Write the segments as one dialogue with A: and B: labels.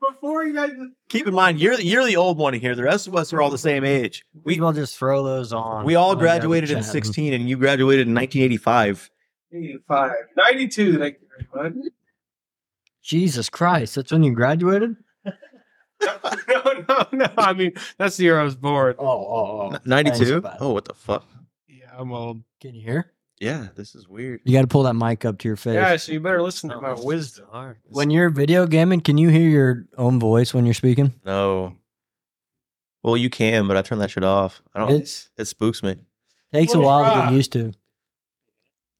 A: Before you guys,
B: Keep in mind, you're the, you're the old one here. The rest of us are all the same age.
C: We will just throw those on.
B: We all
C: when we have a
B: graduated in
C: chat.
B: 16, and you graduated in 1985.
A: 85, 92, thank you very much.
C: Jesus Christ, that's when you graduated.
A: no, no, no. I mean, that's the year I was born.
C: Oh, oh,
B: N- 92?
C: bud.
B: Oh, what the fuck?
A: Yeah, I'm old.
C: Can you hear?
B: Yeah, this is weird.
C: You got to pull that mic up to your face.
A: Yeah, so you better listen to my
C: Oh.
A: wisdom.
C: When you're video gaming, can you hear your own voice when you're speaking?
B: No. Well, you can, but I turned that shit off. I don't.
C: It
B: It spooks me.
C: takes a
A: Well,
C: while to
A: ah.
C: get used to.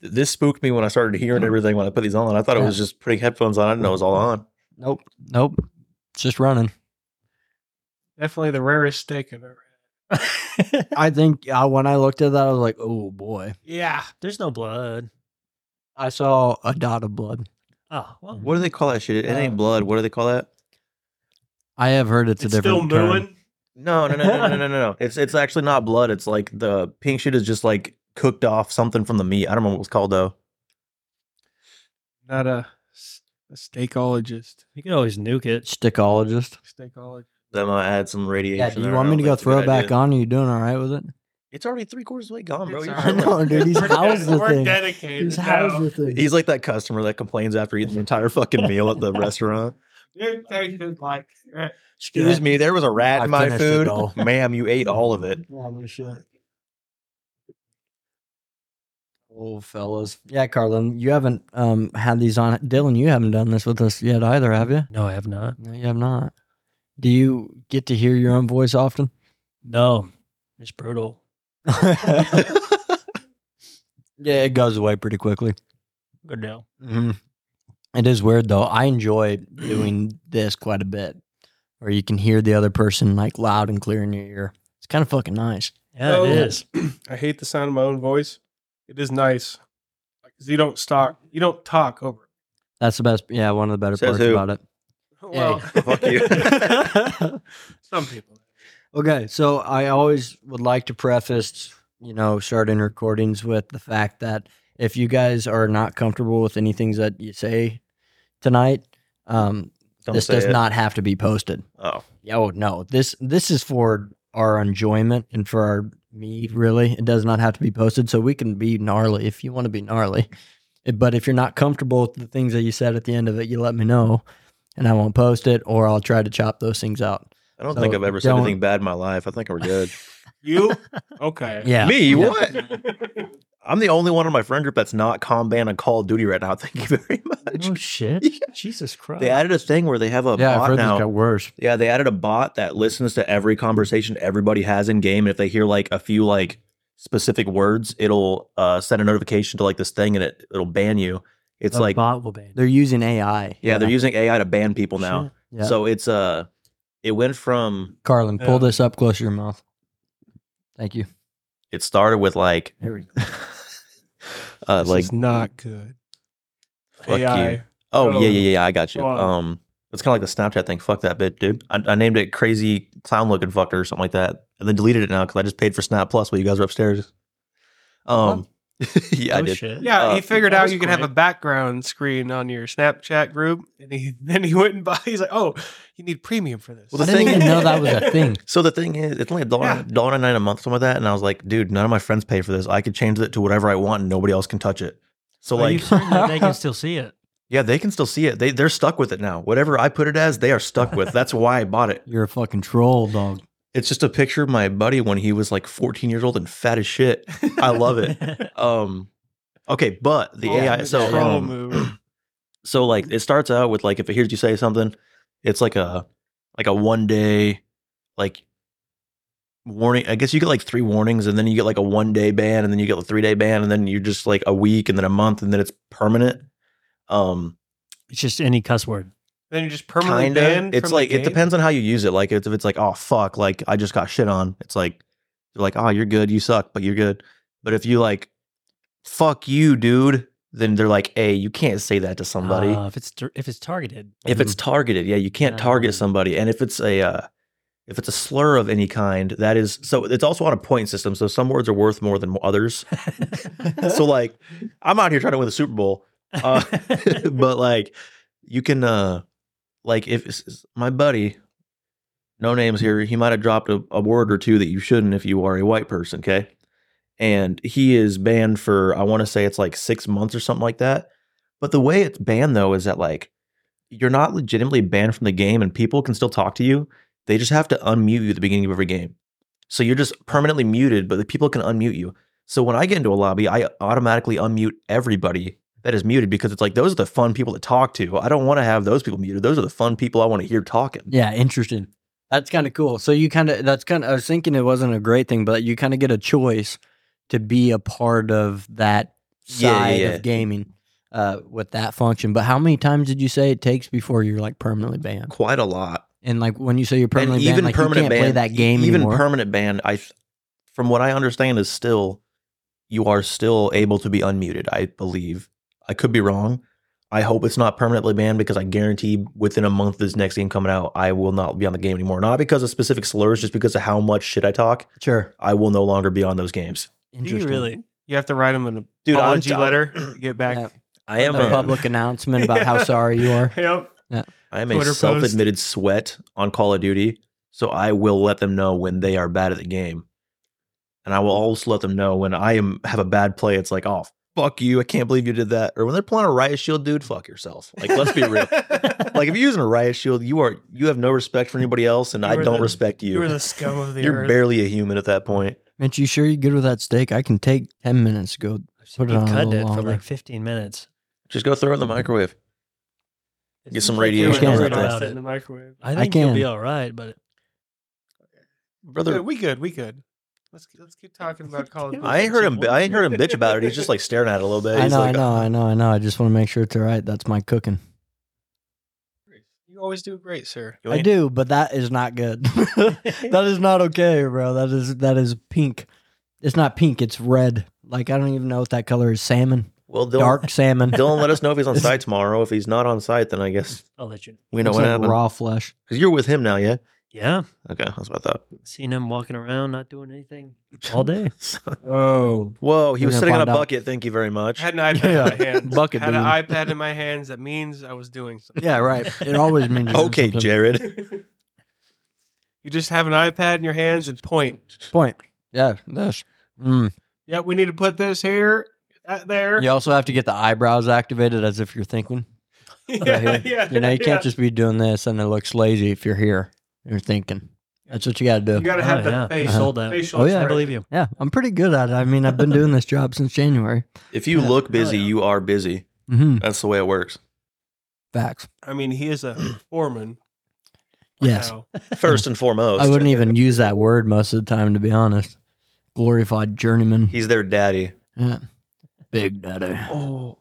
B: This spooked me when I started hearing everything when I put these on. I thought it was just putting headphones on. I didn't know it was all on.
C: Nope, nope. It's just running.
A: Definitely the rarest steak I've ever had.
C: I think uh, when I looked at that, I was like, "Oh boy!"
A: yeah.
D: There's no blood.
C: I saw a dot of blood.
D: Oh, well.
A: Mm.
B: What do they call that shit? It ain't
D: Uh,
B: blood. What do they call that?
C: I have heard it's, a different term.
B: No, no, no, no, no, no, no, no. It's it's actually not blood. It's like the pink shit is just like cooked off something from the meat. I don't remember what it's called though.
A: Not a, s- a steakologist.
D: You could always nuke it.
C: Stickologist.
A: Steakologist.
B: That might add some radiation.
C: Yeah, do you
B: there.
C: want
B: I
C: me to
B: don't
C: go
B: think it's a
C: throw it
B: good
C: back
B: idea.
C: on? Are you doing all right with it?
B: It's already three quarters of the way gone, bro.
A: It's
B: You're
A: all
C: I
A: right.
B: chilling.
C: know, dude. He's
A: We're de-
C: housed the
A: we're
C: thing.
A: dedicated.
C: He's housed
A: now.
C: the thing.
B: He's like that customer that complains after eating the entire fucking meal at the restaurant.
A: You're tasted like eh,
B: Excuse me, there was a rat
C: I
B: in my
C: finished it
B: food.
C: all.
B: Ma'am, you ate all of it.
C: Oh, fellas. Yeah, Carlin, you haven't um had these on. Dylan, you haven't done this with us yet either, have you?
D: No, I have not.
C: No, you have not. Do you get to hear your own voice often?
D: No, it's brutal.
C: yeah, it goes away pretty quickly.
D: Good deal.
C: Mm-hmm. It is weird though. I enjoy doing this quite a bit, where you can hear the other person like loud and clear in your ear. It's kind of fucking nice.
D: Yeah,
A: Oh.
D: it is.
A: I hate the sound of my own voice. It is nice. Because you don't talk. You don't talk over. it.
C: That's the best. Yeah, one of the better
B: Says
C: parts
B: who?
C: about it.
A: Well,
B: Fuck you.
A: some people.
C: Okay, so I always would like to preface, you know, starting recordings with the fact that if you guys are not comfortable with anything that you say tonight, um,
B: Don't
C: this
B: say
C: does
B: it.
C: not have to be posted.
B: Oh,
C: Yeah, Oh no, this this is for our enjoyment and for our me really. It does not have to be posted, so we can be gnarly if you want to be gnarly. Eh, But if you're not comfortable with the things that you said at the end of it, you let me know, and I won't post it, or I'll try to chop those things out.
B: I don't
C: So
B: think I've ever said
C: don't-
B: anything bad in my life. I think we're good.
A: You? Okay.
C: Yeah,
B: Me?
C: Yeah.
B: What? I'm the only one in my friend group that's not Kanban on Call of Duty right now. Thank you very much.
D: Oh, shit.
B: Yeah.
D: Jesus Christ.
B: They added a thing where they have a
C: yeah, I've
B: bot
C: heard
B: now.
C: this got worse.
B: Yeah, they added a bot that listens to every conversation everybody has in game, and if they hear like a few like specific words, it'll uh, send a notification to like this thing, and it it'll ban you. It's
D: The
B: like
D: bot will ban.
C: They're using AI.
B: yeah, they're using AI to ban people now.
D: Shit.
C: Yeah.
B: So it's uh, it went from
C: Carlin, pull
A: Yeah.
C: this up close to your mouth. Thank you.
B: it started with like
C: There we go.
B: uh
A: This
B: like
A: is not good.
B: Fuck you.
A: AI.
B: Oh, yeah,
A: Oh,
B: yeah, yeah. I got you.
D: uh,
A: wow.
B: Um, it's kind of like the Snapchat thing. Fuck that bit, dude. I, I named it crazy clown looking fucker or something like that, and then deleted it now because I just paid for Snap Plus while you guys were upstairs. Um, yeah, I
D: Oh,
B: did.
D: shit.
A: Yeah,
B: Uh,
A: he figured
D: that
A: out
D: was
A: you could have a
D: quick.
A: background screen on your Snapchat group, and he then he went and bought. He's like, "Oh, you need premium for this."
B: Well,
C: I
B: the
C: didn't
B: thing-
C: even know that was a thing.
B: So the thing is, it's only a dollar,
A: Yeah.
B: dollar and nine a month, something like that. And I was like, dude, none of my friends pay for this. I could change it to whatever I want, and nobody else can touch it. So
D: Are you
B: like,
D: certain that they can still see it?
B: yeah, they can still see it. They they're stuck with it now. Whatever I put it as, they are stuck with. That's why I bought it.
C: You're a fucking troll, dog.
B: It's just a picture of my buddy when he was like 14 years old and fat as shit. I love it. um okay but the
A: Oh,
B: ai
A: the
B: so
A: troll
B: um,
A: move.
B: so like it starts out with like if it hears you say something it's like a like a one day like warning i guess you get like three warnings and then you get like a one day ban and then you get a three day ban and then you're just like a week and then a month and then it's permanent um
D: It's just any cuss word.
A: then you're just permanently
B: kind of
A: banned.
B: it's
A: from
B: like
A: the
B: it
A: game?
B: depends on how you use it like it's, if it's like oh fuck like i just got shit on it's like they're like oh you're good you suck but you're good but if you like fuck you dude then they're like hey you can't say that to somebody
D: Uh, if it's tar- if it's targeted.
B: if it's targeted yeah you can't target
D: Ah.
B: somebody and if it's a uh, if it's a slur of any kind that is so it's also on a point system so some words are worth more than others so like i'm out here trying to win the super bowl uh, but like you can uh like if s- s- my buddy, no names here, he might have dropped a, a word or two that you shouldn't if you are a white person, okay? And he is banned for I want to say it's like six months or something like that. But the way it's banned though is that like you're not legitimately banned from the game and people can still talk to you. They just have to unmute you at the beginning of every game. So you're just permanently muted, but the people can unmute you. So when I get into a lobby, I automatically unmute everybody that is muted because it's like those are the fun people to talk to. I don't want to have those people muted. Those are the fun people I want to hear talking.
C: Yeah, interesting. That's kind of cool. So you kind of that's kind of I was thinking it wasn't a great thing, but you kind of get a choice to be a part of that
B: Yeah, yeah,
C: side
B: yeah.
C: of gaming uh, with that function. But how many times did you say it takes before you're like permanently banned?
B: Quite a lot.
C: And like when you say you're permanently banned, like you can't play that
B: e-
C: game
B: even
C: anymore.
B: permanent ban, I th- from what I understand is still you are still able to be unmuted, I believe. I could be wrong. I hope it's not permanently banned because I guarantee within a month of this next game coming out, I will not be on the game anymore. Not because of specific slurs, just because of how much shit I talk.
C: sure.
B: I will no longer be on those games.
D: Do you
C: Interesting.
D: really?
A: You have to write them an
B: Dude, I'm
A: apology
B: done.
A: letter to get back.
C: Yeah.
B: I am
C: A
B: a,
C: public announcement about how sorry you are.
A: Yep.
B: I am a
A: Twitter post.
B: self-admitted sweat on Call of Duty, so I will let them know when they are bad at the game, and I will also let them know when I am have a bad play. It's like, oh fuck you, I can't believe you did that, or when they're playing a riot shield, dude, fuck yourself. Like let's be real. Like if you're using a riot shield, you are you have no respect for anybody else, and
A: You
B: I
A: are
B: don't
A: the-
B: respect
A: you
B: you.
A: were the scum of the
B: You're
A: earth.
B: barely a human at that point.
C: Mitch, you sure you're good with that steak? I can take ten minutes to go. Put it
D: you
C: on a
D: cut
C: little
D: it for
C: longer.
D: like 15 minutes.
B: Just go throw it in the
A: Mm-hmm.
B: microwave.
D: It
B: Get
D: seems
B: some
D: like they were
B: radiation
C: or
A: Don't
D: worried
C: something.
D: about
A: put it in
D: it.
A: the microwave.
D: I
C: I
D: think you'll be
C: can.
D: all right, but
A: Good,
B: Brother,
A: we good. We good. Let's let's keep talking about college.
B: I ain't heard him. I ain't heard him bitch about it. He's just like staring at it a little bit.
C: I
B: Uh, He's
C: know,
B: like,
C: I know, I know, I know. I just want to make sure it's all right. That's my cooking.
A: you always do great, sir.
B: "You
C: I
B: ain't-
C: do, but that is not good. that is not okay, bro. That is that is pink. It's not pink. It's red. Like I don't even know what that color is. Salmon,
B: Well, don't,
C: dark salmon.
B: Dylan, let us know if he's on site tomorrow. If he's not on site, then I guess
D: I'll let you know.
B: we know
C: Looks
B: what
C: like
B: happened.
C: Raw flesh.
B: Because you're with him now, yeah?
D: Yeah.
B: Okay, that's what I thought.
D: Seen him walking around, not doing anything all day.
A: Oh,
B: Whoa, he
C: We're
B: was
C: gonna
B: sitting on a
C: find out.
B: bucket. Thank you very
A: I
B: much.
A: had an iPad
C: Yeah.
A: in my hands.
C: Bucket
A: had an
C: dude.
A: iPad in my hands. That means I was doing something.
C: Yeah, right. It always means you're doing
B: Okay,
C: something.
B: Jared.
A: You just have an iPad in your hands and point.
C: Point. Yeah, this. Mm.
A: Yeah, we need to put this here, that there.
C: You also have to get the eyebrows activated as if you're thinking.
A: yeah,
C: right here.
A: yeah,
C: You know, you
A: yeah.
C: can't just be doing this and it looks lazy if you're here. You're thinking. That's what you got to
A: You
C: do.
A: gotta have
D: Oh,
A: the
D: yeah.
A: face.
B: uh-huh.
D: You sold out.
A: Facial
C: Oh, yeah.
D: I
A: expression.
D: believe you.
C: Yeah, I'm pretty good at it. I mean, I've been doing this job since January.
B: If you
C: Yeah.
B: look busy,
D: yeah.
B: you are busy.
C: Mm-hmm.
B: That's the way it works.
C: Facts.
A: I mean, he is a foreman.
C: Yes.
A: now.
B: First and foremost,
C: I wouldn't even use that word most of the time, to be honest. Glorified journeyman.
B: he's their daddy.
C: yeah. Big daddy.
A: Oh,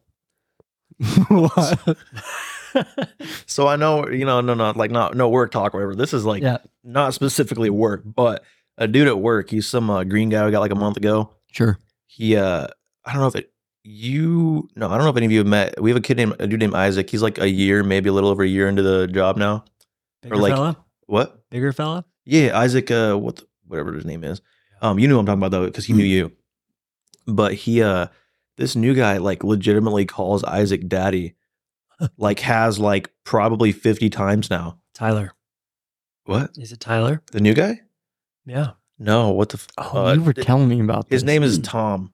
C: What?
B: So I know, you know, no, no, like not no work talk, or whatever. This is like
C: yeah,
B: not specifically work, but a dude at work. He's some uh, green guy we got like a month ago.
C: sure.
B: he uh i don't know if it you no i don't know if any of you have met we have a kid named a dude named isaac he's like a year maybe a little over a year into the job now
D: Bigger
B: like-
D: fella.
B: what
D: Bigger fella.
B: yeah isaac uh what the, whatever his name is um you knew who i'm talking about though because he knew
C: Mm-hmm.
B: you but he uh this new guy like legitimately calls isaac daddy like has like probably 50 times now
D: Tyler.
B: what
D: Is it Tyler?
B: the new guy
D: Yeah.
B: no what the f-
C: Oh,
B: uh,
C: you were
B: th-
C: telling me about
B: His
C: this.
B: name is Tom.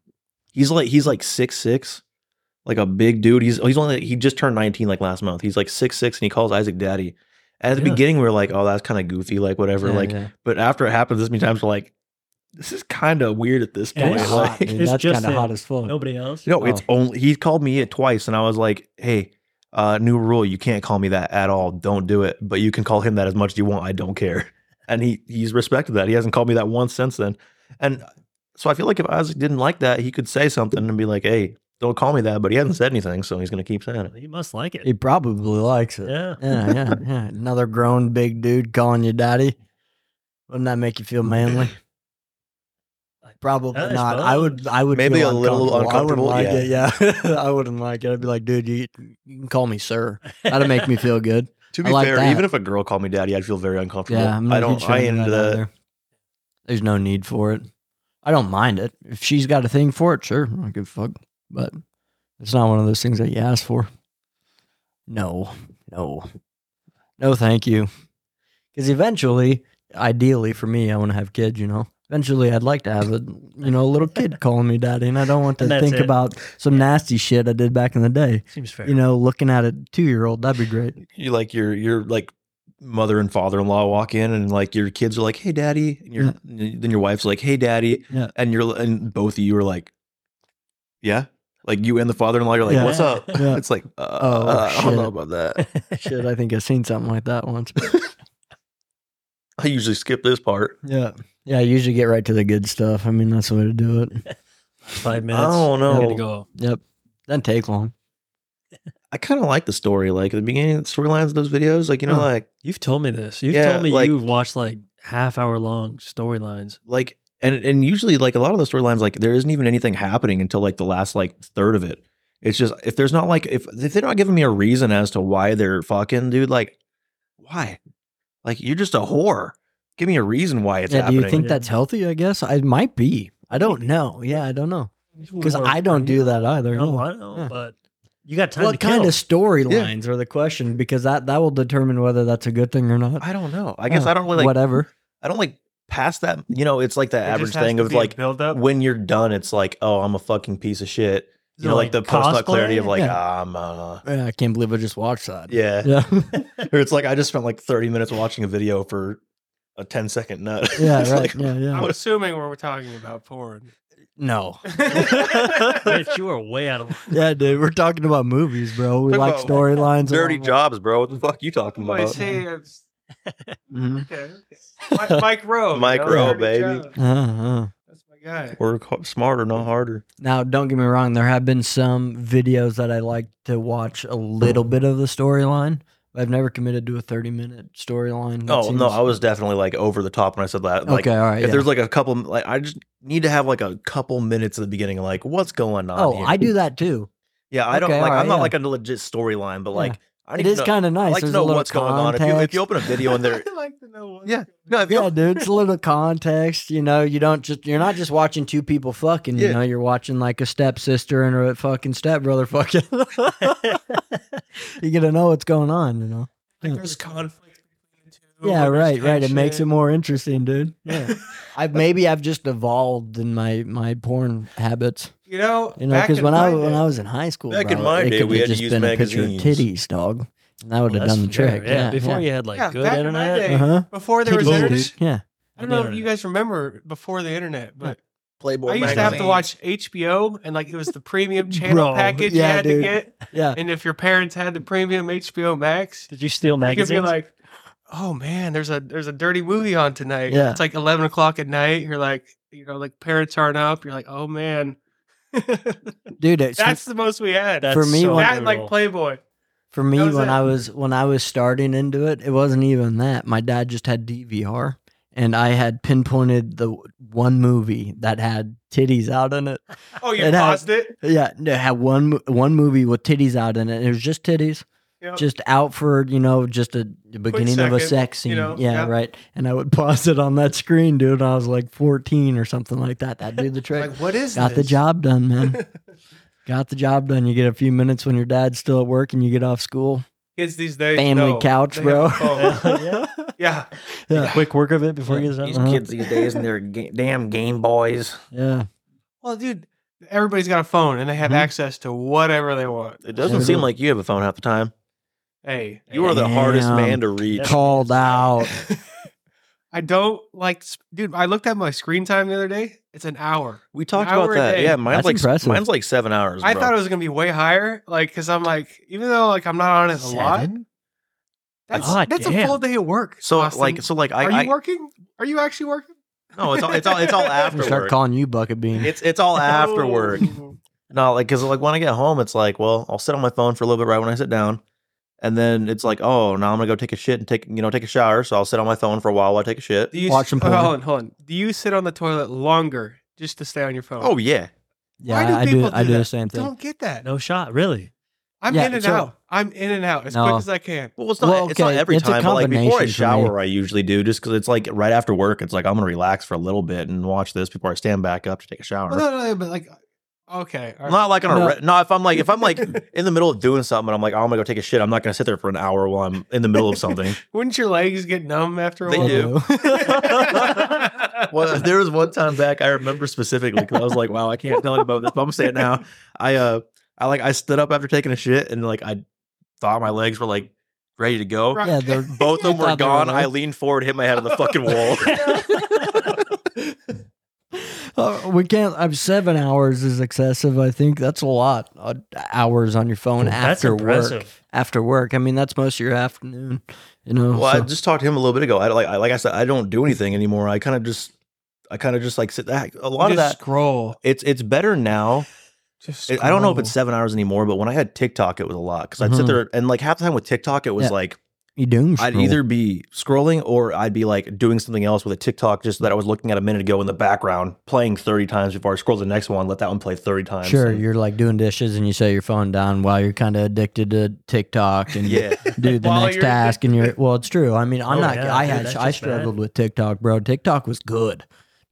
B: He's like he's like six six, like a big dude. He's he's only he just turned nineteen like last month. He's like six six, and he calls Isaac daddy. At the
D: Yeah.
B: beginning, we were like, "Oh, that's kind of goofy," like whatever.
C: Yeah,
B: like,
C: yeah.
B: but after it happens this many times, we're like, "This is kind of weird at this
D: Yeah,
B: point."
D: it's
C: hot,
B: like,
C: dude. Oh.
D: it's
C: That's
D: just
C: kind of
D: that-
C: hot as fuck.
D: Nobody else.
B: no, it's only he called me it twice, and I was like, "Hey, uh, new rule: you can't call me that at all. Don't do it. But you can call him that as much as you want. I don't care." And he he's respected that. He hasn't called me that once since then. And so I feel like if Isaac didn't like that, he could say something and be like, "Hey, don't call me that." But he hasn't said anything, so he's gonna keep saying it.
D: He must like
C: He
D: it.
C: probably likes it.
D: Yeah.
C: yeah, yeah, yeah. Another grown big dude calling you daddy. Wouldn't that make you feel manly? Probably
D: Yeah, I
C: not. I would. I would
B: Maybe
C: feel
B: a little
C: I
B: uncomfortable,
C: wouldn't like it. Yeah, I wouldn't like it. I'd be like, dude, you, you can call me sir. That'd make me feel good.
B: To
C: I
B: be
C: like
B: fair,
C: that.
B: even if a girl called me daddy, I'd feel very uncomfortable.
C: Yeah, I'm not
B: I
C: a
B: don't.
C: huge
B: I
C: fan
B: end
C: of that
B: the
C: either. There's no need for it. I don't mind it. If she's got a thing for it, sure, I don't give a fuck. But it's not one of those things that you ask for. No, no. No, thank you. Because eventually, ideally for me, I want to have kids, you know. Eventually, I'd like to have a you know a little kid calling me daddy, and I don't want to
D: And that's
C: think
D: it.
C: about some nasty shit I did back in the day.
D: Seems fair.
C: You know, looking at a two year old, that'd be great.
B: You like your your like mother and father in law walk in and like your kids are like, "Hey, daddy," and your
C: Yeah.
B: then your wife's like, "Hey, daddy,"
C: Yeah.
B: and you're and both of you are like, "Yeah," like you and the father in law are like,
C: Yeah.
B: "What's up?"
C: Yeah.
B: It's like, uh,
C: Oh,
B: I don't know
C: shit.
B: about that.
C: Shit, I think I've seen something like that once.
B: I usually skip this part.
C: Yeah, yeah. I usually get right to the good stuff. I mean, that's the way to do it.
D: Five minutes.
B: don't
D: we gotta
B: know.
D: Go.
C: Yep, doesn't take long.
B: I kind of like the story, like at the beginning, the storylines of those videos, like you know,
C: Huh.
B: like
D: You've told me this. You've
B: Yeah,
D: told me
B: like-
D: you've watched like half hour long storylines.
B: like and and usually like a lot of the storylines like there isn't even anything happening until like the last like third of it it's just if there's not like if if they're not giving me a reason as to why they're fucking dude like why like you're just a whore give me a reason why it's
C: yeah, do
B: happening
C: you think
D: Yeah.
C: that's healthy? I guess I might be. I don't know. Yeah, I don't know because I don't do that either.
D: No, I know,
C: Yeah.
D: but you got time. to
C: what kind
D: kill.
C: of storylines are the question? Because that that will determine whether that's a good thing or not.
B: i don't know i guess
C: Yeah,
B: i don't really like
C: whatever.
B: i don't like past that you know it's like the
E: It
B: average
E: just has
B: thing
E: to
B: of
E: be a
B: like
E: build-up.
B: when you're done it's like oh i'm a fucking piece of shit
D: Is
B: you
D: it
B: know like, the post
D: cosplay?
B: not clarity of like
C: Yeah.
B: i'm uh
C: Yeah, I can't believe I just watched that.
B: yeah
C: yeah,
B: or it's like I just spent like 30 minutes watching a video for a 10 second nut.
C: yeah,
B: It's
C: right.
B: like,
C: yeah, yeah.
A: I'm assuming we're talking about porn.
C: no.
D: Mitch, you are way out of line.
C: Yeah, dude, we're talking about movies, bro. We
B: Talk
C: like
B: about
C: storylines.
B: dirty
C: and all
B: jobs, bro.
C: Mm.
B: What the fuck you talking
A: I
B: about?
A: say it's-
C: that. Mhm.
A: okay. Mike- Mike Rowe. you
B: Mike
A: know,
B: Rowe,
A: Dirty
B: baby.
A: Job.
C: Uh-huh.
A: That's my guy.
B: Work ho- smarter, not harder.
C: Now, don't get me wrong. There have been some videos that I like to watch a little bit of the storyline. but I've never committed to a thirty-minute storyline. That
B: Oh,
C: seems-
B: no, I was definitely like over the top when I said that. Like,
C: okay, all right.
B: if
C: yeah.
B: there's like a couple, like, I just need to have like a couple minutes at the beginning, like, what's going on?
C: oh,
B: here?
C: I do that too.
B: Yeah, I don't
C: okay,
B: like,
C: alright,
B: I'm not
C: yeah.
B: like a legit storyline, but like, I
C: It
B: need to
C: is
B: know-
C: kind of nice.
B: I like to
C: There's
B: know
C: a little
B: what's going on. If you, if you open a video and there,
A: I like to know what's
B: yeah,
A: going
B: no, if you,
C: yeah, dude, it's a little context. You know, you don't just you're not just watching two people fucking. You
B: Yeah.
C: know, you're watching like a stepsister and a fucking stepbrother fucking. you gotta know what's going on. You know.
A: Like there's conflict between the two.
C: Yeah,
A: and there's
C: right, right. It makes it
A: tension.
C: more interesting, dude. Yeah, I maybe I've just evolved in my my porn habits.
A: You know,
C: You know, because
A: because
C: when I when I was in high school,
B: Back in
C: bro,
B: my day,
C: it could've
B: we had to
C: just
B: use
C: been a
B: magazines.
C: picture of titties, dog, and that would have
D: That's
C: done the
D: fair,
C: trick.
D: Yeah, before you had like
A: Yeah,
D: good
A: back in my
D: internet.
A: day,
C: uh-huh.
A: before there was
C: Titties,
A: internet,
C: dude. Yeah.
A: I don't know if you guys remember before the internet, but
B: Playboy,
A: I used to have to
B: magazine.
A: watch HBO and like it was the premium channel
C: Bro,
A: package
C: yeah,
A: you had
C: dude.
A: to get.
C: Yeah.
A: And if your parents had the premium HBO Max,
D: Did you steal
A: you could be
D: magazines?
A: like, "Oh man, there's a there's a dirty movie on tonight.
C: Yeah.
A: It's like eleven o'clock at night. You're like, you know, like parents aren't up. You're like, oh man,
C: Dude, it's,
A: that's the most we had.
D: That's
C: for me,
D: so
C: when-
A: that and, like
D: brutal.
A: Playboy.
C: for me
A: that was
C: when
A: it.
C: I was when I was starting into it, it wasn't even that. My dad just had DVR, and I had pinpointed the one movie that had titties out in it.
A: Oh, you
C: It had-
A: paused it.
C: Yeah, no, it had one mo- one movie with titties out in it. And it was just titties,
A: Yep.
C: just out for you know, just a the beginning of a
A: second,
C: sex scene.
A: you know,
C: yeah,
A: yeah.
C: right. And I would pause it on that screen, dude. I was like fourteen or something like that. That did the trick.
A: like, what is
C: Got the
A: this?
C: job done, man. Got the job done. You get a few minutes when your dad's still at work and you get off school.
A: Kids these days,
C: Family
A: no,
C: couch,
A: they
C: bro.
A: have a phone.
D: yeah.
A: yeah,
C: Yeah.
D: Quick work of it before you get
B: These
D: something.
B: kids these days and their ga- damn Game Boys.
C: Uh-huh. Yeah.
A: well, dude, everybody's got a phone and they have
C: Mhm.
A: access to whatever they want.
B: It
C: Sure
B: doesn't seem
C: do.
B: like you have a phone half the time.
A: Hey,
B: You are the hardest
C: Damn.
B: man to reach.
D: Yeah.
C: Called out.
A: I don't like, sp- dude. I looked at my screen time the other day. It's an hour.
B: We talked
A: An
B: about
A: hour a
B: that.
A: day.
B: Yeah, mine's
C: That's
B: like
C: impressive.
B: mine's like seven hours.
A: I
B: bro.
A: thought it was gonna be way higher, like, cause I'm like, even though like I'm not on it a lot,
D: Seven?
A: that's
D: God
A: that's a
D: damn.
A: full day at work.
B: so
A: Austin.
B: like so like I,
A: are you
B: I
A: working? Are you actually working?
B: no it's all it's all it's all
C: We start
B: afterward.
C: calling you Bucket Bean.
B: It's it's all after work.
A: Oh.
B: No, like because like when I get home, it's like well I'll sit on my phone for a little bit right when I sit down, and then it's like oh now I'm gonna go take a shit and take you know take a shower. So I'll sit on my phone for a while while I take a shit.
A: Do you
C: Watch some
A: oh,
C: porn.
A: hold on, hold on. Do you sit on the toilet longer just to stay on your phone?
B: Oh yeah,
C: yeah,
A: do
C: I do.
A: people
C: I
A: do
C: do the
A: that?
C: same thing.
A: don't get that.
D: No shot, really.
A: I'm
C: Yeah,
A: in and
C: so-
A: out. I'm in and out as
C: No.
A: quick as I can.
B: well it's not
C: Well,
B: it's not
C: okay,
B: every
C: it's a
B: time, but like before I
C: combination for me.
B: shower, I usually do just because it's like right after work. It's like I'm gonna relax for a little bit and watch this before I stand back up to take a shower.
A: Well, no, no, no, but like Okay. all right.
B: Not like on a
C: No.
B: re- no. If I'm like if I'm like in the middle of doing something, I'm like oh, I'm gonna go take a shit. I'm not gonna sit there for an hour while I'm in the middle of something.
A: Wouldn't your legs get numb after a
B: They
A: while?
B: do. well, there was one time back I remember specifically because I was like, wow, I can't tell anybody this, but I'm gonna say it now. I uh, I like I stood up after taking a shit and like I thought my legs were like ready to go.
A: Right.
C: Yeah, they're-
B: Both of them were
C: Thought they were
B: gone.
C: there.
B: I leaned forward, hit my head on the fucking wall.
C: Uh, we can't. I'm seven hours is excessive. I think that's a lot. Uh, hours on your phone
D: That's
C: after work.
D: impressive.
C: After work, I mean that's most of your afternoon. You know.
B: well, I
C: so-
B: just talked to him a little bit ago. I like, I, like I said, I don't do anything anymore. I kind of just, I kind of just like sit back. A lot of
A: Just
B: that,
A: scroll.
B: it's it's better now.
A: Just
B: I I don't know if
A: scroll.
B: it's seven hours anymore, but when I had TikTok, it was a lot because I'd sit
C: Mhm.
B: there and like half the time with TikTok, it was
C: Yeah.
B: like
C: you doom.
B: I'd
C: scroll.
B: either be scrolling or I'd be like doing something else with a TikTok just that I was looking at a minute ago in the background, playing 30 times before I scroll to the next one, let that one play 30 times.
C: Sure,
B: And-
C: you're like doing dishes and you set your phone down while you're kind of addicted to TikTok and
B: yeah.
C: do the
A: While
C: next
A: you're
C: task. And you're well, it's true. I mean, I'm
D: Oh,
C: not.
D: yeah,
C: I
D: dude,
C: had
D: that's
C: I
D: just bad.
C: struggled with TikTok, bro. TikTok was good,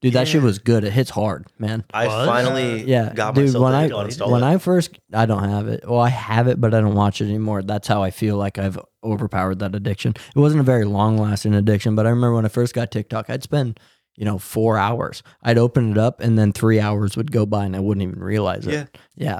C: dude. That shit
D: Yeah.
C: was good. It hits hard, man.
B: I
D: Was?
B: finally
C: Yeah,
B: got
C: dude.
B: myself
C: When
B: to
C: I
B: uninstall
C: when
B: it.
C: I first, I don't have it. Well, I have it, but I don't watch it anymore. That's how I feel like I've overpowered that addiction. It wasn't a very long lasting addiction, but I remember when I first got TikTok, I'd spend you know four hours. I'd open it up, and then three hours would go by, and I wouldn't even realize it.
B: Yeah.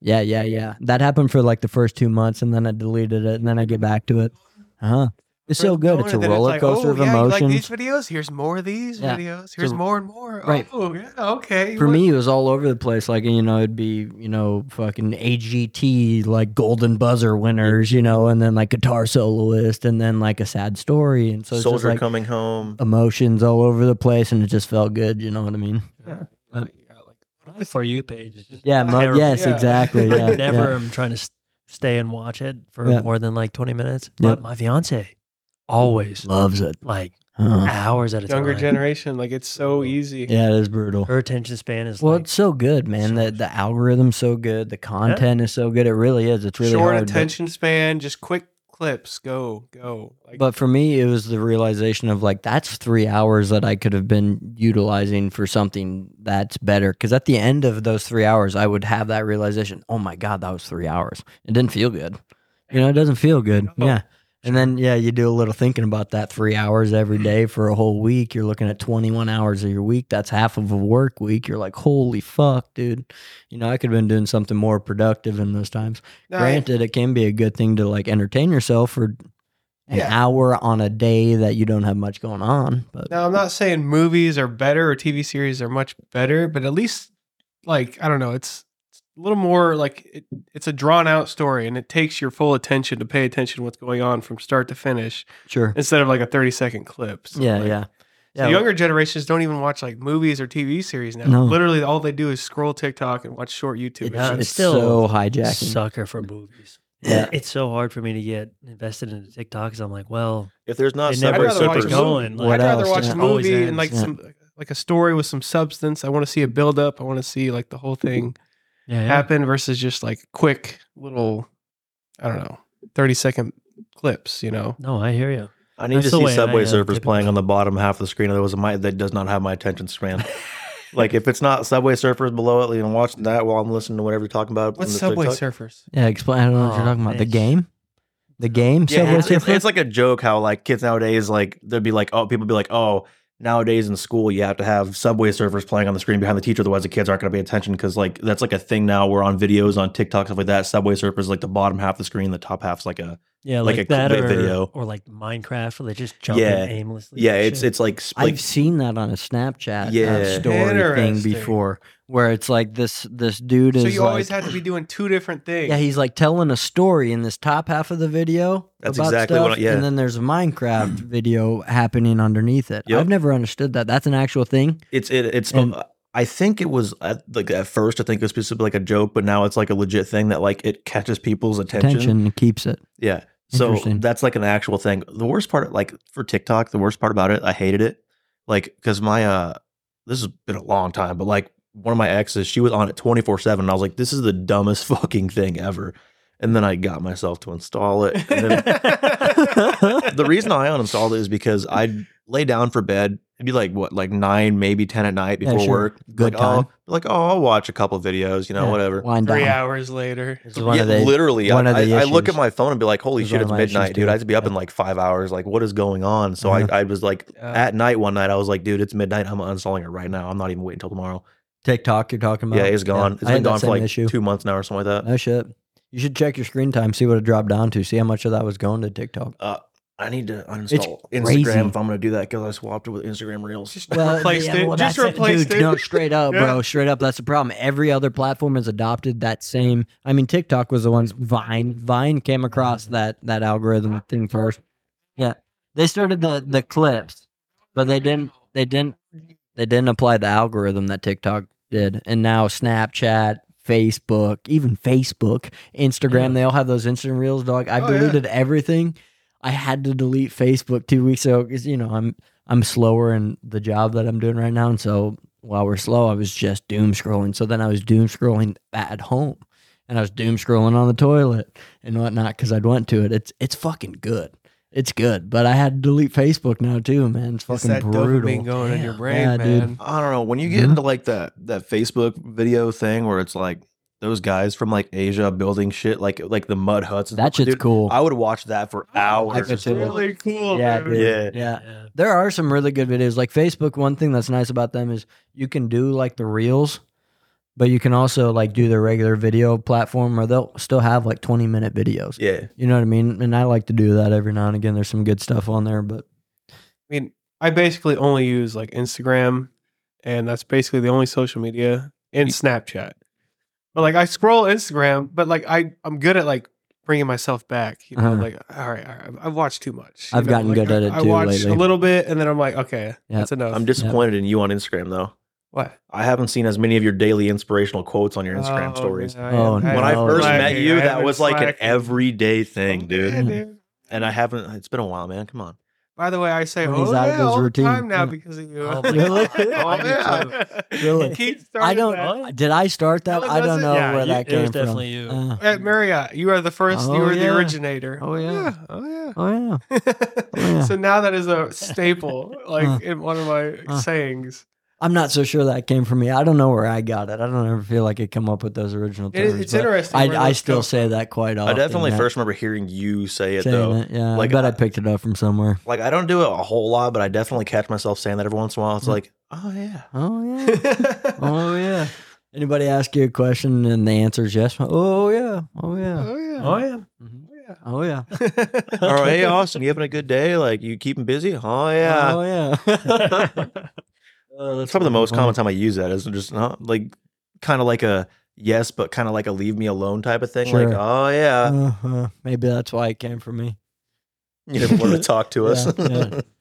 C: yeah, yeah, yeah, yeah. That happened for like the first two months, and then I deleted it, and then I get back to it. Huh? It's so good. It's a
A: Then
C: roller
A: like,
C: coaster
A: oh,
C: of
A: yeah, you
C: emotions.
A: like these videos? Here's more of these
C: Yeah.
A: videos. Here's
C: a-
A: more and more.
C: right.
A: Oh, yeah. Okay.
C: For
A: What-
C: me, it was all over the place. Like, you know, it'd be, you know, fucking AGT, like golden buzzer winners, you know, and then like guitar soloist and then like a sad story. And so it's just
B: Soldier
C: like
B: coming home.
C: emotions all over the place and it just felt good. You know what I mean?
D: Uh, My for you page. Is just
C: Yeah. Mo-
D: Terrible.
C: yes,
A: Yeah.
C: exactly.
D: I
C: Yeah. yeah.
D: never am trying to s- stay and watch it for
C: Yeah.
D: more than like 20 minutes. But
C: Yep.
D: my fiance always
C: Loves it.
D: like
C: Huh.
D: hours at a
A: younger
D: time.
A: generation, like it's so easy.
C: Yeah, it is brutal.
D: Her attention span is
C: Well,
D: like,
C: it's so good, man.
D: so
C: The,
D: much-
C: the algorithm's so good. The content is so good. It really is. It's really
A: Short
C: hard. but-
A: attention span, just quick clips. Go, go. Like,
C: But for me, it was the realization of like, that's three hours that I could have been utilizing for something that's better. Cause at the end of those three hours, I would have that realization oh my God, that was three hours. It didn't feel good. You know, it doesn't feel good.
A: No.
C: Yeah. And then, yeah, you do a little thinking about that three hours every day for a whole week. You're looking at 21 hours of your week. That's half of a work week. You're like, holy fuck, dude. You know, I could have been doing something more productive in those times.
A: Nah,
C: Granted, it can be a good thing to like entertain yourself for an
A: Yeah.
C: hour on a day that you don't have much going on. But
A: Now, I'm not saying movies are better or TV series are much better, but at least, like, I don't know, it's, it's a little more like it, it's a drawn out story and it takes your full attention to pay attention to what's going on from start to finish
C: sure,
A: instead of like a 30 second clip. So,
C: yeah,
A: like,
C: yeah,
A: so
C: yeah.
A: younger generations don't even watch like movies or TV series now.
C: No.
A: Literally, all they do is scroll TikTok and watch short YouTube.
C: it's,
D: Yeah,
A: videos.
C: it's so
D: still
C: hijacking.
D: sucker for movies.
C: Yeah.
D: It's so hard for me to get invested into TikTok because I'm like, well,
B: If there's not
D: They
B: separate
D: never I'd rather watch
B: supers,
D: a movie. going,
A: I'd
C: like-
A: rather
C: What
A: watch
C: else?
A: a
D: Yeah. Always
A: movie and
D: ends,
A: like
C: yeah.
A: some like a story with some substance. I want to see a build up. I want to see like the whole thing
D: yeah,
A: happen versus just like quick little, I don't know, thirty second clips. You know,
D: No, I hear you.
B: I need
D: That's
B: to
D: the
B: see
D: way I uh,
B: Subway
D: am
B: Surfers playing
D: typically.
B: on the bottom half of the screen. Otherwise, my that does not have my attention span. like if it's not Subway Surfers below it, you know, watching that while I'm listening to whatever you're talking about.
A: what's
B: in the
A: Subway
B: TikTok.
A: Surfers?
C: yeah, explain. I don't know what you're
D: Aw,
C: talking about. The
D: bitch.
C: game, the game.
B: Oh, Yeah,
C: Subway
B: it's, it's,
C: Surfers?
B: it's like a joke how like kids nowadays like they'd be like, oh, people be like, oh, nowadays in school you have to have Subway Surfers playing on the screen behind the teacher, otherwise the kids aren't going to pay attention because like that's like a thing now. We're on videos on TikTok stuff like that. Subway Surfers like the bottom half of the screen, the top half's like a
D: Yeah,
B: Like
D: like,
B: a
D: that
B: clickbait
D: or,
B: video.
D: or like Minecraft where they just jump
B: Yeah.
D: in aimlessly.
B: yeah,
D: and
B: it's
D: shit.
B: it's like s- like
C: I've seen that on a Snapchat uh,
B: Yeah.
C: story thing
A: Interesting.
C: before, where it's like this this dude is
A: So you always
C: like-
A: have to be doing two different things.
C: Yeah, he's like telling a story in this top half of the video.
B: That's
C: about
B: exactly
C: stuff,
B: what I- yeah.
C: And then there's a Minecraft video happening underneath it.
B: Yep.
C: I've never understood that. That's an actual thing.
B: it's it, it's. uh,
C: And-
B: I think it was at, like at first. I think it was supposed to be like a joke, but now it's like a legit thing that like it catches people's attention.
C: Attention keeps it.
B: Yeah. So
C: Interesting.
B: that's like an actual thing. The worst part, like for TikTok, the worst part about it, I hated it. Like, cause my, uh, this has been a long time, but like one of my exes, she was on it 24 seven. And I was like, this is the dumbest fucking thing ever. And then I got myself to install it. And then the reason I uninstalled it is because I'd lay down for bed it'd be like what, like nine, maybe ten at night
C: Yeah,
B: before
C: sure.
B: work.
C: Good
B: like,
C: time.
B: Oh, like oh, I'll watch a couple videos, you know,
C: Yeah,
B: whatever.
C: Wind
A: Three
C: down.
A: hours later.
C: It's one
B: yeah,
C: of the-
B: literally.
C: one
B: I,
C: of the
B: I, I look at
C: issues.
B: my phone and be like, "Holy
C: It's
B: shit,
C: one
B: it's
C: of my issues,
B: midnight, dude!
C: dude.
B: I have to be up
C: Yeah.
B: in like five hours. Like, what is going on?" So
C: Uh-huh.
B: I, I was like,
A: Yeah.
B: at night one night, I was like, "Dude, it's midnight. I'm uninstalling it right now. I'm not even waiting until tomorrow."
C: TikTok, you're talking about.
B: yeah, it's gone. It's
C: I had
B: been
C: that
B: gone for
C: same
B: like
C: issue.
B: two months now or something like that.
C: No shit. You should check your screen time, see what it dropped down to, see how much of that was going to TikTok.
B: Uh, I need to uninstall
C: crazy.
B: Instagram if I'm going to do that because I swapped it with Instagram Reels.
A: Just replaced
C: yeah,
A: it.
C: well,
A: Just
C: that's
A: replaced
C: dude,
A: it.
C: No, straight up,
A: Yeah.
C: bro. Straight up, that's the problem. Every other platform has adopted that same. I mean, TikTok was the ones. Vine, Vine came across that that algorithm thing first. Yeah, they started the the clips, but they didn't. They didn't. They didn't apply the algorithm that TikTok did, and now Snapchat. Facebook, even Facebook, Instagram, they all have those instant reels, dog. I've
A: Oh, yeah.
C: deleted everything. I had to delete Facebook two weeks ago because, you know, I'm I'm slower in the job that I'm doing right now. And so while we're slow, I was just doom scrolling. So then I was doom scrolling at home and I was doom scrolling on the toilet and whatnot because I'd went to it. It's it's fucking good. It's good. But I had to delete Facebook now too, man. It's
A: It's
C: fucking
A: that
C: brutal.
A: dopamine going in your
C: Yeah,
A: brain,
C: yeah, dude.
A: man.
B: I don't know. When you get
C: Mhm.
B: into like that that Facebook video thing where it's like those guys from like Asia building shit like like the mud huts. and
C: That
B: stuff,
C: shit's
B: dude,
C: cool.
B: I would watch that for hours.
C: could
A: It's
C: too.
A: really cool.
C: Yeah,
A: dude.
C: dude.
B: Yeah.
C: yeah. There are some really good videos. Like Facebook, one thing that's nice about them is you can do like the reels, but you can also like do their regular video platform where they'll still have like 20 minute videos.
B: Yeah.
C: You know what I mean? And I like to do that every now and again. There's some good stuff on there, but
A: I mean, I basically only use like Instagram, and that's basically the only social media and Snapchat. But like, I scroll Instagram, but like, I I'm good at like bringing myself back. You know,
C: Uh-huh.
A: like, all right, all right, I've- I've watched too much. you
C: I've
A: know,
C: gotten
A: like,
C: good at it
A: I,
C: too
A: I watch
C: lately.
A: a little bit, and then I'm like, okay,
C: Yeah.
A: that's enough.
B: I'm disappointed in you on Instagram though.
A: what
B: I haven't seen as many of your daily inspirational quotes on your Instagram
A: Oh,
B: stories.
A: yeah,
C: Oh,
A: am-
C: no.
B: When I
A: am
C: Oh,
B: first
C: yeah.
B: met
A: slacking.
B: you,
A: I
B: that
A: am
B: was like an
A: slacking.
B: everyday thing,
A: Oh,
B: dude.
A: yeah, dude.
B: And I haven't. It's been a while, man. Come on.
A: By the way, I say,
C: When
A: oh
C: he's out of
A: yeah,
C: his
A: all the
C: routine.
A: time now
C: Mm.
A: because of you.
D: Oh,
C: really?
D: I do
A: oh, yeah.
C: Really?
A: Keith started
C: I don't.
A: that.
C: Did I start that?
A: No, it
C: I don't
A: wasn't-
C: know
A: yeah,
C: where
A: you-
C: that
D: it
C: came
D: was
C: from.
D: definitely you.
C: Uh,
A: At Marriott, you are the first. you
C: Oh,
A: were
C: yeah.
A: the originator.
C: Oh, yeah.
A: Oh yeah.
C: oh yeah. yeah.
A: so now that is a staple, like
C: Huh.
A: in one of my
C: Huh.
A: sayings.
C: I'm not so sure that came from me. I don't know where I got it. I don't ever feel like I come up with those original
A: It,
C: terms.
A: it's
C: but
A: interesting. where
C: I, I
A: those
C: still
A: come
C: say
A: from.
C: that quite
B: I
C: often.
B: definitely
C: yeah.
B: first remember hearing you say it
C: Saying
B: though.
C: it, yeah,
B: Like,
C: I bet I,
B: I-
C: picked it up from somewhere.
B: Like I don't do it a whole lot, but I definitely catch myself saying that every once in a while. It's
C: Mhm.
B: like, oh yeah.
C: Oh yeah. oh yeah. Anybody ask you a question and the answer is yes? Oh yeah. Oh yeah.
A: Oh yeah.
D: Oh yeah.
C: Mhm.
A: yeah.
C: Oh yeah.
B: All right, hey Austin, you having a good day? Like you keeping busy? Oh yeah.
C: Oh yeah. Oh,
B: That's probably the most
C: funny.
B: common time I use that is just not like kind of like a yes, but kind of like a leave me alone type of thing. Like
C: Sure.
B: oh yeah,
C: Uh-huh. Maybe that's why it came from me.
B: you never want to talk to us.
C: Yeah, yeah.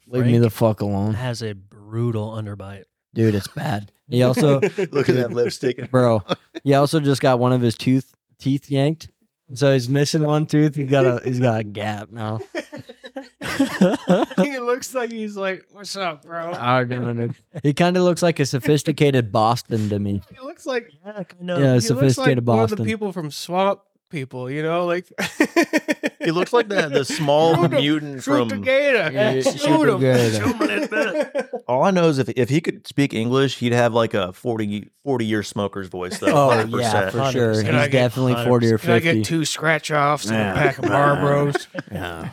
C: Leave me
D: Frank.
C: the fuck alone,
D: Has a brutal underbite.
C: dude. It's bad. He also,
B: Look at that lipstick.
C: bro, he also just got one of his tooth teeth yanked, so he's missing one tooth. He got a he's got a gap now.
A: he looks like he's like, "What's up, bro?"
C: Our dude. he kind of looks like a sophisticated Boston to me.
A: he looks like
D: Yeah, kind of.
C: Yeah,
A: he looks like
C: sophisticated
A: one of the
C: Boston.
A: people from Swamp People. You know, like
B: He looks like the the small
A: Shoot him.
B: mutant
A: Shoot the
B: from.
A: gator.
C: Yeah,
A: Shoot
C: shoot the
A: him.
C: gator.
A: Shoot him a little bit.
B: All I know is if if he could speak English, he'd have like a 40, 40 year smoker's voice though.
C: Oh
B: 100%.
C: yeah, for sure.
D: 100%.
C: He's
A: Can I get
C: definitely forty or
A: Can I get
C: fifty.
A: two scratch offs and
C: Yeah.
A: a pack of Marlboros?
C: Yeah.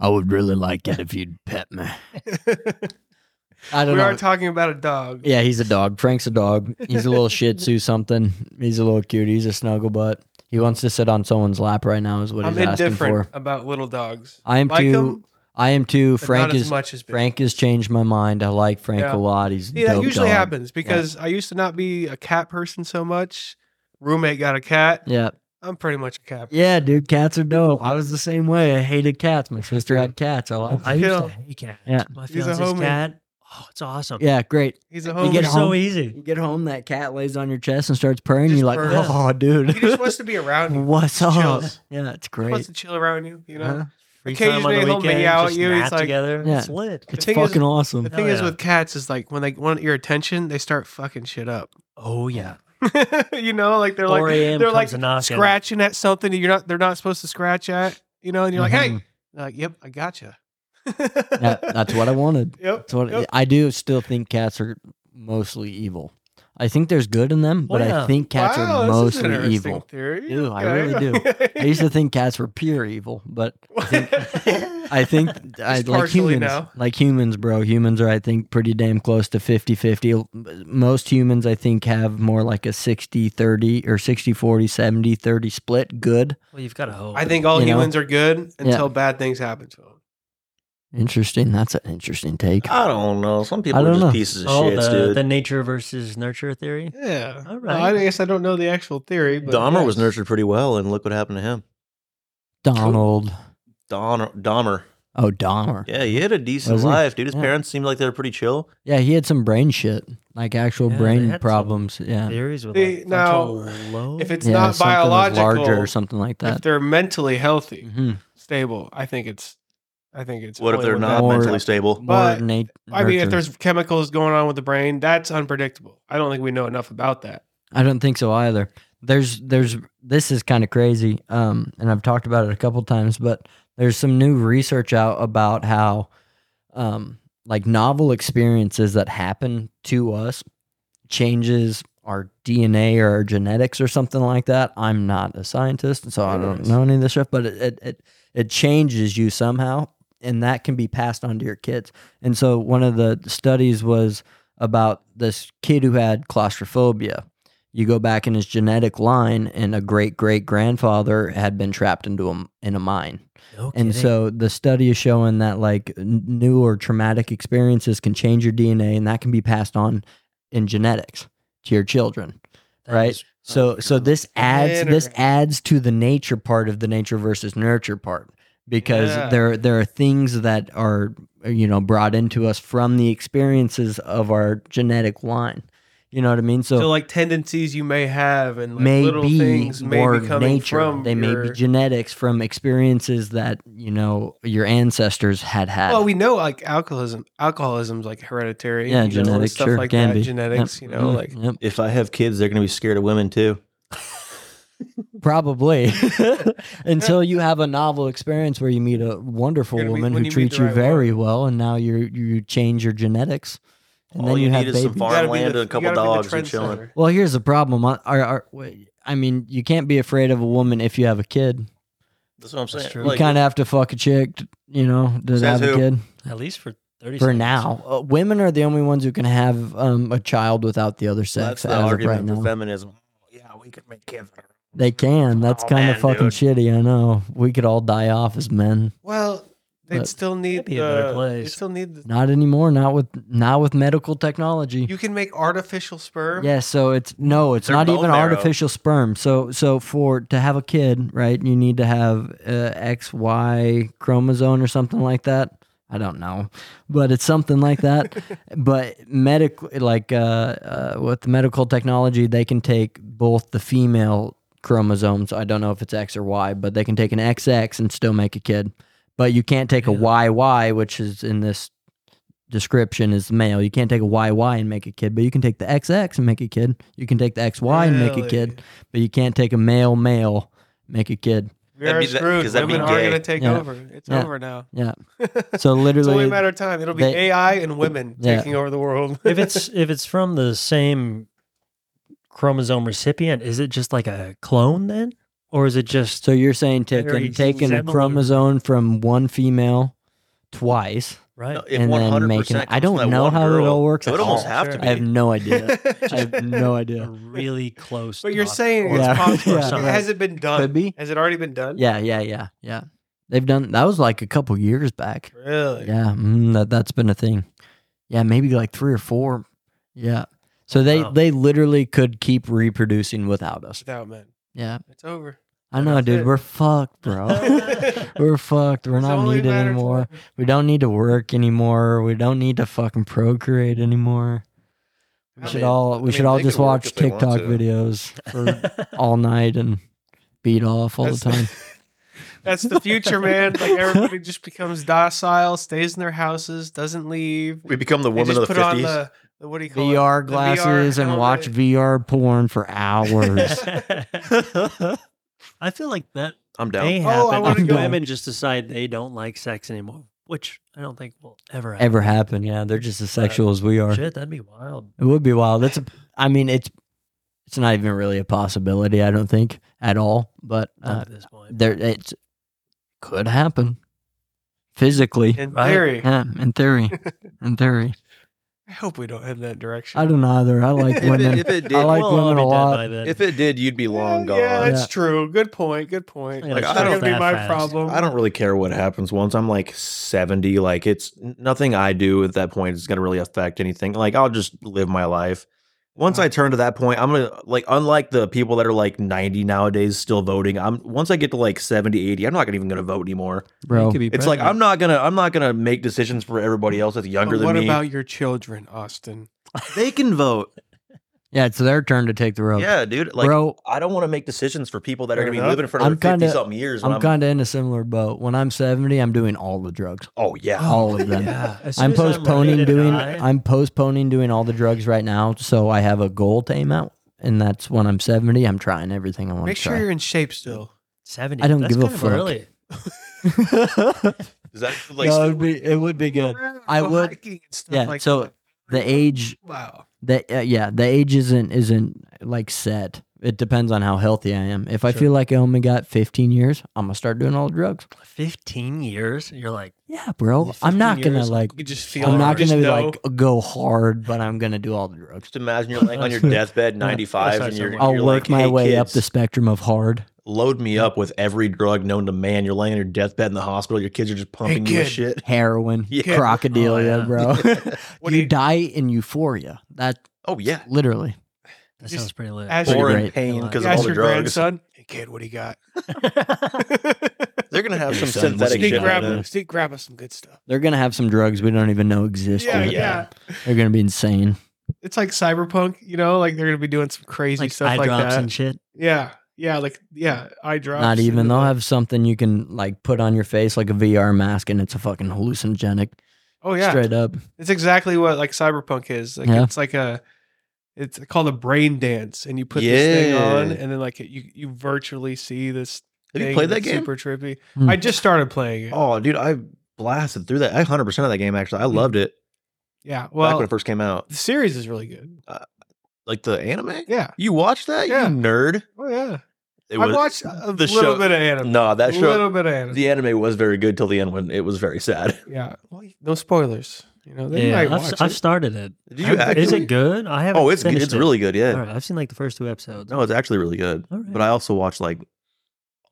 C: I would really like it if you'd pet me. I
A: we
C: don't know.
A: are talking about a dog.
C: Yeah, he's a dog. Frank's a dog. He's a little Shih Tzu something. He's a little cutie. He's a snuggle butt. He wants to sit on someone's lap right now. Is what
A: I'm
C: he's asking
A: indifferent
C: for.
A: about little dogs.
C: I am
A: Like
C: too.
A: him,
C: I am too.
A: but
C: Frank
A: not as
C: is
A: much as big.
C: Frank has changed my mind. I like Frank
A: Yeah.
C: a lot. He's
A: See, that
C: dope
A: usually
C: dog.
A: happens because I used to not be a cat person so much. Roommate got a cat.
C: Yeah,
A: I'm pretty much a cat.
C: yeah, dude. Cats are dope. I was the same way. I hated cats. My sister had cats. I like.
D: I used
A: Phil.
D: to hate cats.
C: Yeah.
D: My
A: He's a
D: fiance's
A: homie.
D: cat. Oh, it's awesome.
C: Yeah, great.
A: He's a
C: You
A: homie.
C: get
D: It's
A: he
D: so
C: home.
D: easy.
C: You get home, that cat lays on your chest and starts purring.
A: Just
C: You're like,
A: purrs.
C: oh, dude.
A: just wants to be around you.
C: What's up?
A: Just chills.
C: Yeah, it's
A: He wants
C: great.
A: to chill around you. You know.
C: Huh?
D: Free
A: Occasionally he'll meow at
D: just
A: you,
D: nap
A: he's like-
D: together.
C: Yeah.
D: It's lit.
C: It's
A: thing is-
C: fucking awesome.
A: The thing
D: Hell
A: is
D: yeah.
A: with cats is like when they want your attention, they start fucking shit up.
D: Oh yeah.
A: you know, like they're
D: 4
A: like
D: a.m.
A: they're
D: comes
A: like
D: a knocking.
A: scratching at something that you're not they're not supposed to scratch at. You know, and you're like, hey, They're like, yep, I gotcha.
C: Mm-hmm. That- that's what I wanted.
A: Yep.
C: That's what
A: yep.
C: I do. Still think cats are mostly evil. I think there's good in them, but I
D: Wow.
C: think cats
A: Oh, Wow,
C: are
A: this is an
C: mostly
A: interesting
C: evil.
A: Theory.
C: Ew, I really I used to think cats were pure evil, but I think I think I, like
A: partially
C: humans,
A: now.
C: like humans, bro. Humans are, I think, pretty damn close to 50 50. Most humans, I think, have more like a 60 30 or 60 40, 70 30 split. Good.
D: Well, you've got to hope.
A: I think all
C: You know?
A: humans are good until bad things happen to them.
C: Interesting. That's an interesting take.
A: Uh,
B: I don't know. Some people
C: I
B: are
C: don't
B: just
C: know.
B: pieces of
D: oh,
B: shit,
D: the,
B: dude.
D: the nature versus nurture theory.
A: Yeah.
D: All
A: Well, I
D: right.
A: guess I don't know the actual theory, but
B: Dahmer
A: yes.
B: was nurtured pretty well, and look what happened to him.
C: Donald.
B: Don Dahmer.
C: Oh, Dahmer.
B: Yeah, he had a decent
C: Was he?
B: life, dude. His
C: Yeah.
B: parents seemed like they were pretty chill.
C: Yeah, he had some brain shit, like actual
D: Yeah, they had
C: brain
D: some
C: problems. Yeah.
D: Theories with
A: They-
D: like
A: now,
D: frontal lobe.
A: If it's
C: yeah,
A: not
C: something was
A: biological,
C: larger or something like
A: if
C: that.
A: they're mentally healthy,
C: hmm
A: stable, I think it's. I think it's.
B: What if
A: only
B: they're
A: when
B: not
A: that-
C: Or-
B: mentally stable?
A: But, I mean, if
C: there's
A: there's chemicals going on with the brain, that's unpredictable. I don't think we know enough about that.
C: I don't think so either. There's there's this is kind of crazy. Um and I've talked about it a couple times, but there's some new research out about how um like novel experiences that happen to us changes our DNA or our genetics or something like that. I'm not a scientist, so I don't know any of this stuff, but it it it, it changes you somehow and that can be passed on to your kids. And so one of the studies was about this kid who had claustrophobia you go back in his genetic line and a great great grandfather had been trapped into a, in a mine
D: No
C: and
D: kidding.
C: so the study is showing that like n- new or traumatic experiences can change your dna and that can be passed on in genetics to your children
D: That
C: right.
D: is-
C: so
D: oh,
C: so
D: God.
C: this adds this
A: Interesting.
C: adds to the nature part of the nature versus nurture part because
A: Yeah.
C: there there are things that are you know brought into us from the experiences of our genetic line you know what i mean
A: So, like tendencies you may have and like,
C: may
A: little
C: be
A: things may
C: more
A: be coming
C: nature.
A: from
C: They may be
A: your-
C: genetics from experiences that you know your ancestors had had.
A: Well, we know like alcoholism. Alcoholism's like
C: yeah,
A: hereditary. you know, and
C: genetics
A: stuff
C: sure
A: like
C: can
A: that.
C: be
A: Genetics,
C: Yep.
A: you know,
C: Mhm.
A: like
C: Yep.
B: If I have kids, they're going to be scared of women too.
C: probably until you have a novel experience where you meet a wonderful
A: You're gonna meet-
C: woman
A: when
C: who
A: you meet
C: treats
A: the
C: you
A: right
C: very well, and now you you change your genetics, and
B: All
C: then
B: you,
C: you, have
B: need is some
C: babies.
A: You gotta be
B: farmland
A: the-
B: and a
A: you
B: couple
A: gotta be the
B: dogs. You're chilling.
A: trendsetter.
C: well, here's the problem. I, I, I, wait, I mean, you can't be afraid of a woman if you have a kid.
B: That's what I'm
D: That's
B: saying.
D: true.
C: You kind of have to fuck a chick, t- you know, to
B: Says
C: have a
B: who?
C: kid.
D: at least for thirty
C: for
D: seconds.
C: now. Uh, women are the only ones who can have um, a child without the other
B: that's
C: sex
B: the
C: as of
B: argument
C: right
B: for
C: now.
B: feminism. Yeah, we could make kids.
C: They can. That's
B: Oh,
C: kind of
B: man,
C: fucking
B: dude.
C: shitty. I know. We could all die off as men.
A: well, they'd
C: But-
A: still need
D: be a better
A: the- They
D: place.
A: still need the,
C: Not anymore. Not with not with medical technology.
A: you can make artificial sperm.
C: Mm-hmm. Yeah, so it's no, it's
B: They're
C: not
B: bone
C: even
B: marrow.
C: artificial sperm. So so for to have a kid, right? You need to have uh, XY chromosome or something like that. I don't know, but it's something like that. but medical, like uh, uh, with medical technology, they can take both the female chromosomes. I don't know if it's X or Y, but they can take an XX and still make a kid. But you can't take a
D: Yeah.
C: YY, which is in this description is male. You can't take a YY and make a kid, but you can take the XX and make a kid. You can take the XY and make a kid, but you can't take a male male make a kid.
A: we
B: That'd
A: are
B: be the-
A: screwed.
B: 'cause that'd be
A: Women are
B: gay.
A: gonna take
C: Yeah.
A: over. It's
C: Yeah.
A: over now.
C: Yeah.
A: it's
C: So
A: only a
C: literally,
A: matter of time. It'll be
C: they-
A: AI and women
C: Yeah.
A: taking over the world.
D: if it's if it's from the same chromosome recipient, is it just like a clone then, or is it just
C: so you're saying
D: Very
C: taking taking a
D: similar.
C: chromosome from one female twice?
D: right?
B: No, if
C: And then
B: 100%
C: making-
B: comes
C: I don't
B: from that
C: know
B: one
C: how it
B: girl,
C: all works
B: It would
C: at
B: almost
D: all.
B: have to
D: Sure.
C: I
B: be.
C: have no idea. I have no
D: A
C: idea.
D: really close.
A: But you're
D: dot
A: saying
D: or
A: it's
C: Yeah.
A: possible.
C: Yeah.
A: It- Has it been done?
C: Could be.
A: Has it already been done?
C: Yeah, yeah, yeah, yeah. They've done that was like a couple years back.
A: Really?
C: Yeah, mm, that that's been a thing. Yeah, maybe like three or four. Yeah. So they
D: Wow.
C: they literally could keep reproducing without us.
A: Without men,
C: Yeah,
A: it's over.
C: I know,
A: That's
C: dude.
A: it.
C: We're fucked, bro. We're fucked. We're
A: It's
C: not
A: only a
C: needed
A: matter of
C: anymore.
A: time.
C: We don't need to work anymore. We don't need to fucking procreate anymore. We
A: I
C: should
A: mean-
C: all
B: I
C: we
B: mean,
C: should all
B: they
C: just
B: could work
C: watch
B: if they want
C: TikTok
B: to.
C: videos for all night and beat off all
A: That's-
C: the time.
A: That's the future, man. Like everybody just becomes docile, stays in their houses, doesn't leave.
B: We become the
A: They
B: woman
A: just
B: of the
A: put on
B: 50s.
A: the, the what do you call
C: VR
A: it? The
C: glasses and
A: helmet.
C: watch VR porn for hours.
D: I feel like that
B: I'm down.
D: may
A: Oh, I
D: happen
A: Oh, wanna
D: if
C: go.
D: women just decide they don't like sex anymore. which I don't think will ever happen.
C: ever happen. Yeah, they're just as sexual as we are.
D: Shit, that'd be wild.
C: It would be wild. That's a, I mean, it's it's not even really a possibility. I don't think at all. But
D: Not
C: uh,
D: at this point.
C: there, it could happen physically.
A: In
D: Right.
A: theory,
C: Yeah, in theory, in theory.
A: I hope we don't head in that direction.
C: I don't either. I like
B: If it-
C: women.
B: if it did-
C: I like
D: We'll all
C: women
D: be
C: a
D: dead
C: lot.
D: by then.
B: If it did, you'd be long
A: Yeah,
B: gone.
A: Yeah, that's
C: Yeah.
A: true. Good point. Good point.
D: Yeah,
A: like,
B: it's
A: I
B: not
A: don't be
D: that
A: my
D: fast.
A: problem.
B: I don't really care what happens once I'm like 70. Like it's nothing I do at that point is going to really affect anything. Like I'll just live my life. Once I turn to that point, I'm going to like unlike the people that are like 90 nowadays still voting. I'm once I get to like 70, 80, I'm not even going to vote anymore.
C: bro.
D: could be
B: It's like
D: pregnant.
B: I'm not going to I'm not going to make decisions for everybody else that's
A: But
B: younger than
A: what
B: me.
A: about your children, Austin?
B: they can vote.
C: Yeah, it's their turn to take the road.
B: Yeah, dude. Like
C: bro,
B: I don't want to make decisions for people that are
A: Fair
B: going to be
A: enough.
B: living for another
C: I'm kinda-
B: 50 something years. when
C: I'm kind of in a similar boat. When I'm 70, I'm doing all the drugs,
B: oh yeah.
C: all of them.
D: Yeah, as soon
C: I'm
D: as ready
C: postponing
D: to
C: doing.
D: die,
C: I'm postponing doing all the drugs right now, so I have a goal to aim at, and that's when I'm 70. I'm trying everything I want
A: Make
C: to
A: sure
C: try.
A: you're in shape still.
D: 70.
C: I don't
D: That's
C: give a
D: kind of
C: fuck.
D: early.
B: Is that like
C: no, it'd be it would be good. I
A: Go
C: would-
A: hiking and stuff
C: Yeah.
A: like
C: so
A: that.
C: the age
A: Wow.
C: that uh, yeah the age isn't isn't like set. It depends on how healthy I am. If I
D: Sure.
C: feel like I only got 15 years, I'm gonna start doing all the drugs.
D: 15 years. You're like,
C: Yeah, bro. I'm not
A: 15
C: gonna
A: years,
C: like.
A: You just feel.
C: I'm
A: it.
C: not
A: You just
C: gonna
A: know.
C: like go hard, but I'm gonna do all the drugs.
B: Just imagine you're laying on your deathbed, 95, and you're,
C: I'll
B: you're
C: work
B: like,
C: my
B: "Hey,
C: way up
B: kids,
C: the spectrum of hard.
B: Load me up with every drug known to man. You're laying on your deathbed in the hospital. Your kids are just pumping you with
A: kid.
B: shit.
C: Heroin,
B: Yeah.
C: crocodilia,
D: Oh, yeah.
C: bro.
A: What do
C: you
A: you-
C: die in euphoria. That
B: Oh yeah,
C: literally.
D: that
A: Just
D: sounds pretty lit.
A: ask
B: or
C: Pretty
B: in
C: great.
B: pain because of
A: You
B: all
A: ask
B: the
A: your
B: drugs.
A: grandson, hey kid, what do you got?
B: They're gonna have
C: Your
B: some
C: son was
B: synthetic
C: a
A: Sneak
B: shit.
C: good
A: grab,
B: out
C: guy.
B: of
A: us-
B: it.
A: sneak grab us some good stuff.
C: They're gonna have some drugs we don't even know exist.
A: Yeah,
C: yet.
A: yeah.
C: They're gonna be insane.
A: It's like cyberpunk, you know, like they're gonna be doing some crazy
D: like
A: stuff
D: eye
A: like
D: drops
A: that.
D: and shit.
A: yeah, yeah, like yeah, eye drops.
C: Not even.
A: and,
C: They'll
A: like-
C: have something you can like put on your face like a VR mask, and it's a fucking hallucinogenic.
A: Oh yeah,
C: Straight up.
A: it's exactly what like cyberpunk is. Like
C: Yeah.
A: it's like a, it's called a brain dance, and you put this thing on,
B: Yeah.
A: and then like you you virtually see this.
B: Have you
A: thing
B: played that
A: that's
B: game?
A: Super trippy.
C: Hmm.
A: I just started playing it.
B: Oh, dude, I blasted through that. I 100 percent of that game actually. I loved it
A: yeah,
B: back
A: Mm. well,
B: when it first came out.
A: the series is really good.
B: Like the anime.
A: Yeah.
B: You watched that?
A: Yeah.
B: You nerd.
A: Oh yeah,
B: It
A: I watched a
B: the
A: little
B: show-
A: bit of anime.
B: No, that
A: a
B: show.
A: little bit of anime.
B: The anime was very good till the end when it was very sad.
A: Yeah. Well, y- no spoilers. You know, they
D: Yeah,
A: might
D: I've,
A: watch
D: I've
A: it.
D: started it.
B: Did
D: I
B: you
D: haven't-
B: actually?
D: Is it good? I haven't.
B: Oh, it's good.
D: finished
B: It's
D: it.
B: really good. Yeah.
D: All right, I've seen like the first two episodes.
B: No, it's actually really good.
D: All
B: But I also watch like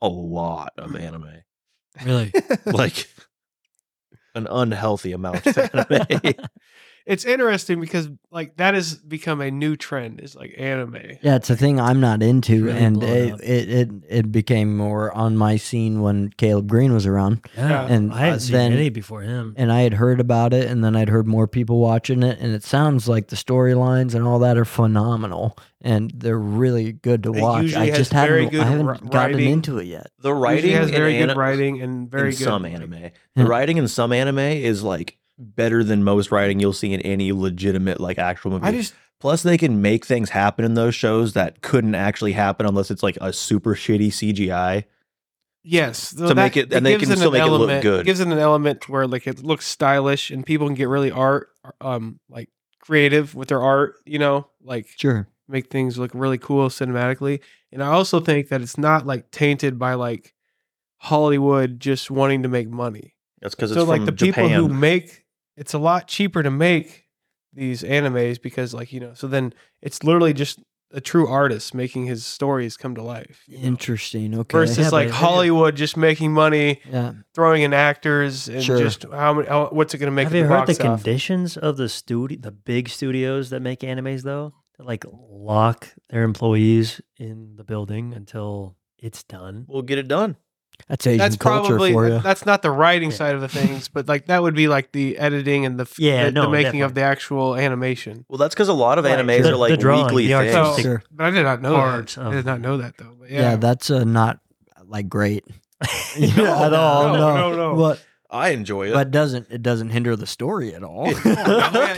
B: a lot of anime,
D: really.
B: like an unhealthy amount of anime.
A: it's interesting because like that has become a new trend is like anime.
C: Yeah, it's a thing I'm not into,
D: Really
C: and
D: blown
C: it,
D: up.
C: it it it became more on my scene when Caleb Green was around.
D: Yeah,
C: And
D: I hadn't seen
C: then-
D: any before him.
C: and I had heard about it, and then I'd heard more people watching it, and it sounds like the storylines and all that are phenomenal, and they're really good to
A: It
C: watch.
A: usually
C: I just
A: has
C: haven't,
A: very good
C: I haven't
A: ri-
C: gotten
A: writing.
C: into it yet.
B: the
A: Usually
B: writing
A: has
B: in
A: very good
B: ani-
A: writing and very
B: in
A: good
B: some anime.
C: Yeah.
B: The writing in some anime is like better than most writing you'll see in any legitimate like actual movie.
A: I just
B: Plus, they can make things happen in those shows that couldn't actually happen unless it's like a super shitty CGI.
A: yes though
B: To make it- and they
A: gives
B: can
A: an
B: still make it look
A: element-
B: good.
A: gives it an element where like it looks stylish and people can get really art um like creative with their art. You know, like
C: Sure.
A: make things look really cool cinematically. And I also think that it's not like tainted by like Hollywood just wanting to make money.
B: That's because it's
A: so like
B: from
A: the
B: Japan.
A: people who make it's a lot cheaper to make these animes because like you know so then it's literally just a true artist making his stories come to life you know?
C: Interesting. Okay.
A: versus
D: Yeah,
A: like
D: but-
A: hollywood just making money
C: yeah.
A: throwing in actors and
C: Sure.
A: just how many how, what's it going to make
D: Have
A: at
D: you
A: the
D: heard the
A: box office?
D: conditions of the studio, the big studios that make animes though? They like lock their employees in the building until it's done.
B: We'll get it done.
C: That's Asian
A: that's
C: culture
A: probably
C: for you.
A: that's not the writing
D: Yeah.
A: side of the things but like that would be like the editing and the f-
D: Yeah,
A: the, the
D: no,
A: making of the actual animation
B: Well, that's because a lot of
D: Right.
B: animes
D: The-
B: are like
D: the drawing,
B: weekly
D: the
B: things.
D: artistic-
A: So-
C: sure.
A: but i did not know
D: Parts
A: that.
D: of-
A: i did not know that though but
C: Yeah. that's uh, not like great.
D: No,
C: at all.
A: no, no, no.
C: But
B: I enjoy it.
C: but it doesn't it doesn't hinder the story at all?
A: man, no,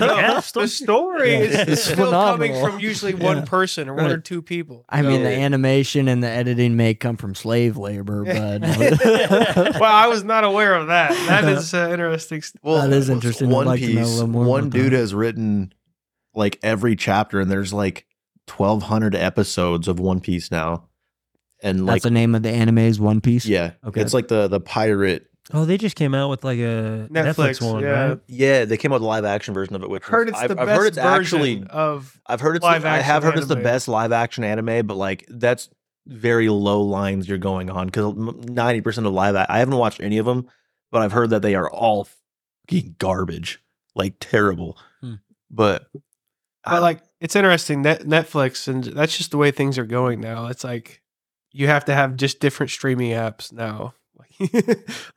D: Yeah.
A: the story
C: Yeah.
A: is,
C: It's
A: is still coming
C: phenomenal.
A: from usually one
C: Yeah.
A: person or one or
C: Right.
A: two people.
C: I mean, the
B: Yeah.
C: animation and the editing may come from slave labor, but
A: well, I was not aware of that. That is uh, interesting. st-
B: well,
C: That is
B: what's
C: interesting. I'd
B: One
C: like to know a
B: piece.
C: little more
B: one
C: about
B: dude
C: that.
B: has written like every chapter, and there's like 1,200 episodes of One Piece now, and
C: that's
B: like
C: the name of the anime is One Piece.
B: yeah,
C: Okay.
B: it's like the the pirate.
D: Oh, they just came out with like a Netflix,
A: Netflix,
D: one,
A: yeah.
D: right?
B: Yeah, they came out with a live action version of it. Which
A: Heard
B: was-
A: it's
B: I've,
A: the
B: I've
A: best
B: heard it's
A: version
B: actually
A: of
B: I've heard it's
A: live
B: the, I have
A: action
B: heard it's the
A: anime.
B: best live action anime, but like that's very low lines you're going on because ninety percent of live I haven't watched any of them, but I've heard that they are all fucking garbage, like terrible.
C: Hmm.
B: But
A: But like, it's interesting that Netflix and that's just the way things are going now. It's like you have to have just different streaming apps now.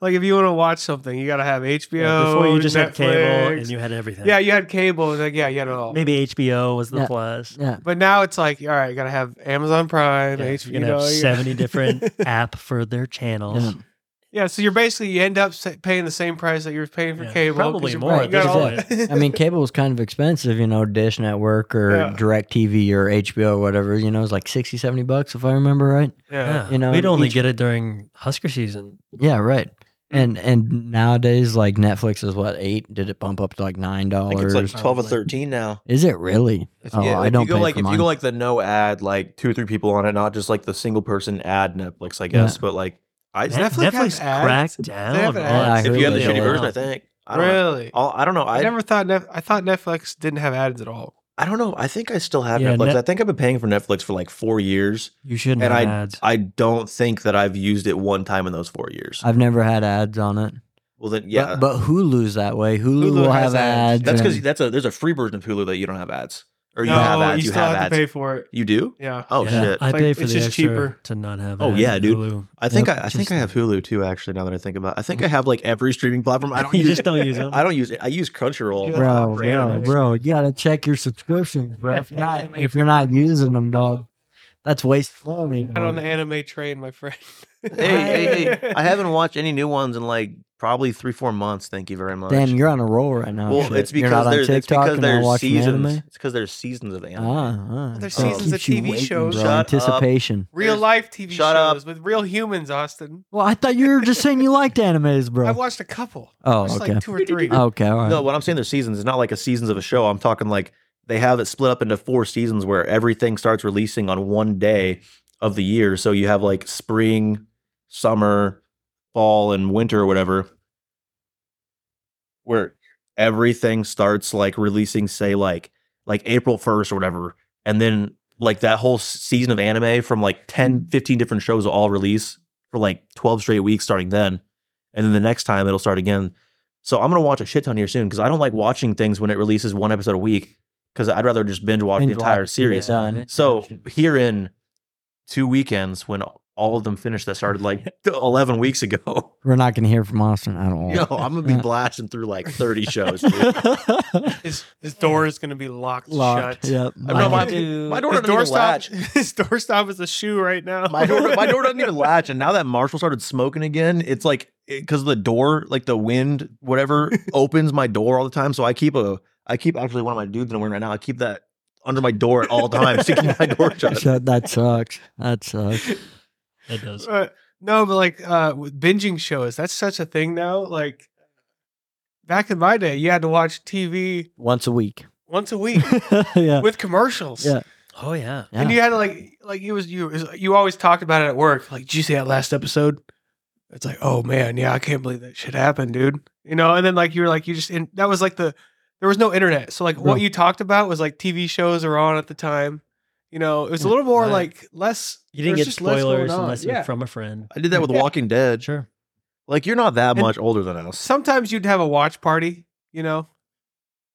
A: like if you want to watch something, you got to have HBO.
D: Yeah, Before you just had cable
A: Netflix.
D: and you had everything.
A: yeah, you had cable. and, Like, yeah, you had it all.
D: Maybe HBO was the
C: Yeah.
D: plus.
C: Yeah.
A: But now it's like, all right, you got to have Amazon Prime,
D: Yeah,
A: HBO.
D: you're gonna have
A: you-
D: seventy different app for their channels.
C: Yeah.
A: yeah, so you're basically you end up sa- paying the same price that you were paying for
D: Yeah,
A: cable. 'cause
D: probably
A: you're-
D: more
A: You
D: at
A: got
D: this
A: all.
C: I mean, cable was kind of expensive, you know, Dish Network or
A: Yeah.
C: Direct TV or HBO or whatever, you know, it was like 60, 70 bucks if I remember right.
A: yeah.
C: You know,
D: we'd only
C: each-
D: get it during Husker season.
C: Yeah, right.
B: Hmm.
C: And and nowadays like Netflix is what, 8? Did it bump up to like $9?
B: I think it's like twelve or
D: probably.
B: thirteen now.
C: Is it really?
B: If,
C: oh,
B: yeah,
C: I
B: if
C: don't
B: you go
C: pay
B: like
C: for
B: if
C: mine.
B: you go like the no ad, like two or three people on it, not just like the single person ad Netflix, I guess, but like I
A: Does Netflix have
D: Netflix
A: ads?
D: cracked
A: They
D: down.
A: have
D: on
A: ads?
C: Yeah,
B: if you have the
C: really
B: shitty
C: don't
B: version,
C: know.
B: I think I don't. know.
A: Really?
B: I'll- I don't know.
A: I,
B: I
A: never thought. Nef- I thought Netflix didn't have ads at all.
B: I don't know. I think I still have
D: Yeah,
B: Netflix.
D: Net-
B: I think I've been paying for Netflix for like four years.
D: You shouldn't
B: And
D: have ads.
B: I don't think that I've used it one time in those four years.
C: I've never had ads on it.
B: well, then,
C: But-
B: yeah,
C: But, Hulu's that way. Hulu,
A: Hulu
C: will
A: has
C: have
A: ads.
C: ads.
B: that's because
C: and-
B: that's a there's a free version of Hulu that you don't have ads, or you have ads, you,
A: still
B: have,
A: to
B: ads,
A: pay for it.
B: you do.
A: Yeah.
B: Oh
D: Yeah,
B: shit! I,
D: I
A: Like,
D: pay for
A: it's
D: the
A: just
D: extra
A: cheaper.
D: to not have.
B: Oh,
D: ads
B: yeah,
D: on
B: dude. think
D: Hulu.
C: Yep,
B: I, I
C: just- Mm-hmm.
B: think I have Hulu too. Actually, now that I think about, it. I think I have like every streaming platform. I don't
D: You
B: use
D: just
B: it.
D: don't use 'em.
B: I don't use it. I use Crunchyroll.
A: Yeah.
C: Bro,
A: for anime.
C: bro, bro, you gotta check your subscriptions, bro. If, not, if you're not using them, dog, that's wasteful money.
A: Not on the anime train, my friend.
B: Hey, hey, hey! I haven't watched any new ones in like probably three, four months. Thank you very much.
C: Damn, you're on a roll right now.
B: well,
C: Shit.
B: it's
C: you're
B: because
C: not on
B: there's it's
C: TikTok
B: because
C: and I
B: there's
C: watch
B: seasons.
C: anime.
B: It's because there's seasons of anime.
C: Ah, ah.
A: There's
C: It
B: seasons
A: of
C: keeps you
A: TV
C: waiting,
A: shows.
C: bro.
B: Shut up.
C: Anticipation.
A: real life TV
B: Shut up.
A: shows with real humans, Austin.
C: Well, I thought you were just saying you liked animes, bro.
A: I've watched a couple.
C: oh,
A: Just
C: okay,
A: like two or three.
C: okay, all right.
B: No, what I'm saying, there's seasons. It's not like a seasons of a show. I'm talking like they have it split up into four seasons where everything starts releasing on one day of the year. So you have like spring, summer, fall, and winter or whatever, where everything starts like releasing, say like like April 1st or whatever, and then like that whole s- season of anime from like 10,
C: Mm-hmm.
B: 15 different shows will all release for like 12 straight weeks starting then. And then the next time it'll start again. So I'm gonna watch a shit ton here soon because I don't like watching things when it releases one episode a week because I'd rather just binge watch
C: Binge
B: the entire
C: watch,
B: series.
C: yeah. Done.
B: So here in two weekends when all of them finished that started like 11 weeks ago.
C: We're not gonna hear from Austin at all.
B: Yo, I'm gonna be
C: Yeah.
B: blasting through like 30 shows. dude.
A: His, his door is going to be locked,
C: Locked.
A: shut.
C: Yep.
B: I don't know
C: Mine-
B: why- my door
A: His
B: doesn't even
A: doorstop,
B: latch.
A: his doorstop is a shoe right now.
B: My door, my door doesn't even latch. And now that Marshall started smoking again, it's like because the door, like the wind, whatever, opens my door all the time. So I keep a, I keep actually one of my dudes that I'm wearing right now. I keep that under my door at all times to keep my door shut.
C: Shut- that sucks. That sucks.
D: It does.
A: Uh, no, but like uh, with binging shows, that's such a thing now. Like back in my day, you had to watch TV
C: Once a week.
A: once a week
C: yeah.
A: with commercials.
C: Yeah.
D: Oh yeah.
C: Yeah.
A: And you had to like like it was you it was- you always talked about it at work. Like, did you see that last episode? It's like, oh man, yeah, I can't believe that shit happened, dude. You know, and then like you were like you just and that was like the there was no internet, so like
C: Bro.
A: what you talked about was like TV shows are on at the time. You know, it was a little more
D: Right.
A: like less.
D: You didn't
A: there's
D: get
A: just less going
D: spoilers
A: on.
D: unless
A: yeah.
D: you're from a friend.
B: I did that with Walking Dead.
D: Sure.
B: Like you're not that
A: And-
B: much older than us.
A: Sometimes you'd have a watch party. You know,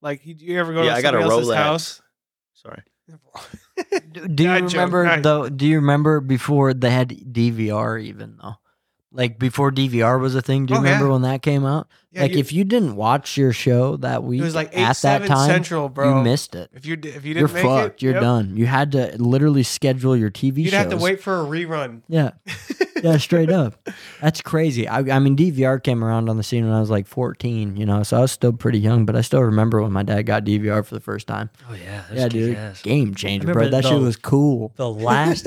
A: like you, you ever go
B: Yeah,
A: to
B: I got a
A: somebody else's
B: Rolex.
A: house?
B: Sorry.
C: Do, do you
A: Dad joke,
C: remember
A: nice.
C: though? Do you remember before they had DVR even though? Like before DVR was a thing. Do you
A: Oh,
C: remember
A: yeah.
C: when that came out?
A: Yeah,
C: like
A: you-
C: if you didn't watch your show that week
A: it was like eight
C: at that
A: seven
C: time,
A: central, bro.
C: you missed it.
A: If you di- if you
C: You're
A: didn't make
C: fucked.
A: it,
C: You're
A: yep,
C: done. You had to literally schedule your TV
A: You'd
C: shows.
A: have to wait for a rerun.
C: Yeah. yeah, straight up. That's crazy. I, I mean, DVR came around on the scene when I was like 14, you know, so I was still pretty young, but I still remember when my dad got DVR for the first time.
D: Oh yeah,
C: Yeah, dude.
D: kick-ass.
C: Game changer, bro.
D: remember
C: That shit
D: the-
C: was cool.
D: The last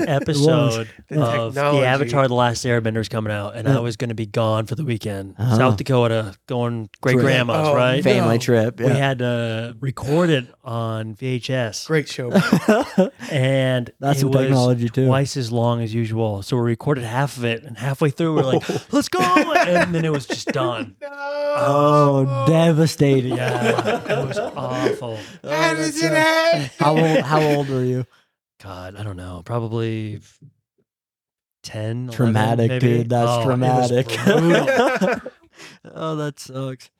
D: episode
A: The technology.
D: of the Avatar: The Last Airbender is coming out, and
C: Yeah.
D: I was going to be gone for the weekend,
C: Uh-huh.
D: South Dakota, going great
C: Trip.
D: grandma's,
A: Oh,
D: right?
A: man.
C: Family
A: know.
C: trip.
D: We
C: Yeah.
D: had to record it on VHS,
A: Great show. bro.
D: and
C: That's
D: it
C: some
D: was
C: technology too.
D: twice as long as usual. So we recorded half of it, and halfway through, we're like, "Let's go!" and then it was just done.
A: No.
C: Oh, devastated.
D: Yeah, it was awful.
A: Oh, How did it happen?
C: uh, How old, how old were you?
D: God, I don't know. Probably f- 10. 11,
C: Traumatic,
D: maybe.
C: dude. That's
D: Oh, it was
C: traumatic.
D: brutal.
C: oh, that sucks.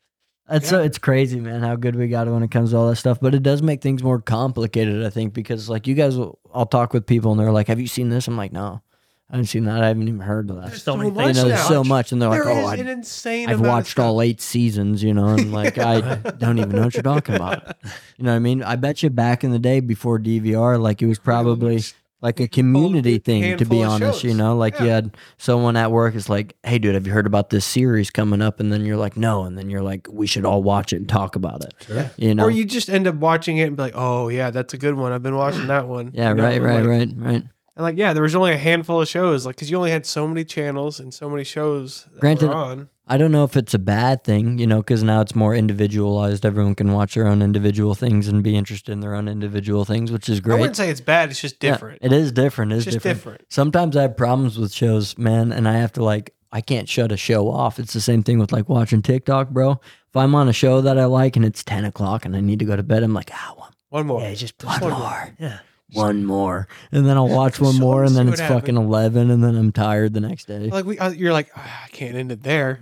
C: That's so it's crazy, man, how good we got it when it comes to all that stuff. But it does make things more complicated, I think, because like you guys, will, I'll talk with people and they're like, "Have you seen this?" I'm like, "No, I haven't seen that. I haven't even heard of that."
D: There's so many
A: much
C: You
D: things
C: know, there's
A: now.
C: so much, and they're like,
A: There
C: "Oh,
A: is an
C: I,
A: insane.
C: I've
A: amount of
C: watched
A: stuff.
C: all eight seasons," you know, and like I
D: Right.
C: don't even know what you're talking about. You know what I mean? I bet you back in the day before DVR, like it was probably like a community thing to be
A: Oh, handful of
C: honest you
A: shows.
C: know like you
A: Yeah.
C: had someone at work is like hey dude have you heard about this series coming up and then you're like no and then you're like we should all watch it and talk about it
D: Sure.
C: you know
A: Or you just end up watching it and be like, oh, yeah, that's a good one. I've been watching that one.
C: yeah
A: You know,
C: right
A: and
C: right
A: like-
C: right right
A: And like, yeah, there was only a handful of shows, like, because you only had so many channels and so many shows that
C: Granted-
A: were on.
C: i don't know if it's a bad thing you know because now it's more individualized everyone can watch their own individual things and be interested in their own individual things which is
A: I
C: great
A: wouldn't say it's bad. It's just
C: Yeah,
A: different.
C: it is different it's
A: it's just
C: different.
A: different.
C: sometimes I have problems with shows, man, and I have to like I can't shut a show off. It's the same thing with like watching TikTok, bro. If I'm on a show that I like and it's ten o'clock and I need to go to bed, I'm like, ah, one,
A: One more.
D: Yeah, you just
C: one
D: one
C: more,
D: Yeah.
C: one more, and then I'll watch one
A: So
C: more,
A: let's
C: and then
A: see
C: it's
A: what
C: fucking eleven, and then I'm tired the next day.
A: Like we, uh, you're like, "Ah, I can't end it there.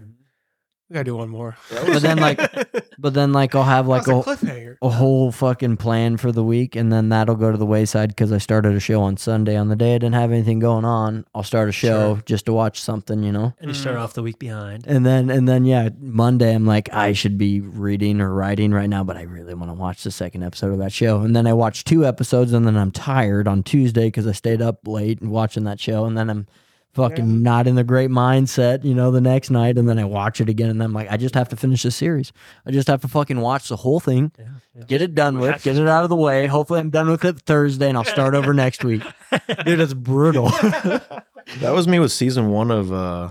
A: We gotta do one more.
C: Mm-hmm. But then, like,
A: That
C: But then like I'll have like
A: was a
C: a,
A: cliffhanger.
C: a whole fucking plan for the week, and then that'll go to the wayside because I started a show on Sunday. On the day I didn't have anything going on, I'll start a show just to watch something, you know.
D: And you start off the week behind.
C: And then and then yeah, Monday I'm like I should be reading or writing right now, but I really want to watch the second episode of that show. And then I watch two episodes, and then I'm tired on Tuesday because I stayed up late and watching that show. And then I'm fucking
A: Yeah.
C: not in the great mindset, you know, the next night. And then I watch it again, and I'm like, I just have to finish the series. I just have to fucking watch the whole thing,
D: Yeah.
C: get it done with, get it out of the way. Hopefully, I'm done with it Thursday, and I'll start over next week. Dude, it's brutal.
B: That was me with season one of uh,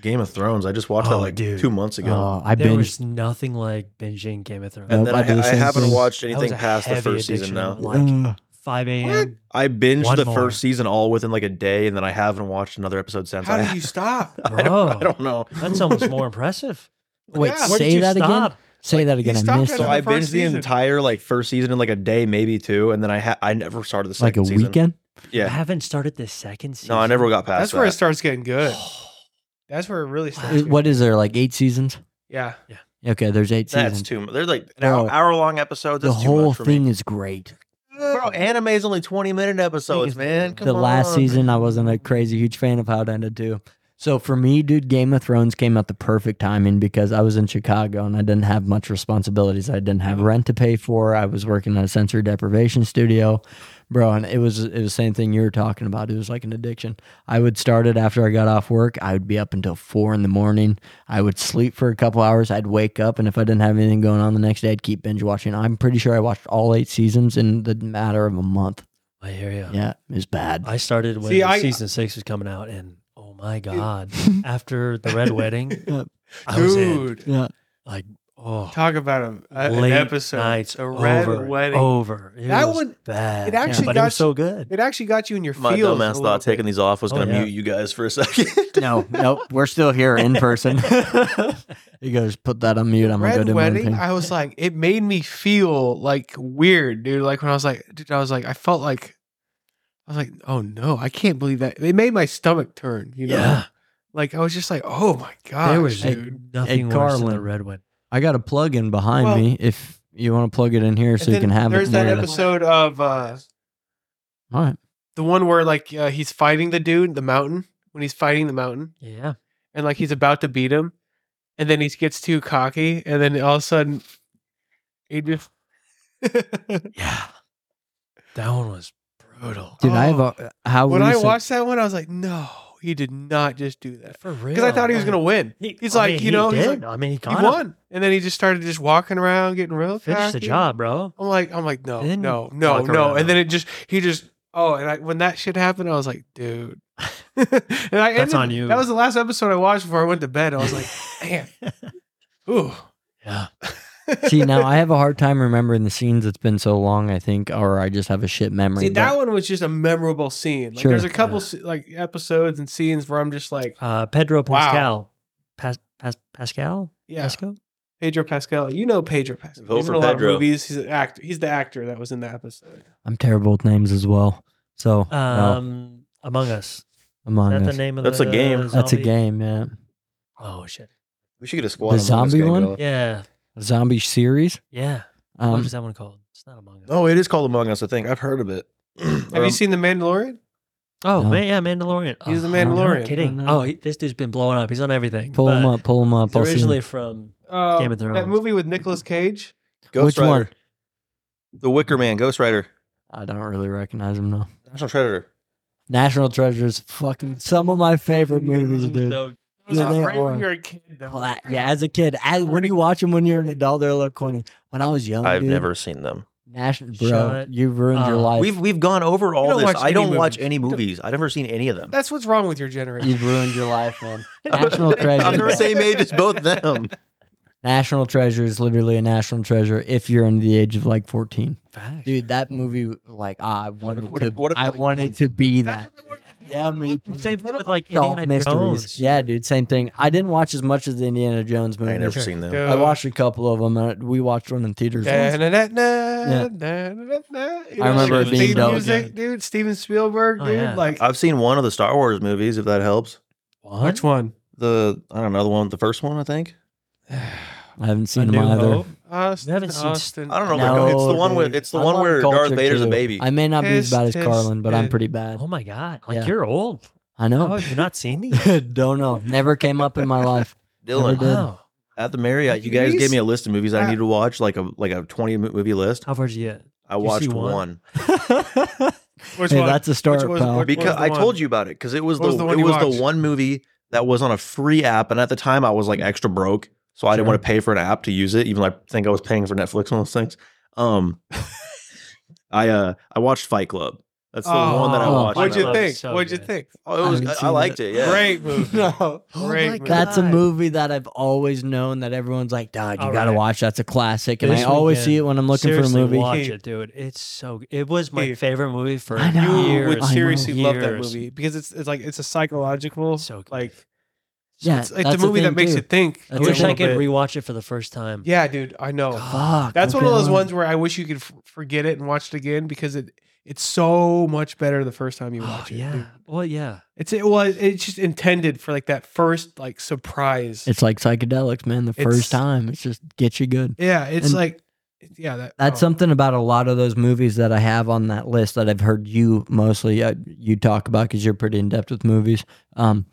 B: Game of Thrones. I just watched that
D: Oh,
B: like
D: dude.
B: two months ago,
C: Oh, I
D: There
C: binged
D: was nothing like binging Game of Thrones.
B: and
C: nope,
B: then
C: I
B: I,
C: do the
B: I
C: same
B: haven't
C: thing.
B: watched
D: That was
B: anything
D: a
B: past the
D: heavy
B: first season
D: addiction,
B: now.
D: Like
C: Ugh.
D: 5 a.m.
B: I binged
D: One
B: the
D: more.
B: first season all within like a day, and then I haven't watched another episode since.
A: How
B: I,
A: do you stop?
B: I, don't, I
D: Bro,
B: don't know.
D: that's almost more impressive.
C: Wait,
A: Yeah.
D: Where did
C: say
D: you
C: that again.
D: stop?
C: Say that
A: he
C: again. I
A: stopped
C: missed
A: at
C: it.
B: So I
A: first
B: binged the
A: season.
B: entire like first season in like a day, maybe two, and then I ha- I never started the
C: like
B: second
C: a
B: season.
C: weekend.
D: I
B: Yeah,
D: haven't started the second season.
B: no, I never got past
A: That's where it
B: that.
A: starts getting good. That's where it really starts.
C: Is-
A: getting-
C: What is there like eight seasons?
A: Yeah.
C: Okay, there's eight
B: That's
C: seasons.
B: too. mu- They're like an
C: Bro,
B: hour, hour long episodes.
C: Oh. the
B: That's too
C: whole
B: much for me.
C: thing is great.
B: Bro, anime's only 20 minute episodes, man. Come
C: the last
B: on.
C: season, I wasn't a crazy huge fan of how it ended too. So for me, dude, Game of Thrones came at the perfect timing because I was in Chicago and I didn't have much responsibilities. I didn't have rent to pay for. I was working at a sensory deprivation studio, bro, and it was it was the same thing you were talking about. It was like an addiction. I would start it after I got off work. I would be up until four in the morning. I would sleep for a couple hours. I'd wake up, and if I didn't have anything going on the next day, I'd keep binge watching. I'm pretty sure I watched all eight seasons in the matter of a month.
D: I hear you.
C: Yeah, it was bad.
D: I started when
A: See, I-
D: season six was coming out, and oh my god! after the red wedding,
C: Yeah.
D: I was in.
A: Dude,
C: Yeah.
D: Oh,
A: talk about a, a- an
D: late
A: episode.
D: nights,
A: a red
D: over,
A: wedding.
C: Oh.
D: over. It
A: That
D: was
A: one-
D: bad.
A: it actually
D: but it
A: got
D: was so good.
A: It actually got you in your
B: My
A: feels.
B: dumbass thought taking these off was
D: Oh,
B: going to
D: yeah.
B: mute you guys for a second.
C: No, nope. We're still here in person. he goes, put that on mute. I'm gonna go
A: Red
C: do my own
A: wedding.
C: thing.
A: I was like, it made me feel like weird, dude. Like when I was like, dude, I was like, I felt like, I was like, oh no, I can't believe that. It made my stomach turn. You know,
D: Yeah,
A: like I was just like, oh my god,
D: there was
A: dude.
D: nothing worse than the
C: Carlin.
D: red wedding.
C: I got a plug in behind
A: Well-
C: me if you want to plug it in here so
A: And
C: you can
A: then
C: have
A: there's
C: it.
A: that
C: later.
A: episode of uh,
C: All right.
A: the one where like uh, he's fighting the dude, the mountain. When he's fighting the mountain,
D: Yeah,
A: and like he's about to beat him, and then he gets too cocky, and then all of a sudden, he just.
D: yeah, that one was brutal.
C: Dude, I have
A: Oh.
C: a how
A: when I
C: recent-
A: watched that one, I was like, no, He did not just do that
D: For real.
A: because I thought he was gonna win. He's like, you know,
D: he
A: he's
D: did. I mean, he,
A: He
D: got him.
A: won, and then he just started just walking around getting real.
D: Finished the
A: cocky.
D: job, bro.
A: I'm like, I'm like, no,
D: And then
A: no, no,
D: walk
A: no.
D: around.
A: And then it just, he just, oh, and I, when that shit happened, I was like, dude. and I
D: That's
A: ended-
D: on you.
A: That was the last episode I watched before I went to bed. I was like, damn, ooh,
D: yeah.
C: See, now I have a hard time remembering the scenes. It's been so long, I think, or I just have a shit memory.
A: See, that
C: but-
A: one was just a memorable scene. Like,
C: Sure.
A: there's a couple
D: Yeah.
A: se- like episodes and scenes where I'm just like,
D: Uh, Pedro
A: Wow.
D: Pascal. Pas- Pas- Pascal?
A: yeah,
D: Pascal?
A: Pedro Pascal. You know Pedro Pascal.
B: Vote
A: He's
B: for
A: in a lot
B: Pedro.
A: of movies. He's an actor. He's the actor that was in the episode.
C: I'm terrible with names as well. So no,
D: Um, Among Us.
C: Among
D: Is that the
C: Us.
D: name of
B: That's
D: the
B: a game. That's
C: That's a
D: zombie?
C: game, yeah.
D: Oh, shit.
B: We should get a
C: The
B: squad. on this
C: zombie
B: guy,
C: one?
B: go.
D: Yeah.
C: Zombie series.
D: Yeah. what
C: Um,
D: is that one called? It's not Among Us.
B: Oh, it is called Among Us. I think I've heard of it. Um,
A: Have you seen The Mandalorian?
D: Oh,
C: No.
D: man, yeah, Mandalorian.
A: He's the
D: Oh, no
A: Mandalorian.
D: kidding.
C: I know.
D: Oh, he, this dude's been blowing up. He's on everything.
C: pull them
D: but
C: up, pull them up.
D: He's
C: I'll see 'em.
D: originally from.
A: Uh,
D: Game of Thrones.
A: That movie with Nicolas Cage.
B: Ghost
C: Which
B: Rider.
C: one?
B: The Wicker Man, Ghost Rider,
C: I don't really recognize them though.
B: National Predator.
C: National Treasures, fucking some of my favorite movies, dude.
D: So,
A: It was
C: Yeah, they
A: great when
C: are.
A: you were a kid. though.
C: Well, I- yeah, as a kid, I, when you watch them when you're an adult, they're a little corny. When I was young,
B: I've
C: dude,
B: never seen them.
C: National, bro,
D: Shut
C: you've ruined your
D: up.
C: life.
B: We've we've gone over all
A: don't
B: this.
A: watch
B: I don't
A: any
B: watch
A: movies.
B: any movies. I've never seen any of them.
A: That's what's wrong with your generation.
C: You've ruined your life, man. National
B: I'm the
C: Treasures.
B: same age as both them.
C: National Treasure is literally a national treasure if you're under the age of like 14.
D: Facts.
C: Dude, that movie, like, I wanted
B: What
C: to,
B: if- what if,
C: I
B: like-
C: wanted to be that. Yeah, me. too.
D: Same thing with like
C: Solve
D: Indiana
C: mysteries.
D: Jones.
C: Yeah, dude, same thing. I didn't watch as much as the Indiana Jones
B: I ain't
C: movies.
B: never seen them.
C: I watched a couple of them. And we watched one in theaters. once.
A: I
C: remember it being dope.
A: music, dude. Steven Spielberg,
D: Oh,
A: dude.
D: yeah.
A: Like
B: I've seen one of the Star Wars movies, if that helps.
D: What?
A: one?
B: The I don't know the one, the first one, I think.
C: I haven't seen
D: A
C: them
D: New
C: either.
D: Hope?
A: Austin,
D: haven't seen-
A: Austin.
B: I don't know.
C: No,
B: but it's the one
C: dude.
B: with it's the
C: I
B: one
C: love
B: where Darth
C: culture,
B: Vader's a
C: too.
B: baby.
C: I may not be as
A: Tis-
C: bad as
A: tis-
C: Carlin, but I'm
A: tis.
C: pretty bad.
D: Oh my god! Like
C: Yeah.
D: you're old.
C: I
A: Oh,
D: How
C: know.
D: have you not seen these?
C: Don't know. Never came up in my life.
B: Dylan
C: did.
D: wow.
B: at the Marriott, you guys gave me a list of movies I
A: Uh,
B: need to watch, like a like a twenty mo- movie list.
D: How far did you
B: I
D: you see
B: watched
D: one?
B: one,
D: get?
A: Which
C: hey,
A: one?
C: that's a start,
A: was-
C: pal.
A: which-
B: because
A: the
B: I
A: one?
B: told you about it because it was
A: What
B: the,
A: was the one
B: it
A: you
B: was
A: watched?
B: the one movie that was on a free app, and at the time I
A: Mm.
B: was like extra broke, so I didn't
D: Sure.
B: want to pay for an app to use it, even though I think I was paying for Netflix and all those things. Um, I uh I watched Fight Club. That's the one that I
A: Oh,
B: watched. and
A: What'd
B: I
A: you
D: Love
B: was-
A: think?
D: is so
A: What'd you
D: good.
A: think?
B: Oh, it was,
C: I haven't
B: I, I
C: seen
B: liked
C: it.
B: it. Yeah,
A: Great movie.
C: No.
D: Oh
A: Great
D: my
A: movie.
D: God.
C: That's a
D: God.
C: movie that I've always known that everyone's like, "Dog, you
D: All
C: gotta
D: right.
C: watch. That's a classic." And
D: This
C: I always
D: weekend,
C: see it when I'm looking
D: Seriously,
C: for a movie.
D: Watch
A: Hey.
D: it, dude. It's so. It was my
A: Hey.
D: favorite movie for
C: I know.
A: You
D: years.
A: would
C: I know.
A: seriously love that
D: Years.
A: movie because it's it's like it's a psychological
D: So good.
A: like
C: Yeah,
A: it's like
C: that's
A: the movie
C: thing,
A: that makes
C: too.
A: you think.
D: I
C: That's a
D: wish I
C: little
D: could
A: read.
D: rewatch it for the first time. Oh,
A: Yeah, dude, I know.
C: Fuck,
A: That's
C: I'm
A: one of those
C: feeling-
A: ones where I wish you could f- forget it and watch it again because it it's so much better the first time you
D: Oh,
A: watch it.
D: yeah.
A: dude.
D: Well, yeah.
A: It's it was it's just intended for like that first like surprise.
C: It's like psychedelics, man. The
A: It's-
C: first time, it's just get you good.
A: yeah, it's
C: and-
A: like yeah, that,
C: That's
A: oh.
C: something about a lot of those movies that I have on that list that I've heard you mostly uh, you talk about because you're pretty in depth with movies. Um,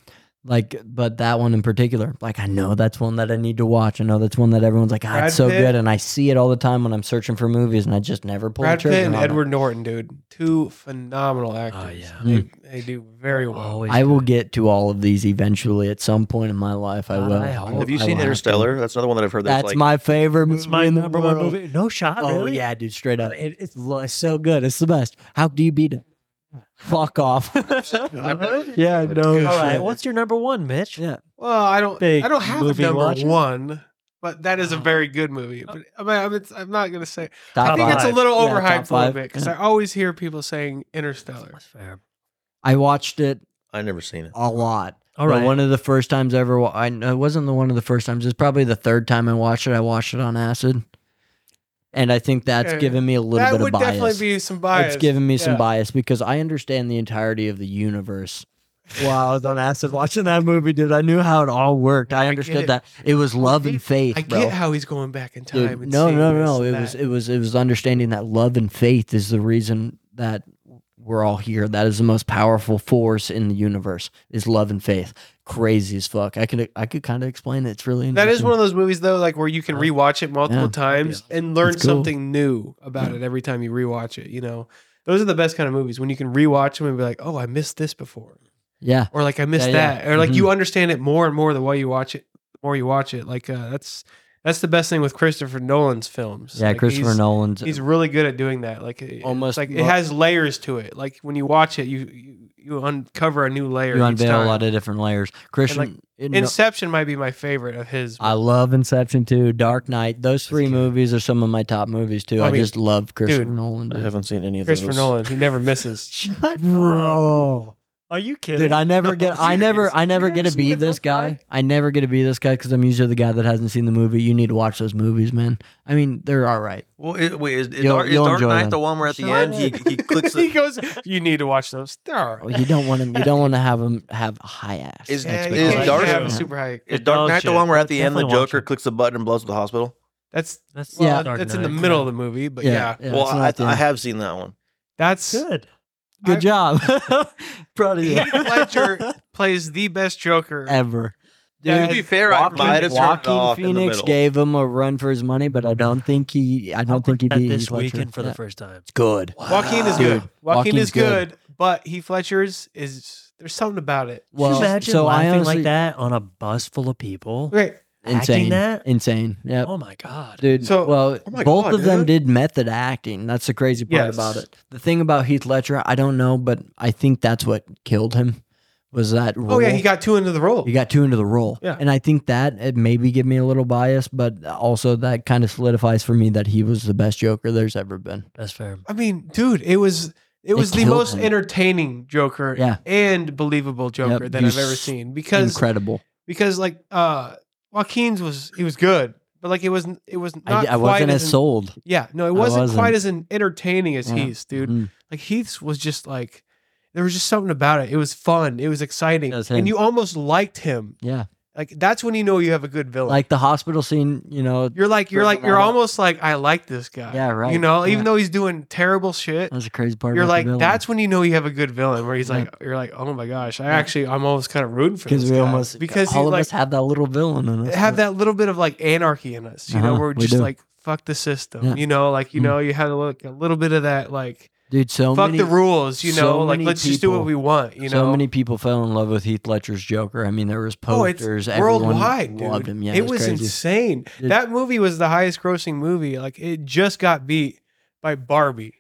C: like, but that one in particular, like I know that's one that I need to watch. I know that's one that everyone's like, ah,
A: Brad
C: it's so
A: Pitt.
C: good, and I see it all the time when I'm searching for movies, and I just never pull
A: Brad
C: the trigger.
A: Pitt and
C: on it.
A: Edward Norton, dude, two phenomenal actors.
D: yeah. Oh.
A: they, they do very well.
D: Always
C: I will
D: good.
C: get to all of these eventually at some point in my life. I
D: God,
C: will.
D: I hope-
B: Have you
C: I will
B: seen
C: have to.
B: Interstellar? That's another one that I've heard. That's,
C: That's
B: like,
C: my favorite movie.
D: It's my
C: in the
D: number one
C: world.
D: movie. No shot.
C: Oh
D: really?
C: yeah, dude, straight up. It, it's, lo- it's so good. It's the best. How do you beat it? Fuck off.
B: Really?
C: yeah, no.
D: All right.
C: shit.
D: What's your number one, Mitch?
C: Yeah.
A: Well, I don't
D: Big
A: I don't have a
D: movie
A: number
D: watcher?
A: one, but that is a very good movie. But I mean, I'm, it's, I'm not gonna say.
C: Top
A: I think it's a
D: five.
A: little
C: Yeah, top
A: overhyped a little
C: five.
A: bit because
C: Yeah.
A: I always hear people saying Interstellar.
D: That's fair.
C: I watched it
B: I never seen it.
C: a lot.
D: All
C: But
D: right.
C: One of the first times ever. wa- I no, it wasn't the one of the first times. It's probably the third time I watched it. I watched it on acid, and I think that's
A: Yeah.
C: given me a little
A: that
C: bit
A: would
C: of bias.
A: definitely be some bias.
C: It's given me some
A: Yeah.
C: bias because I understand the entirety of the universe. Wow, I was on acid watching that movie, dude. I knew how it all worked. I understood
A: it.
C: that it was love and faith,
A: I
C: bro.
A: get how he's going back in
C: Dude,
A: time. and
C: no,
A: seeing
C: no,
A: this
C: no.
A: and
C: It
A: that.
C: was it was it was understanding that love and faith is the reason that we're all here. That is the most powerful force in the universe is love and faith. Crazy as fuck. I could I could kind of explain it. It's really
A: That
C: interesting.
A: is one of those movies though, like where you can
D: Yeah.
A: rewatch it multiple
C: Yeah.
A: times and learn
C: It's cool.
A: something new about it every time you rewatch it. You know, those are the best kind of movies when you can rewatch them and be like, "Oh, I missed this before."
C: Yeah.
A: or like I missed
C: Yeah, Mm-hmm. yeah.
A: that, or like you understand it more and more the way you watch it, the more you watch it. Like uh, that's that's the best thing with Christopher Nolan's films.
C: Yeah.
A: Like,
C: Christopher
A: he's-
C: Nolan's.
A: He's really good at doing that. Like it-
C: Almost
A: it's like it
C: mo-
A: has layers to it. Like when you watch it, you you, you uncover a new layer.
C: you
A: each
C: unveil
A: time.
C: a lot of different layers. Christian,
A: like,
C: it- no-
A: Inception might be my favorite of his.
C: I love Inception too. Dark Knight. Those three movies are some of my top movies too.
A: I
C: I,
A: mean,
C: just love Christopher
A: dude,
C: Nolan.
B: I
C: Dude.
B: haven't seen any of
A: Christopher
B: those.
A: Nolan, he never misses.
C: Shut
A: Oh.
C: bro.
D: Are you kidding?
C: Dude, I never
A: No,
C: get.
A: I'm
C: I never.
A: serious.
C: I never
A: You
C: get
A: never
C: to be
A: seen The
C: this
A: Dark
C: guy.
A: Knight?
C: I never get to be this guy because I'm usually the guy that hasn't seen the movie. You need to watch those movies, man. I mean, they're all right.
B: Well, it, wait, is, is
C: You'll-
B: Dark, is
C: you'll
B: Dark
C: enjoy
B: Knight
C: them.
B: the one where at the
A: Shut
B: end he,
A: up.
B: he clicks
A: he
B: it?
A: goes, "You need to watch those." They're all
C: Oh,
A: right.
C: You don't want to. You don't want to have them have high ass.
B: Is-
A: Yeah, you
B: Is
A: can't
B: Dark-
A: have super high.
B: Is
D: The
B: Dark
D: dog
B: Knight the
D: shit.
B: one where at the end the
D: Definitely watch
B: Joker
D: it.
B: clicks the button and blows up the hospital?
A: That's
D: That's
A: well,
C: Yeah.
D: Dark
A: that's in the
D: Knight.
A: middle of the movie, but yeah,
C: yeah,
B: well,
C: it's not
B: I,
C: the-
B: I have seen that one.
A: that's
D: Good.
C: Good
A: I-
C: job. Proud of you.
A: Heath Ledger plays the best Joker.
C: Ever.
A: Yeah,
B: to be
A: it's
B: fair,
A: Joaquin-
B: I might have turned it
C: Joaquin
B: off in the
C: Phoenix
B: middle.
C: gave him a run for his money, but I don't think he. I don't think he
D: That
C: beat
D: this
C: Heath Ledger.
D: weekend for
C: Yeah.
D: the first time.
C: It's good.
A: Joaquin is
C: Dude,
A: good. Joaquin
C: Joaquin's
A: is
C: good.
A: good, but Heath Fletcher's is there's something about it.
D: Well,
C: Well,
D: Could you imagine
C: so I
D: laughing
C: honestly,
D: like that on a bus full of people?
A: Okay,
C: Insane.
D: Acting that?
C: Insane. Yep.
D: Oh my god.
C: Dude,
A: So-
C: well,
B: Oh my
C: both
B: God,
C: of them
B: dude.
C: did method acting. That's the crazy part
A: Yes.
C: about it. The thing about Heath Ledger, I don't know, but I think that's what killed him was that role.
A: oh yeah, he got two into the role.
C: He got two into the role.
A: Yeah.
C: And I think that it maybe give me a little bias, but also that kind of solidifies for me that he was the best Joker there's ever been.
D: That's fair.
A: I mean, dude, it was it was the
C: killed
A: most
C: him.
A: entertaining Joker
C: Yeah.
A: and believable Joker that
C: you
A: I've ever
C: s-
A: seen because
C: Incredible.
A: because like uh Joaquin's was he was good, but like it wasn't it was
C: I,
A: not
C: I
A: quite
C: wasn't as
A: as
C: sold.
A: yeah no it wasn't,
C: wasn't.
A: quite as en- entertaining as
C: Yeah.
A: Heath's dude.
C: Mhm.
A: Like Heath's was just like there was just something about it. It was fun. It was exciting,
C: That was him.
A: and you almost liked him.
C: Yeah.
A: Like that's when you know you have a good villain.
C: Like the hospital scene, you know,
A: you're like you're like
C: Driven
A: you're
C: out.
A: almost like I like this guy.
C: Yeah, right.
A: You know,
C: Yeah.
A: even though he's doing terrible shit,
C: that's the crazy part.
A: you're
C: about the
A: like
C: villain.
A: that's when you know you have a good villain. Where he's
C: Yeah.
A: like, you're like, oh my gosh, I actually I'm almost kind of rooting for this
C: because we
A: guy.
C: almost
A: because
C: all
A: he's
C: of
A: like
C: us have that little villain in us.
A: have that little bit of like anarchy in us. You know,
C: Uh-huh,
A: where we're
C: we
A: just
C: do.
A: like fuck the system.
C: Yeah.
A: You know, like you
C: Mm.
A: know you had a look a little bit of that like
C: dude. So
A: fuck
C: many,
A: the rules. You know,
C: so
A: like
C: many
A: let's just do what
C: people-
A: we want. You know,
C: so many people fell in love with Heath Ledger's Joker. I mean, there was
A: Oh, it's
C: posters. Everyone
A: worldwide, dude.
C: loved him. Yeah,
A: it, was
C: crazy.
A: insane.
C: It-
A: that movie was the highest grossing movie. Like it just got beat by Barbie.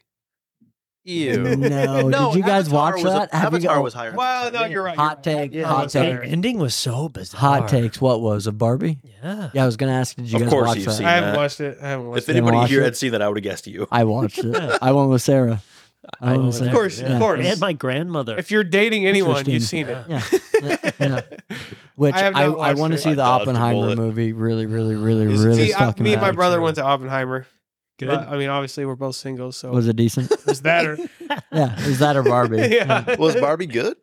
B: Ew.
C: No, did you guys
B: Avatar
C: watch
B: was
C: that?
B: A,
C: Have you
B: Avatar
C: got-
B: was higher.
A: Well, no, you're right.
C: Hot
A: you're right.
C: take,
A: Yeah,
C: hot
A: it was
D: Oh, The
C: take.
A: better.
D: ending was so bizarre.
C: Hot takes. What was of Barbie?
D: Yeah.
C: Yeah, I was gonna ask. Did you
B: Of
C: guys
B: course
C: watch
B: you've
C: that?
B: seen
A: I haven't
B: that.
A: watched it. I haven't watched
B: If
A: it.
C: anyone-
B: anybody
C: watch
B: here
C: it?
B: had seen that, I would have guessed you.
C: I watched it. I went with Sarah. I went with
D: Of
C: Sarah.
A: course, of
C: Yeah.
A: course.
D: And my grandmother.
A: If you're dating anyone, you've seen it.
C: Yeah. yeah, yeah. Which
A: I
C: I,
A: have
C: I,
A: not watched
C: want to
A: it.
C: see
B: I
C: the
B: dodged a
C: Oppenheimer
B: bullet.
C: movie. Really, really, really,
B: Is it-
C: really
A: See, I-
C: stuck in
A: me and my
C: head.
A: brother went to Oppenheimer.
D: Good.
A: But, I mean, obviously, we're both singles, so
C: Was it decent?
A: it's that or
C: yeah. Is that a Barbie?
A: yeah.
B: Was Barbie good?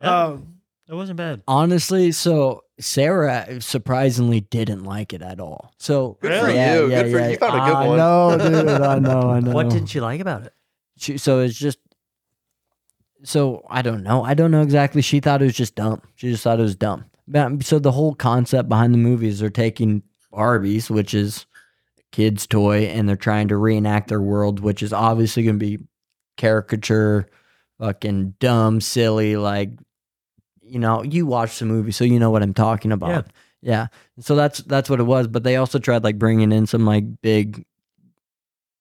A: Um,
D: it wasn't bad.
C: Honestly, so Sarah surprisingly didn't like it at all. So
B: Good for you. Good for- you found a good one.
C: I know, dude. I know. I know.
D: What didn't you like about it?
C: she, so it's just so I don't know. I don't know exactly. She thought it was just dumb. She just thought it was dumb. But, so the whole concept behind the movie is they're taking Barbies, which is a kids' toy, and they're trying to reenact their world, which is obviously going to be caricature, fucking dumb, silly. Like you know, you watch the movie, so you know what I'm talking about.
D: Yeah.
C: Yeah. So that's that's what it was. But they also tried like bringing in some like big.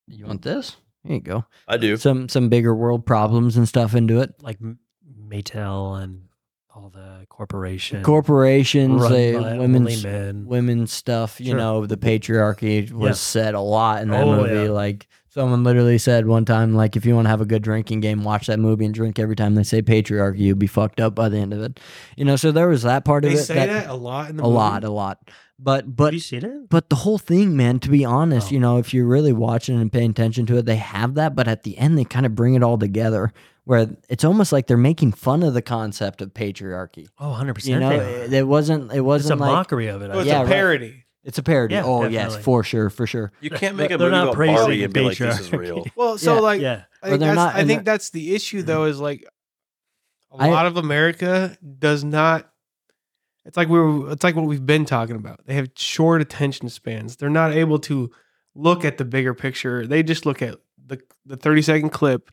C: You want this? Here you go
B: I do.
C: some some bigger world problems and stuff into it.
D: Like M- Maytel and all the corporation
C: Corporations,
D: run
C: they,
D: by only
C: women's
D: men.
C: women's stuff. You
D: Sure.
C: know, the patriarchy was
D: Yeah.
C: said a lot in that
D: Oh,
C: movie.
D: yeah.
C: Like someone literally said one time, like if you want to have a good drinking game, watch that movie and drink every time they say patriarchy. You'll be fucked up by the end of it. You know, so there was that part
A: they
C: of it.
A: say that a lot in the
C: a
A: movie.
C: lot, a lot. But
D: Have
C: but
D: you seen it?
C: But the whole thing, man, to be honest,
D: Oh.
C: you know, if you're really watching and paying attention to it, they have that. But at the end, they kind of bring it all together where it's almost like they're making fun of the concept of patriarchy.
D: Oh, 100%.
C: You know,
D: they
C: it,
D: are.
C: it wasn't, it
D: it's a
C: wasn't like,
D: mockery of it. I
A: Oh, it's
C: Yeah,
A: a
C: right.
A: parody.
C: it's a parody.
D: Yeah,
C: oh, yes,
D: definitely.
C: for sure, for sure.
B: You can't make a
D: They're
B: movie
D: not
B: about
D: praising
B: Barbie
D: the
B: and be like, "This is
D: patriarchy.
B: real."
A: Well, so
C: Yeah.
A: like I
D: yeah.
C: Or
A: think,
C: they're
A: that's,
C: not-
A: I
C: and
A: think
C: they're-
A: that's the issue though is like a
C: I-
A: lot of America does not it's like we were it's like what we've been talking about. They have short attention spans. They're not able to look at the bigger picture. They just look at the the 30 second clip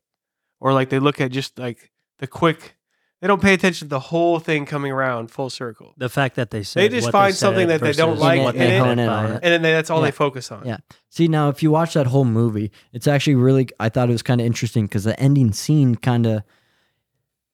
A: or like they look at just like the quick They don't pay attention to the whole thing coming around full circle.
D: The fact that they said
A: They just
D: what
A: find something that
D: said
A: they don't
D: versus
A: like
D: what
A: and
D: they
A: it-
D: meant
C: and
D: by
C: it-
D: it.
A: And then they, that's all
C: Yeah.
A: they focus on.
C: Yeah. See now, if you watch that whole movie, it's actually really. I thought it was kind of interesting because the ending scene kind of.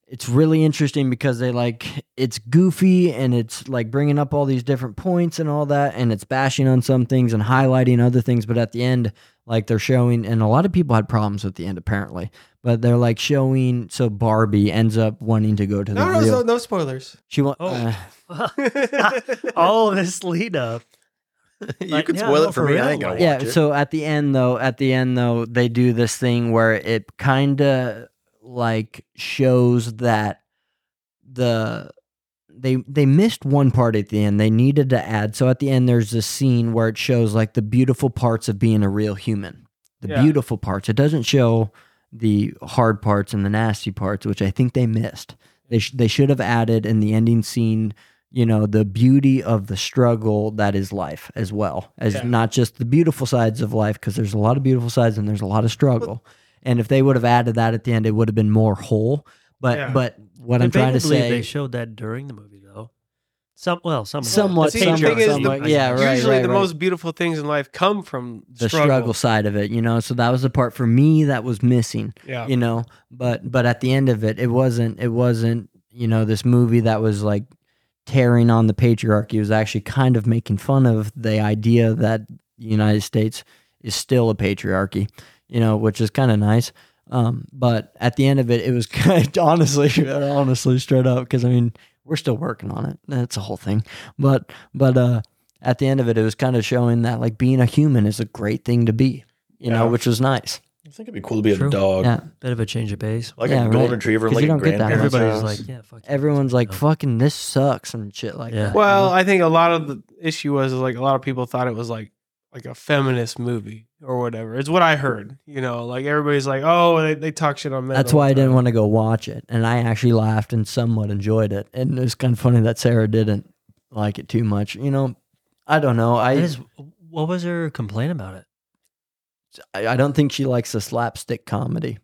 C: It's really interesting because they like it's goofy and it's like bringing up all these different points and all that, and it's bashing on some things and highlighting other things. But at the end, like they're showing, and a lot of people had problems with the end apparently. But they're like showing, so Barbie ends up wanting to go to the
A: No, no,
C: real.
A: no, no spoilers.
C: She wants.
D: Oh.
C: uh,
D: all this lead up.
B: you
D: Like,
B: can
D: yeah,
B: spoil
D: no,
B: it for,
D: for
B: me.
D: real,
B: I ain't gonna
D: like-
B: watch
C: yeah
B: it.
C: so at the end though at the end though they do this thing where it kind of like shows that the they they missed one part at the end they needed to add so at the end there's this scene where it shows like the beautiful parts of being a real human the
A: Yeah.
C: beautiful parts it doesn't show the hard parts and the nasty parts which i think they missed they, sh- they should have added in the ending scene you know the beauty of the struggle that is life as well as
A: Yeah.
C: not just the beautiful sides of life because there's a lot of beautiful sides and there's a lot of struggle and if they would have added that at the end it would have been more whole but
A: Yeah.
C: but what i'm trying to
D: Debatably,
C: say
D: they showed that during the movie though. Some well, somewhat.
C: Somewhat,
A: See, the somewhat, thing is, somewhat,
D: I
C: yeah,
D: guess.
C: right,
A: Usually
C: right,
A: the
C: right.
A: most beautiful things in life come from
C: the struggle. side of it you know so that was the part for me that was missing
A: Yeah.
C: you know but but at the end of it it wasn't it wasn't you know this movie that was like tearing on the patriarchy it was actually kind of making fun of the idea that the united states is still a patriarchy you know which is kind of nice um, but at the end of it it was kind honestly honestly straight up because i mean we're still working on it that's a whole thing but but uh at the end of it it was kind of showing that like being a human is a great thing to be you know
A: Yeah.
C: which was nice
B: I think it'd be cool to be
D: True.
B: a dog,
C: yeah
D: Bit of a change of pace.
B: like a
C: Yeah, right.
B: golden retriever,
C: 'Cause
B: like
C: you
B: a
C: don't get that much.
B: grandparent.
D: Everybody's
C: sounds-
D: like, yeah, fuck.
C: everyone's like,
D: fuck.
C: "Fucking this sucks" and shit like
D: Oh. Yeah.
C: that.
A: Well, I think a lot of the issue was like a lot of people thought it was like like a feminist movie or whatever. It's what I heard. You know, like everybody's like, oh, they, they talk shit on men.
C: that's
A: all
C: why
A: the
C: I didn't
A: time.
C: want to go watch it, and I actually laughed and somewhat enjoyed it. And it's kind of funny that Sarah didn't like it too much. You know, I don't know. I
D: That is- what was her complaint about it?
C: I, I don't think she likes the slapstick comedy.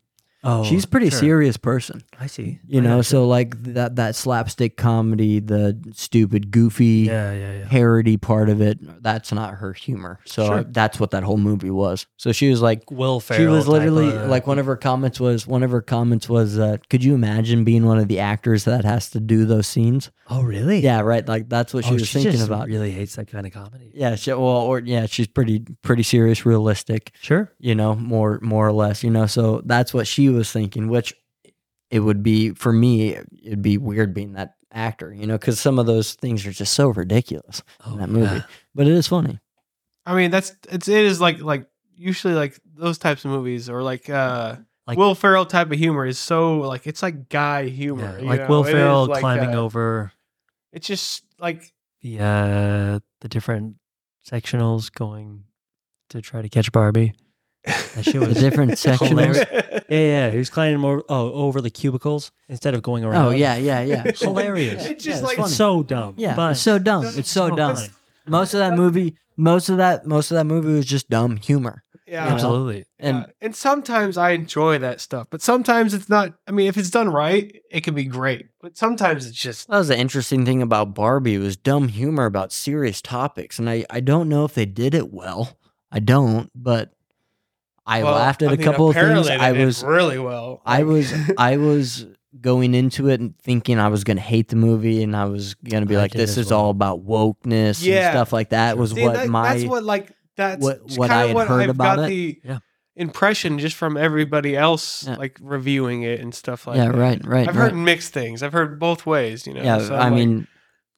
D: Oh,
C: She's a pretty
D: sure.
C: serious person,
D: I see.
C: you
D: I
C: know.
D: gotcha.
C: So like that that slapstick comedy, the stupid, goofy
D: yeah, yeah, yeah.
C: parody part of it, that's not her humor. So
D: Sure.
C: I- that's what that whole movie was. So she was like,
D: Will Ferrell.
C: She was
D: type
C: literally
D: of- uh,
C: like one of her comments was one of her comments was uh, could you imagine being one of the actors that has to do those scenes?
D: Oh, really?
C: Yeah, right. Like that's what she
D: Oh,
C: was
D: she
C: thinking
D: just
C: about.
D: Really hates that kind of comedy.
C: Yeah, she, well, or yeah, she's pretty pretty serious, realistic.
D: Sure.
C: You know, more more or less. You know, so that's what she was thinking. Which it would be for me. It'd be weird being that actor. You know, because some of those things are just so ridiculous
D: Oh,
C: in that movie. But it is funny.
A: I mean, that's it's it is like like usually like those types of movies or like uh
D: Like-
A: Will Ferrell type of humor is so like it's like guy humor.
D: Yeah,
A: you
D: like
A: know?
D: Will
A: It is
D: Ferrell
A: like,
D: climbing
A: uh,
D: over
A: It's just like
D: the uh, the different sectionals, going to try to catch Barbie. That shit
C: The
D: was
C: different sectionals.
D: Hilarious. Yeah, yeah. He was climbing over oh over the cubicles instead of going around.
C: Oh yeah, yeah, yeah.
D: hilarious.
A: It's
C: Yeah,
A: just
C: it's
A: like
C: funny.
D: It's so dumb.
C: Yeah,
D: but
C: it's so dumb. It's so dumb.
D: funny.
C: Most of that movie, most of that, most of that movie was just dumb humor.
A: yeah.
D: Absolutely.
C: And
A: yeah. and sometimes I enjoy that stuff, but sometimes it's not. I mean, if it's done right, it can be great. But sometimes it's just
C: that was the interesting thing about Barbie was dumb humor about serious topics, and I I don't know if they did it well. I don't, but I
A: well,
C: laughed at a
A: mean,
C: couple of things.
A: apparently they
C: I
A: did
C: was
A: really well.
C: I
A: Like-
C: was I was going into it and thinking I was going to hate the movie and I was going to be
D: I
C: like
D: did
C: this
D: as
C: is
D: well.
C: all about wokeness
A: Yeah.
C: and stuff like that was
A: See,
C: what
A: that-
C: my
A: that's what like that's
C: what-
A: kinda
C: what I had
A: what
C: heard
A: I've
C: about
A: got
C: it.
A: the
D: Yeah.
A: impression just from everybody else
C: Yeah.
A: like reviewing it and stuff like
C: yeah,
A: that.
C: right, right.
A: I've
C: right.
A: heard mixed things. I've heard both ways, you know.
C: Yeah,
A: so,
C: I
A: like,
C: mean,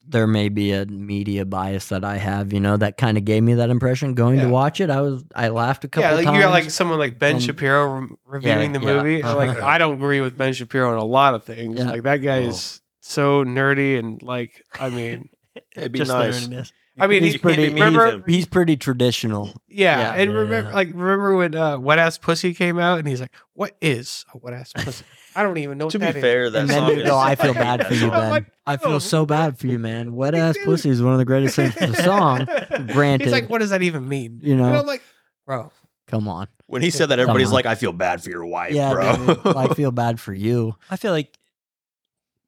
C: there may be a media bias that I have, you know, that kind of gave me that impression. Going
A: Yeah.
C: to watch it, I was I laughed a couple
A: yeah, like
C: times.
A: you got like someone like Ben
C: and-
A: Shapiro re- reviewing the
C: yeah.
A: movie. and, Like
D: Uh-huh.
A: I don't agree with Ben Shapiro on a lot of things.
C: Yeah.
A: Like that guy
B: Oh.
A: is so nerdy and like I mean,
B: It'd be
D: Just
B: nice.
D: learning this.
A: I mean,
B: He's
A: he-
C: pretty-
A: Remember,
B: he's a-
C: he's pretty traditional.
A: Yeah,
C: Yeah.
A: and
D: Yeah,
A: remember,
D: yeah.
A: like, remember when uh, "Wet Ass Pussy" came out, and he's like, "What is a wet ass pussy? I don't even know."
B: To
A: what
B: be
A: that is."
B: fair, that
C: And
B: song
C: then,
B: is.
C: no, I feel bad for you,
A: I'm
C: Ben.
A: like, "Oh,
C: I
A: no.
C: feel so bad for you, man. Wet ass pussy is one of the greatest things for the song. Granted,
A: he's like, "What does that even mean?"
C: you
A: And
C: know,
A: I'm like, "Bro,
C: come on.
B: When he said that,
C: Come
B: everybody's
C: on.
B: like, "I feel bad for your wife,
C: Yeah,
B: bro."
C: dude, I feel bad for you.
D: I feel like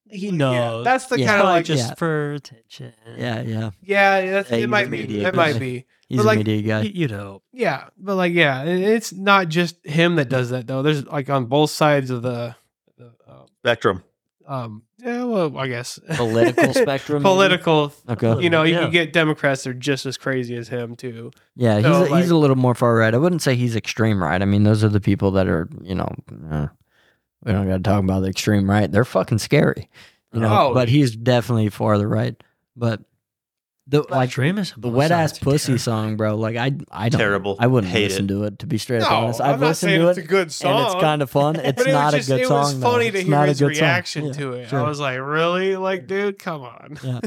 D: He
A: Yeah,
D: knows.
A: that's the
C: Yeah.
A: kind of
D: probably
A: like
D: just
C: Yeah.
D: for attention.
C: Yeah, yeah.
A: yeah, that's,
B: Yeah,
A: it
B: he's
A: might
B: a
A: be
B: media
A: it might
C: guy.
A: be
C: He's
A: But,
C: a
A: like,
C: media
D: Y-
C: guy.
D: You'd hope.
A: Yeah, but like, yeah, it- it's not just him that does that though. There's like on both sides of the, the um,
B: Spectrum.
A: um, yeah, well, I guess
C: Political spectrum. maybe? Oh,
A: political.
C: Okay.
A: You know, you
D: Yeah.
A: can get Democrats that are just as crazy as him too.
C: Yeah,
A: So,
C: he's a, he's
A: like-
C: a little more far right. I wouldn't say he's extreme right. I mean, those are the people that are you know uh, we don't got to talk about the extreme right. They're fucking scary, you know.
A: Oh,
C: but he's definitely for the right. But the like
D: Dreamus
C: the wet ass pussy song, bro. Like I I don't
B: Terrible.
C: I wouldn't
B: Hate
C: listen
B: it.
C: to it to be straight
A: No,
C: up honest. I've
A: I'm not
C: listened
A: saying
C: to
A: it's
C: it
A: a good song.
C: and it's kind of fun. It's
A: but it was
C: not
A: just-
C: a good
A: it
C: song.
A: was
C: though.
A: funny to
C: It's
A: hear
C: not a
A: his
C: good song.
A: reaction
C: Yeah,
A: to it.
C: sure.
A: I was like, really? Like, dude, come on.
C: Yeah.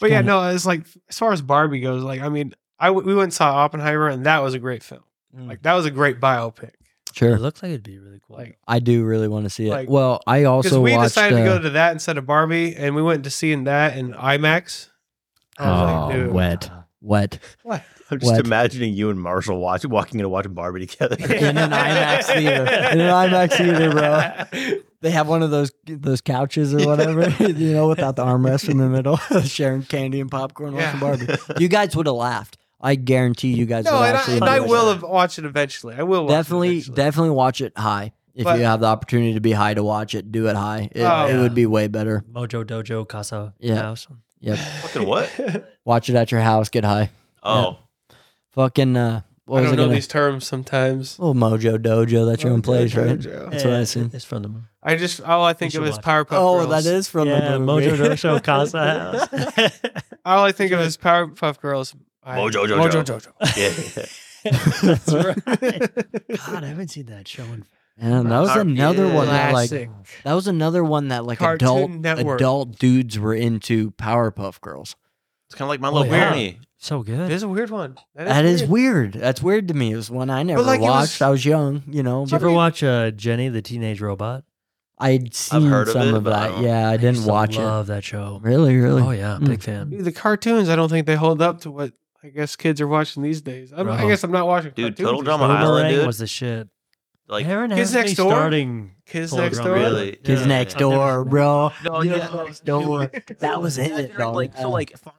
A: but yeah,
C: kinda-
A: no, it's like as far as Barbie goes, like, I mean, I w- we went and saw Oppenheimer, and that was a great film.
C: Mm.
A: Like, that was a great biopic.
D: It
C: sure.
D: looks like it'd be really cool.
A: Like,
C: I do really want to see it.
A: Like-
C: well, I
A: because
C: also
A: we
C: watched.
A: decided to
C: uh,
A: go to that instead of Barbie, and we went to seeing that in IMAX. I was
C: oh,
A: like, dude,
C: wet, wet.
A: what?
B: I'm just
C: What?
B: imagining you and Marshall watch, walking in and watching Barbie together.
C: In an IMAX theater. In an IMAX theater, bro. They have one of those those couches or whatever, you know, without the armrest in the middle, sharing candy and popcorn, watching
A: Yeah.
C: Barbie. You guys would have laughed. I guarantee you guys.
A: No,
C: would
A: and I,
C: actually
A: and I
C: enjoyed
A: will
C: it.
A: have watch it eventually. I will watch
C: definitely,
A: It eventually.
C: definitely watch it high if
A: But-
C: you have the opportunity to be high to watch it. Do it high. It,
A: Oh,
C: it
D: yeah.
C: would be way better.
D: Mojo Dojo Casa
C: Yeah.
D: House.
C: Yep.
B: Fucking what?
C: Watch it at your house. Get high.
B: Oh,
C: Fucking. Uh, what
A: I
C: was
A: don't
C: it
A: know
C: gonna?
A: these terms sometimes.
C: Little Mojo Dojo. That's your own place, right? That's what I seen.
D: It's from the movie.
A: I just all I think
D: should
A: of is
D: watch it.
A: Powerpuff
C: Oh,
A: Girls.
C: that is from
D: yeah,
C: the movie.
D: Mojo Dojo Casa House.
A: all I think of is Powerpuff Girls. I-
B: Mojo Jojo.
A: Mojo Jojo.
B: yeah.
D: That's right. God, I haven't seen that show in
C: And that was
B: Our-
C: another one that like
A: Classic.
C: that was another one that like
A: Cartoon
C: adult
A: Network.
C: adult dudes were into Powerpuff Girls.
B: It's kind of like My
D: Oh,
B: Little
D: yeah.
B: Pony.
D: so
A: It
D: good.
A: is a weird one.
C: That is weird. That's weird to me. It was one I never
A: like, it was-
C: watched. I was young, you know.
D: Did you
C: but
D: ever watch uh, Jenny the Teenage Robot?
C: I'd seen
B: heard of
C: some
B: it,
C: of
B: but I
C: that.
B: don't-
C: Yeah, I didn't
D: used to
C: watch it.
D: Love that show.
C: Really, really.
D: Oh yeah,
C: Mm.
D: big fan.
A: The cartoons. I don't think they hold up to what I guess kids are watching these days. I'm, I
D: Bro.
A: guess I'm not watching.
B: Dude,
A: cartoons
B: Total
A: these
B: Drama
A: days.
B: Island,
D: Boomerang
B: dude.
D: was the shit.
B: Like,
D: Aaron
A: Kids
D: has
A: Next
D: me
A: Door?
D: starting
A: Kids
D: Total
A: Next
D: Drama
A: Door.
D: Island.
B: Really?
C: Kids
B: Yeah.
C: next
D: I've never
C: door,
D: seen
C: bro.
B: No,
C: Kids
B: yeah.
C: next door. That was it, bro.
B: Like, so, like, Fox-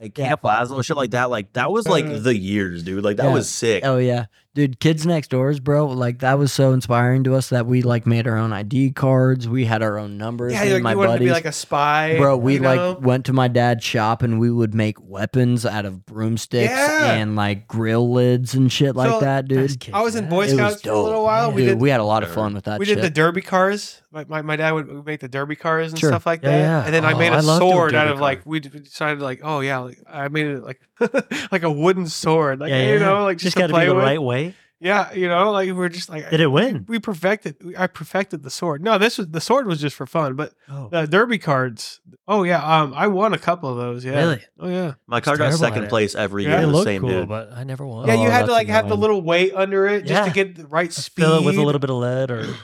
B: like
C: Yeah. Mm.
B: Camp Plasma and shit like that. Like, that was
A: Uh,
B: like the years, dude. Like, that
C: yeah.
B: was sick.
C: Oh yeah, dude. Kids Next Doors, bro. Like that was so inspiring to us that we like made our own ID cards. We had our own numbers.
A: Yeah,
C: me
A: you,
C: and
A: like,
C: my
A: you wanted to be
C: buddies.
A: like a spy,
C: Bro, we
A: you
C: like
A: know?
C: went to my dad's shop and we would make weapons out of broomsticks
A: Yeah.
C: and like grill lids and shit like
A: So-
C: that,
D: That's
C: dude.
D: kick
A: I was in
D: ass.
A: Boy
C: It was
A: Scouts for a little
C: dope.
A: while.
C: Dude,
A: We did
C: we had a lot of fun with that
A: we
C: shit.
A: did the derby cars. My, my, my dad would would make the derby cars and
C: Sure.
A: stuff like
D: Yeah,
A: that.
D: yeah.
A: And then I
D: Oh,
A: made a
D: I love doing
A: sword out
D: derby
A: of like we d- we decided like oh yeah like, I made it like like a wooden sword like
D: Yeah, yeah,
A: you
D: yeah.
A: know like just,
D: just
A: to
D: got to
A: play
D: be the
A: with.
D: right way.
A: Yeah, you know like we we're just like
D: Did it win?
A: we perfected we- I perfected the sword. No, this was the sword was just for fun, but
D: Oh,
A: the derby cards. Oh yeah, um I won a couple of those. Yeah.
D: really?
A: Oh yeah.
B: My car got
D: terrible
B: second
D: at it.
B: place every
A: Yeah,
B: year.
D: It
B: It was the
D: looked
B: same
D: cool,
B: dude.
D: but I never won.
A: yeah, you
C: Oh,
A: had to
C: that's
A: like have the
C: annoying.
A: little weight under it just to
D: Yeah.
A: get the right speed.
D: fill it with a little bit of lead or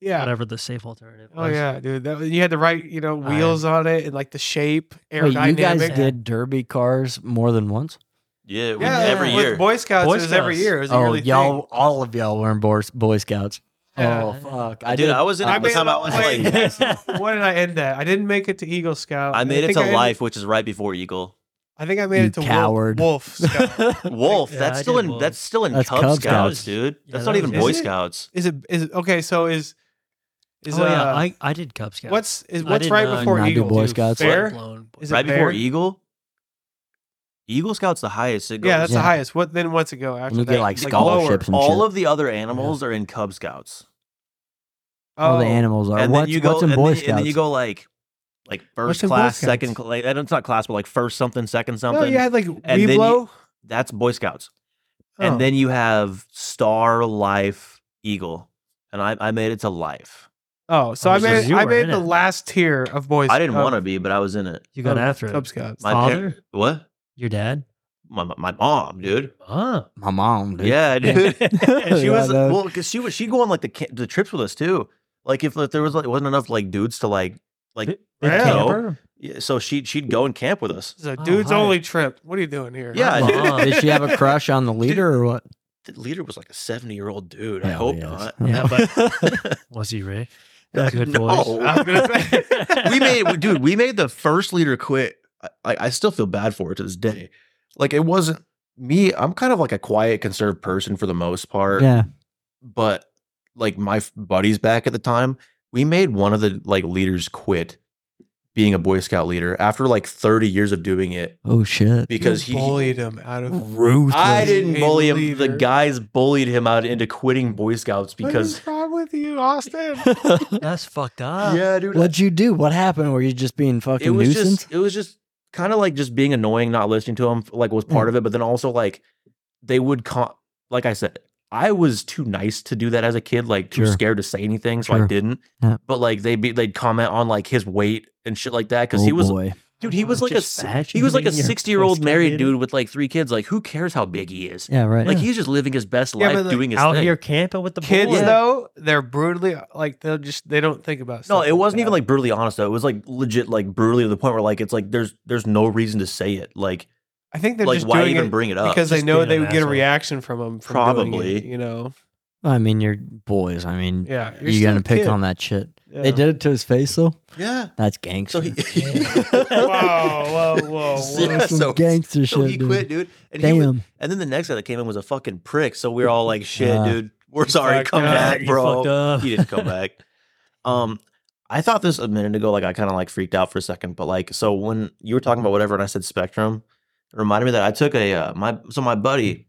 A: Yeah.
D: whatever the safe alternative.
A: Oh
D: was.
A: yeah, dude. That, you had the right, you know,
D: I-
A: wheels on it and like the shape,
C: Wait,
A: aerodynamic.
C: you guys did derby cars more than once?
B: Yeah, we,
A: yeah,
B: every
A: with
B: year.
A: Boy Scouts,
D: Boy
A: it was every
D: Scouts.
A: year. It was a
C: Oh,
A: yearly
C: y'all, all of y'all were in Boy, Boy Scouts.
A: Yeah.
C: Oh fuck, I
B: Dude,
C: did.
B: I was in
A: I
B: I the
A: made
B: time
A: it
B: I
A: all
B: was
A: the way.
B: like,
A: thing. What did I end at? I didn't make it to Eagle Scout.
B: I made it
A: think
B: to
A: ended-
B: Life, which is right before Eagle.
A: I think I made
C: You
A: it to
C: coward.
A: Wolf, Wolf Scout.
B: Wolf,
D: Yeah,
B: that's
D: I
B: still
D: did
B: in
D: Wolf.
B: that's still in
C: That's
B: Cub,
C: Cub
B: Scouts,
D: Scouts.
B: dude.
D: Yeah,
B: that's
D: that
B: not even
D: was-
B: Boy
A: Is it?
B: Scouts.
A: is it is it, okay? So is is
D: oh yeah,
A: uh,
D: I, I did Cub Scouts.
A: what's is
D: I
A: what's
D: did uh,
A: right
D: not
A: before
C: not do
A: Eagle?
C: Boy
A: dude?
C: Scouts.
A: Bear?
D: Blown.
A: Is it
B: Right before
A: Bear?
B: Eagle? Eagle Scout's the highest. It goes.
A: Yeah, that's the
C: Yeah.
A: highest. What then? What's it go after?
C: When you
A: that?
C: get like
A: lower.
C: scholarships and
B: all
C: shit.
B: of the other animals are in Cub Scouts.
C: all the
A: Oh.
C: animals are.
B: and
C: what's,
B: then you go
C: what's in
B: and,
C: Boy
B: then, and then you
C: Scouts?
B: go like like first
A: in Boy
B: class,
A: Scouts?
B: second class. Like, I don't- it's not class, but like first something, second something.
A: No, you had like Oh.
B: then you-
A: Weeblo.
B: That's Boy Scouts.
A: Oh.
B: And then you have Star Life Eagle. And I, I made it to Life.
A: Oh, so
D: Oh,
A: I
D: so
A: made
D: you
A: I
D: were
A: made
D: in
A: the
D: it.
A: last tier of boys.
B: I didn't
A: of-
B: want to be, but I was in it.
D: You got
A: of
D: after it.
A: Cub Scouts.
B: My
D: Father,
B: What?
D: your dad.
B: My, my- my mom, dude.
D: Huh.
C: My mom, dude.
B: Yeah, dude. she
C: Yeah,
B: was
C: no.
B: well, because she was she go on like the ca- the trips with us too. Like if, there was like wasn't enough like dudes to like like
A: Big
B: you know,
D: camper?
B: yeah, so she she'd go and camp with us.
A: This is a
D: Oh,
A: dude's
D: hi.
A: only trip. What are you doing here?
B: Yeah,
D: Come
B: dude.
D: on.
C: Did she have a crush on the leader or what?
B: The leader was like a seventy year old dude. I
C: Hell
B: hope
C: yes.
B: not.
D: Yeah,
B: but
D: Was he Ray? That's good
B: No.
D: voice.
A: I was gonna say.
B: we made we- dude we made the first leader quit I, I still feel bad for it to this day like it wasn't me i'm kind of like a quiet conserved person for the most part
C: Yeah.
B: but like my f- buddies back at the time we made one of the like leaders quit being a boy scout leader after like 30 years of doing it
C: Oh shit.
B: because he
A: bullied him out of
C: Ruthless.
B: i didn't
A: A
B: bully him the
A: leader.
B: guys bullied him out into quitting boy scouts because
A: What is wrong with you, Austin?
D: That's fucked
A: Ah.
D: up.
B: yeah dude
C: What'd you do? What happened? Were you just being fucking
B: it was
C: nuisance?
B: just it was just kind of like just being annoying not listening to them like was part of it but then also like they would con- like i said i was too nice to do that as a kid like too
C: Sure.
B: scared to say anything so i
C: Sure.
B: didn't
C: Yeah.
B: but like they'd be they'd comment on like his weight and shit like that because
C: Oh,
B: he was
C: boy.
B: dude he was like a s-
D: fat,
B: he was like a
D: mean, you're
B: 60 year old
D: fucking
B: married
D: scared,
B: dude with like three kids like who cares how big he is
C: Yeah, right.
B: like
C: yeah.
B: he's just living his best
A: Yeah,
B: life
A: but, like,
B: doing his
D: out
B: thing
D: here camping with the
A: Kids
D: boys.
A: though, they're brutally like they'll just they don't think about.
B: no
A: stuff
B: it wasn't even
A: that.
B: like brutally honest though it was like legit like brutally to the point where like it's like there's there's no reason to say it like
A: I think they're
B: like
A: just
B: why
A: doing
B: even
A: it
B: bring it up
A: because they
D: Just
A: know
D: being
A: they
D: an
A: would get a
D: asshole.
A: reaction from them. From doing it,
B: Probably.
A: you know.
C: I mean, you're boys. I mean,
A: Yeah,
C: you're, gonna pick on that shit. They did it to his face though.
B: Yeah.
C: That's gangster.
B: So he
A: Whoa, whoa, whoa, whoa.
C: That's some
B: so,
C: gangster
B: so
C: shit.
B: he
C: dude.
B: quit, dude. And, he
C: Damn.
B: was- and then the next guy that came in was a fucking prick. So we were all like, shit,
C: Yeah.
B: dude. We're sorry.
A: fucked
B: Come
A: up.
B: back,
D: You fucked
B: bro.
D: up.
B: He didn't come back. Um, I thought this a minute ago, like I kind of like freaked out for a second, but like, so when you were talking about whatever and I said spectrum, it reminded me that I took a, uh, my, so my buddy,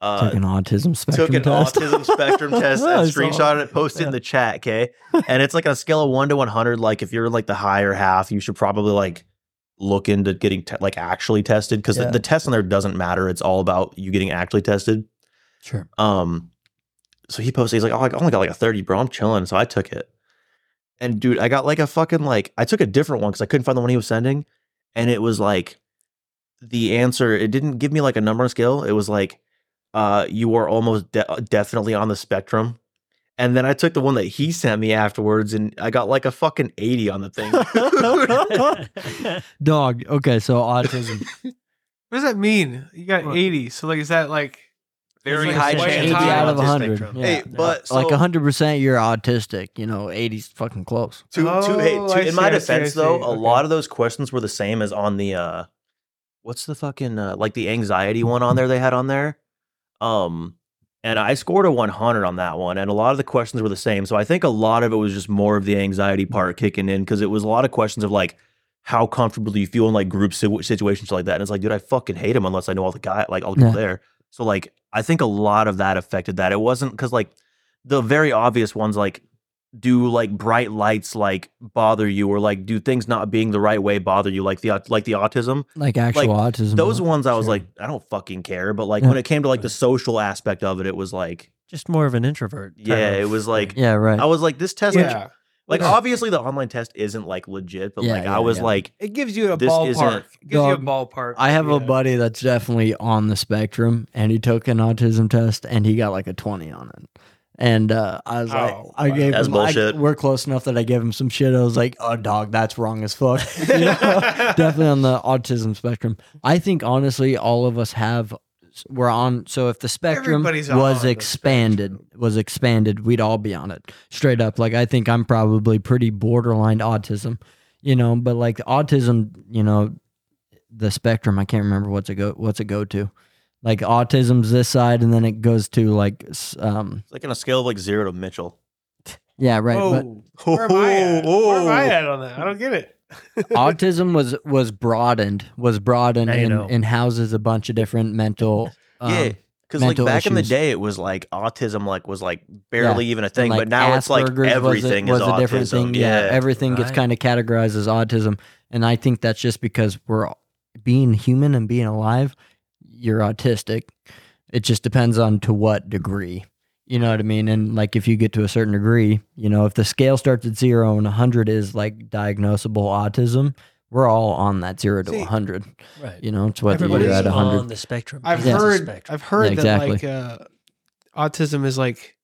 B: uh,
C: took an autism spectrum
B: took an
C: test.
B: autism spectrum test and
C: Yeah, I saw it.
B: screenshotted it, posted it in the chat, okay? And it's like on a scale of one to one hundred. Like if you're like the higher half, you should probably like look into getting te- like actually tested because
C: Yeah.
B: the, the test on there doesn't matter. It's all about you getting actually tested.
C: Sure.
B: Um, so he posted. He's like, "Oh, I only got like a thirty, bro. I'm chilling." So I took it, and dude, I got like a fucking like I took a different one because I couldn't find the one he was sending, and it was like the answer. It didn't give me like a number on a scale. It was like, uh, you are almost de- uh, definitely on the spectrum. And then I took the one that he sent me afterwards, and I got like a fucking eighty on the thing.
C: Dog. Okay, so autism.
A: What does that mean? You got
C: What?
A: 80. So like, is that like
B: Very
A: It's
B: high
A: way
B: chance.
C: Eighty
A: higher
C: out of
A: on the
C: hundred.
A: spectrum.
C: Yeah.
B: hey, but
C: like
B: so-
C: hundred percent, you're autistic. You know, 80's fucking close.
B: To, to, hey,
A: Oh,
B: to-
A: I
B: in
A: see,
B: my
A: I see, I
B: defense, though,
A: see.
B: a
A: Okay.
B: lot of those questions were the same as on the uh, what's the fucking uh, like the anxiety one on there they had on there, um, and I scored a 100 on that one, and a lot of the questions were the same. So I think a lot of it was just more of the anxiety part kicking in because it was a lot of questions of like how comfortable do you feel in like group si- situations like that, and it's like, dude, I fucking hate him unless I know all the guy like all the people there. So like, I think a lot of that affected that. It wasn't because like the very obvious ones like do like bright lights like bother you or like do things not being the right way bother you like the au- like the autism
C: Like actual autism.
B: those
C: huh?
B: ones i was
C: Mm-hmm. Sure.
B: like i don't fucking care but like
C: Yeah.
B: when it came to like the social aspect of it it was like
D: Just more of an introvert. type
B: Yeah,
D: of
B: it was like-
D: thing.
C: Yeah. Right.
B: i was like this test
A: Yeah,
B: like
A: Yeah.
B: obviously the online test isn't like legit but
C: Yeah,
B: like
C: yeah,
B: i was
C: yeah.
B: like
A: it gives you a
B: This isn't-
A: ballpark. It gives you a
C: Dog,
A: ballpark.
C: I have
A: yeah.
C: a buddy that's definitely on the spectrum, and he took an autism test, and he got like a twenty on it. And uh, I was like,
A: Oh,
C: I
A: wow.
C: gave
B: That's
C: him, I-
B: bullshit.
C: we're close enough that I gave him some shit. I was like, oh, dog, that's wrong as fuck. You know? definitely on the autism spectrum. I think honestly, all of us have. We're on. So if the spectrum
A: Everybody's on the
C: was
A: spectrum.
C: expanded, was expanded, we'd all be on it straight up. Like I think I'm probably pretty borderline autism, you know. But like autism, you know, the spectrum. I can't remember what's it go. What's it go to? Like autism's this side, and then it goes to like, s- um,
B: it's like on a scale of like zero to mitchell
C: yeah, right. But
A: Whoa. Where am I at? Where am I at on that? I don't get it.
C: autism was was broadened was broadened
D: Now you
C: and,
D: know.
C: and houses a bunch of different mental um,
B: yeah because like
C: mental
B: back in the
C: issues.
B: day it was like autism like was like barely even a thing
C: like,
B: but now it's like
C: Asperger's was a-
B: everything
C: was
B: is
C: a different
B: autism.
C: thing. Yeah, everything gets
D: Right.
C: kind of categorized as autism, and I think that's just because we're all- being human and being alive. You're autistic. It just depends on to what degree. You know what I mean? And like if you get to a certain degree, you know, if the scale starts at zero and 100 is like diagnosable autism, we're all on that zero to
A: See,
C: 100.
D: Right.
C: You know, it's whether
A: Everybody's
C: you're at 100.
D: on the spectrum.
A: I've
D: It's a
A: heard.
D: spectrum.
A: I've heard
C: Yeah,
A: that like uh, autism is like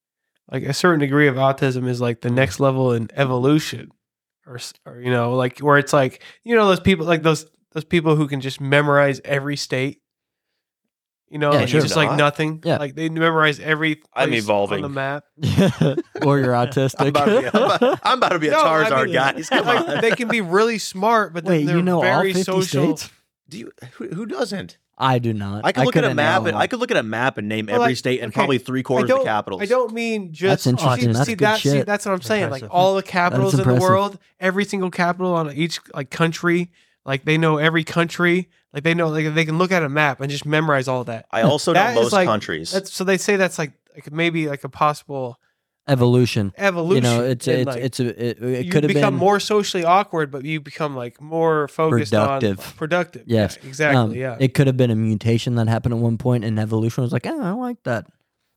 A: like a certain degree of autism is like the next level in evolution, or s- or you know like where it's like you know those people like those those people who can just memorize every state. You know,
C: Yeah,
A: and
C: sure.
A: just like
B: Not.
A: nothing.
C: Yeah.
A: Like they memorize every
B: I'm
A: place
B: evolving.
A: on the map.
C: or you're
B: uh,
C: autistic.
B: I'm about, to be, I'm, about, I'm about to be a
A: No, I
B: Tarzan,
A: mean,
B: guys. Come
A: like,
B: on.
A: they can be really smart, but then
C: Wait,
A: they're
C: you know all
A: very
C: 50
A: social.
C: states?
B: Do you, who, who doesn't?
C: I do not.
B: I could look at a
C: couldn't
B: map.
C: know.
B: And, I could look at a map and name
A: Well,
B: every
A: like,
B: state and
A: okay,
B: probably three quarters of the
A: don't-
B: capitals.
A: I don't mean just
C: interesting.
A: See,
C: That's
A: see,
C: good
A: that, see,
C: shit.
A: that's what I'm saying. Like
D: Impressive.
A: all the capitals in the
C: impressive.
A: world, every single capital on each like country, like they know every country. Like they know, like they can look at a map and just memorize all that.
B: I also know
A: That is
B: most
A: like-
B: countries.
A: That's so they say that's like, like maybe like a possible
C: evolution.
A: evolution.
C: You know, it's
A: in,
C: it's
A: like,
C: it's a it, it
A: you
C: could have
A: become
C: been
A: more socially awkward, but you become like more focused on
C: Productive.
A: productive.
C: Yes.
A: Yeah, exactly.
C: um,
A: yeah.
C: It could have been a mutation that happened at one point, and evolution was like, oh, I don't like that.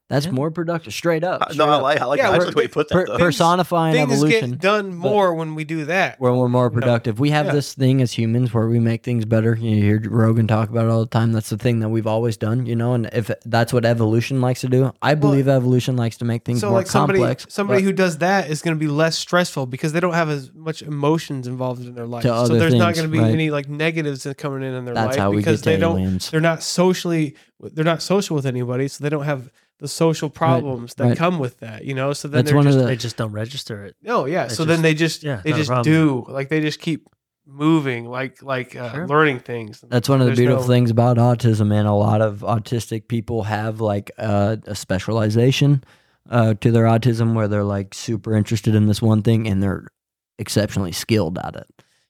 C: That's
D: Yeah.
C: more productive. Straight up.
A: Uh,
B: I-
C: Straight
B: no, I
C: up.
B: like, I like
A: Yeah,
B: I like
A: we're-
B: the way you put that.
C: Per-
B: though.
C: personifying
A: Things
C: evolution.
A: get done more when we do that.
C: where we're more
A: You know,
C: productive. We have
A: yeah.
C: this thing as humans where we make things better. You hear Rogan talk about it all the time. That's the thing that we've always done, you know. And if that's what evolution likes to do, I believe evolution likes to make things
A: so
C: more
A: like somebody
C: complex.
A: somebody
C: but
A: who does that is going to be less stressful because they don't have as much emotions involved in their life.
C: To
A: So
C: other
A: there's not
C: things,
A: going to be
C: right.
A: any like negatives that coming in in their
C: that's
A: life
C: how we
A: because
C: get to
A: they don't
C: aliens.
A: they're not socially they're not social with anybody, so they don't have the social problems that
C: right.
A: come with that. You know, so then
C: That's
A: they're
C: one
A: just
C: of the.
D: They just don't register it.
A: no, yeah.
D: It's
A: So then
D: just-
A: they just
D: yeah,
A: they
D: not a
A: just
D: problem.
A: do like they just keep moving like like uh,
D: Sure.
A: learning things.
C: That's one of the
A: There's
C: beautiful
A: no-
C: things about autism, man. A lot of autistic people have like uh, a specialization uh, to their autism where they're like super interested in this one thing and they're exceptionally skilled at it.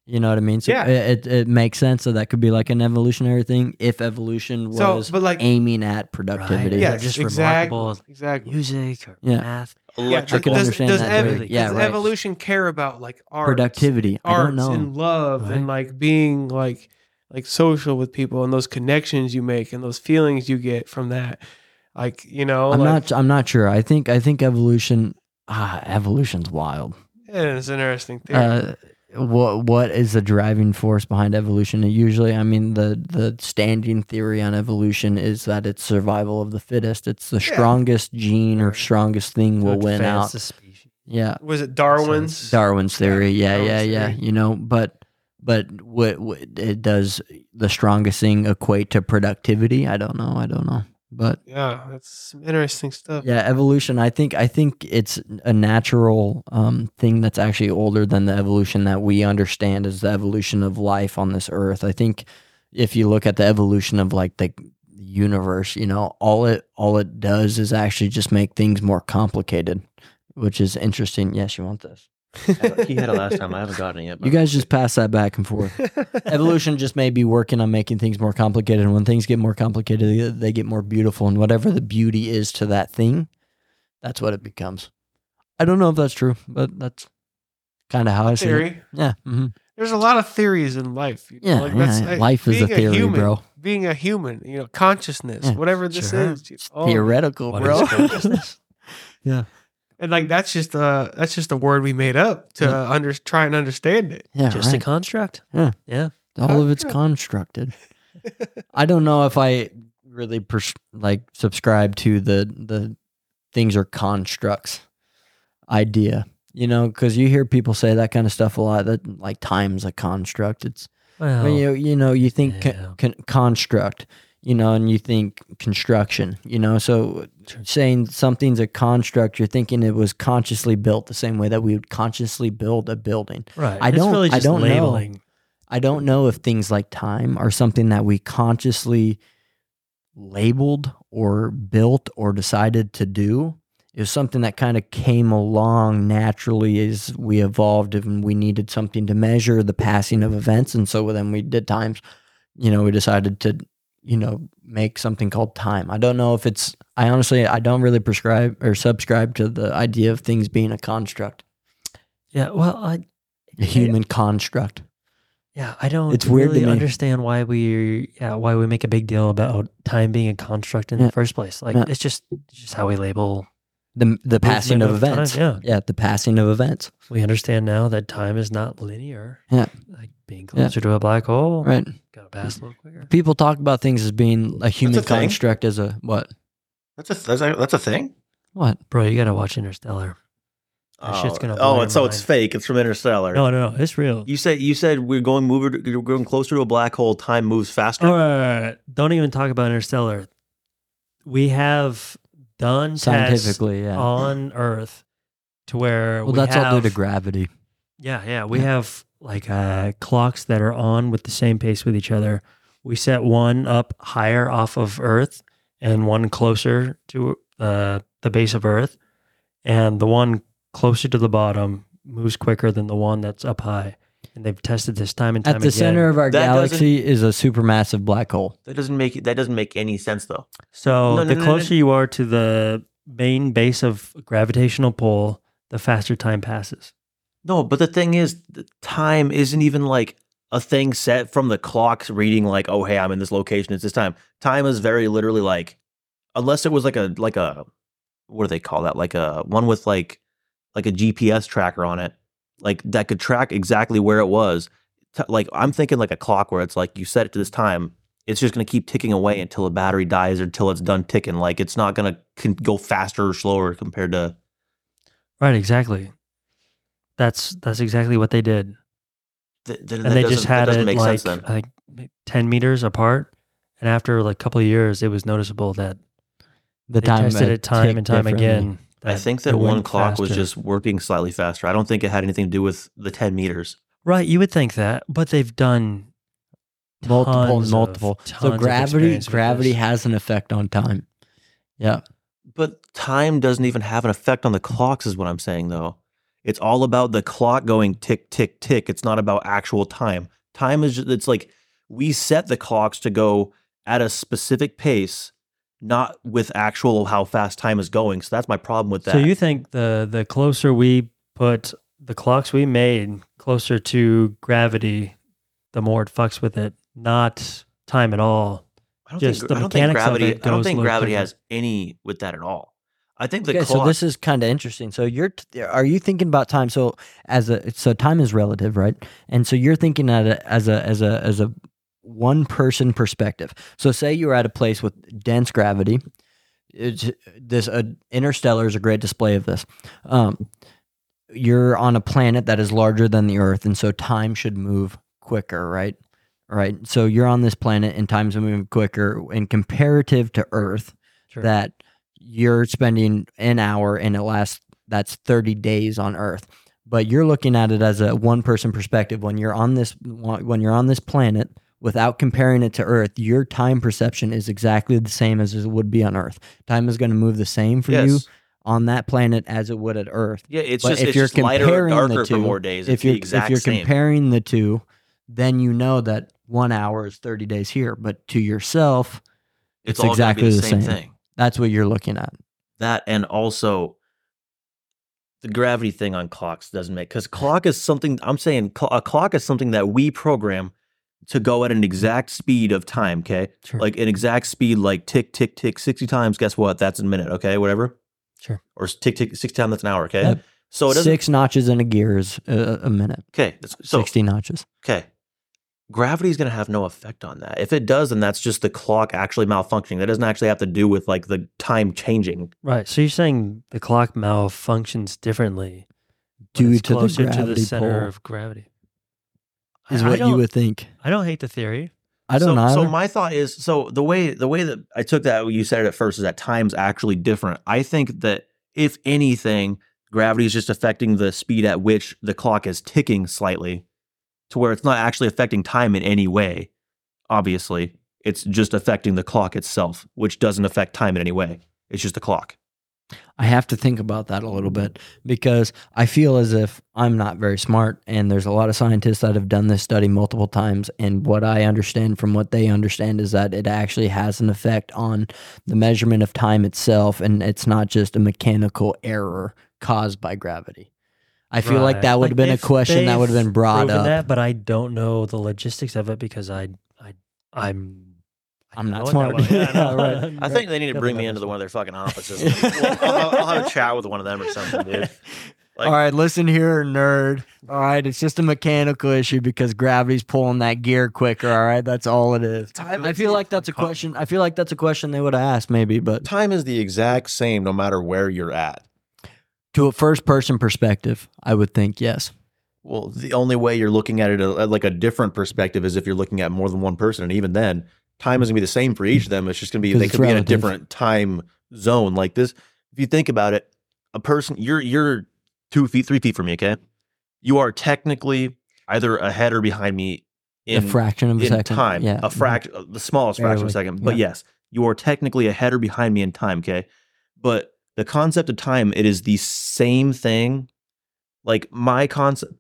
C: You know what I mean? So
A: Yeah.
C: it, it, it makes sense. So that could be like an evolutionary thing if evolution
A: So,
C: was
A: but like
C: aiming at productivity.
D: Right. Yeah.
A: yes,
D: just
A: exactly,
D: remarkable.
A: exactly.
D: Music or
C: Yeah.
D: math.
A: Yeah,
B: Electric.
C: could
A: does,
C: understand
A: does
C: that
A: ev-
D: very-
C: yeah,
A: does
C: right.
A: evolution care about like art,
C: Productivity. I
A: arts
C: don't know.
A: and love and like being like like social with people and those connections you make and those feelings you get from that. Like you know,
C: I'm
A: like,
C: not. I'm not sure. I think. I think evolution. Ah, evolution's wild.
A: Yeah, it's an interesting thing.
C: uh, what what is the driving force behind evolution? It usually, I mean, the the standing theory on evolution is that it's survival of the fittest. It's the
A: Yeah.
C: strongest gene or strongest thing will
D: to
C: win
D: advance
C: out.
D: the species.
C: Yeah,
A: Was it Darwin's?
C: Darwin's theory. Yeah, yeah,
A: Darwin's
C: yeah.
A: theory.
C: You know, but but what, what it does the strongest thing equate to productivity? I don't know. I don't know. But
A: yeah, that's some interesting stuff.
C: yeah, evolution. I think I think it's a natural um, thing that's actually older than the evolution that we understand as the evolution of life on this earth. I think if you look at the evolution of like the universe, you know, all it all it does is actually just make things more complicated, which is interesting. Yes, you want this.
B: he had it last time. I haven't gotten it yet.
C: You guys just pass that back and forth. evolution just may be working on making things more complicated and when things get more complicated they- they get more beautiful and whatever the beauty is to that thing that's what it becomes i don't know if that's true but that's kind of how i see it
A: theory.
C: yeah mhm.
A: There's a lot of theories in life. you know,
C: yeah,
A: like
C: yeah,
A: that's-
C: yeah.
A: I-
C: life is a
A: being
C: theory
A: human-
C: bro
A: Being a human, you know, consciousness,
C: Yeah,
A: whatever this
D: sure.
A: is, you oh,
C: it's
A: know, all-
C: theoretical
D: What
C: bro
D: is consciousness?
A: and like that's just uh that's just a word we made up to
B: Mm-hmm.
C: Yeah.
A: under try and understand it.
C: yeah
D: Just a
C: right.
D: construct.
C: all of it's
A: construct.
C: constructed i don't know if i really pers- like subscribe to the the things are constructs idea you know because you hear people say that kind of stuff a lot that like time's a construct it's
D: Well,
C: when you you know you think con-
D: Oh. yeah.
C: con- construct you know and you think construction you know so saying something's a construct you're thinking it was consciously built the same way that we would consciously build a building
D: right.
C: I
D: It's
C: don't-
D: really
C: I
D: just
C: don't know.
D: labeling.
C: I don't know if things like time are something that we consciously labeled or built or decided to do. It was something that kind of came along naturally as we evolved and we needed something to measure the passing of events. And so then we did times, you know, we decided to, you know, make something called time. I don't know if it's, I honestly, I don't really prescribe or subscribe to the idea of things being a construct,
D: Yeah. Well, I.
C: a human construct.
D: Yeah, I don't.
C: It's weird to
D: really
C: me.
D: understand why we. Yeah, why we make a big deal about time being a construct in
C: Yeah.
D: the first place. Like
C: Yeah.
D: it's just it's just how we label.
C: The, the passing of
D: movement of
C: events.
D: time,
C: yeah, the passing of events.
D: We understand now that time is not linear.
C: Yeah.
D: Like being
C: Yeah.
D: closer to a black hole.
C: Right.
D: Gotta pass a little quicker.
C: People talk about things as being a human
B: a thing.
C: construct as a what?
B: That's a that's a, that's a thing.
C: What?
D: Bro, you gotta watch Interstellar. That
B: oh,
D: shit's gonna blow
B: oh
D: your
B: and so it's
D: mind.
B: fake. It's from Interstellar.
D: No, no, no. It's real.
B: You said you said we're going mover. You're going closer to a black hole. Time moves faster.
D: All right, all right, all right. Don't even talk about Interstellar. we have done tests
C: scientifically. Yeah.
D: on Earth to where
C: well,
D: we
C: that's all
D: have,
C: due to gravity.
D: Yeah, yeah. We have like uh, clocks that are on with the same pace with each other. We set one up higher off of Earth and one closer to uh, the base of Earth. And the one closer to the bottom moves quicker than the one that's up high. And they've tested this time and time
C: At the
D: again.
C: center of our
B: That doesn't-
C: galaxy is a supermassive black hole.
B: That doesn't make that doesn't make any sense though. No,
D: So
B: no,
D: the
B: no, no,
D: closer
B: no.
D: you are to the main base of gravitational pull, the faster time passes.
B: No, but the thing is, the time isn't even like a thing set from the clocks reading like, oh hey, I'm in this location. It's this time. Time is very literally like, unless it was like a like a what do they call that? Like a one with like like a GPS tracker on it, like that could track exactly where it was. T- Like I'm thinking like a clock where it's like you set it to this time. It's just gonna keep ticking away until the battery dies or until it's done ticking. Like it's not gonna con- go faster or slower compared to.
D: Right, exactly. That's that's exactly what they did.
B: Th- th- that
D: and they just
B: doesn't- that
D: had
B: doesn't
D: it
B: make
D: like
B: sense then.
D: I think ten meters apart. And after like a couple of years, it was noticeable that
C: The
D: they
C: time
D: tested
C: uh,
D: it time
C: ticked
D: and time
C: differently.
D: again.
B: I think that
D: it went
B: one clock was
D: faster.
B: just working slightly faster. I don't think it had anything to do with the 10 meters.
D: right. You would think that, but they've done
C: multiple,
D: tons of-
C: multiple.
D: tons
C: So
D: of
C: gravity,
D: experience with
C: gravity
D: this.
C: has an effect on time. Yeah.
B: But time doesn't even have an effect on the clocks, is what I'm saying, though. It's all about the clock going tick, tick, tick. It's not about actual time. Time is, just, it's like we set the clocks to go at a specific pace, not with actual how fast time is going. So that's my problem with that.
D: So you think the the closer we put the clocks we made closer to gravity, the more it fucks with it, not time at all.
B: I don't
D: just
B: think,
D: the
B: I don't think
D: mechanics of
B: gravity,
D: it
B: I don't
D: goes
B: think
D: low
B: gravity
D: quicker.
B: has any with that at all. I think the
C: Okay,
B: clock.
C: so this is kind of interesting. So you're t- are you thinking about time? So as a so time is relative, right? And so you're thinking at a, as a as a as a one person perspective. So say you're at a place with dense gravity. It's, this uh, interstellar is a great display of this. Um, you're on a planet that is larger than the Earth, and so time should move quicker, right? Right. So you're on this planet, and time's moving quicker. And comparative to Earth,
D: Sure.
C: that you're spending an hour and it lasts that's 30 days on earth but you're looking at it as a one person perspective when you're on this when you're on this planet without comparing it to earth your time perception is exactly the same as it would be on earth time is going to move the same for you
B: Yes.
C: on that planet as it would at earth
B: Yeah, it's
C: But
B: just
C: if
B: it's
C: you're
B: just lighter or
C: comparing the
B: darker for
C: two,
B: more days.
C: if
B: It's
C: you're
B: the exact
C: if you're
B: same.
C: comparing the two, then you know that one hour is thirty days here, but to yourself, it's,
B: all gonna be
C: exactly the same.
B: thing.
C: That's what you're looking at.
B: That and also the gravity thing on clocks doesn't make because clock is something I'm saying cl- a clock is something that we program to go at an exact speed of time. Okay,
D: Sure.
B: like an exact speed, like tick tick tick sixty times. Guess what? That's a minute. Okay, whatever.
D: Sure.
B: Or s- tick tick sixty times. That's an hour. Okay.
C: Yep.
B: So it doesn't.
C: Six notches in a gear is a, a minute.
B: Okay. that's- So
C: 60 notches.
B: Okay. Gravity is going to have no effect on that. If it does, then that's just the clock actually malfunctioning. That doesn't actually have to do with like the time changing.
D: Right. So you're saying the clock malfunctions differently
C: Due
D: when it's
C: to the
D: closer to the
C: gravity
D: center
C: pull.
D: of gravity. I-
C: Is
D: I
C: what you
D: don't-
C: would think.
D: I don't hate the theory.
C: I don't
B: so,
C: know.
B: So my thought is, so the way the way that I took that you said it at first is that time's actually different. I think that if anything, gravity is just affecting the speed at which the clock is ticking slightly, to where it's not actually affecting time in any way. Obviously, it's just affecting the clock itself, which doesn't affect time in any way. It's just a clock.
C: I have to think about that a little bit because I feel as if I'm not very smart. And there's a lot of scientists that have done this study multiple times. And what I understand from what they understand is that it actually has an effect on the measurement of time itself. And it's not just a mechanical error caused by gravity. I feel like
D: Right.
C: that would have been a
D: if
C: question that would have been
D: they've
C: brought
D: proven
C: up.
D: That, but I don't know the logistics of it because I, I, I'm, I
C: I'm not
D: don't know what that
C: smart.
D: was. Yeah, I know.
C: Yeah, right.
B: I think they need to
D: Definitely
B: bring
D: not
B: me
D: that
B: into the,
D: smart.
B: one of their fucking offices. Well, I'll, I'll have a chat with one of them or something, dude. Like-
C: All right, listen here, nerd. All right, it's just a mechanical issue because gravity's pulling that gear quicker. All right, that's all it is.
B: Time
C: I
B: is
C: feel
B: the-
C: like that's a question. I feel like that's a question they would have asked, maybe, but
B: Time is the exact same no matter where you're at.
C: to a first person perspective, I would think yes.
B: uh, Well, the only way you're looking at it at like a different perspective is if you're looking at more than one person, and even then, time is gonna be the same for each of them. It's just gonna be
C: 'Cause
B: they
C: it's
B: could be in a
C: relative.
B: different time zone. Like this, if you think about it, a person you're you're two feet, three feet from me, okay? You are technically either ahead or behind me
C: a
B: in,
C: fraction of a
B: in
C: second.
B: time.
C: yeah,
B: A fraction the smallest fraction of
C: Barely,
B: a second. But
C: yeah.
B: yes, you are technically ahead or behind me in time, okay? But the concept of time, it is the same thing. Like my concept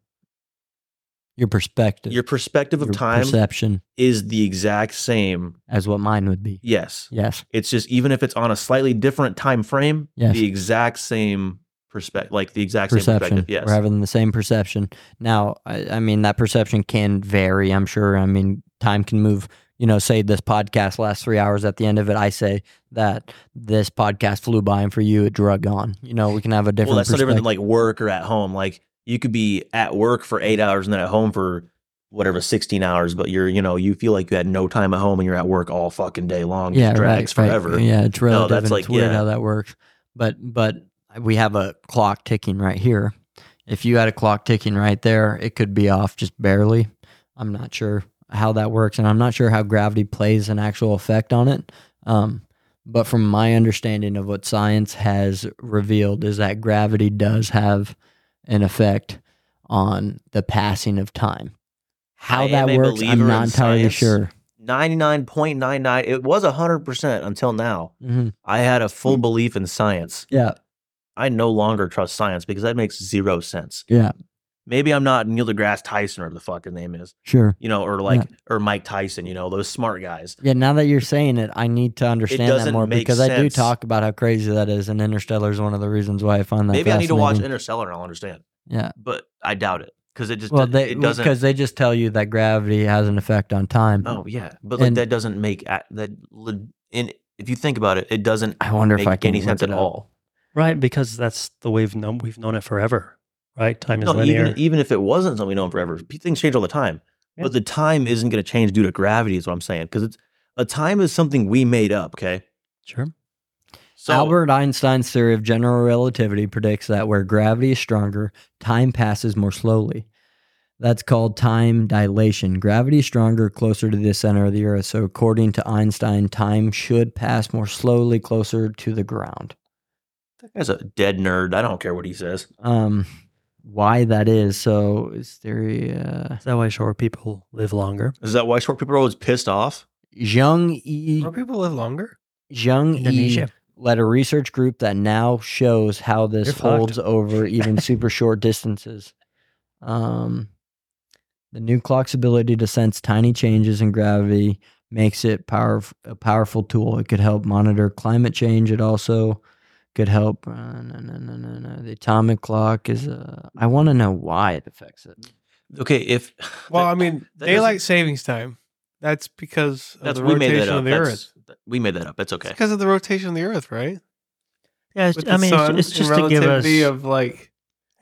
C: Your perspective,
B: your perspective of
C: your
B: time
C: perception,
B: is the exact same.
C: as what mine would be.
B: Yes.
C: Yes,
B: It's just even if it's on a slightly different time frame,
C: Yes.
B: the exact same perspective, like the exact same
C: perception.
B: perspective. Yes.
C: We're having the same perception. Now, I, I mean, that perception can vary. I'm sure. I mean, time can move. You know, say this podcast lasts three hours. At the end of it, I say that this podcast flew by, and for you, it drug on. You know, we can have a different.
B: well, that's no
C: perspective.
B: different than like work or at home. Like you could be at work for eight hours and then at home for whatever sixteen hours, but you're you know you feel like you had no time at home and you're at work all fucking day long. It
C: right,
B: drags
C: right.
B: forever.
C: Yeah, it's relative.
B: that's
C: and
B: like-
C: it's weird
B: yeah.
C: how that works. But but we have a clock ticking right here. If you had a clock ticking right there, it could be off just barely. I'm not sure how that works, and I'm not sure how gravity plays an actual effect on it. Um, but from my understanding of what science has revealed is that gravity does have an effect on the passing of time. How
B: I am
C: that
B: a
C: works,
B: believer
C: I'm
B: in
C: not entirely
B: science.
C: sure.
B: Ninety nine point nine nine. It was hundred percent until now.
C: Mhm.
B: I had a full belief in science.
C: Yeah,
B: I no longer trust science because that makes zero sense.
C: yeah,
B: Maybe I'm not Neil deGrasse Tyson or the fucking name is,
C: sure.
B: you know, or like or Mike Tyson, you know, those smart guys.
C: Yeah, now that you're saying it, I need to understand that
B: doesn't
C: more
B: make
C: because I do
B: sense.
C: talk about how crazy that is, and Interstellar is one of the reasons why I find that.
B: Maybe I need to watch
C: fascinating.
B: Interstellar and I'll understand,
C: Yeah,
B: but I doubt it because it just
C: well, they
B: it doesn't.
C: because they just tell you that gravity has an effect on time.
B: oh yeah, but like
C: and-
B: that doesn't make a- that le- in if you think about it, it doesn't
C: I wonder if
B: make
C: I can
B: any
C: look
B: sense
C: it
B: at
C: up.
B: all.
D: right? Because that's the way we've known we've known it forever, right? Time is
B: No,
D: linear.
B: even e even if it wasn't something we know forever, p- things change all the time.
D: Yeah.
B: But the time isn't going to change due to gravity, is what I'm saying. Because it's a time is something we made up. Okay,
D: sure.
B: so
C: Albert Einstein's theory of general relativity predicts that where gravity is stronger, time passes more slowly. That's called time dilation. Gravity is stronger closer to the center of the earth. So, according to Einstein, time should pass more slowly closer to the ground.
B: that guy's a dead nerd. I don't care what he says.
C: um why that is so is theory uh
D: Is that why short people live longer?
B: Is that why short people are always pissed off?
C: Jung E
A: More people live longer.
C: Jung E led a research group that now shows how
D: You're
C: this
D: fucked.
C: holds over even super short distances. Um the new clock's ability to sense tiny changes in gravity makes it power, a powerful tool. It could help monitor climate change. It also could help. Uh, no, no, no, no, no. The atomic clock is. Uh, I want to know why it affects it.
B: Okay, if
A: Well,
B: that-
A: I mean,
B: that
A: daylight
B: doesn't-
A: savings time. That's because of
B: that's
A: the
B: we made that
A: rotation
B: up.
A: of the
B: That's-
A: Earth.
B: that- we made that up. That's
A: It's
B: okay.
A: because of the rotation of the Earth, right?
D: Yeah,
A: With
D: it's, I
A: the
D: mean,
A: sun
D: it's, it's
A: and
D: just to give us.
A: relativity of like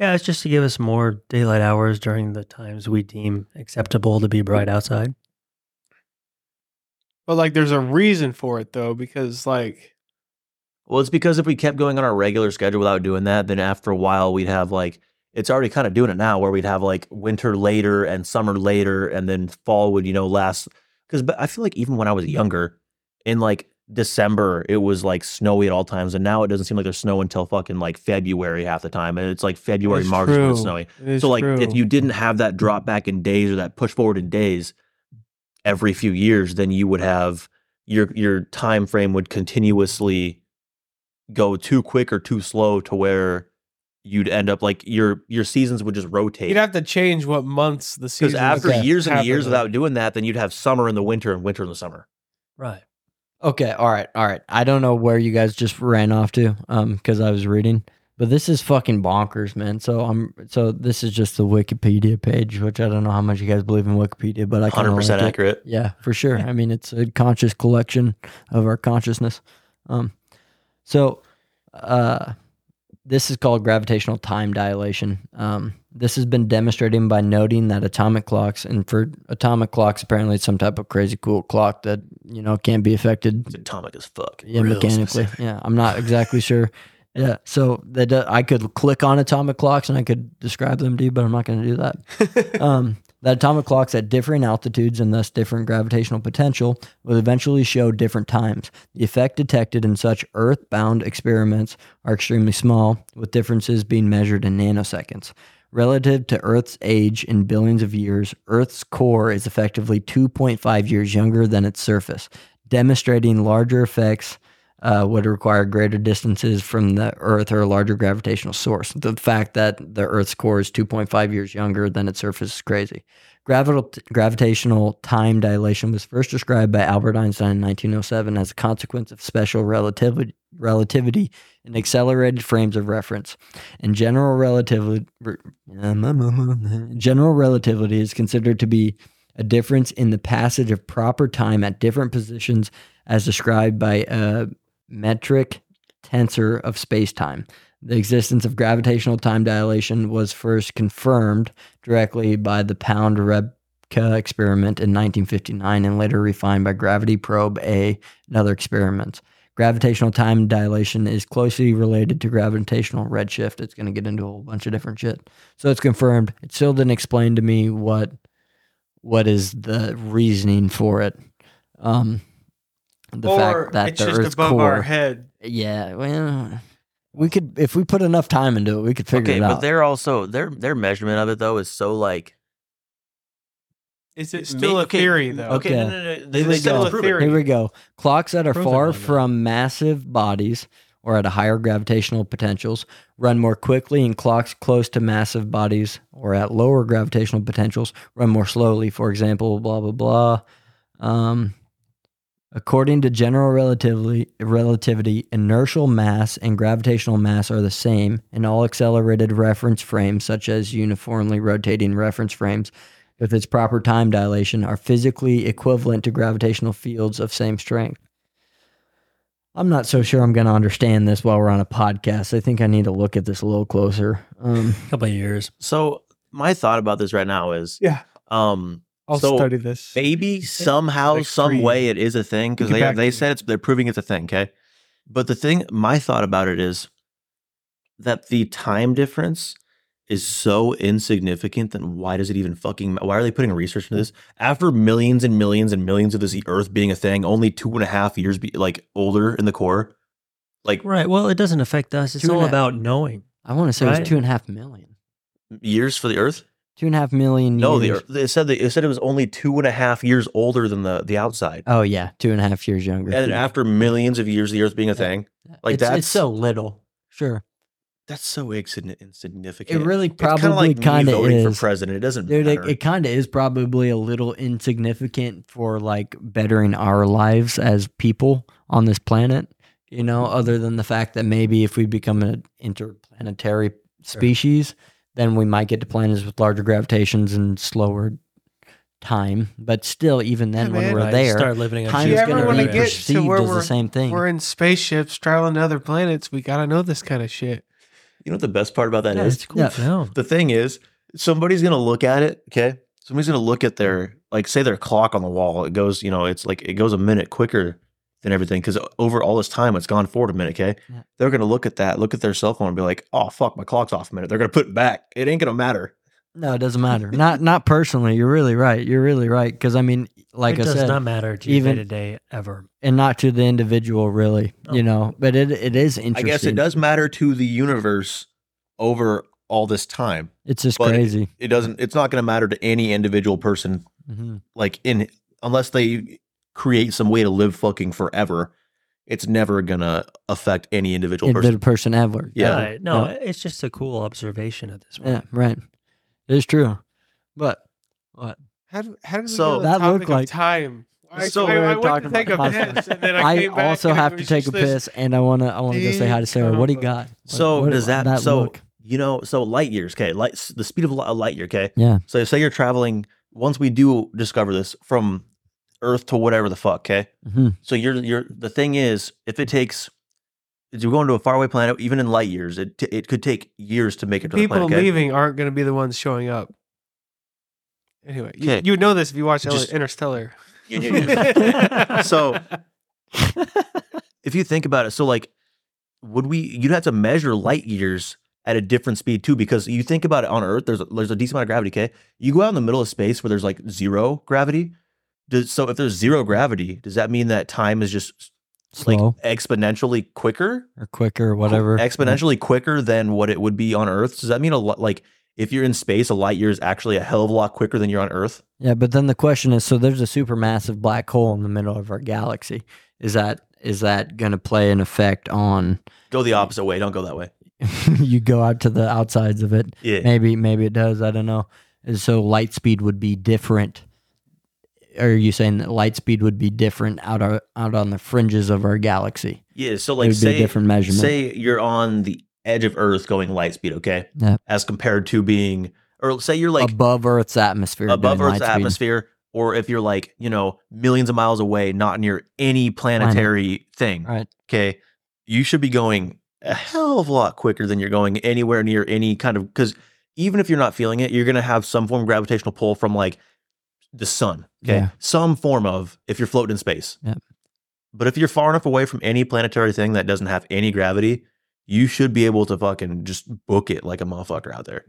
D: yeah, it's just to give us more daylight hours during the times we deem acceptable to be bright outside.
A: But like, there's a reason for it though, because like,
B: Well, it's because if we kept going on our regular schedule without doing that, then after a while we'd have like it's already kind of doing it now, where we'd have like winter later and summer later, and then fall would you know last because but I feel like even when I was younger, in like December it was like snowy at all times, and now it doesn't seem like there's snow until fucking like February half the time, and it's like February
A: It's
B: March when it's
A: true.
B: snowy.
A: it is
B: so like
A: true.
B: if you didn't have that drop back in days or that push forward in days every few years then you would have your your time frame would continuously go too quick or too slow to where you'd end up like your your seasons would just rotate
A: you'd have to change what months the
B: because
A: season.
B: after
C: okay,
B: years and
A: happen
B: years
A: in.
B: without doing that then you'd have summer in the winter and winter in the summer
D: Right.
C: Okay, all right, all right. I don't know where you guys just ran off to, um, because I was reading, but this is fucking bonkers, man. So I'm, so this is just the Wikipedia page, which I don't know how much you guys believe in Wikipedia, but I kind of
B: 100%
C: like it.
B: accurate
C: Yeah, for sure. I mean, it's a conscious collection of our consciousness. Um, so, uh, this is called gravitational time dilation. Um, this has been demonstrated by noting that atomic clocks, and for atomic clocks, apparently it's some type of crazy cool clock that you know can be affected
B: it's atomic as fuck
C: yeah,
D: Real
C: mechanically.
D: specific.
C: Yeah, I'm not exactly sure. Yeah, so that do- I could click on atomic clocks and I could describe them to you, but I'm not going to do that. um, The atomic clocks at differing altitudes and thus different gravitational potential will eventually show different times. The effect detected in such Earth bound experiments are extremely small, with differences being measured in nanoseconds. Relative to Earth's age in billions of years, Earth's core is effectively 2.5 years younger than its surface. Demonstrating larger effects uh, would require greater distances from the Earth or a larger gravitational source. The fact that the Earth's core is 2.5 years younger than its surface is crazy. Gravital, gravitational time dilation was first described by Albert Einstein in 1907 as a consequence of special relativity, relativity and accelerated frames of reference. And general relativity, general relativity is considered to be a difference in the passage of proper time at different positions as described by uh, a metric tensor of space-time. The existence of gravitational time dilation was first confirmed directly by the Pound-Rebka experiment in 1959 and later refined by Gravity Probe A and other experiments. Gravitational time dilation is closely related to gravitational redshift. It's going to get into a whole bunch of different shit. So it's confirmed. It still didn't explain to me what what is the reasoning for it. Um, the fact that
A: it's
C: the
A: just
C: Earth's
A: above
C: core,
A: our head.
C: yeah, well, we could if we put enough time into it, we could figure
B: okay,
C: it
B: but
C: out.
B: they're also their their measurement of it though is so like
A: Is it
B: may-
A: still a
B: okay,
A: theory though?
B: Okay,
C: Okay.
B: no, no, no, they,
C: Here we
B: they still
C: go.
B: prove it.
A: Theory.
C: Here we go. Clocks that are
D: Prove it,
C: far
D: Micah.
C: from massive bodies or at a higher gravitational potentials run more quickly, and clocks close to massive bodies or at lower gravitational potentials run more slowly. For example, blah blah blah. Um, according to general relativity, relativity, inertial mass and gravitational mass are the same in all accelerated reference frames, such as uniformly rotating reference frames with its proper time dilation are physically equivalent to gravitational fields of same strength. I'm not so sure I'm going to understand this while we're on a podcast. I think I need to look at this a little closer. Um,
D: A couple of years.
B: So my thought about this right now is
A: Yeah,
B: um
A: I'll
B: So,
A: study this.
B: maybe somehow
A: like
B: some
A: free.
B: way it is a thing because
A: Get
B: they
A: back
B: they
A: to
B: said it's they're proving it's a thing okay but the thing my thought about it is that the time difference is so insignificant then why does it even fucking why are they putting research into this after millions and millions and millions of this e, earth being a thing only two and a half years be, like older in the core like
D: Right. Well, it doesn't affect us. It's
C: Two and
D: all
C: a-
D: about knowing.
C: I want to say it
D: Right.
C: was two and a half million.
B: years for the earth
C: Two and a half million.
B: no the
C: years.
B: earth it said that it said it was only two and a half years older than the the outside
C: Oh, yeah. Two and a half years younger.
B: and after millions of years of the earth being a thing like
C: it's,
B: that's-
C: it's so little. Sure.
B: That's so insigni- insignificant.
C: It really
B: It's kinda
C: probably
B: me
C: kind of
B: voting
C: is.
B: for president. It doesn't
C: Dude, it,
B: matter.
C: it kind of is probably a little insignificant for like bettering our lives as people on this planet, you know,
A: Mm-hmm.
C: other than the fact that maybe if we become an interplanetary species, then we might get to planets with larger gravitations and slower time. But still, even then,
A: Yeah,
C: when
A: man.
C: we're
D: Right,
C: there,
D: Start living. on
C: time's
A: You
D: shit.
A: ever
C: going
A: wanna
C: to be
A: get to
C: perceived
A: where
C: as the
A: we're-
C: same thing.
A: We're in spaceships, traveling to other planets. We gotta know this kind of shit.
B: you know what the best part about that is?
D: Yeah, it's cool.
C: Yeah.
D: to know.
B: The thing is, somebody's gonna look at it. Okay, somebody's gonna look at their like say their clock on the wall. It goes, you know, it's like it goes a minute quicker than everything because over all this time it's gone forward a minute. Okay,
C: Yeah.
B: they're gonna look at that, look at their cell phone, and be like, "Oh fuck, my clock's off a minute." They're gonna put it back. It ain't gonna matter.
C: No, it doesn't matter. not not personally. You're really right. You're really right. Because I mean, like
D: it
C: I
D: does
C: said,
D: not matter to even
C: even-
D: today ever.
C: and not to the individual really you know but it it is
B: I
C: interesting
B: guess it does matter to the universe over all this time.
C: it's just
B: but it-
C: crazy
B: It doesn't. It's not gonna matter to any individual person
C: Mhm.
B: like in unless they create some way to live fucking forever, it's never gonna affect any individual
C: individual
B: person.
C: person ever
B: Yeah.
D: Right. No,
C: Yeah.
D: it's just a cool observation at this
C: yeah
D: point.
C: right it's true but
A: How did, how did we
B: So-
A: so
C: That
A: that
C: looked
A: topic
C: like-
A: of time? I,
C: So
A: I,
C: we were
A: I went
C: talking
A: to take a
C: about
A: piss, and then I,
C: i,
A: came back
C: also
A: and it
C: have to
A: was
C: take a
A: just this-
C: piss and i want to i want to go say hi to
A: Dude,
C: sarah what do you
A: son of
C: got
B: So
C: What-
B: does
C: what-
B: that, so
C: look?
B: you know, so light years, okay, light the speed of li- a light year, okay.
C: Yeah.
B: So say you're traveling. Once we do discover this from Earth to whatever the fuck, okay.
C: Mhm.
B: So you're you're the thing is, if it takes, if you're going to a faraway planet, even in light years, it t- it could take years to make it to the
A: People
B: planet. okay?
A: leaving aren't going to be the ones showing up. Anyway, you,
B: Okay.
A: you know this if you watch
B: Just-
A: Interstellar.
B: Yeah, yeah, yeah. so if you think about it, so like, would we? You'd have to measure light years at a different speed too, because you think about it on Earth, there's a, there's a decent amount of gravity. Okay, you go out in the middle of space where there's like zero gravity. Does, so if there's zero gravity, does that mean that time is just like
C: slow
B: exponentially quicker?
C: or quicker or whatever.
B: Exponentially quicker than what it would be on Earth. Does that mean a lot? Like if you're in space, a light year is actually a hell of a lot quicker than you're on Earth.
C: Yeah, but then the question is: so there's a supermassive black hole in the middle of our galaxy. Is that is that going to play an effect on
B: Go the opposite way. Don't go that way.
C: you go out to the outsides of it?
B: Yeah.
C: Maybe maybe it does. I don't know. And so light speed would be different. Are you saying that light speed would be different out of, out on the fringes of our galaxy?
B: Yeah. So
C: it
B: like
C: would be a
B: say
C: different measurement.
B: say you're on the edge of Earth going light speed. Okay.
C: Yeah.
B: As compared to being, or say you're like
C: above Earth's atmosphere.
B: above
C: doing
B: Earth's
C: light speed.
B: atmosphere, or if you're like, you know, millions of miles away, not near any planetary thing.
C: Right.
B: Okay. You should be going a hell of a lot quicker than you're going anywhere near any kind of because even if you're not feeling it, you're gonna have some form of gravitational pull from like the sun. Okay.
C: Yeah.
B: Some form of if you're floating in space.
C: Yep.
B: But if you're far enough away from any planetary thing that doesn't have any gravity, you should be able to fucking just book it like a motherfucker out there.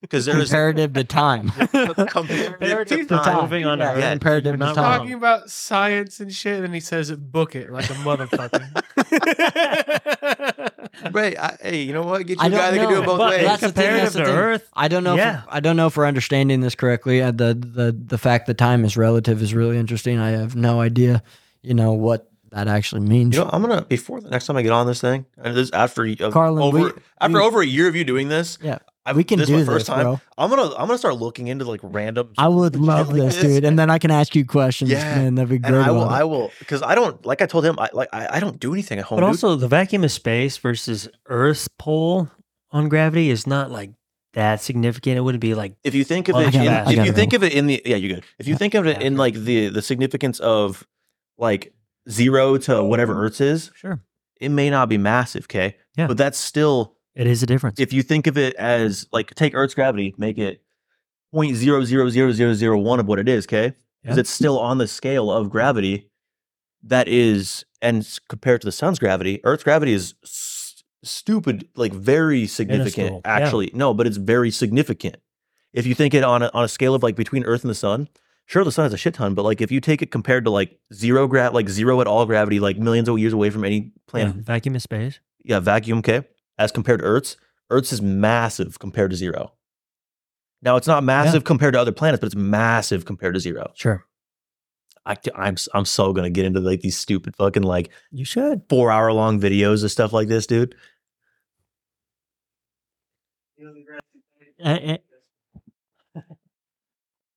B: Because there is
C: Comparative to time.
B: Comparative to time.
D: Moving on to Earth.
C: Comparative to
D: Not
C: time.
A: talking about science and shit, and he says, "Book it like a motherfucker."
B: Right. I, hey, you know what? Get
C: I
B: you a
C: don't
B: guy that can do
C: know,
B: it both
C: but
B: ways.
C: that's the thing,
D: comparative
C: that's the
D: to
C: thing.
D: Earth.
C: I don't know.
D: Yeah.
C: If, I don't know if we're understanding this correctly. Uh, the the the fact that time is relative is really interesting. I have no idea, you know, what that actually means.
B: you know, I'm gonna before the next time I get on this thing, and this after uh,
C: Carlin,
B: over
C: we-
B: after
C: we-
B: over a year of you doing this,
C: Yeah,
B: I've,
C: we can
B: this
C: do
B: my
C: this,
B: first time.
C: bro.
B: I'm gonna I'm gonna start looking into like random.
C: I would love
B: like
C: this,
B: this?
C: dude, and then I can ask you questions.
B: Yeah,
C: man, that'd be
B: and
C: great.
B: I will
C: about it.
B: I will because I don't like I told him I like I, I don't do anything at home.
D: But
B: dude.
D: also, the vacuum of space versus Earth's pull on gravity is not like that significant. It wouldn't be like
B: if you think of
D: Well, I
B: it,
D: gotta-
B: in,
D: I
B: if
C: gotta
B: you
C: go.
B: think of it in the yeah, you're good. If you think of it in like the the significance of like zero to whatever Earth's is,
D: sure
B: it may not be massive, okay?
D: Yeah.
B: But that's still
D: it is a difference.
B: if you think of it as like take Earth's gravity, make it 0.000001 of what it is, okay? Because
D: Yeah.
B: it's still on the scale of gravity. That is, and s- compared to the sun's gravity, Earth's gravity is s- stupid, like very significant.
D: Minuscule, yeah.
B: Actually, no, but it's very significant. If you think it on a, on a scale of like between Earth and the sun, sure, the sun is a shit ton, but like if you take it compared to like zero gra- like zero at all gravity, like millions of years away from any
D: yeah,
B: planet,
D: vacuum of space.
B: yeah, vacuum, okay, as compared to Earth's, Earth's is massive compared to zero. Now, it's not massive compared to other planets, but it's massive compared to zero.
D: Sure,
B: I, am I'm so going to get into like these stupid fucking like
D: you should.
B: four hour long videos of stuff like this, dude.
D: I-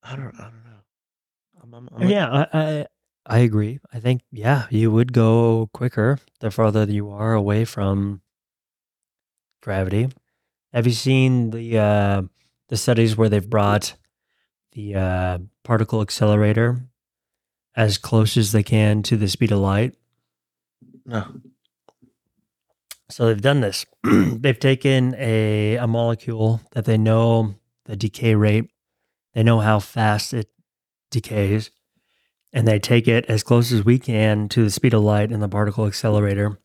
B: I don't, I don't know. I'm, I'm,
D: I- yeah, I, I I agree. I think yeah, you would go quicker the farther you are away from gravity. Have you seen the uh, the studies where they've brought the uh, particle accelerator as close as they can to the speed of light?
B: No.
D: So they've done this. they've taken a, a molecule that they know the decay rate, they know how fast it decays, and they take it as close as we can to the speed of light in the particle accelerator.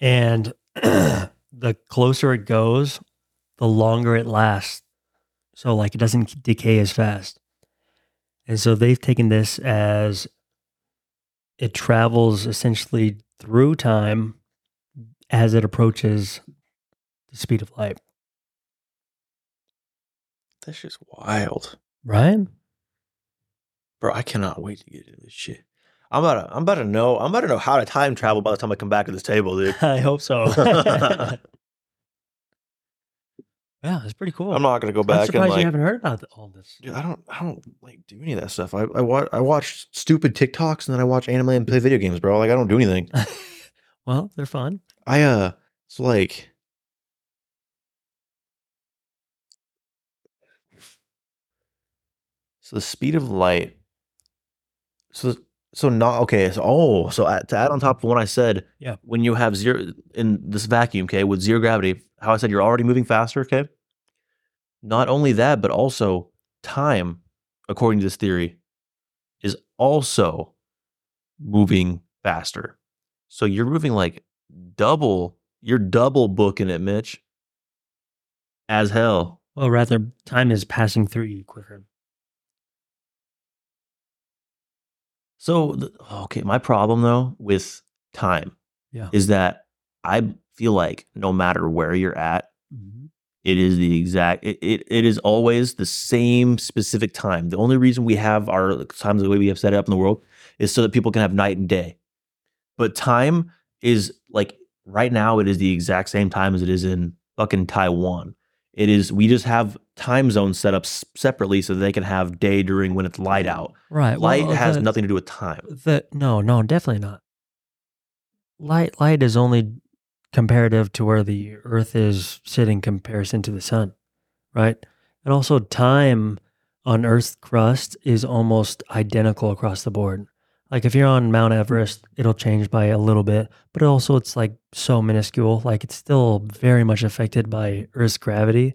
D: And the closer it goes, the longer it lasts. So, like, it doesn't decay as fast. And so they've taken this as it travels essentially through time as it approaches the speed of light.
B: That's just wild.
D: Right?
B: Bro, I cannot wait to get into this shit. I'm about to, I'm about to know, I'm about to know how to time travel by the time I come back to this table, dude.
D: I hope so. yeah, it's pretty cool.
B: I'm not going to go
D: I'm
B: back
D: surprised
B: and like,
D: you haven't heard about all this.
B: Dude, I don't, I don't like do any of that stuff. I, I watch, I watch stupid TikToks and then I watch anime and play video games, bro. Like I don't do anything.
D: well, they're fun.
B: I uh, it's like, so the speed of light. So, so not okay. So oh, so at, to add on top of what I said,
D: Yeah.
B: When you have zero in this vacuum, okay, with zero gravity, how I said you're already moving faster, okay. Not only that, but also time, according to this theory, is also moving faster. So you're moving like double You're double booking it, Mitch. As hell.
D: Well, rather, time is passing through you quicker.
B: So, th- okay, my problem though with time
D: Yeah.
B: is that I feel like no matter where you're at, it is the exact it, it, it is always the same specific time the only reason we have our times the way we have set it up in the world is so that people can have night and day but time is like right now it is the exact same time as it is in fucking taiwan it is we just have time zones set up s- separately so they can have day during when it's light out
D: Right.
B: light
D: well, uh,
B: has
D: the-
B: nothing to do with time
D: The no, no, definitely not. Light, light is only comparative to where the Earth is sitting comparison to the Sun, right? And also, time on Earth's crust is almost identical across the board. Like if you're on Mount Everest, it'll change by a little bit, but also it's like so minuscule. Like it's still very much affected by Earth's gravity.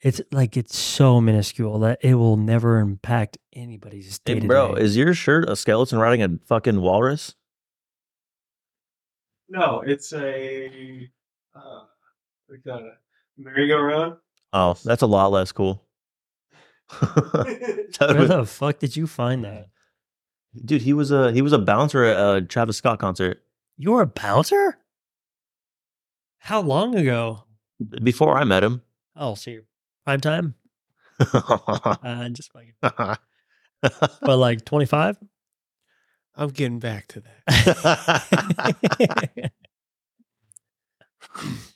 D: It's like it's so minuscule that it will never impact anybody's day.
B: Hey,
D: to
B: bro
D: day.
B: is your shirt a skeleton riding a fucking walrus
A: No, it's a uh, like a merry-go-round.
B: oh that's a lot less cool That
D: Where
B: was-
D: the fuck did you find that?
B: Dude, he was a he was a bouncer at a Travis Scott concert
D: You were a bouncer? How long ago?
B: before I met him.
D: Oh, so you're prime time? Uh, just fucking, but like 25?
A: I'm getting back to that.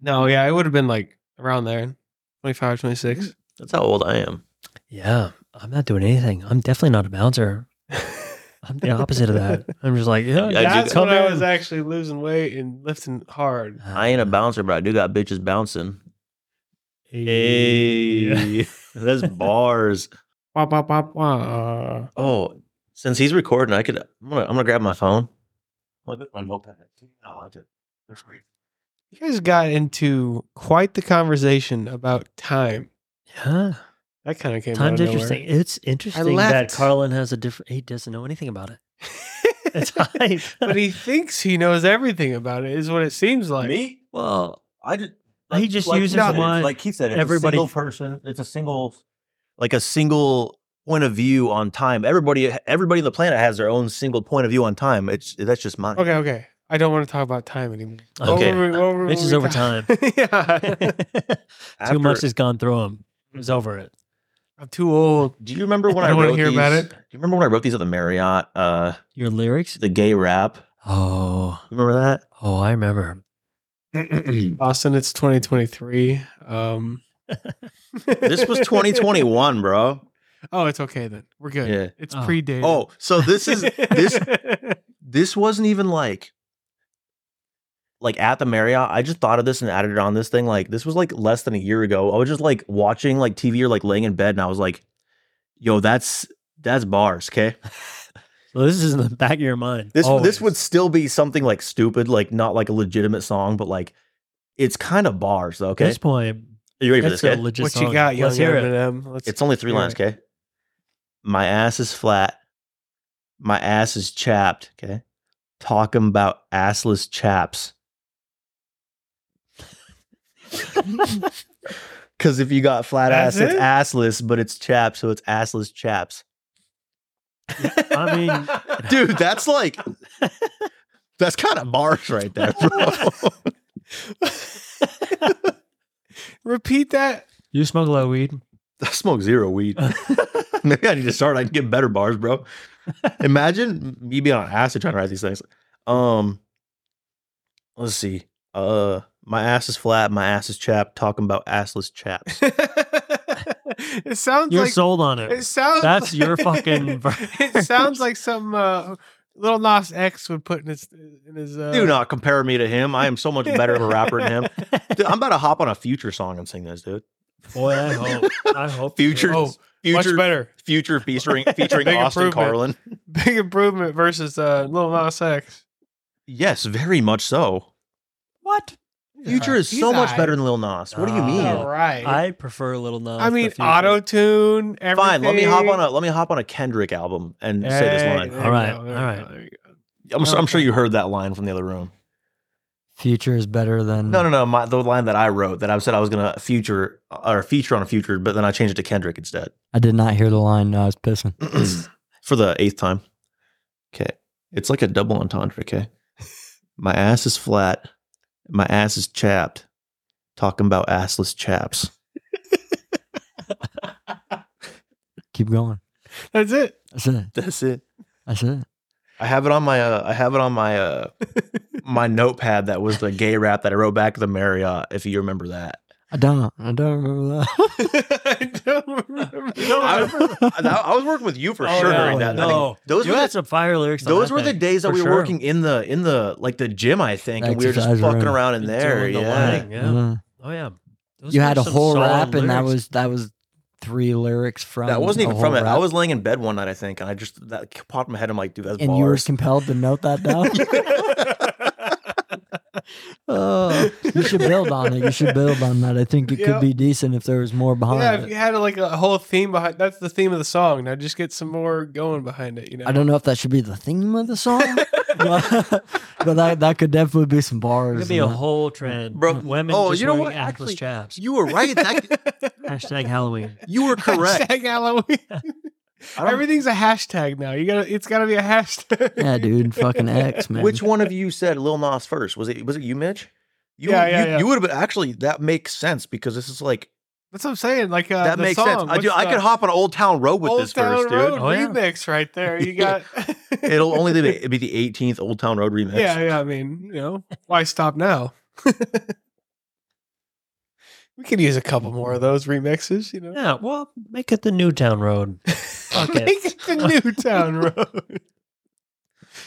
A: No, yeah, it would have been like around there, 25, 26.
B: That's how old I am.
D: yeah, I'm not doing anything. I'm definitely not a bouncer. I'm the opposite of that. I'm just like,
B: Yeah, I
D: yeah,
B: do
A: That's
B: got-
A: when I
D: come
A: was
D: in.
A: actually losing weight and lifting hard.
B: I ain't a bouncer, but I do got bitches bouncing. Hey, that's bars.
A: Wah, wah, wah, wah.
B: Oh, since he's recording, I could. I'm gonna, I'm gonna grab my phone. Look at my notepad. I like it. That's great.
A: You guys got into quite the conversation about time.
D: Yeah.
A: That kind of came
D: Time's
A: out of nowhere.
D: interesting. It's interesting that
A: left.
D: Carlin has a different, he doesn't know anything about it. It's hype.
A: but he thinks he knows everything about it. Is what it seems like.
B: Me? Well, I did.
D: He just uses
B: said, it's-
D: one-
B: Like he said, it's
D: everybody-
B: a single person. It's a single, like a single point of view on time. Everybody, everybody on the planet has their own single point of view on time. It's that's just mine.
A: Okay, okay. I don't want to talk about time anymore. What
B: Okay.
A: were we- what were
D: Mitch
A: we
D: is over
A: talking-
D: time.
A: yeah,
D: Too much
B: After- Mm-hmm.
D: has gone through him. He's over it.
A: I'm too old.
B: do you remember when
A: I
B: I,
A: don't wanna
B: wrote
A: hear
B: these,
A: about it.
B: Do you remember when I wrote these at the Marriott? Uh,
D: Your lyrics?
B: the gay rap.
D: Oh,
B: You remember that?
D: oh, I remember.
B: Hmm.
A: Austin, it's 2023. Um,
B: This was 2021, bro.
A: Oh, it's okay then. We're good.
B: Yeah.
A: It's
D: Oh.
A: predated.
B: Oh, so this is this this wasn't even like like at the Marriott. I just thought of this and added it on this thing. Like this was like less than a year ago. I was just like watching like TV or like laying in bed, and I was like, "Yo, that's that's bars." Okay,
D: So this is in the back of your mind. Oh,
B: this
D: always.
B: this would still be something like stupid, like not like a legitimate song, but like it's kind of bars. though,
D: At
B: Okay,
D: this point,
B: are you ready for
D: that's
B: this?
D: a
B: Okay,
D: legit
A: what you
D: song.
A: got, young
D: Let's hear it.
A: Eminem? Let's,
B: it's only three
A: hear
B: lines.
A: it.
B: Okay, my ass is flat. My ass is chapped. Okay, talking about assless chaps. Because if you got flat
A: That's
B: ass, it's assless, but it's chaps, so it's assless chaps.
D: I mean,
B: Dude, that's like, that's kind of bars right there, bro.
A: repeat that.
D: you smoke a lot of weed.
B: I smoke zero weed. Maybe I need to start. I can get better bars, bro. Imagine me being on acid trying to write these things. Um, let's see. Uh, my ass is flat. My ass is chapped. Talking about assless chaps.
A: it sounds
D: You're
A: like
D: sold on
A: it
D: it.
A: sounds.
D: That's
A: like-
D: your fucking
A: it
D: verse.
A: sounds like some uh, little Nas X would put in his in his. Uh,
B: Do not compare me to him. I am so much better of a rapper than him. Dude, I'm about to hop on a future song and sing this, dude.
D: Boy, I hope. I hope.
B: Future,
A: Oh, much
B: future,
A: better.
B: future featuring featuring
A: Big
B: Austin
A: improvement.
B: Carlin.
A: Big improvement versus uh, Little Nas X.
B: Yes, very much so.
D: What?
B: Future is
A: He's
B: so much
A: aight.
B: better than Lil Nas. What do you
D: Nah.
B: mean?
A: All right. I,
D: I prefer Little Nas. to
A: mean,
D: Future.
A: auto tune.
B: Fine, let me hop on a let me hop on a Kendrick album and say this line.
D: All right, all right.
B: I'm, s- I'm sure you heard that line from the other room.
C: Future is better than
B: No, no, no. My, the line that I wrote that I said I was gonna future uh, or feature on a future, but then I changed it to Kendrick instead
C: I did not hear the line. No, I was pissing.
B: Hmm. for the eighth time. Okay, it's like a double entendre. Okay, my ass is flat. My ass is chapped. Talking about assless chaps.
C: Keep going.
A: That's it.
C: That's it.
B: That's it.
C: That's it.
B: I have it on my uh, I have it on my uh, my notepad that was the gay rap that I wrote back at the Marriott. If you remember that,
C: I don't. I don't remember that.
A: I don't remember.
B: I, I was working with you for
D: Oh,
B: sure
D: yeah.
B: during that. night.
D: No.
B: those
D: you
B: were
D: had
B: the,
D: some fire lyrics. on
B: those
D: that
B: were the
D: thing.
B: days that
D: for
B: we were
D: sure.
B: working in the in the like the gym, I think, and we were just
C: Exercise
B: fucking
C: room.
B: around in
D: Doing
B: there.
D: the
B: yeah,
D: lining, yeah.
C: Mm.
D: Oh yeah. Those
C: You
D: were
C: had a
D: some
C: whole
D: solid
C: rap, and that
D: lyrics.
C: was that was three lyrics from.
B: that wasn't
C: a
B: even from
C: whole
B: it. I
C: rap,
B: was laying in bed one night, I think, and I just that popped in my head. I'm like, dude, that's
C: and you were
B: bars.
C: compelled to note that down. oh, you should build on it. You should build on that. I think it
A: Yeah.
C: could be decent if there was more behind
A: yeah,
C: it.
A: if you had like a whole theme behind that's the theme of the song. Now just get some more going behind it, you know.
C: I don't know if that should be the theme of the song, but, but that that could definitely be some
D: It
C: bars.
D: could be
C: in
D: a
C: it.
D: whole trend. Mm-hmm.
B: Bro,
D: women
B: oh,
D: just
B: you know
D: wearing
B: what?
D: assless
B: Actually-
D: chaps.
B: you were right. That,
D: Hashtag Halloween.
B: you were correct.
A: Hashtag Halloween.
B: I don't-
A: Everything's a hashtag now. You gotta it's gotta be a hashtag.
C: yeah, dude, fucking X man.
B: Which one of you said Lil Nas first? Was it was it you, Mitch? You,
A: Yeah,
B: you,
A: yeah, yeah.
B: you would have been actually that makes sense because this is like
A: That's what I'm saying. Like uh,
B: that
A: the
B: makes
A: song,
B: sense. I,
A: what's
B: do, I
A: the
B: could hop on Old Town Road with
A: Old
B: this
A: Town
B: first, dude.
A: Road
D: Oh, yeah.
A: remix right there. You got
B: It'll only be, it'd be the 18th Old Town Road remix.
A: Yeah, yeah. I mean, you know, why stop now? we could use a couple more of those remixes, you know.
D: Yeah, well, make it the Newtown Road. Fuck it.
A: Make it the Newtown Road.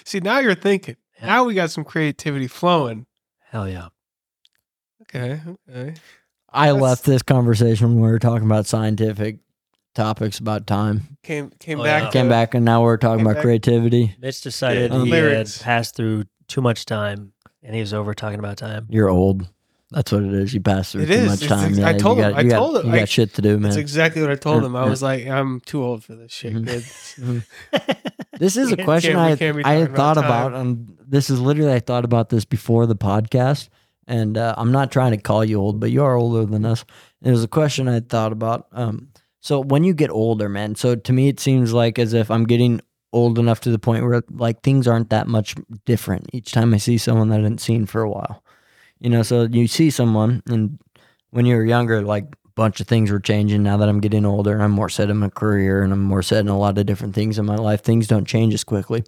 A: See, now you're thinking. Now we got some creativity flowing.
D: Hell yeah.
A: Okay, okay.
C: I
A: That's-
C: left this conversation when we were talking about scientific topics about time.
A: Came came
D: Oh,
A: back.
D: yeah.
A: to-
C: Came back and now we're talking
A: Came
C: about
A: back-
C: creativity.
D: Mitch decided
A: Yeah.
D: he
A: Lyrics.
D: had passed through too much time, and he was over talking about time.
C: You're old. That's what it is. You pass through
A: It
C: too
A: is.
C: much
A: It's
C: time.
A: ex-
C: yeah,
A: I told
C: you
A: him.
C: got,
A: I
C: you
A: told
C: got,
A: him.
C: You
A: I-
C: got shit to do,
A: That's
C: man. Mm-hmm.
A: exactly what I told him. I
C: Yeah.
A: was like, I'm too old for this shit,
C: Mhm.
A: kids.
C: this is
A: we
C: a
A: can't-
C: question
A: we
C: I
A: can't be
C: I had
A: talking about
C: thought
A: time.
C: about, and this is literally I thought about this before the podcast. And uh, I'm not trying to call you old, but you are older than us. And it was a question I had thought about. Um, so when you get older, man, so to me it seems like as if I'm getting old enough to the point where like things aren't that much different each time I see someone that I hadn't seen for a while. You know, so you see someone, and when you were younger, like a bunch of things were changing. Now that I'm getting older, and I'm more set in my career, and I'm more set in a lot of different things in my life. Things don't change as quickly.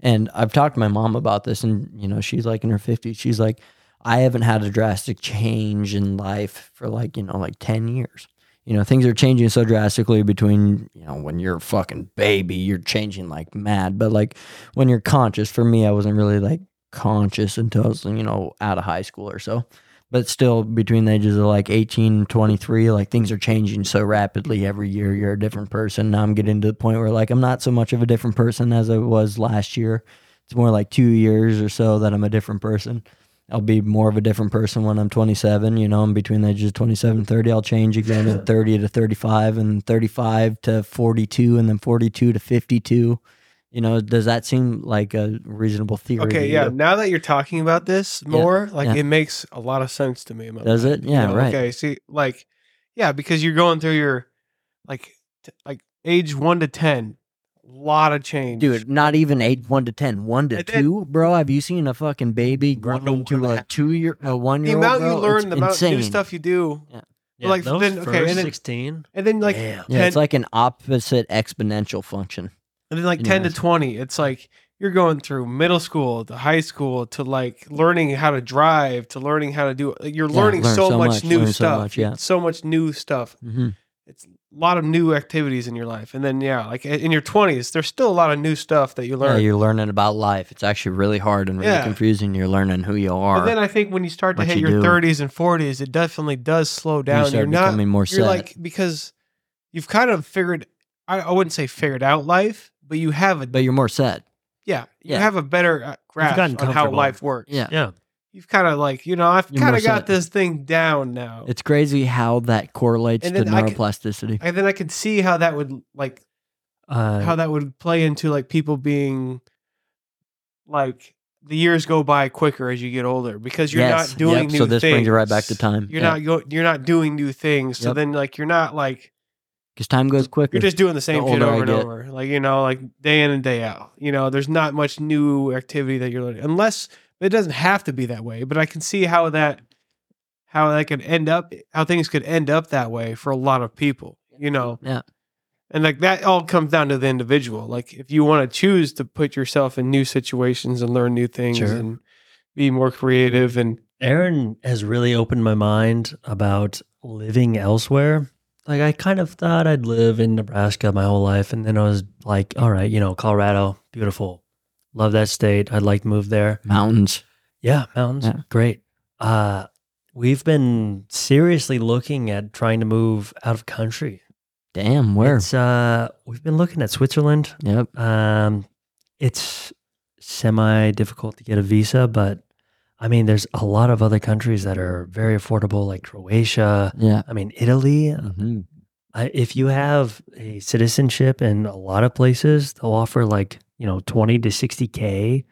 C: And I've talked to my mom about this, and you know, she's like in her 50s. She's like, I haven't had a drastic change in life for like you know, like 10 years. You know, things are changing so drastically between, you know, when you're a fucking baby, you're changing like mad. But like when you're conscious, for me, I wasn't really like conscious until I was, you know, out of high school or so. But still, between the ages of like 18 and 23, like things are changing so rapidly every year. You're a different person. Now I'm getting to the point where like I'm not so much of a different person as I was last year. It's more like two years or so that I'm a different person. I'll be more of a different person when I'm 27. You know, I'm between the ages of 27 and 30. I'll change again at 30 to 35 and 35 to 42 and then 42 to 52. You know, does that seem like a reasonable theory? to
A: Okay,
C: you?
A: yeah. Now that you're talking about this more, like
C: yeah.
A: it makes a lot of sense to me. in my
C: Does
A: mind,
C: it? Yeah, right.
A: Okay, see, like, yeah, because you're going through your, like, t- like age one to ten, lot of change,
C: Dude, not even eight, one to ten, one to
A: And then-
C: two, bro. Have you seen a fucking baby grow
B: One to one
C: into
B: and a
C: a
B: half.
C: two year, a one
A: The
C: year old?
A: amount you
C: bro,
A: learn,
C: it's
A: the amount
C: insane.
A: new stuff you do,
D: Yeah,
A: Like,
D: those
A: then-
D: first
A: okay, and then-
D: 16.
A: and then like,
D: Damn.
C: Yeah, it's
A: ten-
C: like an opposite exponential function.
A: and then like
C: you
A: ten
C: know,
A: to twenty, it's like you're going through middle school to high school to like learning how to drive to learning how to do. You're
C: Yeah,
A: learning
C: learn
A: so,
C: so
A: much,
C: much,
A: new
C: learn so
A: stuff.
C: much, yeah.
A: so much new stuff.
C: Mm-hmm.
A: it's a lot of new activities in your life. And then yeah, like in your twenties, there's still a lot of new stuff that you
C: Yeah,
A: learn.
C: you're learning about life. It's actually really hard and really
A: Yeah.
C: confusing. You're learning who you are.
A: but then I think when you start to
C: what
A: hit
C: you
A: your
C: do.
A: thirties and forties, it definitely does slow
C: you
A: down.
C: start
A: are not
C: becoming more
A: you're
C: set.
A: like because you've kind of figured I, I wouldn't say figured out life, but you have a
C: but you're more set.
A: yeah, you
C: yeah.
A: have a better uh,
D: gotten
A: grasp on how
D: comfortable.
A: life works.
C: Yeah.
D: Yeah.
A: You've kind of like you know I've
C: You're
A: kind
C: more
A: of got
C: set.
A: this thing down now,
C: It's crazy how that correlates
A: And
C: to
A: then I can-
C: neuroplasticity.
A: and then I can see how that would like
D: Uh,
A: how that would play into like people being like the years go by quicker as you get older because you're
C: Yes.
A: not doing
C: Yep.
A: new
C: So this
A: things.
C: brings you right back to time.
A: You're not go, you're not doing new things. So
C: Yep.
A: then like you're not like
C: because time goes quicker.
A: you're just doing the same shit
C: older I
A: over and
C: get.
A: over. Like, you know, like day in and day out. You know, there's not much new activity that you're learning. Unless it doesn't have to be that way, but I can see how that how that could end up how things could end up that way for a lot of people, you know.
C: Yeah.
A: And like that all comes down to the individual. Like if you want to choose to put yourself in new situations and learn new things
D: Sure.
A: and be more creative and
D: Aaron has really opened my mind about living elsewhere. Like I kind of thought I'd live in Nebraska my whole life, and then I was like, all right, you know, Colorado, beautiful, love that state. I'd like to move there.
C: mountains.
D: Yeah, mountains,
C: Yeah.
D: great. Uh, we've been seriously looking at trying to move out of country.
C: Damn, where?
D: It's, uh, we've been looking at Switzerland,
C: Yep.
D: um, it's semi difficult to get a visa, but I mean, there's a lot of other countries that are very affordable, like Croatia.
C: Yeah.
D: I mean, Italy.
C: hmm
D: I, if you have a citizenship in a lot of places, they'll offer like you know twenty to sixty k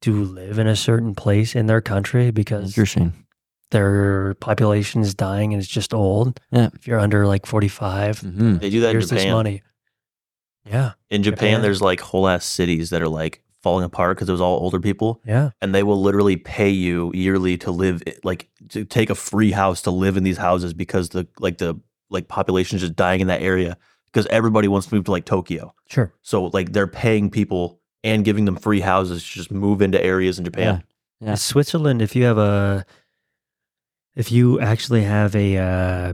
D: to live in a certain place in their country because
C: Interesting.
D: their population is dying and it's just old.
C: Yeah.
D: If you're under like forty five,
C: hmm
B: They do that in
D: here's this
B: Japan.
D: money. Yeah,
B: In Japan,
D: Japan.
B: there's like whole ass cities that are like falling apart because it was all older people,
D: yeah.
B: and they will literally pay you yearly to live like to take a free house to live in these houses because the like the like population is just dying in that area because everybody wants to move to like Tokyo.
D: Sure.
B: So like they're paying people and giving them free houses to just move into areas in Japan.
C: Yeah.
D: In Switzerland, if you have a, if you actually have a, uh,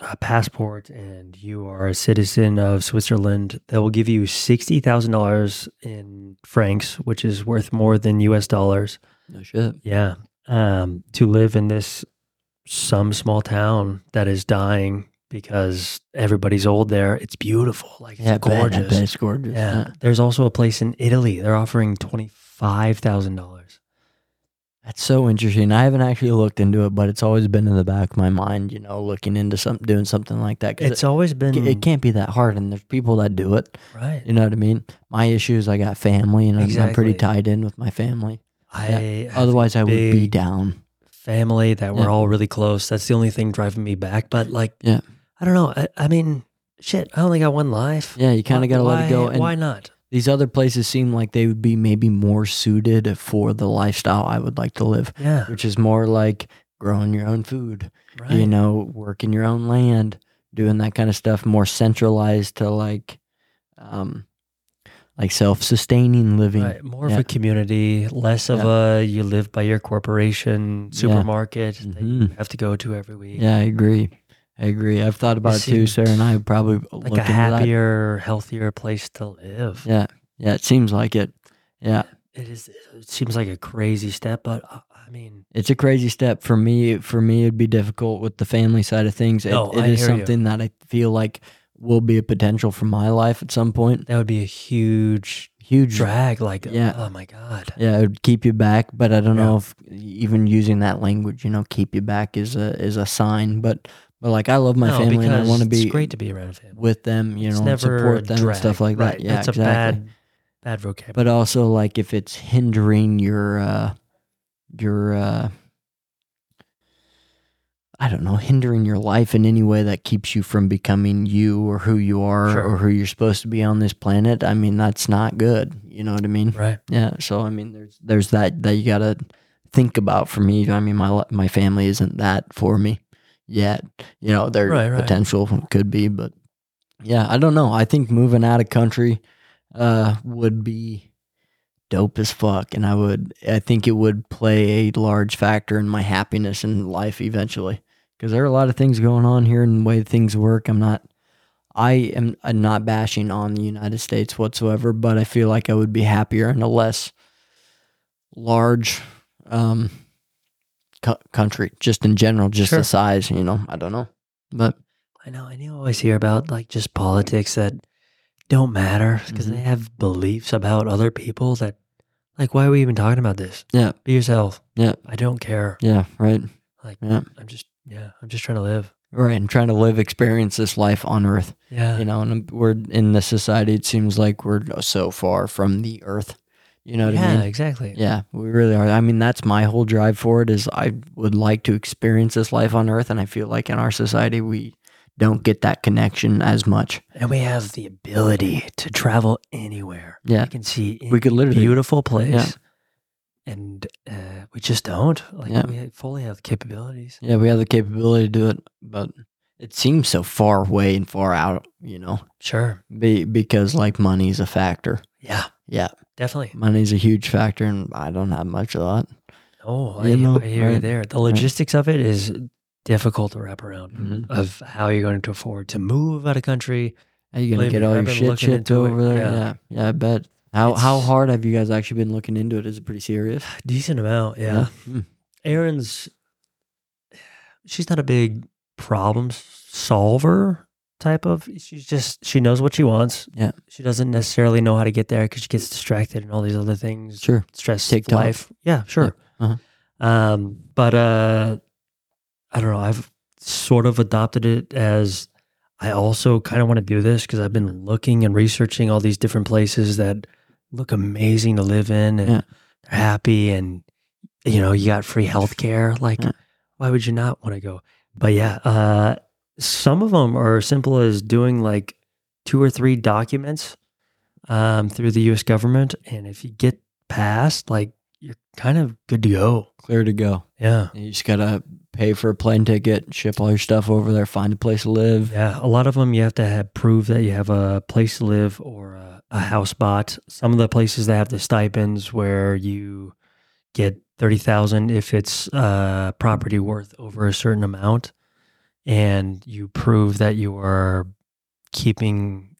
D: a passport and you are a citizen of Switzerland, they will give you sixty thousand dollars in francs, which is worth more than U.S. dollars.
C: No shit.
D: Yeah, um, to live in this some small town that is dying because everybody's old there. It's beautiful, like it's
C: Yeah,
D: gorgeous.
C: gorgeous. It's gorgeous.
D: Yeah. There's also a place in Italy. They're offering twenty five thousand dollars.
C: That's so interesting. I haven't actually looked into it, but it's always been in the back of my mind, you know, looking into something, doing something like that. 'cause
D: It's mm. always
C: it,
D: been
C: it can't be that hard, and there's people that do it.
D: right.
C: You know what I mean? My issue is I got family, and I'm, I'm pretty
D: Exactly.
C: tied in with my family.
D: I have
C: Otherwise, I would be
D: big-
C: down.
D: family that
C: Yeah.
D: we're all really close. That's the only thing driving me back. But like,
C: Yeah.
D: I don't know. I, I mean, shit. I only got one life.
C: Yeah, you kind
D: Why-
C: of got to let it go.
D: why-
C: And
D: why not?
C: these other places seem like they would be maybe more suited for the lifestyle I would like to live,
D: Yeah,
C: which is more like growing your own food,
D: right.
C: you know, working your own land, doing that kind of stuff, more centralized to like, um, like self-sustaining living.
D: Right, More
C: Yeah.
D: of a community, less of a you live by your corporation
C: Yeah.
D: supermarket that you
C: Mhm.
D: have to go to every week.
C: Yeah, I agree. I agree. I've thought about it too,
D: seems
C: Sarah, and I would probably look
D: like a
C: into that.
D: happier, healthier place to live.
C: Yeah, yeah, it seems like it. Yeah,
D: It is. It seems like a crazy step, but uh, I mean,
C: it's a crazy step for me. For me, it'd be difficult with the family side of things. It-
D: No,
C: it
D: Oh, I
C: is
D: hear you.
C: something that I feel like will be a potential for my life at some point.
D: that would be a huge
C: Huge,
D: drag. Like,
C: Yeah.
D: oh my god.
C: yeah, it would keep you back. But I don't
D: Yeah.
C: know if even using that language, you know, keep you back is a is a sign. But but like I love my
D: No,
C: family and I
D: because
C: want to be
D: It's great to be around a family.
C: with them, you
D: It's
C: know, and
D: never
C: support
D: a
C: them and stuff
D: drag,
C: like that.
D: right.
C: Yeah,
D: That's
C: exactly.
D: a bad, bad vocabulary.
C: but also like if it's hindering your uh your uh I don't know, hindering your life in any way that keeps you from becoming you or who you are
D: Sure.
C: or who you're supposed to be on this planet. I mean, that's not good. You know what I mean?
D: right.
C: Yeah. So I mean, there's there's that that you gotta think about. For me, I mean, my li- my family isn't that for me yet. You know, their
D: Right, right.
C: potential could be, but yeah, I don't know. I think moving out of country uh, would be dope as fuck, and I would I think it would play a large factor in my happiness in life eventually. Because there are a lot of things going on here and the way things work. I'm not I am uh, not bashing on the United States whatsoever, but I feel like I would be happier in a less large um, co- country, just in general, just
D: Sure.
C: the size, you know. I don't know. But
D: I know. And you always hear about like just politics that don't matter because they
C: Mhm.
D: have beliefs about other people that, like, why are we even talking about this?
C: yeah,
D: Be yourself.
C: Yeah.
D: I don't care.
C: yeah, right.
D: Like,
C: Yeah.
D: I'm just, yeah, I'm just trying to live.
C: Right. And trying to live, experience this life on earth,
D: Yeah.
C: you know, and we're in this society, it seems like we're so far from the earth You know what I
D: yeah,
C: mean?
D: exactly.
C: Yeah, we really are. I mean, that's my whole drive for it is I would like to experience this life on earth and I feel like in our society we don't get that connection as much.
D: And we have the ability to travel anywhere.
C: Yeah.
D: We can see
C: We could literally
D: beautiful place. And uh, we just don't. Like
C: Yeah.
D: we fully have the capabilities.
C: Yeah, we have the capability to do it, but it seems so far away and far out, you know.
D: Sure.
C: Be, because like money's a factor.
D: Yeah.
C: Yeah. Mm.
D: Definitely.
C: Money's a huge factor and I don't have much of that.
D: Oh, I,
C: You know,
D: I hear you
C: right, Mm-hmm.
D: there. The logistics of it is difficult to wrap around of how you're going to afford to move out of country.
C: How you gonna
D: Believe
C: get
D: me,
C: all
D: I've
C: your
D: been
C: shit
D: looking
C: shipped
D: into it,
C: over there?
D: yeah.
C: Yeah. yeah, I bet. How how
D: It's-
C: hard have you guys actually been looking into it? Is it pretty serious?
D: Decent amount. Yeah.
C: Hmm.
D: Erin's she's not a big problem solver type of she's just she knows what she wants.
C: Yeah.
D: She doesn't necessarily know how to get there because she gets distracted and all these other things.
C: Sure.
D: Stress
C: TikTok.
D: life. Yeah, sure.
C: Uh-huh.
D: Um, but uh I don't know, I've sort of adopted it as I also kind of want to do this because I've been looking and researching all these different places that look amazing to live in and
C: Yeah.
D: they're happy and you know you got free healthcare. Like,
C: Yeah.
D: why would you not want to go? But yeah, uh, some of them are as simple as doing like two or three documents um, through the U.S. government, and if you get past, like you're kind of good to go.
C: Clear to go.
D: Yeah,
C: You just gotta pay for a plane ticket, ship all your stuff over there, find a place to live.
D: yeah. A lot of them you have to have prove that you have a place to live or a, a house bot. Some of the places that have the stipends where you get thirty thousand if it's uh, property worth over a certain amount, and you prove that you are keeping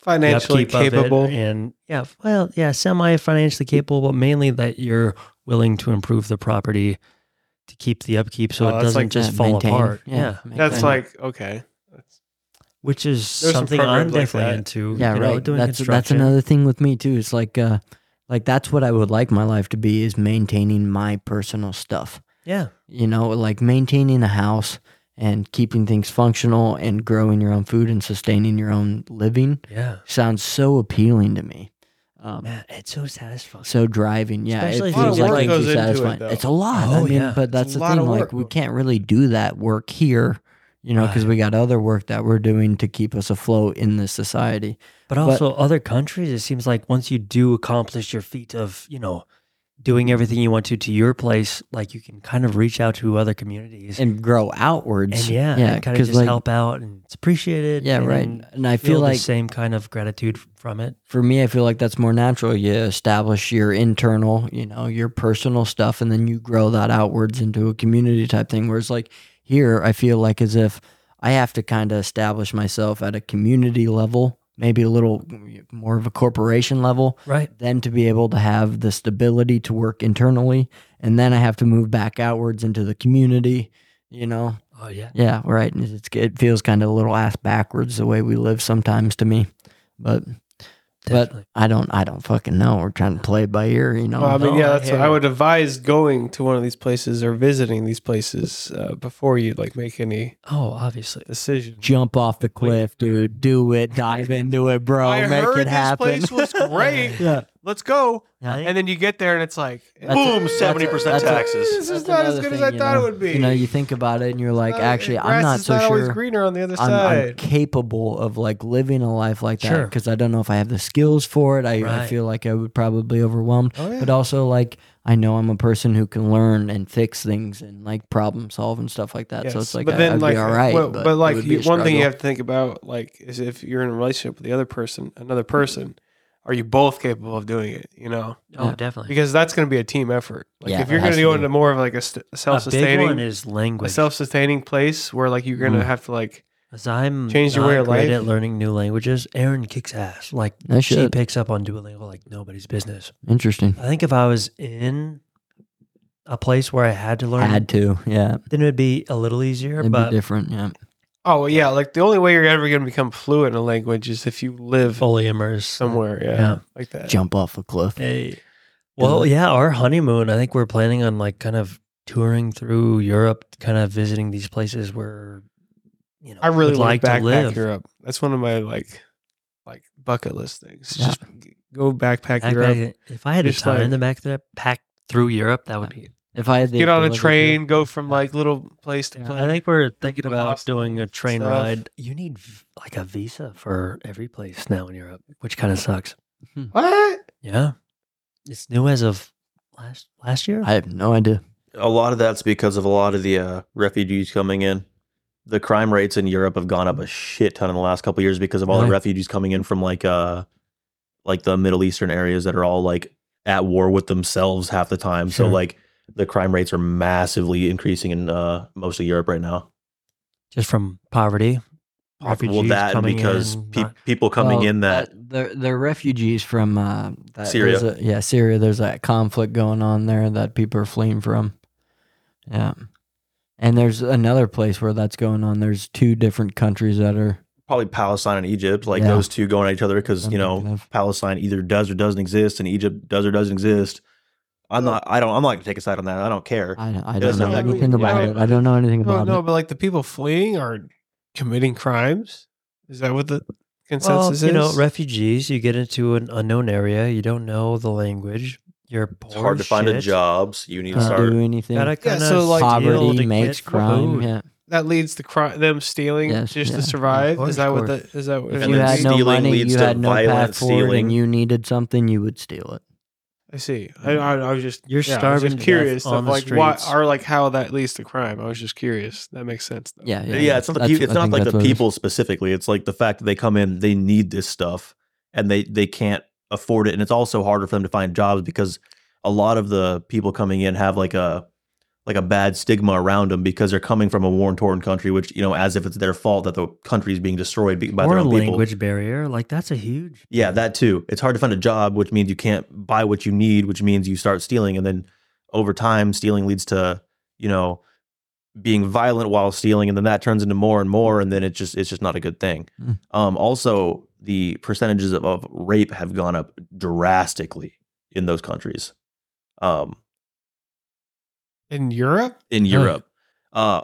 D: the
A: Financially
D: upkeep of it
A: capable.
D: and yeah, well, yeah, semi financially capable, but mainly that you're willing to improve the property to keep the upkeep so
A: Oh,
D: it
A: that's
D: doesn't
A: like
D: just
C: Yeah,
D: fall
C: maintain.
D: apart.
C: Yeah,
D: yeah.
C: maintain.
A: That's like okay. That's,
D: which is
A: There's some
D: something I'm
A: programs like
D: definitely
A: that.
D: into.
C: yeah,
D: you
C: right.
D: know, doing
C: that's that's
D: construction.
C: another thing with me too. It's like uh, like that's what I would like my life to be is maintaining my personal stuff.
D: Yeah,
C: You know, like maintaining a house and keeping things functional and growing your own food and sustaining your own living
D: yeah.
C: sounds so appealing to me. Um,
D: Man, it's so satisfying.
C: so driving, yeah,
D: Especially
C: it
D: if you
C: feels
D: do A lot of
C: like
D: work
C: it's
A: goes into it,
C: satisfying.
A: though.
C: it's a lot. I
D: Oh,
C: mean,
D: yeah.
C: but that's
A: It's a
C: the
A: lot
C: thing.
A: of
C: Like
A: work.
C: we can't really do that work here, you know, because
D: Right.
C: we got other work that we're doing to keep us afloat in this society.
D: But also other countries, it seems like once you do accomplish your feat of you know doing everything you want to to your place, like you can kind of reach out to other communities and,
C: and grow outwards.
D: yeah,
C: yeah,
D: and kind of
C: because
D: just
C: like
D: help out and it's appreciated.
C: yeah,
D: and
C: right.
D: then
C: And I
D: Feel,
C: feel
D: the
C: like
D: same kind of gratitude from it.
C: for me, I feel like that's more natural. You establish your internal, you know, your personal stuff, and then you grow that outwards into a community type thing. Whereas, like here, I feel like as if I have to kind of establish myself at a community level, maybe a little more of a corporation level,
D: Right.
C: then to be able to have the stability to work internally, and then I have to move back outwards into the community. You know,
D: Oh yeah.
C: yeah, right. and It's, it feels kind of a little ass backwards the way we live sometimes to me, but
D: Definitely.
C: but I don't I don't fucking know. We're trying to play it by ear, you know.
A: well, Oh, I mean,
D: no,
A: yeah,
D: I
A: that's what
D: hear
A: I
D: you.
A: would advise going to one of these places or visiting these places uh, before you like make any
D: oh, obviously.
A: decision.
C: Jump off the cliff, dude. Do it. Dive into it, bro.
A: I
C: Make
A: heard
C: it
A: this
C: happen.
A: place was great.
C: yeah.
A: Let's go.
C: Yeah.
A: And then you get there and it's like,
C: That's a-
B: Boom,
C: that's a-
B: seventy percent
C: that's a-
B: taxes.
A: this is
C: That's
A: not as
C: another
A: good as
C: thing,
A: I
C: you
A: thought
C: know.
A: it would be.
C: You know, you think about it and you're like,
A: Uh,
C: actually, I'm
A: grass
C: not
A: is
C: so
A: always
C: sure.
A: greener on the other
C: I'm, I'm
A: side.
C: capable of like living a life like that
D: Sure.
C: because I don't know if I have the skills for it. I, I
D: Right.
C: feel like I would probably overwhelmed.
A: oh, yeah.
C: but also like I know I'm a person who can learn and fix things and like problem solve and stuff like that. So
A: Yes,
C: it's like, I, would be all right.
A: well,
C: but,
A: but,
C: it
A: like,
C: would be
A: you,
C: a
A: one thing you
C: struggle.
A: have to think about, like, is if you're in a relationship with the other person, another person, are you both capable of doing it? You know,
D: Oh,
C: Yeah.
D: definitely.
A: because that's going to be a team effort. Like,
C: Yeah,
A: if you're
C: it
A: going
C: has
A: to
C: to
A: go
C: be.
A: into more of like a st-
D: A big one
A: self-sustaining,
D: is
A: a
D: language.
A: self-sustaining place where like you're going to
C: Mm.
A: have to like,
D: As I'm
A: Changed your
D: not
A: way of
D: great
A: life?
D: at learning new languages, Aaron kicks ass. Like
C: No
D: she
C: shit.
D: picks up on Duolingo like nobody's business.
C: Interesting.
D: I think if I was in a place where I had to learn,
C: Had to, yeah.
D: then it would be a little easier.
C: It'd
D: but
C: be different, yeah.
A: oh well, yeah, like the only way you're ever going to become fluent in a language is if you live
D: fully immersed
A: somewhere, yeah,
D: Yeah.
A: like that.
C: Jump off a cliff.
D: Hey. Well, yeah, our honeymoon. I think we're planning on like kind of touring through Europe, kind of visiting these places where you know
A: I really
D: would
A: like
D: like
A: backpack
D: to live.
A: Europe. That's one of my like, like bucket list things.
C: Yeah.
A: Just go backpack
D: Back-
A: Europe.
D: back- if I had a
A: Just like-
D: time to back that pack through Europe, that would be.
C: If I had the
A: Get on a
C: ability to-
A: train, go from like little place to
D: I
A: place.
D: think we're thinking
A: the
D: about
A: Boston
D: doing a train
A: stuff.
D: ride. You need v- like a visa for every place now in Europe, which kind of sucks.
A: What?
D: Yeah, it's new as of last last year.
C: I have no idea.
B: A lot of that's because of a lot of the uh, refugees coming in. The crime rates in Europe have gone up a shit ton in the last couple of years because of all the
D: Really?
B: refugees coming in from like uh like the Middle Eastern areas that are all like at war with themselves half the time. So
D: Sure.
B: like the crime rates are massively increasing in uh most of Europe right now.
D: just from poverty.
B: well,
D: Refugees
B: that and
D: coming
B: because
D: in,
B: pe-
D: not-
B: people coming
C: Well,
B: in that
C: they're they're refugees from uh, that,
B: Syria.
C: there's a- yeah, Syria. There's that conflict going on there that people are fleeing from. Yeah, and there's another place where that's going on. There's two different countries that are
B: probably Palestine and Egypt, like
C: Yeah.
B: those two going at each other because you
C: I'm
B: know
C: thinking of.
B: Palestine either does or doesn't exist, and Egypt does or doesn't exist. I'm not. I don't. I'm not going to take a side on that. I don't care.
C: I, I don't
B: doesn't sound
C: know
B: like we-
C: anything
B: yeah,
C: about
A: I-
C: it. I don't know anything
A: No,
C: about
A: no,
C: it.
A: but like the people fleeing are committing crimes. Is that what the
D: Well,
A: consensus
D: you know,
A: is?
D: refugees. You get into an unknown area. You don't know the language. You're poor.
B: It's hard to find a
D: shit.
B: job. So you need to
C: Can't
B: start.
C: do anything.
D: Gotta
A: Yeah,
D: kind of
A: so, like,
D: steal to
C: Poverty
D: get
C: makes crime.
D: food.
C: Yeah.
A: that leads to crime, them stealing
C: Yes,
A: just
C: yeah,
A: to survive.
D: of
A: is that what
D: course.
A: the is that
B: If
A: what it
C: If you
B: then
A: leads
C: had
A: to?
C: no
B: stealing
C: money,
B: leads
C: you
B: to
C: had no
B: violent
C: path forward,
B: stealing.
C: and you needed something, you would steal it.
A: I see. I, I, I was just
D: You're
A: yeah, I was
D: starving
A: just
D: to death
A: curious
D: on
A: of
D: the
A: like why
D: streets.
A: or like how that leads to crime. I was just curious. That makes sense. Though.
C: Yeah,
B: Yeah,
C: yeah.
B: it's not. The
C: That's-
B: people, it's
C: I
B: not
C: think
B: like
C: that's
B: the
C: what it is.
B: people specifically. It's like the fact that they come in, they need this stuff, and they they can't afford it, and it's also harder for them to find jobs because a lot of the people coming in have like a like a bad stigma around them because they're coming from a war torn country, which you know, as if it's their fault that the country is being destroyed be- by
D: or
B: their
D: a
B: own people.
D: language barrier. Like that's a huge.
B: Yeah, that too. It's hard to find a job, which means you can't buy what you need, which means you start stealing. And then over time, stealing leads to, you know, being violent while stealing. And then that turns into more and more. And then it's just, it's just not a good thing.
C: Mm.
B: Um, also, the percentages of, of rape have gone up drastically in those countries. Um,
A: In Europe,
B: in Europe. Uh,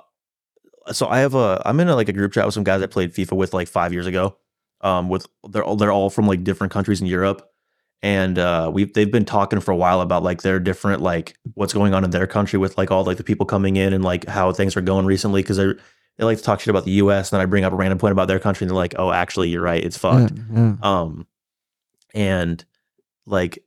B: so I have a I'm in a, like a group chat with some guys I played FIFA with like five years ago. Um, with they're all they're all from like different countries in Europe, and uh, we they've been talking for a while about like their different like what's going on in their country with like all like the people coming in and like how things are going recently because they they like to talk shit about the U.S. and then I bring up a random point about their country and they're like, oh, actually, you're right, it's fucked
C: Yeah,
B: um and like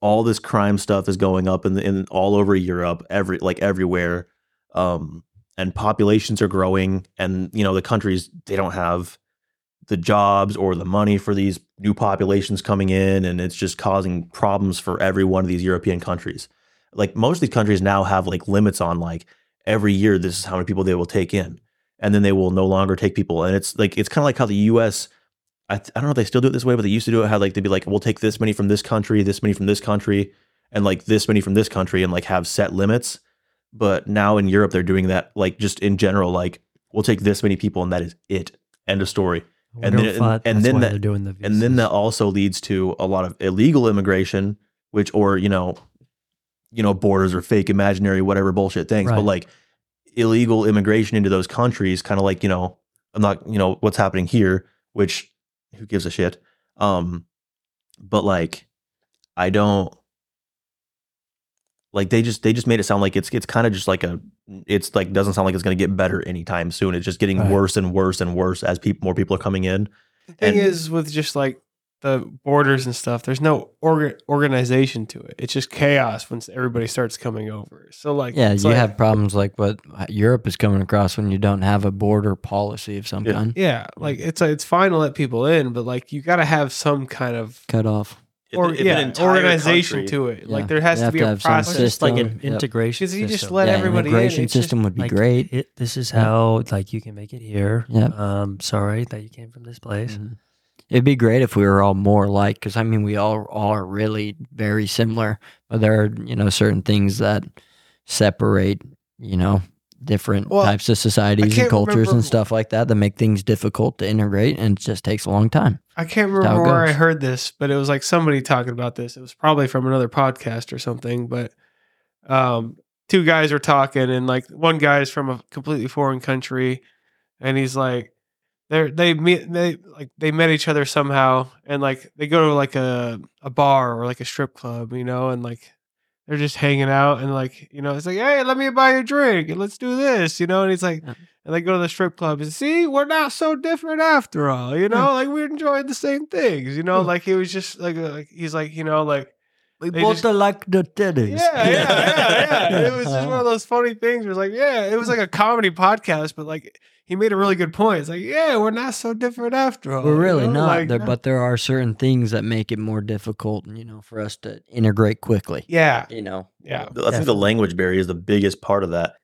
B: all this crime stuff is going up in the, in all over Europe every like everywhere um and populations are growing and you know the countries they don't have the jobs or the money for these new populations coming in and it's just causing problems for every one of these European countries like most of these countries now have like limits on like every year this is how many people they will take in and then they will no longer take people and it's like it's kind of like how the US I, th- I don't know if they still do it this way but they used to do it how like they'd be like we'll take this many from this country this many from this country and like this many from this country and like have set limits but now in Europe they're doing that like just in general like we'll take this many people and that is it end of story
D: I wonder
B: then-
D: if, uh,
B: and
D: that's
B: then
D: why
B: that-
D: they're doing the
B: and then
D: visas.
B: that also leads to a lot of illegal immigration which or you know you know borders or fake imaginary whatever bullshit things but
D: Right.
B: like illegal immigration into those countries kind of like you know i'm not you know what's happening here which who gives a shit um but like i don't like they just they just made it sound like it's it's kind of just like a it's like doesn't sound like it's going to get better anytime soon it's just getting
D: Right.
B: worse and worse and worse as people more people are coming in
A: the thing
B: And-
A: is with just like the borders and stuff. There's no orga- organization to it. It's just chaos once everybody starts coming over. So like
C: yeah you
A: it's like-
C: have problems like what Europe is coming across when you don't have a border policy of some
B: Yeah.
C: kind.
A: yeah like it's it's fine to let people in, but like you got to have some kind of
C: Cut off.
B: If-
A: or
B: if an
A: yeah,
B: entire
A: organization
B: country-
A: to it.
C: Yeah.
A: Like there has
C: You
A: to
C: have
A: be
C: to
A: a
C: have some
A: process.
D: It's just like an
C: Yep.
D: integration.
A: Because you just
D: system.
A: let
C: yeah,
A: everybody in.
C: immigration
A: It's just
C: system would be
D: Like,
C: great.
D: It, this is
C: Yeah.
D: how like you can make it here.
C: Yeah.
D: Um, sorry that you came from this place.
C: Mhm. It'd be great if we were all more alike, because I mean, we all are really very similar, but there are you know certain things that separate you know different
A: Well,
C: types of societies and
A: can't
C: cultures
A: remember-
C: and stuff like that that make things difficult to integrate, and it just takes a long time.
A: I can't
C: That's how
A: remember
C: it
A: where I
C: goes.
A: heard this, but it was like somebody talking about this. It was probably from another podcast or something, but um two guys are talking and like one guy is from a completely foreign country and he's like they're they meet they like they met each other somehow and like they go to like a a bar or like a strip club you know and like they're just hanging out and like you know it's like hey let me buy you a drink and let's do this you know and he's like
D: Yeah.
A: and they go to the strip club and see we're not so different after all you know like we're enjoying the same things you know
C: Yeah.
A: like he was just like, uh, like he's like you know like
C: We
A: They
C: both
A: just-
C: like the titties.
A: yeah, yeah, yeah, yeah. It was just one of those funny things. Where it's like, yeah, it was like a comedy podcast, but like he made a really good point. It's like, yeah, we're not so different after all.
C: We're really
A: you know?
C: not,
A: Oh, Like,
C: there, but there are certain things that make it more difficult, you know, for us to integrate quickly.
A: yeah,
C: You know,
A: yeah,
B: I think the language barrier is the biggest part of that.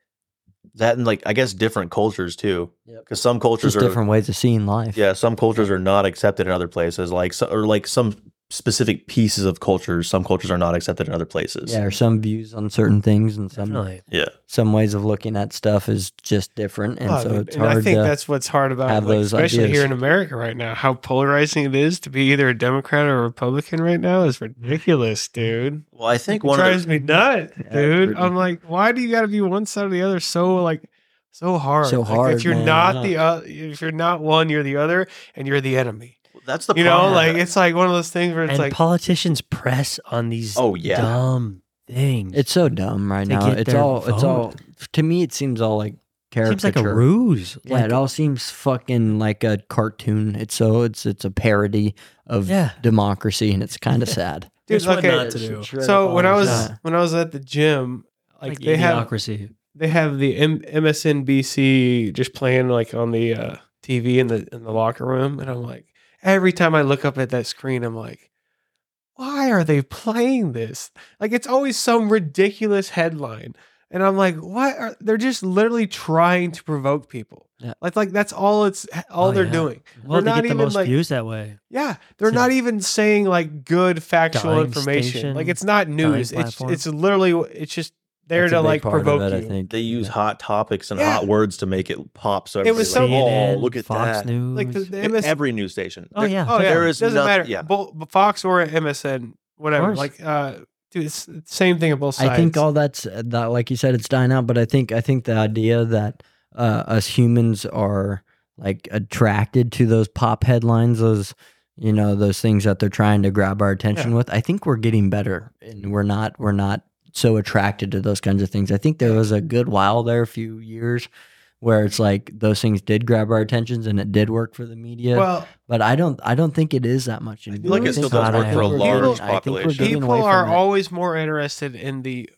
B: That and like I guess different cultures too,
C: Yep.
B: because some cultures
C: just
B: are
C: different ways of seeing life.
B: Yeah, some cultures are not accepted in other places, like so, or like some specific pieces of cultures. Some cultures are not accepted in other places.
C: yeah, or some views on certain things and some
D: Definitely.
C: some ways of looking at stuff is just different, and
A: Oh,
C: so
A: dude,
C: it's
A: and
C: hard
A: I think
C: to.
A: that's what's hard about,
C: have
A: like,
C: those
A: especially
C: ideas.
A: here in America right now, how polarizing it is to be either a Democrat or a Republican right now is ridiculous, dude.
B: Well, I think
A: It
B: one of
A: drives
B: the,
A: me nuts,
C: Yeah, it's
A: dude. I'm
C: ridiculous.
A: like, why do you got to be one side or the other so like so hard?
C: So
A: Like,
C: hard,
A: if you're
C: man.
A: not the uh, if you're not one, you're the other, and you're the enemy.
B: that's the
A: you know,
B: problem with
A: like
B: that.
A: it's like one of those things where it's
D: And
A: like,
D: politicians press on these
B: oh yeah,
D: dumb things.
C: it's so dumb right
D: to
C: now.
D: get
C: It's
D: their
C: all. It's all.
D: vote.
C: To me, it seems all like
D: it
C: caricature.
D: seems like a ruse.
C: Yeah,
D: like,
C: it all seems fucking like a cartoon. It's so it's it's a parody of
D: yeah.
C: democracy, and it's kind of sad.
A: dude,
D: It's what
A: okay.
D: not to do.
A: So when I was
C: Yeah.
A: when I was at the gym, like,
D: Like,
A: they have
D: idiocracy.
A: they have the M- MSNBC just playing like on the uh, TV in the in the locker room, and I'm like, every time I look up at that screen, I'm like, why are they playing this? Like it's always some ridiculous headline, and I'm like, what? Are, they're just literally trying to provoke people.
C: Yeah.
A: Like like that's all it's all
D: Oh,
A: they're
D: yeah.
A: doing.
D: Well, they
A: not
D: get the
A: even,
D: most
A: like-
D: views that way.
A: Yeah, they're
D: Yeah.
A: not even saying like good factual
D: Dying
A: information.
D: station,
A: like it's not news. It's
D: platform.
A: it's literally it's just there
C: That's a
A: to
C: big
A: like
C: part of
A: provoke
C: it,
A: you.
C: I think
B: they use hot topics and
A: Yeah.
B: hot words to make it pop. So
A: It
B: everybody's
A: was so-
B: like,
D: CNN,
B: oh, look at
D: Fox
B: that.
D: News.
A: Like the, the
B: E-
A: MS,
B: Every news station.
D: oh
B: There-
D: yeah.
A: oh yeah,
B: there is
A: doesn't
B: noth-
A: matter.
B: yeah.
A: Bo- Fox or MSN, whatever.
D: course.
A: Like uh, dude, it's the same thing on both sides.
C: I think all that's uh, that, like you said, it's dying out. But I think I think the idea that uh, us humans are like attracted to those pop headlines, those you know those things that they're trying to grab our attention with. I think we're getting better, and we're not we're not so attracted to those kinds of things. I think there was a good while there, a few years, where it's like those things did grab our attentions and it did work for the uh, media.
A: well,
C: but I don't I don't think it is that much
B: feel
C: anymore.
B: like
C: I
D: it
C: think
D: still does
C: we're
D: work for a
C: getting-
A: large
C: I think we're
B: population.
C: getting
A: people
C: away from
A: are
C: that
A: always more interested in the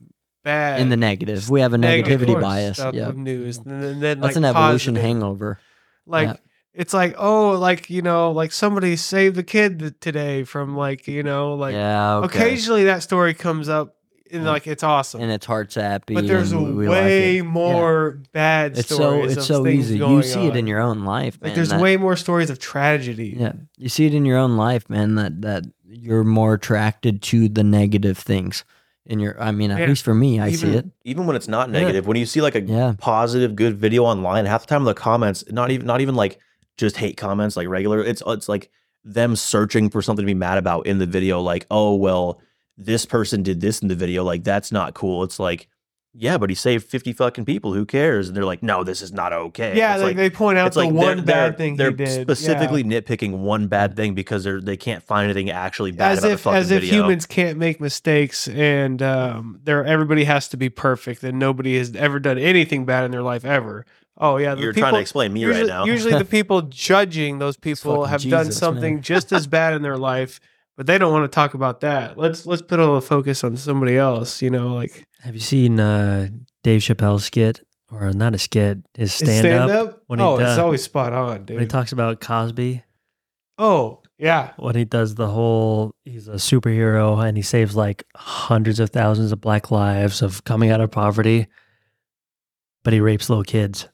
A: bad
C: in the negative. We have a
A: negative
C: negativity
A: course
C: bias.
A: stuff
C: Yeah,
A: of news, and then, then,
C: that's
A: like,
C: an evolution
A: positive.
C: hangover.
A: Like
C: Yeah.
A: it's like oh, like you know, like somebody saved the kid th- today from like you know, like
C: yeah, okay.
A: occasionally that story comes up and
C: Yeah.
A: like it's awesome.
C: and it's heart's happy.
A: but there's
C: and we- we like
A: way
C: it.
A: more bad
C: Yeah. It's so
A: stories.
C: it's
A: of
C: so
A: things
C: easy. You
A: going
C: see it
A: on.
C: in your own life.
A: Like
C: man,
A: there's
C: that-
A: way more stories of tragedy.
C: Yeah, you see it in your own life, man. That that you're more attracted to the negative things. In your, I mean, at
A: Yeah.
C: least for me, I see it.
B: Even, even when it's not
D: Yeah.
B: negative, when you see like a
C: Yeah,
B: positive, good video online. Half the time, the comments not even not even like just hate comments, like regular. It's uh, it's like them searching for something to be mad about in the video. Like, oh well, this person did this in the video. Like that's not cool. It's like, yeah, but he saved fifty fucking people. Who cares? And they're like, no, this is not okay.
A: Yeah,
B: It's
A: like,
B: like,
A: they point out
B: it's
A: the
B: like
A: one
B: they're,
A: bad
B: they're,
A: thing
B: they're
A: he did.
B: specifically
A: Yeah.
B: nitpicking one bad thing because they're they can't find anything actually bad
A: as
B: about the
A: if
B: fucking
A: as if
B: video.
A: humans can't make mistakes and um, there everybody has to be perfect and nobody has ever done anything bad in their life ever. Oh yeah, the
B: You're
A: people,
B: trying to explain me
A: usually,
B: right now.
A: usually the people judging those people
C: fucking
A: have done
C: Jesus,
A: something
C: man.
A: just as bad in their life, but they don't want to talk about that. Let's let's put all the focus on somebody else. You know, like
D: Have you seen uh, Dave Chappelle's skit or not a skit? His stand, up, when he
A: oh, it's
D: does-
A: always spot on,
D: when he
A: dude.
D: talks about Cosby,
A: oh yeah,
D: when he does the whole he's a superhero and he saves like hundreds of thousands of black lives of coming out of poverty, but he rapes little kids.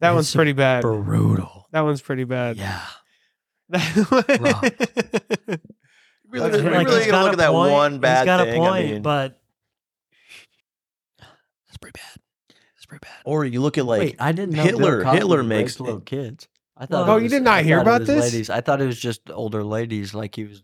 A: that
D: It's
A: one's pretty bad.
D: Brutal.
A: That one's pretty bad.
D: Yeah.
B: really,
A: That's
B: we're
A: like,
B: really
A: he's
B: gonna look at that one bad
D: He's got
B: thing.
D: a point,
B: I mean,
D: but that's pretty bad. That's pretty bad.
B: or you look at like
C: Wait, I didn't know
B: Hitler-
C: Bill Cosby
B: Hitler
C: raped
B: makes-
C: little kids. I
A: Oh,
C: it
A: you did not
C: I
A: hear
C: thought it
A: about
C: was
A: this?
C: Ladies. I thought it was just older ladies, like he was.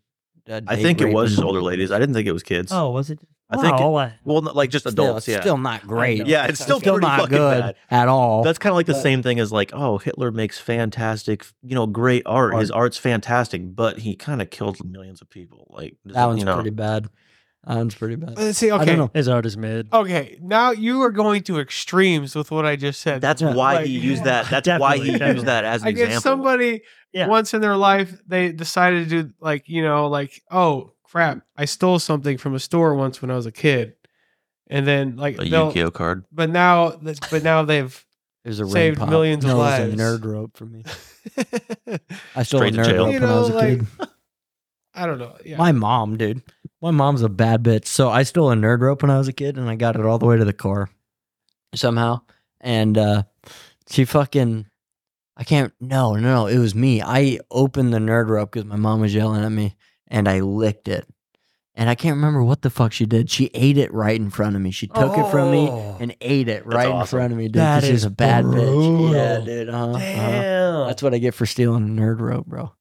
C: uh,
B: I
C: date
B: think it was
C: raping
B: just
C: them.
B: older ladies. I didn't think it was kids.
D: Oh, was it?
B: I think.
D: Well, I-
B: well, not- like just adults.
C: still,
B: yeah.
C: still not great.
B: yeah, it's still,
C: still
B: pretty
C: not
B: fucking
C: good
B: bad.
C: at all.
B: That's kind of like the
C: But-
B: same thing as like, oh, Hitler makes fantastic, you know, great art. His art's fantastic, but he kind of killed millions of people. Like
C: that one's
B: you know,
C: pretty bad. That one's pretty bad.
A: Let's see.
C: I
A: Okay.
C: don't know.
D: his art is mid.
B: Oh.
A: Okay. Now you are going to extremes with what I just said.
B: That's
C: Yeah.
B: why
A: Like-
B: he used that. That's why he
D: Definitely, definitely.
B: used that as an
A: I guess
B: example.
A: somebody
D: Yeah.
A: once in their life they decided to do like you know like oh crap I stole something from a store once when I was a kid, and then like
B: a
A: they'll-
B: Yu-Gi-Oh card.
A: but now that- but now they've
C: There's a
A: Saved
C: ring pop.
A: millions of
C: no, it was
A: lives.
C: a nerd rope for me. I stole
B: Straight
C: a
B: to
C: nerd
B: jail.
C: rope
A: You
C: when I was a
A: know, like-
C: kid.
A: I don't know yeah
C: My mom, dude. My mom's a bad bitch. So I stole a nerd rope when I was a kid and I got it all the way to the car somehow. And uh she fucking I can't no, no, no. It was me. I opened the nerd rope because my mom was yelling at me and I licked it. And I can't remember what the fuck she did. She ate it right in front of me. She took it from me
D: Oh.
C: and ate it right in
B: awesome.
C: front of me, dude.
D: That
C: 'cause she's
D: is
C: a bad bitch. Yeah,
D: brutal.
C: dude. Uh-huh, uh-huh.
B: Damn.
C: That's what I get for stealing a nerd rope, bro.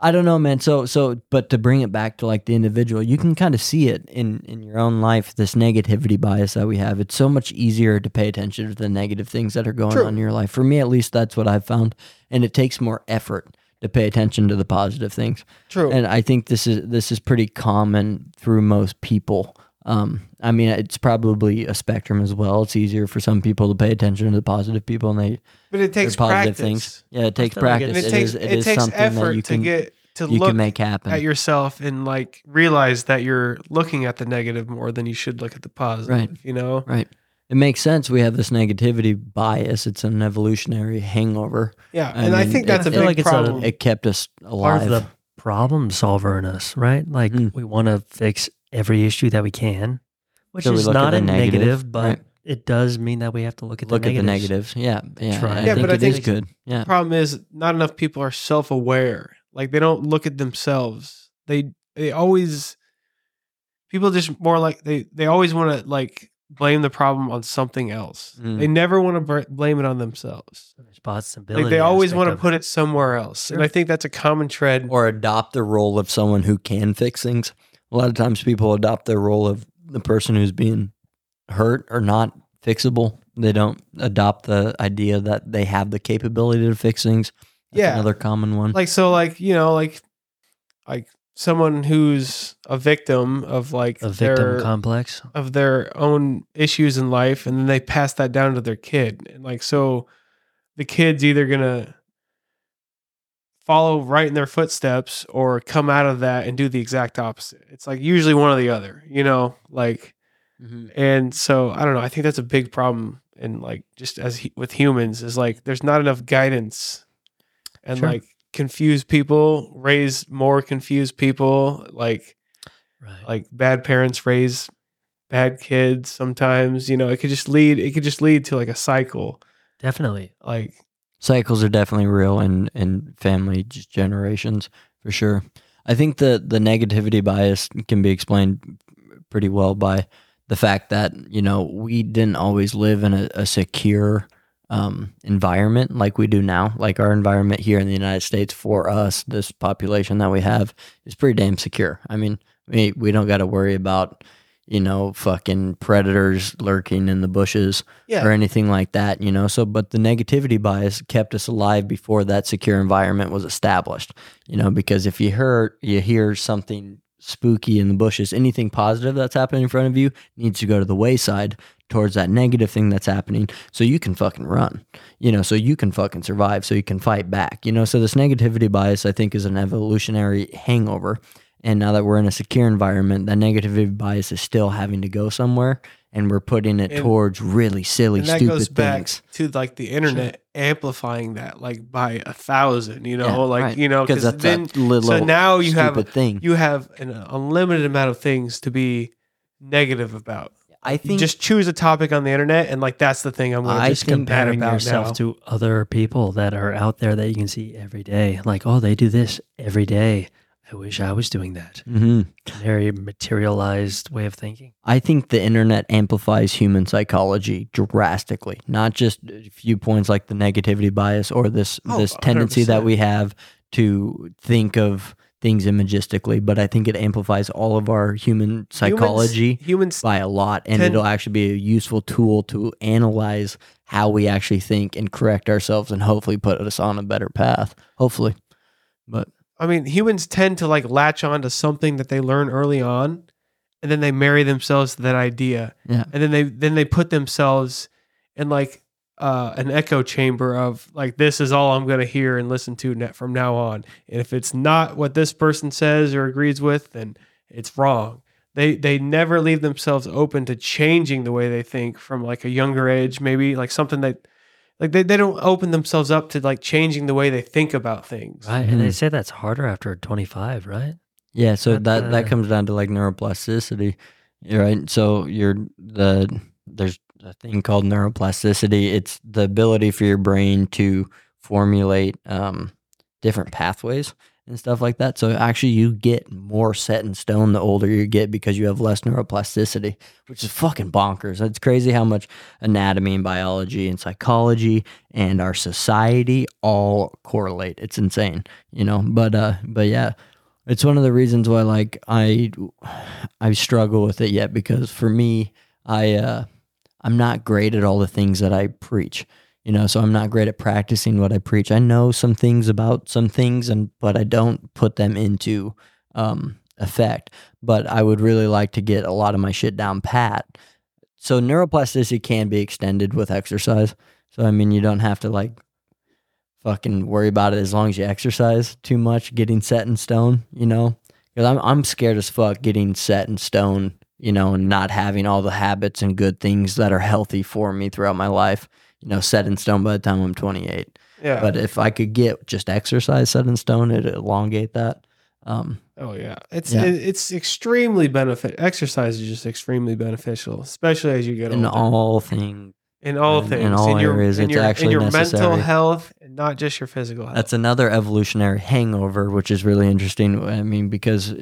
C: I don't know, man. So so but to bring it back to like the individual, you can kind of see it in in your own life, this negativity bias that we have. It's so much easier to pay attention to the negative things that are going
A: True.
C: on in your life. For me at least that's what I've found. And it takes more effort to pay attention to the positive things.
A: true
C: And I think this is this is pretty common through most people. Um, I mean, it's probably a spectrum as well. It's easier for some people to pay attention to the positive people, and they
A: but it takes
C: their
A: practice
C: Yeah, it takes
B: feel like it-
A: and
C: practice.
A: it,
C: It
A: takes
C: is-
A: it,
C: it is
A: takes
C: something that
A: effort
C: you can
A: to get to
C: you
A: look
C: can make happen.
A: at yourself and like realize that you're looking at the negative more than you should look at the positive
C: Right.
A: you know
C: right. It makes sense. We have this negativity bias. It's an evolutionary hangover.
A: yeah and I
C: mean,
A: think that's
C: it-
A: a
D: I feel
A: big
D: like it's a-
A: problem
C: It kept us
D: Part
C: alive.
D: of the problem solver in us, right? Like
C: Mhm.
D: we want to fix every issue that we can, which
C: So we
D: is
C: look at
D: not
C: the
D: a negative,
C: negative,
D: but
C: right.
D: it does mean that we have to look at
C: Look
D: the
C: at the
D: negatives.
C: negatives. Yeah, yeah.
D: Try.
C: I
D: Yeah,
C: think
A: but I
C: it is
A: think-
C: good. Yeah,
A: problem is not enough people are self-aware like they don't look at themselves they they always people just more like they they always want to like blame the problem on something else
C: Mm.
A: they never want to br- blame it on themselves
D: Responsibility.
A: like they always want to
D: aspect
A: put it somewhere else and
D: Sure.
A: i think that's a common trend
C: or adopt the role of someone who can fix things. A lot of times people adopt the role of the person who's being hurt or not fixable. They don't adopt the idea that they have the capability to fix things. That's
A: Yeah.
C: another common one.
A: like so like you know like like someone who's a victim of like
D: of it. a victim
A: their,
D: complex.
A: of their own issues in life and then they pass that down to their kid and like so the kid's either gonna follow right in their footsteps or come out of that and do the exact opposite it's like usually one or the other you know like
C: Mm-hmm.
A: and so i don't know i think that's a big problem and like just as hu- with humans is like there's not enough guidance and
D: Sure.
A: like confuse people raise more confused people like
D: Right.
A: like bad parents raise bad kids sometimes you know it could just lead it could just lead to like a cycle
D: Definitely.
A: like
C: cycles are definitely real in in family g- generations for sure i think the the negativity bias can be explained pretty well by the fact that you know we didn't always live in a, a secure um, environment like we do now like our environment here in the united states for us this population that we have is pretty damn secure i mean we, we don't got to worry about you know fucking predators lurking in the bushes
A: yeah
C: or anything like that, you know. So, but the negativity bias kept us alive before that secure environment was established, you know, because if you heard, you hear something spooky in the bushes, anything positive that's happening in front of you needs to go to the wayside towards that negative thing that's happening so you can fucking run, you know, so you can fucking survive, so you can fight back, you know. So, this negativity bias, I think, is an evolutionary hangover. And now that we're in a secure environment, that negativity bias is still having to go somewhere. And we're putting it
A: And-
C: towards really silly,
A: and that
C: stupid
A: goes back
C: things.
A: to like the internet amplifying that like by a thousand you know
C: Yeah,
A: like
C: right.
A: you know
C: Because
A: because
C: that's
A: then
C: a little
A: so now you have
C: stupid thing.
A: you have an unlimited amount of things to be negative about
C: I
A: you
C: think
A: just choose a topic on the internet and like that's the thing i'm
C: I
A: gonna just
C: think
A: compare
D: Comparing
A: about
D: yourself
A: now.
D: to other people that are out there that you can see every day. Like, oh, they do this every day. I wish I was doing that.
C: Mhm.
D: Very materialized way of thinking.
C: I think the internet amplifies human psychology drastically, not just viewpoints like the negativity bias or this
A: Oh,
C: this tendency that
A: 100%.
C: we have to think of things imagistically, but I think it amplifies all of our human psychology
A: humans, humans
C: by a lot, and
A: Ten-
C: it'll actually be a useful tool to analyze how we actually think and correct ourselves, and hopefully put us on a better path. Hopefully, but
A: I mean, humans tend to like latch on to something that they learn early on, and then they marry themselves to that idea,
C: Yeah.
A: and then they then they put themselves in like uh, an echo chamber of like this is all I'm going to hear and listen to net from now on, and if it's not what this person says or agrees with, then it's wrong. They they never leave themselves open to changing the way they think from like a younger age, maybe like something that like they, they don't open themselves up to like changing the way they think about things.
D: Right. And they
C: Mhm.
D: say that's harder after 25, right?
C: yeah, so
D: But,
C: that that
D: uh,
C: comes down to like neuroplasticity, right? So you're the there's a thing called neuroplasticity. It's the ability for your brain to formulate um, different pathways and stuff like that. So actually, you get more set in stone the older you get because you have less neuroplasticity, which is fucking bonkers. It's crazy how much anatomy and biology and psychology and our society all correlate. It's insane, you know. But uh, but yeah, it's one of the reasons why like I I struggle with it yet because for me I uh, I'm not great at all the things that I preach you know so i'm not great at practicing what i preach i know some things about some things and but i don't put them into um, effect but i would really like to get a lot of my shit down pat so neuroplasticity can be extended with exercise so i mean you don't have to like fucking worry about it as long as you exercise too much getting set in stone you know because I'm, I'm scared as fuck getting set in stone you know and not having all the habits and good things that are healthy for me throughout my life you know, set in stone by the time I'm 28.
A: Yeah.
C: But if I could get just exercise set in stone, it'd elongate that. Um,
A: Oh yeah, it's
C: Yeah.
A: It, it's extremely benefit. Exercise is just extremely beneficial, especially as you get
C: in
A: older.
C: all things.
A: in all
C: in- in
A: things,
C: all areas, it's
A: your,
C: actually
A: in your mental
C: necessary.
A: health, and not just your physical health.
C: That's another evolutionary hangover, which is really interesting. I mean, because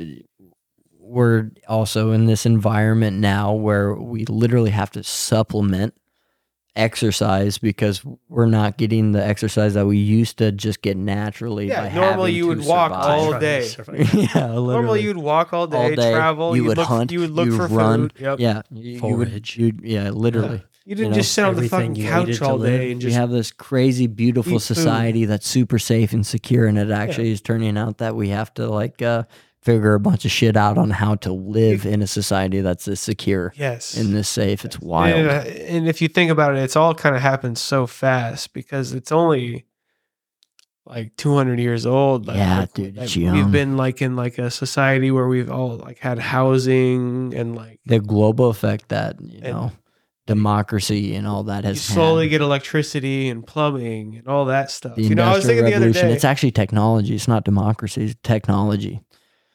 C: we're also in this environment now where we literally have to supplement exercise because we're not getting the exercise that we used to just get naturally.
A: Yeah,
C: by
A: normally
C: having
A: you
C: to
A: would walk
C: survive.
A: all
D: Trying to
A: day.
D: survive.
C: yeah,
A: Normally,
C: literally.
A: you'd walk all day,
C: All day,
A: travel.
C: you
A: you'd
C: would
A: look,
C: hunt,
A: You would look
C: you
A: for
C: run.
A: food. Yep.
C: Yeah, you, you would.
D: Forage.
C: You'd, yeah, literally.
A: You didn't
C: know,
A: just sit on the
D: everything
A: fucking
D: you
A: couch
D: needed
A: all
D: to live.
A: day and
C: we
A: just.
C: have this crazy
A: eat
C: beautiful
A: food.
C: society that's super safe and secure and it actually is turning out that we have to like uh, figure a bunch of shit out on how to live in a society that's this secure
A: yes.
C: and this safe it's wild
A: and, uh, and if you think about it, it's all kind of happened so fast because it's only like 200 years old. Like,
C: Yeah,
A: like,
C: dude,
A: like,
C: it's
A: we've
C: young.
A: been like in like a society where we've all like had housing and like
C: the global effect that you
A: And-
C: know democracy and all that
A: you
C: has
A: slowly
C: had.
A: get electricity and plumbing and all that stuff.
C: the
A: you know, I was
C: industrial
A: thinking the other
C: revolution
A: day.
C: it's actually technology it's not democracy it's technology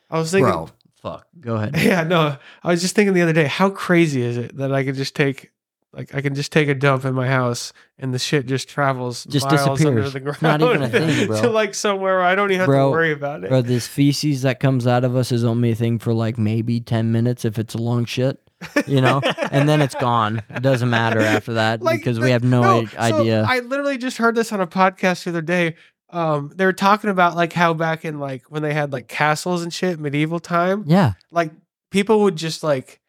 A: I was thinking,
C: bro fuck go ahead
A: yeah, no, I was just thinking the other day. How crazy is it that I could just take. Like I can just take a dump in my house and the shit just travels
C: Just
A: miles under
C: disappears.
A: the ground
C: It's not even a thing, bro.
A: to like somewhere where I don't even have
C: Bro,
A: to worry about it.
C: Bro, this feces that comes out of us is only a thing for like maybe 10 minutes if it's a long shit, you know? and then it's gone. It doesn't matter after that
A: Like,
C: because
A: the-
C: we have no, i-
A: so
C: idea.
A: I literally just heard this on a podcast the other day. Um, they were talking about like how back in like when they had like castles and shit, medieval time,
C: yeah.
A: like people would just like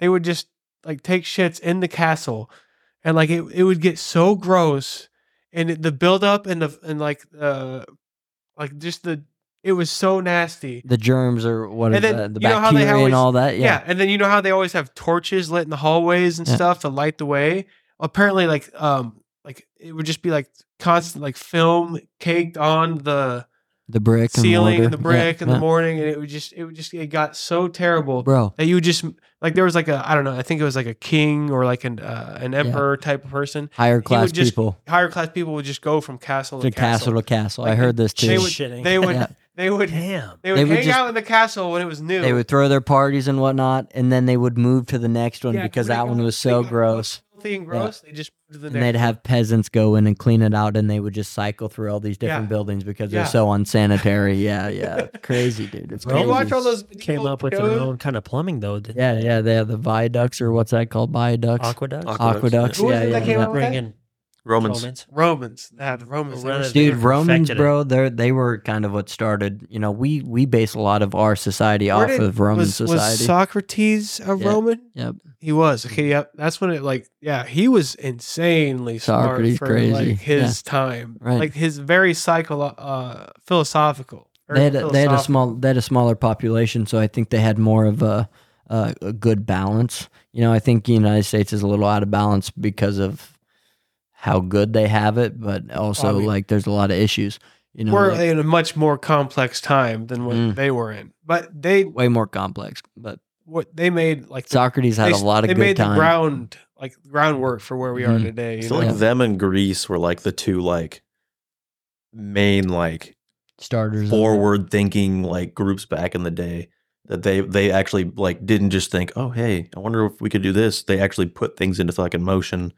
A: they would just like take shits in the castle, and like it, it would get so gross, and it, the buildup and the and like uh like just the it was so nasty.
C: The germs or what
A: And
C: is
A: then
C: that? The
A: you know how they
C: bacteria
A: always-
C: and all that.
A: Yeah.
C: Yeah.
A: and then you know how they always have torches lit in the hallways and
C: Yeah.
A: stuff to light the way. Apparently, like um, like it would just be like constant like film caked on the
C: The brick and
A: ceiling
C: mortar.
A: and the brick
C: yeah,
A: in the
C: yeah.
A: morning, and it would just it would just it got so terrible
C: Bro,
A: that you would just like there was like a I don't know I think it was like a king or like an uh, an emperor type of person.
C: higher class
A: just
C: people
A: Higher class people would just go from castle to,
C: to castle to castle. I
A: Like,
C: heard this
A: They
C: too.
A: would,
D: Shitting.
A: they would,
C: Yeah.
A: they would,
D: Damn.
A: they would,
C: They would
A: hang
C: just-
A: out in the castle when it was new.
C: They would throw their parties and whatnot, and then they would move to the next one
A: Yeah,
C: because
A: when it
C: that one
A: got-
C: was
A: they
C: so
A: got
C: gross.
A: filthy and gross. They just moved to the
C: And
A: next.
C: they'd have peasants go in and clean it out, and they would just cycle through all these different
A: Yeah.
C: buildings because
A: Yeah.
C: they're so unsanitary. Yeah, yeah, crazy, dude. It's
A: Did
C: crazy.
A: you watch all those
D: Came
A: medieval
D: up with their
A: shows?
D: own kind of plumbing, though, didn't
C: Yeah, yeah, they have the viaducts or what's that called? Viaducts,
D: Aqueducts?
B: Aqueducts,
C: aqueducts.
A: Who was
C: yeah,
A: it that
C: yeah,
A: came
C: yeah.
A: up with
D: Ringing.
B: Romans.
A: Romans. Nah, the Romans. they were
D: Romans.
A: they
D: They
C: Dude,
A: were-
D: were
C: Romans,
D: perfected it.
C: bro, they they were kind of what started. You know, we we base a lot of our society
A: Where
C: off
A: did-
C: of Roman
A: was,
C: society.
A: was Socrates a
C: Yeah.
A: Roman?
C: Yep.
A: He was. Okay, yep. That's when it like yeah, he was insanely
C: Socrates,
A: smart for
C: crazy.
A: like his time.
C: Right.
A: Like his very psycho uh philosophical. or
C: they had a, they had a
A: philosoph-
C: small they had a smaller population, so I think they had more of a, a, a good balance. You know, I think the United States is a little out of balance because of how good they have it, but also
A: mean-
C: like there's a lot of issues. You know,
A: we're
C: like,
A: in a much more complex time than what
C: Mm.
A: they were in. But they
C: way more complex. But
A: what they made like the,
C: Socrates had
A: they,
C: a lot of
A: they
C: good
A: made
C: time.
A: the ground like groundwork for where we are
C: Mhm.
A: today. You
B: So
A: know?
B: like
C: Yeah.
B: them and Greece were like the two like main like
C: starters of it.
B: forward thinking like groups back in the day that they they actually like didn't just think oh hey I wonder if we could do this they actually put things into fucking motion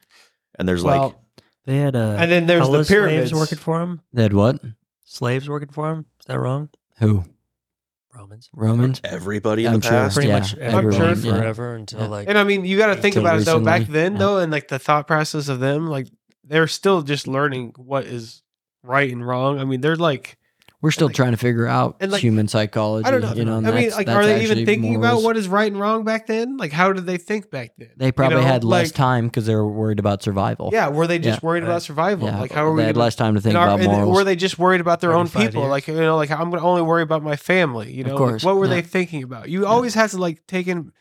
B: and there's like uh,
A: Well,
D: They had a
A: and then there's the pyramids.
D: slaves working for them.
C: They had what?
D: Slaves working for them. Is that wrong?
C: Who?
D: Romans.
C: Romans?
B: everybody in
C: I'm
B: the
C: sure.
B: past
D: Pretty
C: Yeah,
D: much
A: everyone,
D: everyone
A: yeah.
D: forever until
C: Yeah.
D: like
A: And I mean, you got to think
C: Until
A: about it though. Back
C: recently,
A: then,
C: yeah.
A: though, and like the thought process of them, like they're still just learning what is right and wrong. I mean, they're like,
C: We're still
A: like-
C: trying to figure out
A: and like-
C: human psychology.
A: I don't know.
C: You know, and
A: I mean,
C: that's-
A: like,
C: that's
A: are they
C: actually
A: even thinking about
C: morals.
A: what is right and wrong back then? Like, how did they think back then?
C: They probably
A: You know,
C: had less
A: like,
C: time because they were worried about survival.
A: Yeah, were they just
C: Yeah.
A: worried
D: Right.
A: about survival?
C: Yeah,
A: like, how are
C: they
A: we?
C: had
A: gonna-
C: less time to think
A: and are-
C: about
A: and
C: morals.
A: were they just worried about their own
D: 35
A: people?
D: years.
A: Like, you know, like I'm gonna only worry about my family. You
C: Of
A: know,
C: course,
A: like, what were
C: yeah.
A: they thinking about? You
C: Yeah.
A: always have to like take in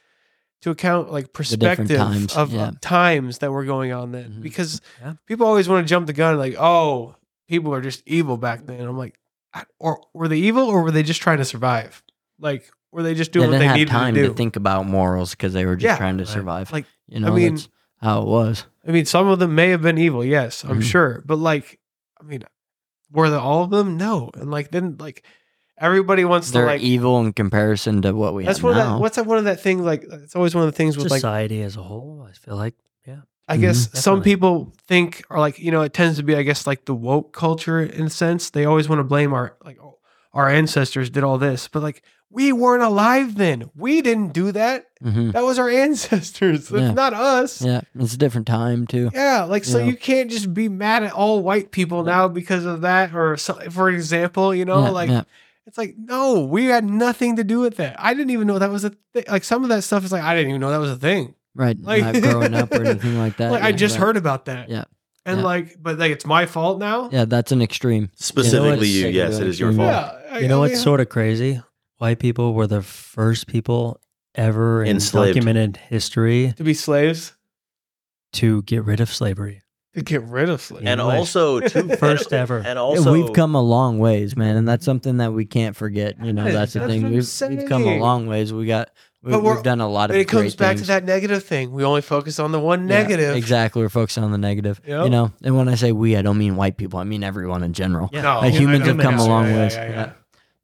A: to account like
C: different
A: perspective
C: times,
A: of
C: yeah.
A: of times that were going on then,
C: Mhm.
A: because
D: Yeah.
A: people always want to jump the gun, like, oh, people are just evil back then. I'm like, I- or were they evil, or were they just trying to survive? Like, were they just
C: They
A: doing
C: didn't
A: what they
C: have
A: needed
C: time
A: to do?
C: to think about morals because they were just
A: Yeah,
C: trying to
D: right.
C: survive.
A: Like,
C: you know,
A: mean-
C: that's how it was.
A: I mean, some of them may have been evil, yes, I'm
C: Mhm.
A: sure. But like, I mean, were they all of them? No. And like then like everybody wants
C: They're
A: to like
C: evil in comparison to what we
A: that's
C: have
A: one of
C: now.
A: that what's that one of that thing like it's always one of the things with like
D: society as a whole. I feel like
A: I guess
C: mm-hmm,
D: Mhm.
A: some
D: Definitely.
A: people think or like you know it tends to be I guess like the woke culture in a sense they always want to blame our like oh, our ancestors did all this but like we weren't alive then we didn't do that
C: Mhm.
A: that was our ancestors
C: Yeah.
A: it's not us
C: Yeah, it's a different time too.
A: Yeah, like so
C: Yeah.
A: you can't just be mad at all white people now because of that, or so, for example, you know,
C: Yeah,
A: like
C: yeah.
A: it's like no, we had nothing to do with that. I didn't even know that was a thing. Like some of that stuff is like I didn't even know that was a thing.
C: right,
A: like-
C: not growing up or anything like that.
A: like I
C: yeah,
A: just
C: right.
A: heard about that.
C: Yeah,
A: and
C: yeah.
A: like, but like it's my fault now.
C: Yeah, that's an extreme.
B: specifically you,
C: Yeah,
B: yes it is your
C: yeah.
B: fault
A: I-
D: you know
A: I
D: what's
A: mean,
D: sort of crazy? White people were the first people ever in
B: Enslaved.
D: documented history
A: to be slaves
D: to get rid of slavery.
A: to get rid of slaves.
D: Yeah.
B: and
D: English.
B: also too,
D: First
B: and,
D: ever.
B: and
C: Yeah,
B: also
C: we've come a long ways, man, and that's something that we can't forget. You know,
A: Yes,
C: that's the
A: that's
C: thing.
A: what I'm
C: We've, we've come a
A: saying.
C: long ways. We got, we,
A: But we're-
C: we've done a lot of.
A: But it comes
C: great
A: back
C: things.
A: to that negative thing. We only focus on the one
C: Yeah,
A: negative.
C: exactly. We're focusing on the negative. You
A: Yep.
C: know, and when I say we, I don't mean white people. I mean everyone in general.
D: Yeah.
A: No,
C: Like,
A: I
C: humans
A: know.
C: have come a
A: Oh, Yeah,
C: long
A: yeah,
C: ways.
A: yeah, yeah.
C: Yeah.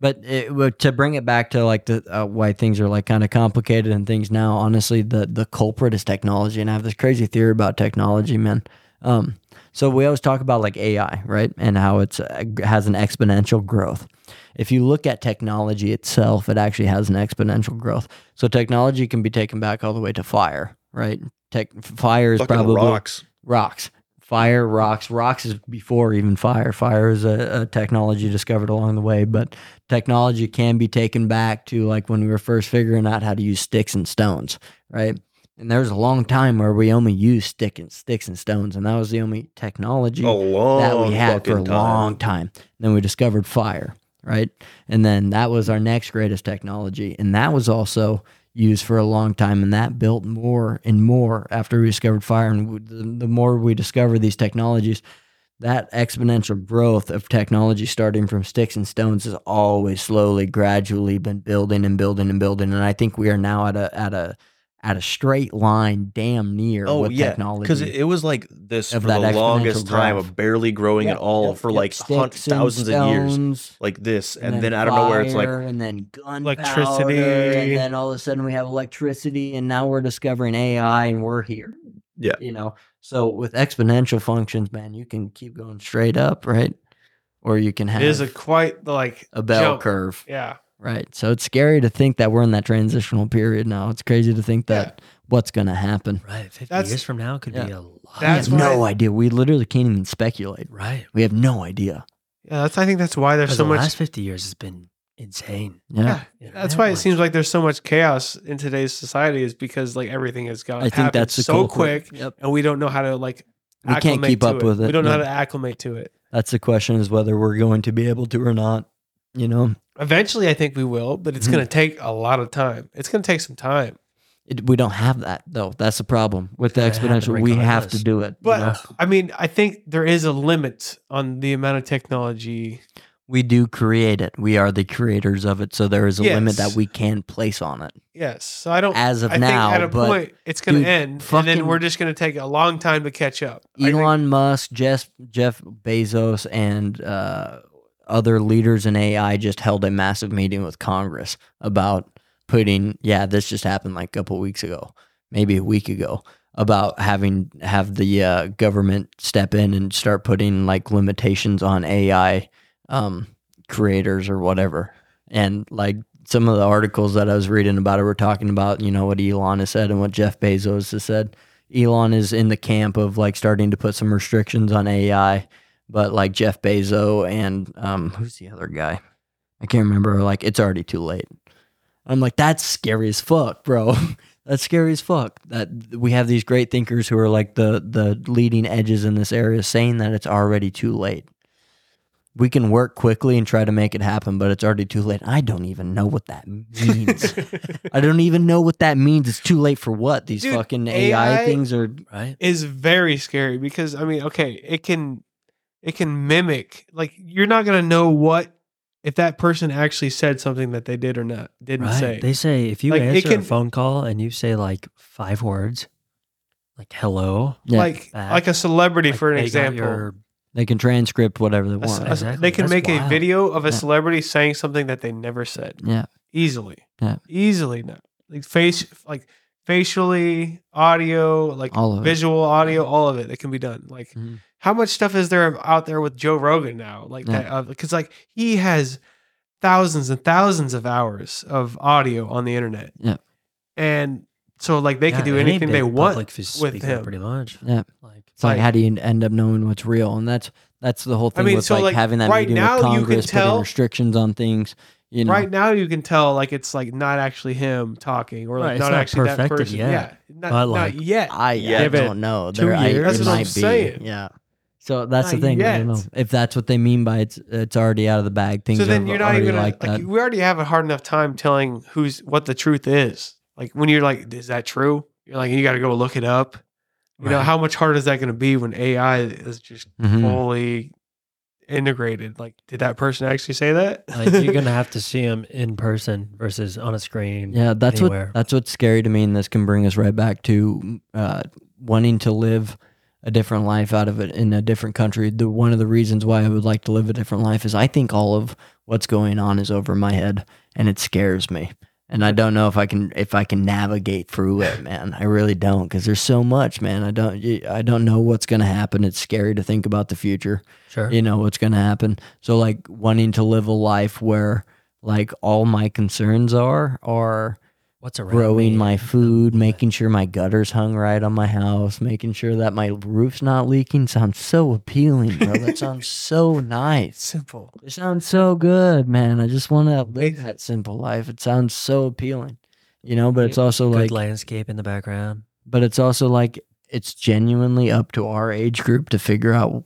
C: But it, well, to bring it back to like the uh, why things are like kind of complicated and things now, honestly, the the culprit is technology, and I have this crazy theory about technology, man. Um, so we always talk about like AI, right, and how it's uh, has an exponential growth. If you look at technology itself, it actually has an exponential growth. So technology can be taken back all the way to fire, right? Tech fire is
B: fucking
C: probably
B: rocks
C: rocks fire rocks rocks is before even fire fire is a, a technology discovered along the way but technology can be taken back to like when we were first figuring out how to use sticks and stones right and there was a long time where we only used stick and sticks and stones and that was the only technology
B: a long
C: that we had for a
B: fucking time.
C: long time. Then we discovered fire, right? And then that was our next greatest technology. And that was also used for a long time. And that built more and more after we discovered fire. And w- the, the more we discover these technologies, that exponential growth of technology starting from sticks and stones has always slowly, gradually been building and building and building. And I think we are now at a, at a, at a straight line, damn near
B: Oh,
C: with technology.
B: Because it it was like this
C: Of
B: for
C: that
B: the longest
C: exponential
B: time
C: growth.
B: of barely growing at all for
C: Yep,
B: like
C: sticks
B: hun-
C: and
B: thousands of years,
C: stones.
B: like this, and, then, out of nowhere it's like
C: fire, and then gunpowder,
A: Electricity.
C: and then all of a sudden we have electricity, and now we're discovering AI, and we're here.
B: Yeah.
C: you know. So with exponential functions, man, you can keep going straight up, right? Or you can have
A: It is a quite like
C: a bell
A: jump.
C: curve,
A: Yeah.
C: right? So it's scary to think that we're in that transitional period now. It's crazy to think
A: Yeah.
C: that what's going to happen.
D: Right. 50
A: That's-
D: years from now could be
C: yeah.
D: a lot.
C: I
A: That's
C: have
A: why-
C: no idea. We literally can't even speculate.
D: right.
C: We have no idea.
A: Yeah, that's. I think that's why there's
D: Because
A: so
D: the
A: much.
D: last 50 years has been insane.
C: Yeah.
A: Yeah,
D: You know,
A: that's
D: that
A: why it
D: much.
A: seems like there's so much chaos in today's society is because like everything has got
C: I think that's the
A: so
C: cool part.
A: quick,
C: Yep.
A: and we don't know how to like.
C: We can't
A: acclimate
C: keep
A: to
C: up with it,
A: We don't know
C: yeah.
A: how to acclimate to it.
C: That's the question is whether we're going to be able to or not. You know,
A: Eventually, I think we will, but it's
C: Mhm.
A: going to take a lot of time. It's going to take some time.
C: it, we don't have that though. That's the problem with the
D: It's gonna happen
C: exponential. We have to
D: regardless.
C: do it. you
A: But
C: know?
A: I mean, I think there is a limit on the amount of technology.
C: we do create it. We are the creators of it. So there is a limit
A: Yes.
C: that we can place on it
A: Yes, so I don't.
C: as of
A: I
C: now.
A: think at a
C: but
A: point it's going
C: dude,
A: to end, and
C: fucking-
A: then we're just going to take a long time to catch up. I think-
C: Elon Musk, Jeff Jeff Bezos, and uh, other leaders in AI just held a massive meeting with Congress about putting. Yeah, this just happened like a couple weeks ago, maybe a week ago, about having have the uh, government step in and start putting like limitations on AI um, creators or whatever, and like. Some of the articles that I was reading about it were talking about, you know, what Elon has said and what Jeff Bezos has said. Elon is in the camp of like starting to put some restrictions on AI, but like Jeff Bezos and um, who's the other guy? I can't remember. Like it's already too late. I'm like that's scary as fuck, bro. that's scary as fuck. That we have these great thinkers who are like the the leading edges in this area saying that it's already too late. We can work quickly and try to make it happen, but it's already too late. I don't even know what that means. I don't even know what that means. It's too late for what? These
A: Dude,
C: fucking AI,
A: AI
C: things are
D: Right.
A: is very scary because I mean, okay, it can it can mimic like you're not gonna know what if that person actually said something that they did or not didn't
D: Right.
A: say.
D: They say if you
A: Like, it
D: answer
A: can-
D: a phone call and you say like five words, like hello,
C: Yeah.
A: Like
D: Back.
A: like a celebrity
D: like,
A: for an
D: they got
A: example.
D: your-
C: They can transcript whatever they
A: A ce-
C: want.
A: a ce-
D: Exactly.
A: They can
D: That's
A: make a
D: wild.
A: video of a
C: Yeah.
A: celebrity saying something that they never said
C: yeah,
A: easily.
C: Yeah.
A: Easily now, like face like facially, audio, like
C: all of it.
A: visual, audio, all of it. It can be done. Like
D: Mm-hmm.
C: Mhm.
A: how much stuff is there out there with Joe Rogan now? Like
C: Yeah.
A: that, because like he has thousands and thousands of hours of audio on the internet.
C: Yeah.
A: and so like they
D: Yeah,
A: could do
D: any
A: anything they
D: big
A: want.
D: public f-
A: with
D: speaker,
A: him.
D: pretty much.
C: Yeah.
D: Like
C: It's like,
A: Like-
C: how do you end up knowing what's real? And that's that's the whole
A: I
C: thing
A: mean,
C: with
A: so,
C: like,
A: like,
C: having that
A: right
C: meeting
A: now you
C: with
A: can
C: Congress,
A: tell-
C: putting restrictions on things. You know,
A: Right now, you can tell like it's like not actually him talking, or like
D: Right, it's
A: not,
D: not
A: actually that
D: perfected
A: person.
D: yet.
A: Yeah, not,
D: But,
A: not
D: like,
A: yet.
C: I,
B: Yeah,
C: I
A: but
C: don't know.
D: two
C: There, I,
D: years-
C: it
A: That's what I'm
C: might be.
A: saying.
C: Yeah. So that's the
A: Not
C: thing. I don't know
A: yet.
C: if that's what they mean by it's it's already out of the bag. Things
A: so then
C: are
A: you're not
C: already
A: even gonna-
C: like
A: like,
C: that.
A: we already have a hard enough time telling who's what the truth is. Like when you're like, is that true? You're like, you got to go look it up. You know
D: Right.
A: how much harder is that going to be when AI is just
C: Mhm.
A: fully integrated. Like, did that person actually say that?
D: like you're gonna have to see him in person versus on a screen.
C: Yeah, that's
D: anywhere.
C: what that's what's scary to me, and this can bring us right back to uh, wanting to live a different life out of it in a different country. The one of the reasons why I would like to live a different life is I think all of what's going on is over my head, and it scares me. And I don't know if I can if I can navigate through it, man. I really don't, because there's so much, man. I don't you- I don't know what's gonna happen. It's scary to think about the future
D: Sure.
C: you know what's going to happen so like wanting to live a life where like all my concerns are are
D: What's around
C: growing
D: me
C: my
D: and
C: food making sure my gutters hung right on my house making sure that my roof's not leaking sounds so appealing bro that sounds so nice
A: Simple.
C: it sounds so good man i just want to live that simple life it sounds so appealing you know but it's also like
D: good landscape in the background.
C: but it's also like it's genuinely up to our age group to figure out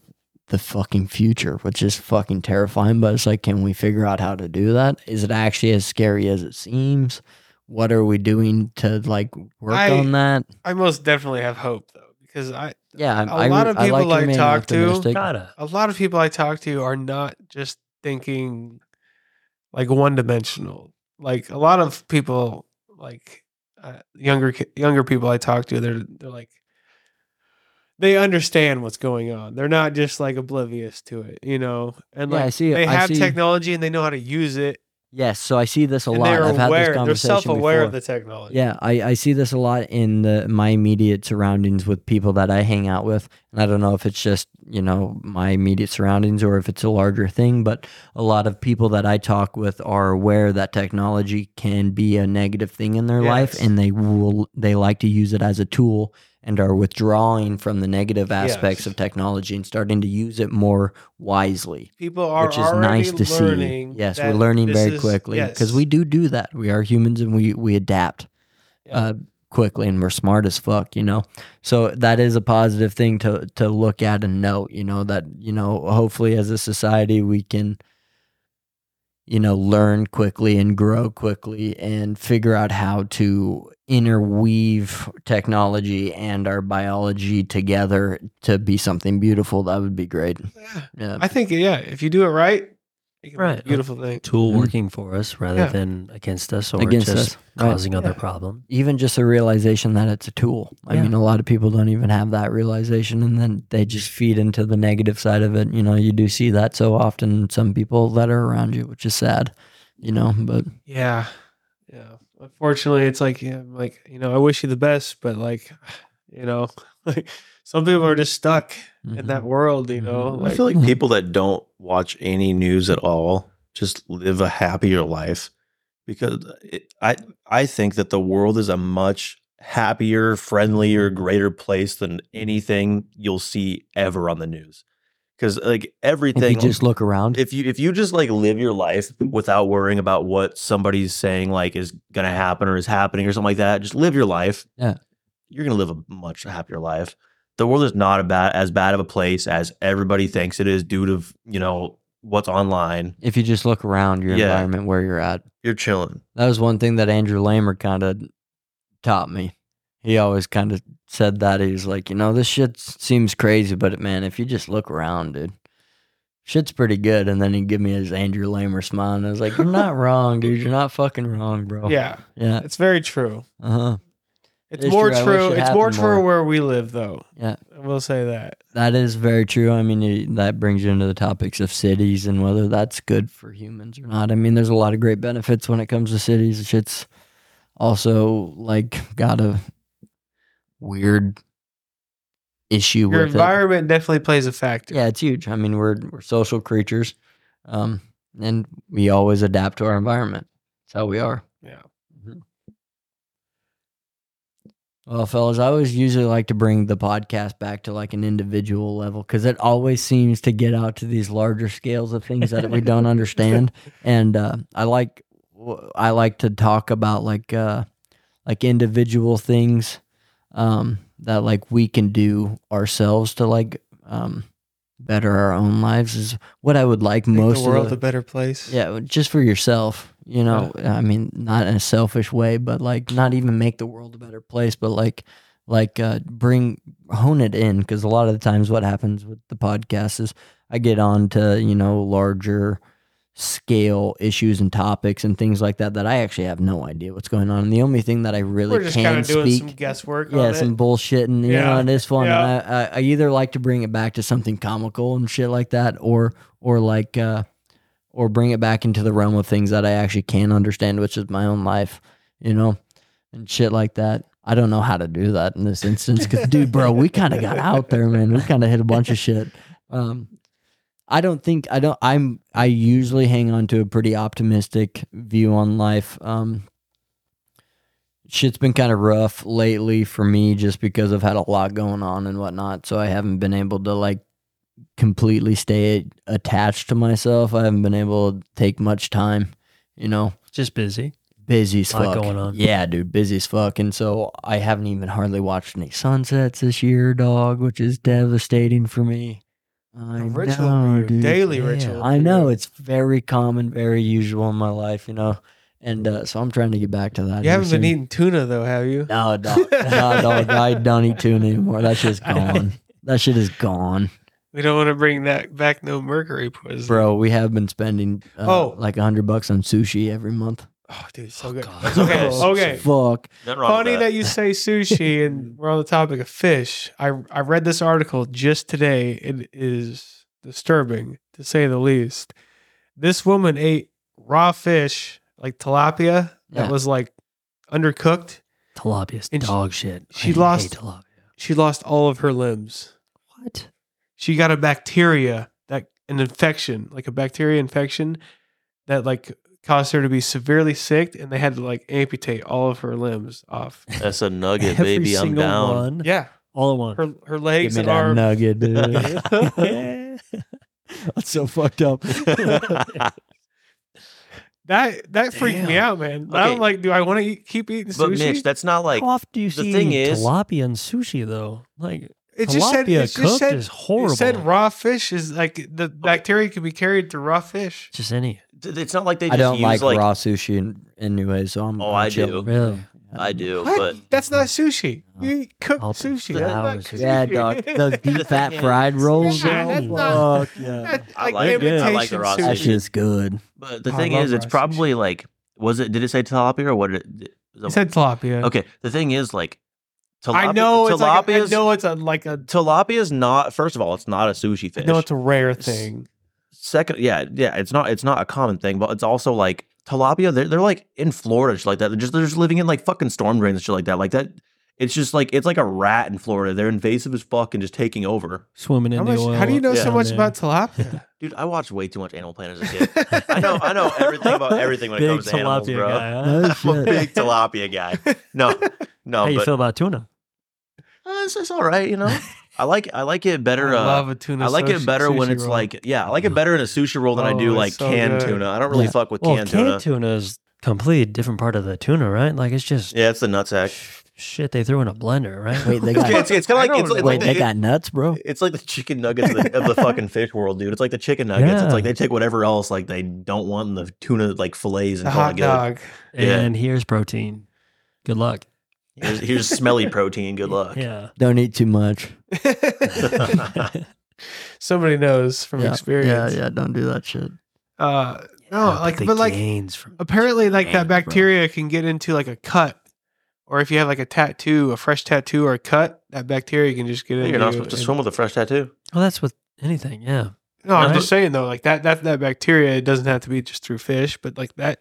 C: the fucking future, which is fucking terrifying. But it's like, can we figure out how to do that? Is it actually as scary as it seems? What are we doing to like work
A: I-
C: on that?
A: I most definitely have hope though, because I
C: Yeah,
A: a lot of people I
C: remaining
A: talk to-
C: optimistic.
D: Gotta.
A: a lot of people I talk to are not just thinking like one dimensional. Like a lot of people, like uh, younger ki- younger people I talk to, they're they're like they understand what's going on. They're not just like oblivious to it, you know. And
C: Yeah,
A: like
C: I see it.
A: they
C: I
A: have
C: see-
A: technology and they know how to use it,
C: Yes, so I see this a
A: And
C: lot.
A: they're
C: I've had
A: aware.
C: this
A: they're
C: conversation
A: self-aware
C: before.
A: of the technology.
C: Yeah, I, I see this a lot in the my immediate surroundings with people that I hang out with. And I don't know if it's just, you know, my immediate surroundings or if it's a larger thing, but a lot of people that I talk with are aware that technology can be a negative thing in their life
A: Yes.
C: and they will they like to use it as a tool and are withdrawing from the negative aspects
A: Yes.
C: of technology and starting to use it more wisely.
A: People are
C: which is
A: already
C: nice to see.
A: learning
C: Yes, we're
A: that
C: learning
A: this
C: very
A: is-
C: quickly because
A: yes.
C: we do do that. We are humans and we we adapt
A: Yeah.
C: uh, quickly, and we're smart as fuck, you know. So that is a positive thing to to look at and note. You know that you know hopefully as a society we can you know learn quickly and grow quickly and figure out how to interweave technology and our biology together to be something beautiful that would be great
A: Yeah.
C: yeah
A: I think yeah, if you do it right, it can be a
D: Right.
A: beautiful thing.
D: Tool
C: Mhm.
D: working for us rather
A: Yeah.
D: than Mm-hmm. against us or
C: against
D: just
C: us Right.
D: causing other
A: Yeah.
D: problem.
C: even just a realization that it's a tool. I
D: Yeah.
C: mean, a lot of people don't even have that realization, and then they just feed into the negative side of it. You know, you do see that so often. in Some people that are around you, which is sad. You know, but
A: Yeah. Yeah. Unfortunately, it's like yeah, I'm like, you know, I wish you the best, but like, you know, like some people are just stuck in
C: mm-hmm.
A: that world, you know.
C: Mhm.
A: Like,
B: I feel like people that don't watch any news at all just live a happier life because it, I I think that the world is a much happier, friendlier, greater place than anything you'll see ever on the news. Because like
C: if
B: everything,
C: you just look around,
B: if you if you just like live your life without worrying about what somebody's saying like is gonna happen or is happening or something like that, just live your life.
C: Yeah.
B: You're gonna live a much happier life. The world is not about as bad of a place as everybody thinks it is due to you know what's online.
C: if you just look around your
B: Yeah.
C: environment where you're at,
B: You're chilling.
C: that was one thing that Andrew Lamer kind of taught me. He always kind of said that he was like, you know, this shit seems crazy, but man, if you just look around, dude, shit's pretty good. And then he give me his Andrew Lamer smile, and I was like, you're not wrong, dude. You're not fucking wrong, bro.
A: yeah,
C: yeah.
A: it's very true.
C: Uh huh.
A: It's
C: It's
A: more
C: true. I
A: true.
C: wish it
A: It's more
C: happened
A: true
C: more.
A: where we live, though.
C: Yeah.
A: I will say that.
C: That is very true. I mean, you, that brings you into the topics of cities and whether that's good for humans or not. I mean, there's a lot of great benefits when it comes to cities. Shit's also like got a weird issue
A: Your
C: with
A: environment definitely plays a
C: it.
A: factor.
C: Yeah, it's huge. I mean, we're we're social creatures, um, and we always adapt to our environment. That's how we are. Mm-hmm.
A: Yeah.
C: Well, fellas, I always usually like to bring the podcast back to like an individual level because it always seems to get out to these larger scales of things that we don't understand, and uh, I like I like to talk about like uh, like individual things um, that like we can do ourselves to like um, better our own lives is what I would like
A: Make
C: most
A: the world
C: of
A: a better place.
C: yeah, just for yourself, you know. I mean, not in a selfish way, but like not even make the world a better place, but like like uh bring hone it in because a lot of the times what happens with the podcast is I get on to, you know, larger scale issues and topics and things like that that I actually have no idea what's going on. And the only thing that I really
A: We're just kind
C: can
A: of doing
C: speak
A: some guesswork.
C: yeah,
A: on it.
C: some bullshit, and you know,
A: Yeah.
C: and it's fun.
A: Yeah.
C: And I, I, I either like to bring it back to something comical and shit like that, or or like uh, or bring it back into the realm of things that I actually can understand, which is my own life, you know, and shit like that. I don't know how to do that in this instance, because dude, bro, we kind of got out there, man. We kind of hit a bunch of shit. Um, I don't think I don't. I'm I usually hang on to a pretty optimistic view on life. Um, shit's been kind of rough lately for me just because I've had a lot going on and whatnot. So I haven't been able to like completely stay attached to myself. I haven't been able to take much time, you know,
D: Just busy.
C: busy as
D: Lot
C: fuck.
D: going on.
C: Yeah, dude, busy as fuck. And so I haven't even hardly watched any sunsets this year, dog, which is devastating for me. I
A: A ritual
C: know,
A: for you,
C: dude.
A: daily
C: Yeah,
A: ritual
C: I
A: for
C: know
A: you.
C: it's very common, very usual in my life, you know. And uh, so I'm trying to get back to that.
A: You
C: here
A: haven't
C: soon.
A: been eating tuna though, have you?
C: No, dog. no, dog. I don't eat tuna anymore. That shit's gone. That shit is gone,
A: We don't want to bring that back. No mercury poisoning.
C: bro. We have been spending uh,
A: Oh.
C: like a hundred bucks on sushi every month.
A: Oh, dude, so good.
D: God.
A: That's okay.
B: Oh,
A: Okay.
C: Fuck.
A: Funny that you say sushi and we're on the topic of fish. I I read this article just today. It is disturbing to say the least. This woman ate raw fish like tilapia that
C: Yeah.
A: was like undercooked.
D: Tilapia's
A: And she-
D: dog shit. I
A: she
D: hate
A: lost-
D: tilapia.
A: She lost all of her limbs.
D: What?
A: She got a bacteria that an infection, like a bacteria infection, that like caused her to be severely sick, and they had to like amputate all of her limbs off.
B: That's a nugget,
D: Every
B: baby. I'm
D: single
B: down.
D: one.
A: Yeah,
D: All at once.
A: her her legs
C: Give me
A: and
C: that
A: arms.
C: nugget, dude. That's so fucked up.
A: That that freaked me
B: Damn.
A: out, man. I'm
B: Okay.
A: like, do I want to eat, keep eating
B: but
A: sushi?
B: Mitch, that's not like
D: How often do you
B: the
D: see
B: thing is-
D: tilapia and sushi though? Like
A: it
D: tilapia
A: just said it just
D: cooked
A: said
D: is
A: it
D: horrible.
A: said raw fish is like the bacteria can be carried through raw fish.
D: just any.
B: it's not like they
C: I
B: just
C: don't
B: use
C: like,
B: like,
C: raw sushi in, anyway, so I'm.
B: Oh,
C: I'm
B: I do.
C: chill.
D: Really?
B: I do,
A: What?
B: but
A: That's not sushi.
C: No.
A: You cook
D: I'll-
A: sushi.
D: that
A: That's not
D: was-
A: sushi.
C: Yeah, dog. Those deep fat fried rolls.
A: Yeah,
C: though,
A: that's not-
C: fuck yeah.
A: That's
B: I
A: like
B: like
C: it. I
B: like the
A: imitation
B: raw
C: That
B: sushi.
A: sushi.
C: shit's good.
B: but the
A: Oh, I
B: thing
A: love
B: is, it's
A: raw sushi.
B: probably like was it? Did it say tilapia or what? Did it,
A: It said tilapia.
B: okay, the thing is like tilapia.
A: I know it's like a, I
B: tilapia's-
A: know it's a like a
B: tilapia is not. First of all, it's not a sushi fish.
A: no, it's a rare
B: It's-
A: thing.
B: Second, yeah, yeah, it's not it's not a common thing, but it's also like tilapia. They're, they're like in Florida, shit like that. They're just they're just living in like fucking storm drains and shit like that. Like that, it's just like it's like a rat in Florida. They're invasive as fuck and just taking over.
D: Swimming in
A: How,
D: the
A: much,
D: oil.
A: how do you know so
D: down
A: much
D: there.
A: about tilapia?
B: Dude, I watched way too much Animal Planet as a kid. I know, I know everything about everything when it
D: Big
B: comes to animals,
D: tilapia
B: bro.
D: guy, huh?
C: No
B: I'm a
C: shit.
B: big tilapia guy. No, no,
D: how you
B: but
D: feel about tuna?
B: uh, it's, it's all right, you know. I like I like it better.
A: I
B: uh,
A: love a tuna.
B: I like it
A: sushi-
B: better when
A: sushi
B: it's
A: roll.
B: like yeah, I like it better in a sushi roll than I
A: Oh,
B: do
A: it's
B: like
A: so
B: canned
A: good.
B: tuna. I don't really
C: Yeah.
B: fuck with
D: Well,
B: canned tuna.
D: canned tuna is complete different part of the tuna, right? Like it's just
B: Yeah, it's the nutsack.
D: sh- shit they threw in a blender, right?
C: Wait, they
B: It's,
C: got.
B: it's, it's kind of like it's,
A: don't
B: it's
C: Wait,
B: like
C: they
B: the,
C: got nuts, bro.
B: it's like the chicken nuggets of the, of the fucking fish world, dude. It's like the chicken nuggets.
D: Yeah.
B: It's like they take whatever else like they don't want in the tuna like fillets and
A: the
B: call it
A: hot
B: good.
A: dog.
B: Yeah.
D: And here's protein. Good luck.
B: Here's, here's smelly protein. Good luck.
D: Yeah.
C: Don't eat too much.
A: Somebody knows from experience.
C: Yeah, yeah. Don't do that shit.
A: Uh, no,
D: Yeah,
A: like,
D: they
A: but like,
D: gains from
A: apparently like
D: Man,
A: that
D: bro.
A: bacteria can get into like a cut or if you have like a tattoo a fresh tattoo or a cut that bacteria can just get in
B: You're not supposed to
A: and-
B: swim with a fresh tattoo.
D: Well, that's with anything, yeah.
A: no i'm
D: right?
A: just saying though like that that that bacteria it doesn't have to be just through fish but like that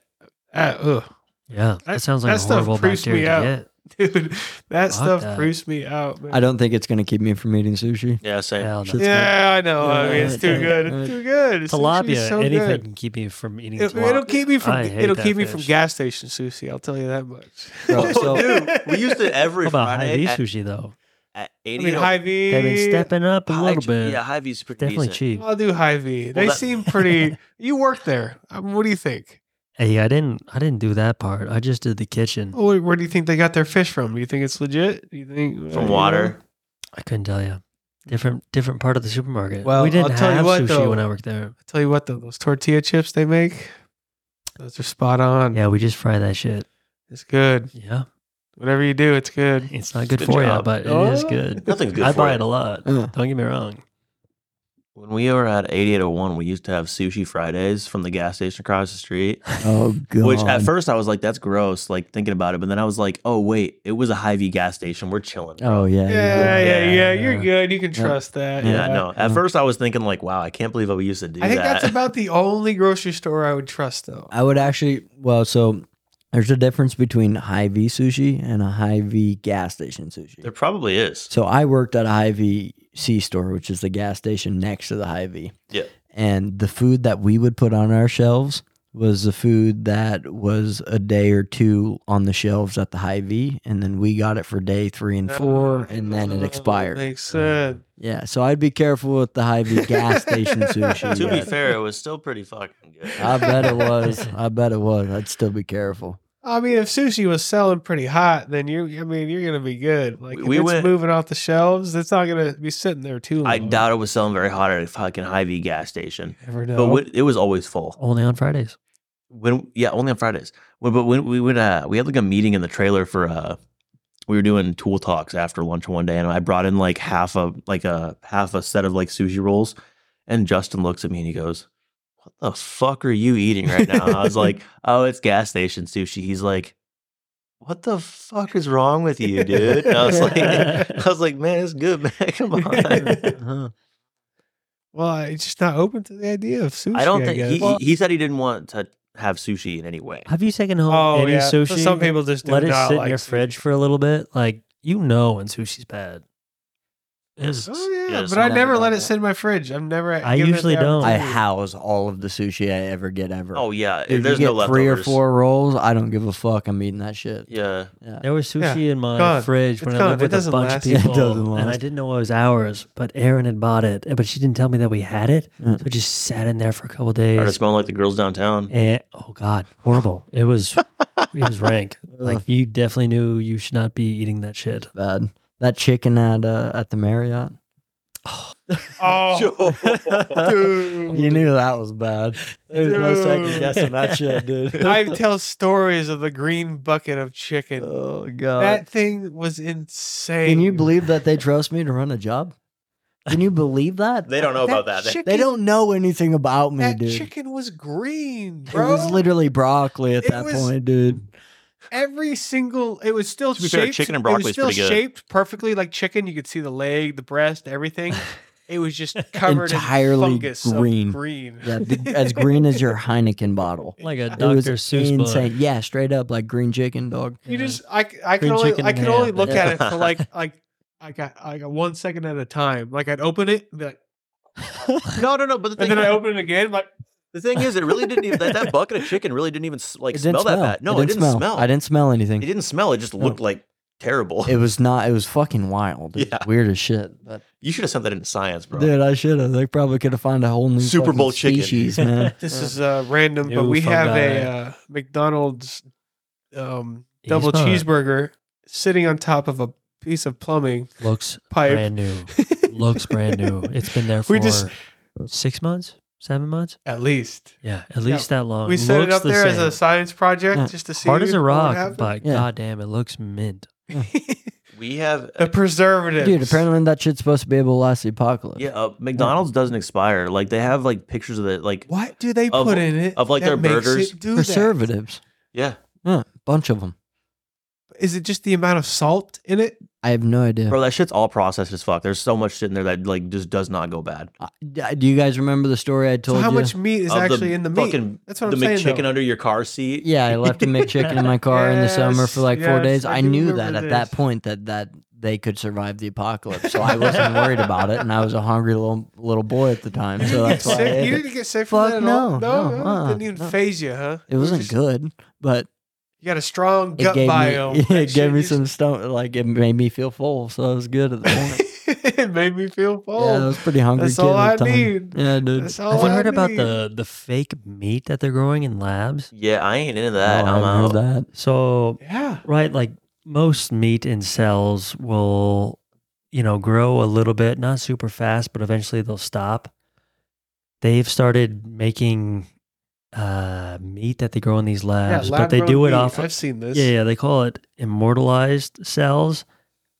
A: that, ugh,
D: Yeah. That,
A: That-
D: sounds like
A: that
D: a
A: stuff
D: horrible
A: creeps me
D: bacteria to
A: out.
D: get.
A: dude that stuff
D: that.
A: creeps me out man.
C: I don't think it's gonna keep me from eating sushi.
B: Yeah, same.
D: Hell no.
C: Shit's
A: yeah i know i mean it's too
C: Uh,
A: good
C: uh,
A: it's too good it's
D: Tilapia,
A: so
D: anything
A: good.
D: can keep you from eating
A: It,
D: tilapia.
A: will keep me from
D: I hate
A: it'll
D: that
A: keep me from
D: fish.
A: gas station sushi. I'll tell you that much.
C: Bro, so-
B: Dude, we used it every
D: How about high
B: Friday
D: V
B: at,
D: sushi though?
B: at
A: I
B: 80.
A: mean, high V.
D: They've been stepping up a
B: High-
D: little bit.
B: Yeah, high V's pretty
D: Definitely
B: decent.
D: cheap.
A: I'll do high V. They
B: that-
A: seem pretty. you work there. Um, what do you think?
D: Hey, I didn't I didn't do that part. I just did the kitchen.
A: Oh, where- where do you think they got their fish from? Do you think it's legit? Do you think uh,
B: From water.
D: I couldn't tell you. Different different part of the supermarket.
A: Well,
D: we didn't
A: I'll tell you
D: have
A: what,
D: sushi
A: though.
D: when I worked there.
A: I tell you what, though, those tortilla chips they make, those are spot on.
D: Yeah, we just fry that shit.
A: It's good.
D: Yeah,
A: Whatever you do, it's good.
D: it's not good,
B: Good
D: for you,
B: job. Oh.
D: but it is good.
B: Nothing's good
D: I
B: for
D: buy
B: you.
D: it a lot.
C: Uh,
D: Don't get me wrong.
B: When we were at 8801, we used to have sushi Fridays from the gas station across the street.
C: oh god.
B: Which at first I was like, that's gross, like thinking about it. But then I was like, oh, wait, it was a high V gas station. We're chilling.
C: Oh yeah.
A: Yeah,
C: yeah.
A: yeah, yeah.
D: yeah, yeah.
A: You're good. You can
C: Yeah.
A: trust that.
B: yeah, no. At
C: yeah.
B: first I was thinking, like, wow, I can't believe we used to do
A: I think
B: that.
A: that's about the only grocery store I would trust, though.
C: I would actually. Well, so there's a difference between high V sushi and a high V gas station sushi.
B: there probably is.
C: So I worked at a high V C store, which is the gas station next to the high V.
B: Yeah.
C: And the food that we would put on our shelves was the food that was a day or two on the shelves at the high V, and then we got it for day three and
B: Uh.
C: four, and then it
A: Oh,
C: expired.
A: Makes sense.
C: Yeah. So I'd be careful with the high V gas station sushi.
B: to
C: yeah.
B: be fair, it was still pretty fucking good.
C: I bet it was. I bet it was. I'd still be careful.
A: I mean, if sushi was selling pretty hot, then you, I mean, you're gonna be good. Like,
B: We-
A: if
B: we
A: it's
B: went-
A: moving off the shelves, it's not gonna be sitting there too long.
B: I doubt it was selling very hot at a fucking high V gas station.
A: Never know.
B: But when, it was always full.
D: Only on Fridays.
B: When yeah, only on Fridays. When, but when we would uh we had like a meeting in the trailer for uh we were doing tool talks after lunch one day and I brought in like half a like a half a set of like sushi rolls and Justin looks at me and he goes, What the fuck are you eating right now? And I was like, Oh, it's gas station sushi. He's like, What the fuck is wrong with you, dude? And I was like I was like, Man, it's good, man. Come on.
A: Well, it's just not open to the idea of sushi.
B: I don't think he,
A: guess.
B: he he said he didn't want to have sushi in any way.
D: Have you taken home
A: oh
D: any
A: yeah.
D: sushi?
A: So some people just do
D: let it
A: not
D: sit in
A: like
D: your
A: sushi.
D: fridge for a little bit. Like you know when sushi's bad. It's-
A: Oh yeah,
B: Yeah,
A: but
B: some
A: I
B: never
A: never
B: done
A: let it
B: that.
A: sit in my fridge. I've never.
D: I
A: given it
D: usually
A: the
D: don't.
A: opportunity.
C: I house all of the sushi I ever get ever.
B: Oh yeah,
C: If
B: there's
C: you
B: no
C: get three or
B: leftovers.
C: four rolls. I don't give a fuck. I'm eating that shit.
B: Yeah,
C: Yeah.
D: There was sushi in my
A: gone. It's
D: fridge when I
A: gone.
D: lived
A: It
D: with a
A: doesn't
D: bunch
A: last.
D: of
A: Yeah, it
D: people,
C: doesn't
D: and I
C: last.
D: didn't know it was ours. But Erin had bought it, but she didn't tell me that we had it,
C: Mm.
D: so it just sat in there for a couple
B: started
D: days.
B: smelling like the girls downtown.
D: And oh god, horrible! It was it was rank. Like you definitely knew you should not be eating that shit.
C: bad. That chicken at uh, at the Marriott.
A: Oh, dude.
C: You knew that was bad. There's no second
A: Dude.
C: guessing that shit, dude.
A: I tell stories of the green bucket of chicken.
C: oh
B: Uh,
C: god.
A: That thing was insane.
C: Can you believe that they trust me to run a job? Can you believe that?
B: They don't know about that. They-
A: Chicken,
C: They don't know anything about me,
A: That
C: dude.
A: chicken was green,
C: it
A: bro.
C: was literally broccoli at
A: It
C: that
A: was-
C: point, dude.
A: Every single. It was still
B: To be
A: shaped.
B: fair, chicken and broccoli
A: it was
B: is
A: still
B: pretty good.
A: shaped perfectly like chicken. You could see the leg, the breast, everything. It was just covered
C: Entirely
A: in fungus of
C: green.
A: green.
C: Yeah, th- as green as your Heineken bottle.
D: Like a
C: It
D: Dr.
C: was
D: Seuss book.
C: insane. Yeah, straight up like green chicken, dog.
A: You just I, c- I can
D: Green
A: only
D: chicken
A: I
D: in
A: can
D: hand.
A: only look at it for
B: Yeah.
A: like like I got I got one second at a time. Like I'd open it and be like,
B: No, no, no. But the
A: and
B: thing,
A: then I open it again. Like
B: the thing is, it really didn't even that, that bucket of chicken really didn't even s- like
C: It
B: smell,
C: didn't
B: that bad. No, it didn't, smell.
C: I didn't smell anything.
B: It didn't smell. It just looked like terrible.
C: It was not. It was fucking wild. It was
B: Yeah.
C: weird as shit. But
B: you should have sent that into science, bro.
C: dude, I should have. They probably could have found a whole new
B: Super
C: fucking
B: Bowl chicken.
C: species, man.
A: this is uh, random, but
D: New
A: we have a
D: fungi.
A: uh, McDonald's um,
D: He's
A: double
D: not.
A: cheeseburger sitting on top of a piece of plumbing
D: Looks
A: pipe.
D: brand new. Looks brand new. It's been there for
A: We just-
D: six months, seven months.
A: At least
D: Yeah, at least that long.
A: we set it
D: Uh, Looks
A: up
D: the
A: there as
D: same.
A: a science project
C: Yeah.
A: just to see
D: hard as a
A: what
D: rock,
A: happened.
D: but
C: Yeah.
D: goddamn, it looks mint.
B: We have uh,
A: the preservative,
C: Dude, apparently that shit's supposed to be able to last the apocalypse.
B: yeah. Uh, McDonald's doesn't expire. Like they have like pictures of it. Like
A: What do they
B: Of-
A: put in it
B: of, like,
A: that
B: their
A: makes
B: burgers.
A: It do that?
C: Preservatives.
B: yeah,
C: Yeah, bunch of them.
A: Is it just the amount of salt in it?
C: I have no idea.
B: bro. That shit's all processed as fuck. There's so much shit in there that like just does not go bad.
C: I- d- do you guys remember the story I
A: So
C: told
A: how
C: you?
A: much meat is
B: Of
A: actually in the meat?
B: Fucking
A: That's what
B: the
A: I'm saying.
B: McChicken
A: though.
B: under your car seat.
C: yeah, I left a McChicken in my car in the summer for like four
A: Yes,
C: days.
A: yes, I
C: I
A: do
C: knew that
A: remember
C: at that
A: this.
C: point that that they could survive the apocalypse, so I wasn't worried about it, and I was a hungry little little boy at the time,
A: You
C: so
A: didn't, get
C: that's why. I
A: sick,
C: ate
A: you
C: it.
A: didn't get sick from
C: Fuck
A: that at all.
C: no,
A: No,
C: no,
A: no,
C: uh,
A: didn't even
C: no.
A: phase you, huh?
C: It wasn't
A: Just-
C: good, but
A: You got a strong
C: it
A: gut
C: gave
A: biome.
C: me
A: That
C: it
A: shit
C: gave me
A: used-
C: some stomach. Like it made me feel full, so it was good at the point.
A: it made me feel full.
C: yeah, Uh, I was a pretty hungry.
A: that's
C: kid
A: all
C: at the
A: I
C: time.
A: need.
C: Yeah, dude.
A: That's
D: Have
A: all
D: you
A: Oh, I
D: heard about
A: need.
D: the the fake meat that they're growing in labs?
B: Yeah, I ain't into
C: Oh, I
B: that. I'm
C: haven't heard
B: out.
C: that.
D: So
A: Yeah.
D: right, like most meat in cells will, you know, grow a little bit, not super fast, but eventually they'll stop. They've started making uh meat that they grow in these labs,
A: yeah
D: but they
A: lab-grown
D: do it
A: meat.
D: off
A: I've seen this.
D: Yeah, yeah, they call it immortalized cells,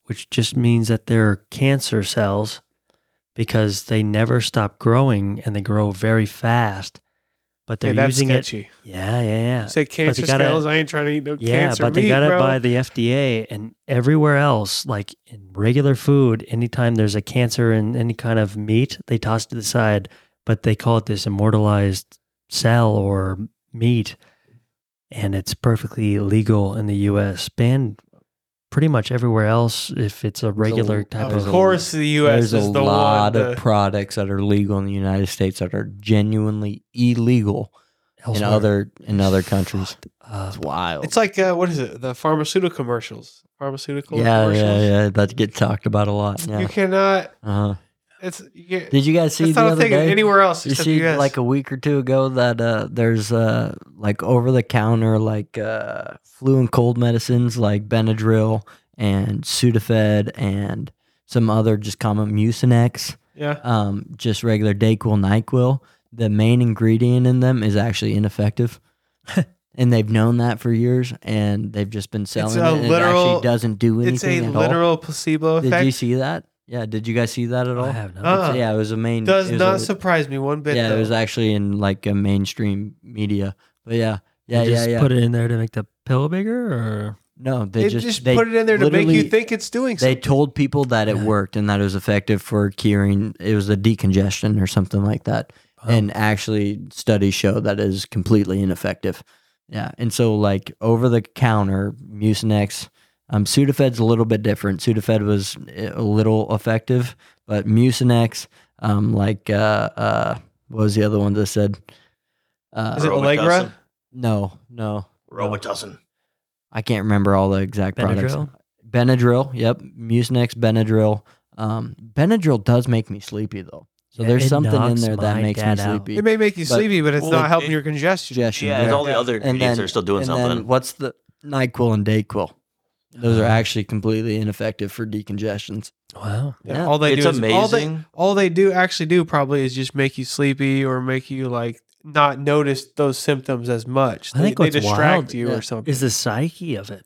D: which just means that they're cancer cells because they never stop growing and they grow very fast. But
A: Hey,
D: they're
A: that's
D: using it.
A: sketchy.
D: Yeah, yeah,
C: uh,
D: yeah.
A: Say cancer
D: gotta-
A: scales. I ain't trying to eat no
D: yeah,
A: cancer
D: but they
A: meat,
D: got
A: bro.
D: it by the FDA and everywhere else, like in regular food, anytime there's a cancer in any kind of meat, they toss it to the side, but they call it this immortalized cell or meat. And it's perfectly legal in the US, banned pretty much everywhere else if it's a uh, regular type
A: of
D: of.
A: course, the U.S.
C: There's a
A: is the
C: lot
A: one.
C: of
A: to-
C: products that are legal in the United States that are genuinely illegal in
D: elsewhere.
C: other in other countries.
D: Fucked up.
C: It's wild.
A: It's like uh, what is it? The pharmaceutical commercials. Pharmaceutical
C: yeah,
A: commercials.
C: yeah, yeah. That gets talked about a lot.
A: You
C: Yeah.
A: cannot.
C: Uh-huh.
A: It's you get,
C: Did you guys see
A: it's
C: the
A: not a
C: other
A: thing
C: day?
A: anywhere else
C: you
A: except
C: see,
A: U.S.
C: like a week or two ago, that uh, there's uh, like over the counter, like uh, flu and cold medicines, like Benadryl and Sudafed and some other just common Mucinex.
A: yeah.
C: um, just regular Dayquil, Nyquil, the main ingredient in them is actually ineffective. and they've known that for years, and they've just been selling
A: a
C: it. And it
A: literal-
C: actually doesn't do
A: It's a
C: anything at
A: literal placebo
C: all. Did you
A: effect.
C: see that? Yeah, did you guys see that at all?
D: I have not.
A: Uh,
C: yeah, it was a main.
A: Does
C: it was
A: not
C: a-
A: surprise me one bit.
C: Yeah,
A: though.
C: it was actually in like a mainstream media. But yeah, yeah,
D: You
C: yeah,
D: just
C: yeah.
D: Put it in there to make the pill bigger or
C: No, they,
A: They,
C: just,
A: just,
C: they
A: put it in there to make you
C: literally-
A: think it's doing
C: They
A: something.
C: told people that it
D: Yeah.
C: worked and that it was effective for curing. It was a decongestion or something like that.
A: Oh.
C: And actually, studies show that it is completely ineffective. Yeah, and so like over the counter Mucinex, um, Sudafed's a little bit different. Sudafed was eh, a little effective, but Mucinex, um, like uh, uh, what was the other one that said?
A: Is it
C: Uh,
A: Allegra?
C: no, no,
B: Robitussin.
C: I can't remember all the exact products.
D: uh, Benadryl?
C: Benadryl. Yep. Mucinex, Benadryl. Um, Benadryl does make me sleepy though. So
D: Yeah,
C: there's
D: it
C: something in
D: knocks
C: there
D: my
C: that makes me
D: dad out.
C: sleepy.
A: It may make you
C: But-
A: sleepy, but it's
B: Well,
A: not helping
B: it-
A: your congestion.
C: Sgestion,
B: Yeah, and all the
A: Yeah.
B: other ingredients are still doing
C: and
B: something.
C: Then what's the Nyquil and Dayquil? Those are actually completely ineffective for decongestions.
D: Wow.
A: Yeah,
C: Yeah.
A: All they
B: it's
A: do is, All they,
B: amazing.
A: all they do actually do probably is just make you sleepy or make you like not notice those symptoms as much.
D: I
A: They,
D: think
A: they
D: what's
A: distract
D: wild
A: you
C: yeah,
A: or something.
D: Is the psyche of it.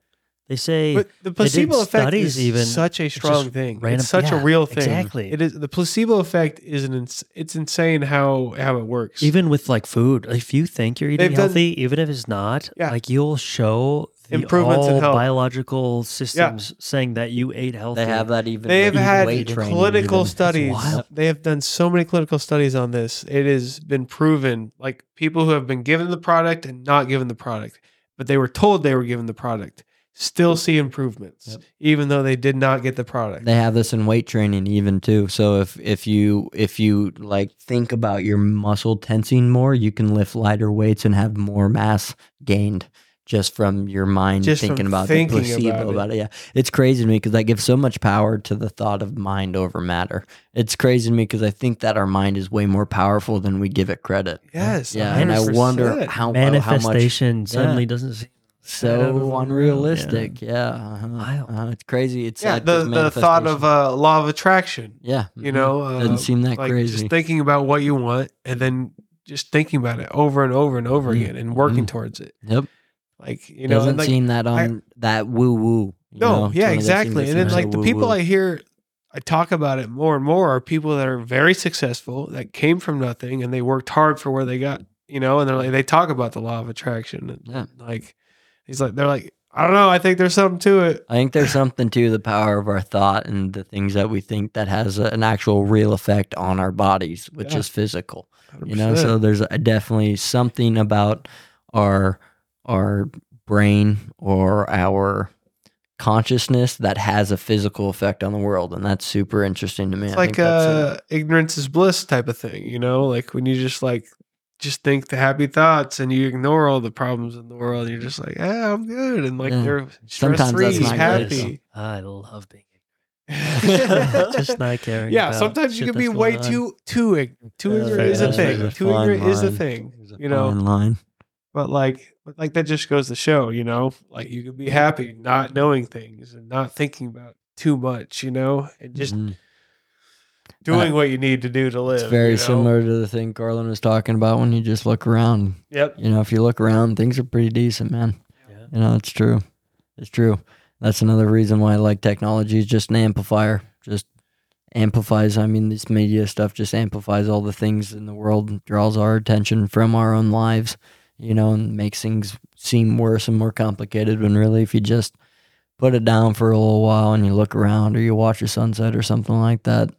D: They say
A: But the placebo effect
D: studies
A: is
D: even.
A: such a strong
D: just
A: thing.
D: random-
A: it's such
D: yeah,
A: a real thing.
D: exactly.
A: It is the placebo effect is an ins- it's insane how how it works.
D: even with like food, if you think you're eating
A: They've done-
D: healthy, even if it's not,
A: Yeah.
D: like you'll show the
A: Improvements in
D: all
A: health.
D: biological systems saying that you ate healthy.
C: They have that even.
A: they have
C: with
A: had
C: weight training
A: clinical
C: even.
A: studies.
D: wild.
A: They have done so many clinical studies on this. It has been proven like people who have been given the product and not given the product, but they were told they were given the product, still see improvements,
C: Yep.
A: even though they did not get the product.
C: They have this in weight training even too. So if if you if you like think about your muscle tensing more, you can lift lighter weights and have more mass gained just from your mind
A: Just
C: thinking
A: from
C: about
A: thinking
C: the placebo
A: about
C: about
A: it.
C: it. Yeah, it's crazy to me because I give so much power to the thought of mind over matter. It's crazy to me because I think that our mind is way more powerful than we give it credit.
A: yes.
C: Yeah, and I wonder
A: 100%.
C: how how much
D: manifestation suddenly doesn't seem out of the
C: so
D: world.
C: unrealistic. Yeah, uh-huh.
D: Wild.
C: Uh, it's crazy. It's
A: yeah,
C: like
A: the,
C: this
A: the thought
C: manifestation.
A: of uh, law of attraction,
C: yeah,
A: you
C: mhm.
A: know, uh,
C: doesn't seem that
A: like
C: crazy.
A: just thinking about what you want and then just thinking about it over and over and over
C: Mm.
A: again and working
C: Mm.
A: towards it.
C: Yep.
A: Like, you know,
C: doesn't
A: and like,
C: seem that
A: I-
C: on that woo woo.
A: No, yeah, exactly. And then like the people I hear I talk about it more and more are people that are very successful that came from nothing and they worked hard for where they got, you know, and they're like they talk about the law of attraction and
C: Yeah.
A: like he's like they're like I don't know, I think there's something to it.
C: I think there's something to the power of our thought and the things that we think that has a, an actual real effect on our bodies, which
A: Yeah.
C: is physical. You know, so there's a, definitely something about our our brain or our consciousness that has a physical effect on the world, and that's super interesting to me.
A: it's
C: I think
A: like
C: that's a-
A: uh ignorance is bliss type of thing, you know, like when you just like just think the happy thoughts and you ignore all the problems in the world. You're just like, yeah, I'm good. And like
C: Yeah.
A: they're
C: Sometimes
A: stress
C: that's
A: free,
C: not good.
A: happy.
D: I love being
A: Just
D: just not caring.
A: yeah
D: about
A: sometimes you
D: shit
A: can be
D: that's
A: way
D: going on.
A: too too ig- too
D: Yeah,
A: ignorant is a
D: that's
A: thing
D: right.
A: too ignorant is a thing you know
C: Online.
A: but like but like that just goes to show you know like you can be happy not knowing things and not thinking about too much you know and just
C: Mhm.
A: doing what you need to do to live
C: It's very
A: you know?
C: similar to the thing Garland was talking about when you just look around.
A: yep
C: You know, if you look around, things are pretty decent, man.
D: Yeah.
C: You know, it's true. It's true. That's another reason why I like technology is just an amplifier. Just amplifies, I mean, this media stuff just amplifies all the things in the world, and draws our attention from our own lives, you know, and makes things seem worse and more complicated when really, if you just put it down for a little while and you look around or you watch a sunset or something like that,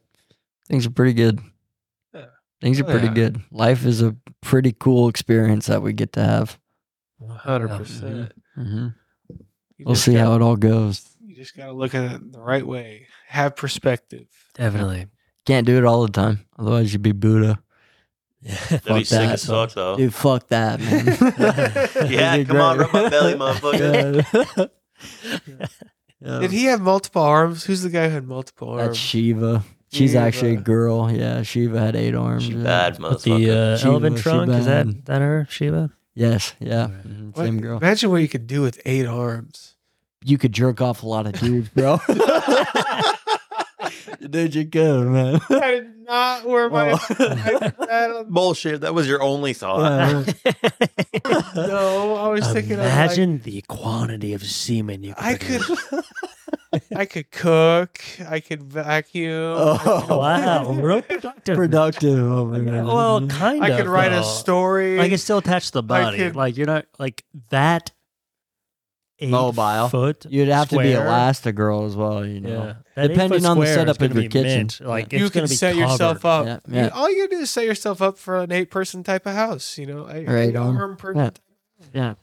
C: things are pretty good.
A: Yeah.
C: Things are
A: Oh,
C: pretty
A: yeah.
C: good. Life is a pretty cool experience that we get to have.
A: 100%
B: Mm-hmm.
C: hmm
A: You
C: We'll
A: just
C: see
A: gotta-
C: how it all goes.
A: you just gotta look at it the right way have perspective
D: Definitely.
C: Can't do it all the time. Otherwise, you'd be Buddha.
D: Yeah.
C: Fuck
B: That'd be sick
C: that.
B: as fuck, though.
C: Dude, fuck that, man.
B: yeah,
C: That'd be
B: come on,
C: great.
B: rub my belly, motherfucker.
C: Yeah. Yeah.
A: did he have multiple arms who's the guy who had multiple
C: That's
A: arms
C: Shiva. She's actually a
A: Shiva.
C: girl. Yeah, Shiva had eight arms.
B: She
C: yeah.
B: bad,
D: With the
B: motherfucker.
D: uh,
C: Shiva,
D: elephant trunk, is that
C: Shiva.
D: that her Shiva?
C: Yes, yeah.
D: Alright.
C: Mhm,
A: What-
C: Same girl.
A: imagine what you could do with eight arms
C: You could jerk off a lot of dudes, bro. Dude, you could, man.
A: I did not wear my.
C: Oh.
A: I, I don't
B: Bullshit. That was your only thought.
C: Uh,
A: know. I was thinking. Imagine
D: Imagine the quantity of semen you. Could
A: I
D: produce.
A: could. I could cook. I could vacuum. I could-
C: Oh,
D: wow, real productive.
C: productive. Oh my God.
D: well, kind
A: I
D: of.
A: could write a
D: though.
A: story.
D: Like it's still attached to the
A: I
D: body.
A: could-
D: like you're not like that eight
C: Mobile.
D: foot.
C: You'd have to be
D: square.
C: Elastigirl as well, you know.
D: Yeah, That eight
C: Depending
D: foot
C: on the
D: square is
C: setup of
D: gonna
C: your
D: be
C: kitchen.
D: mint. Like
A: you
D: it's
A: can
D: gonna be
A: set yourself
D: covered.
A: up.
C: Yeah, yeah.
A: Oh, You- all you gotta do is set yourself up for an eight-person type of house. You know, a-
C: Right on.
A: arm per-
C: Yeah. Yeah.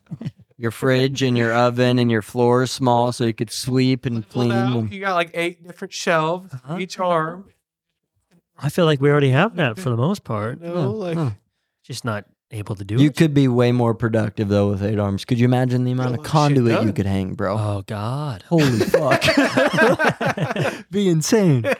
C: Your fridge and your oven and your floor is small so you could sweep and
A: Well,
C: clean.
A: now
C: And,
A: you got like eight different shelves,
D: Uh-huh.
A: each arm.
D: I feel like we already have that for the most part.
A: You know, like
C: huh.
D: Just not able to do
C: You
D: it.
C: could be way more productive though with eight arms. Could you imagine the amount
A: a
C: of
A: lot of shit
C: conduit you
A: done.
C: could hang, bro?
D: oh God.
C: Holy fuck. be insane. It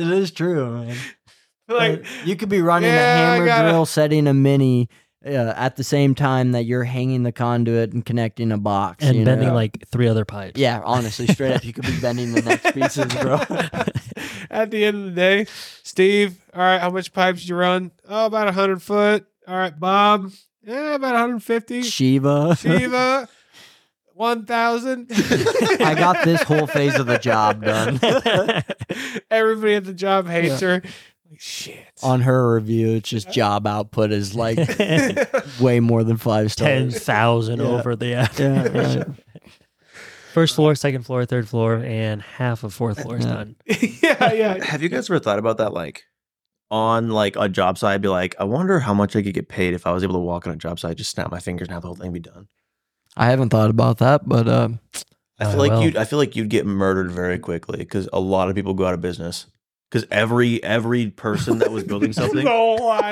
C: is true, man.
A: like
C: you could be running
A: Yeah, I
C: a hammer
A: gotta-
C: drill, setting a mini uh, at the same time that you're hanging the conduit and connecting a box
D: And
C: you
D: bending
C: know?
D: like three other pipes.
C: yeah, honestly, straight up, you could be bending the next pieces, bro.
A: At the end of the day, Steve, all right, how much pipes you run? Oh, about 100 foot. All right, Bob, yeah, about 150.
C: Shiva.
A: Shiva, 1,000.
C: I got this whole phase of the job done.
A: Everybody at the job hates her. Like, shit.
C: On her review, it's just job output is like way more than five
D: Ten
C: stars.
D: thousand
C: Yeah.
D: over the average.
C: Yeah, right.
D: First floor, second floor, third floor, and half of fourth floor is
C: Yeah.
D: done.
A: yeah, yeah.
B: Have you guys ever thought about that? Like on like a job site, I'd be like, I wonder how much I could get paid if I was able to walk on a job site, just snap my fingers and have the whole thing be done.
C: I haven't thought about that, but uh,
B: I
D: Oh,
B: feel like
D: well.
B: you'd I feel like you'd get murdered very quickly because a lot of people go out of business. Because every every person that was building something
A: No, why?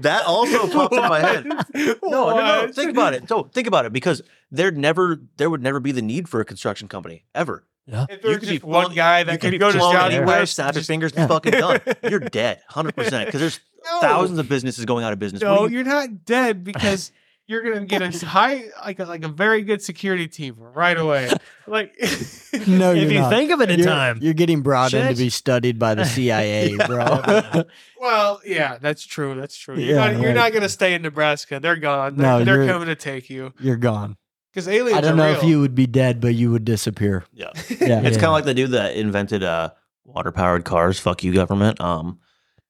B: that also popped in my head. No, no, no.
A: Why?
B: Think about it. No, think about it. Because there'd never there would never be the need for a construction company ever.
A: If there
B: You
A: was
B: could
A: just
B: be
A: one
B: flown-
A: guy
B: You
A: that
B: could
A: could go to
B: clone
A: Johnny
B: anywhere,
A: West,
B: snap your
A: just-
B: fingers, and fucking done. You're dead, hundred percent. Because there's
A: No.
B: thousands of businesses going out of business. What do
A: No,
B: you-
A: you're not dead because you're gonna get a high, like a, like a very good security team right away. Like,
C: no,
D: if
C: you're
D: you
C: not.
D: think of it in
C: you're,
D: time.
C: you're getting brought in
D: Shit.
C: to be studied by the CIA, bro.
A: well, yeah, that's true. That's true. You're,
C: Yeah,
A: not, you're
C: right.
A: not gonna stay in Nebraska. They're gone. They're,
C: No,
A: they're
C: you're-
A: coming to take you
C: You're gone.
A: because aliens.
C: I don't
A: are
C: know
A: real.
C: if you would be dead, but you would disappear.
B: Yeah.
C: Yeah,
B: It's
D: Yeah.
B: kind of like the dude that invented uh, water powered cars. Fuck you, government. Um,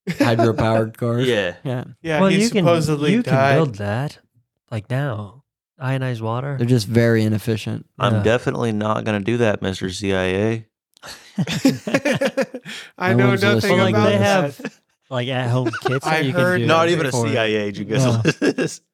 C: hydropowered cars.
B: yeah.
C: yeah.
A: Yeah,
D: well,
A: he
D: you
A: supposedly
D: can you
A: died.
D: can build that like now, ionized water.
C: They're just very inefficient.
B: I'm
D: Yeah.
B: definitely not gonna do that, Mister CIA.
A: I
C: No
A: know
C: one's listening
A: nothing
D: Well, like
A: about
D: they
A: that.
D: have like at home kits. that
A: I
D: you can
A: heard-
D: do
A: Not
D: it
A: even a
D: for.
B: You
C: No.
B: guys.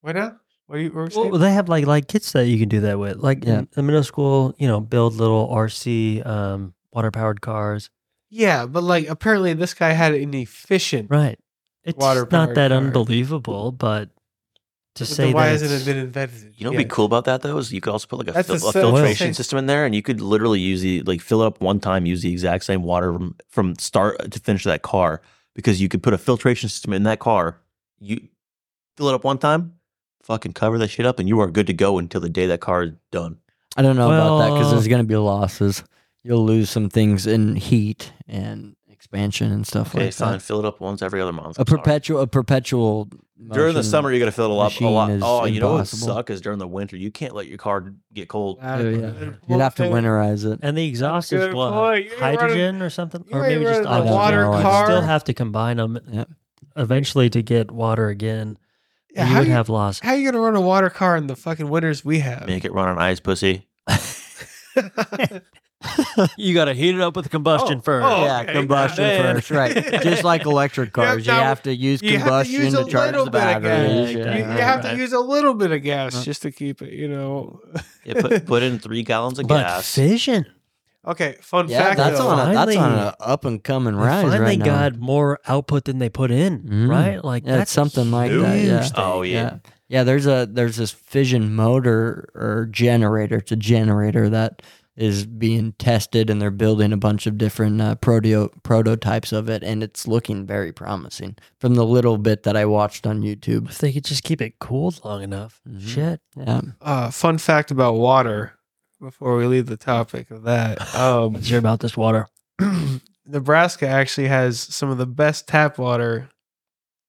A: What now? What are you? What were you saying?
D: Well, they have like like kits that you can do that with. Like
C: Yeah.
D: in the middle school, you know, build little RC um, water powered cars.
A: yeah, but like apparently this guy had an efficient.
D: Right. It's not
A: Water-powered
D: that
A: cars.
D: unbelievable, but to
A: But then
D: say
A: why
D: that
A: hasn't
D: it's-
A: it been invented?
B: You know,
A: Yeah.
B: what'd be cool about that though is you could also put like a,
A: That's
B: fil-
A: the
B: a
A: same
B: filtration
A: thing.
B: system in there, and you could literally use the like fill it up one time, use the exact same water from, from start to finish of that car because you could put a filtration system in that car. You fill it up one time, fucking cover that shit up, and you are good to go until the day that car is done.
C: I don't know about that because
D: Well-
C: there's going to be losses. You'll lose some things in heat and expansion and stuff
B: Okay,
C: like
B: fine.
C: that.
B: Fill it up once every other month.
C: A
B: I'm sorry.
C: perpetual, a perpetual.
B: During the
C: motion-
B: summer, you're gonna fill it up a
C: machine
B: lot.
C: is
B: Oh, you know what
C: impossible.
B: suck is during the winter, you can't let your car get cold.
A: Uh,
C: Oh, yeah.
A: they're-
C: You'd have to
A: they're-
C: winterize it.
D: and the exhaust
A: Good
D: is what
A: point. You ain't running-
D: hydrogen or something,
A: you
D: or
A: ain't
D: maybe just
A: running
C: a
D: oxygen.
C: water
D: You'd
C: car.
D: still have to combine them
C: Yeah.
D: eventually to get water again.
A: Yeah,
D: you
A: how
D: would
A: do you-
D: have lost.
A: How you gonna run a water car in the fucking winters we have?
B: Make it run on ice, pussy.
D: you got to heat it up with combustion
A: Oh,
D: first.
A: oh.
C: yeah,
A: okay,
C: combustion
A: man.
C: first, right? Just like electric
A: You have
C: cars,
A: to-
C: you have to use
A: you have to
C: combustion
A: use
C: to,
A: a
C: charge
A: little
C: the
A: bit of gas.
C: batteries.
D: Yeah,
A: you, you
D: yeah,
A: have
D: right.
A: to use a little bit of gas
C: Huh.
A: just to keep it, you know.
B: Yeah, put, put in three gallons of
D: But
B: gas.
D: fission,
A: Okay, fun
C: Yeah,
A: fact.
C: that's
A: though.
C: on a, that's on
D: Finally-
C: an up and coming
D: they
C: rise
D: finally
C: right now.
D: got more output than they put in,
C: Mm.
D: right? Like
C: Yeah,
D: that's
C: it's something like that,
D: huge
C: yeah.
D: thing.
B: Oh yeah.
C: yeah. Yeah, there's a there's this fission motor or generator. It's a generator that is being tested, and they're building a bunch of different uh, proto- prototypes of it, and it's looking very promising from the little bit that I watched on YouTube.
D: If they could just keep it cooled long enough,
C: Mhm.
D: shit.
C: Yeah,
A: uh, fun fact about water before we leave the topic of that. Um,
D: Let's hear about this water.
A: Nebraska actually has some of the best tap water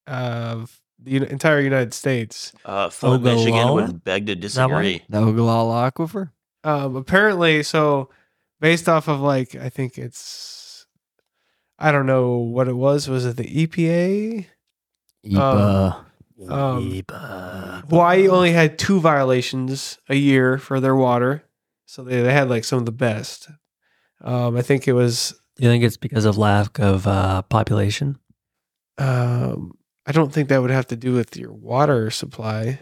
A: of the uni- entire United States.
C: Oh,
B: Uh, Flint, Michigan
D: Ogallala?
B: would beg to
D: that one?
B: disagree.
C: the Ogallala Aquifer.
A: Um, apparently, so based off of like, I think it's, E I don't know what it was. Was it the EPA?
C: EPA.
A: Um,
D: Yeeba.
A: Hawaii only had two violations a year for their water, so they, they had like some of the best. Um, I think it was.
D: Do you think it's because of lack of uh, population?
A: Um, I don't think that would have to do with your water supply,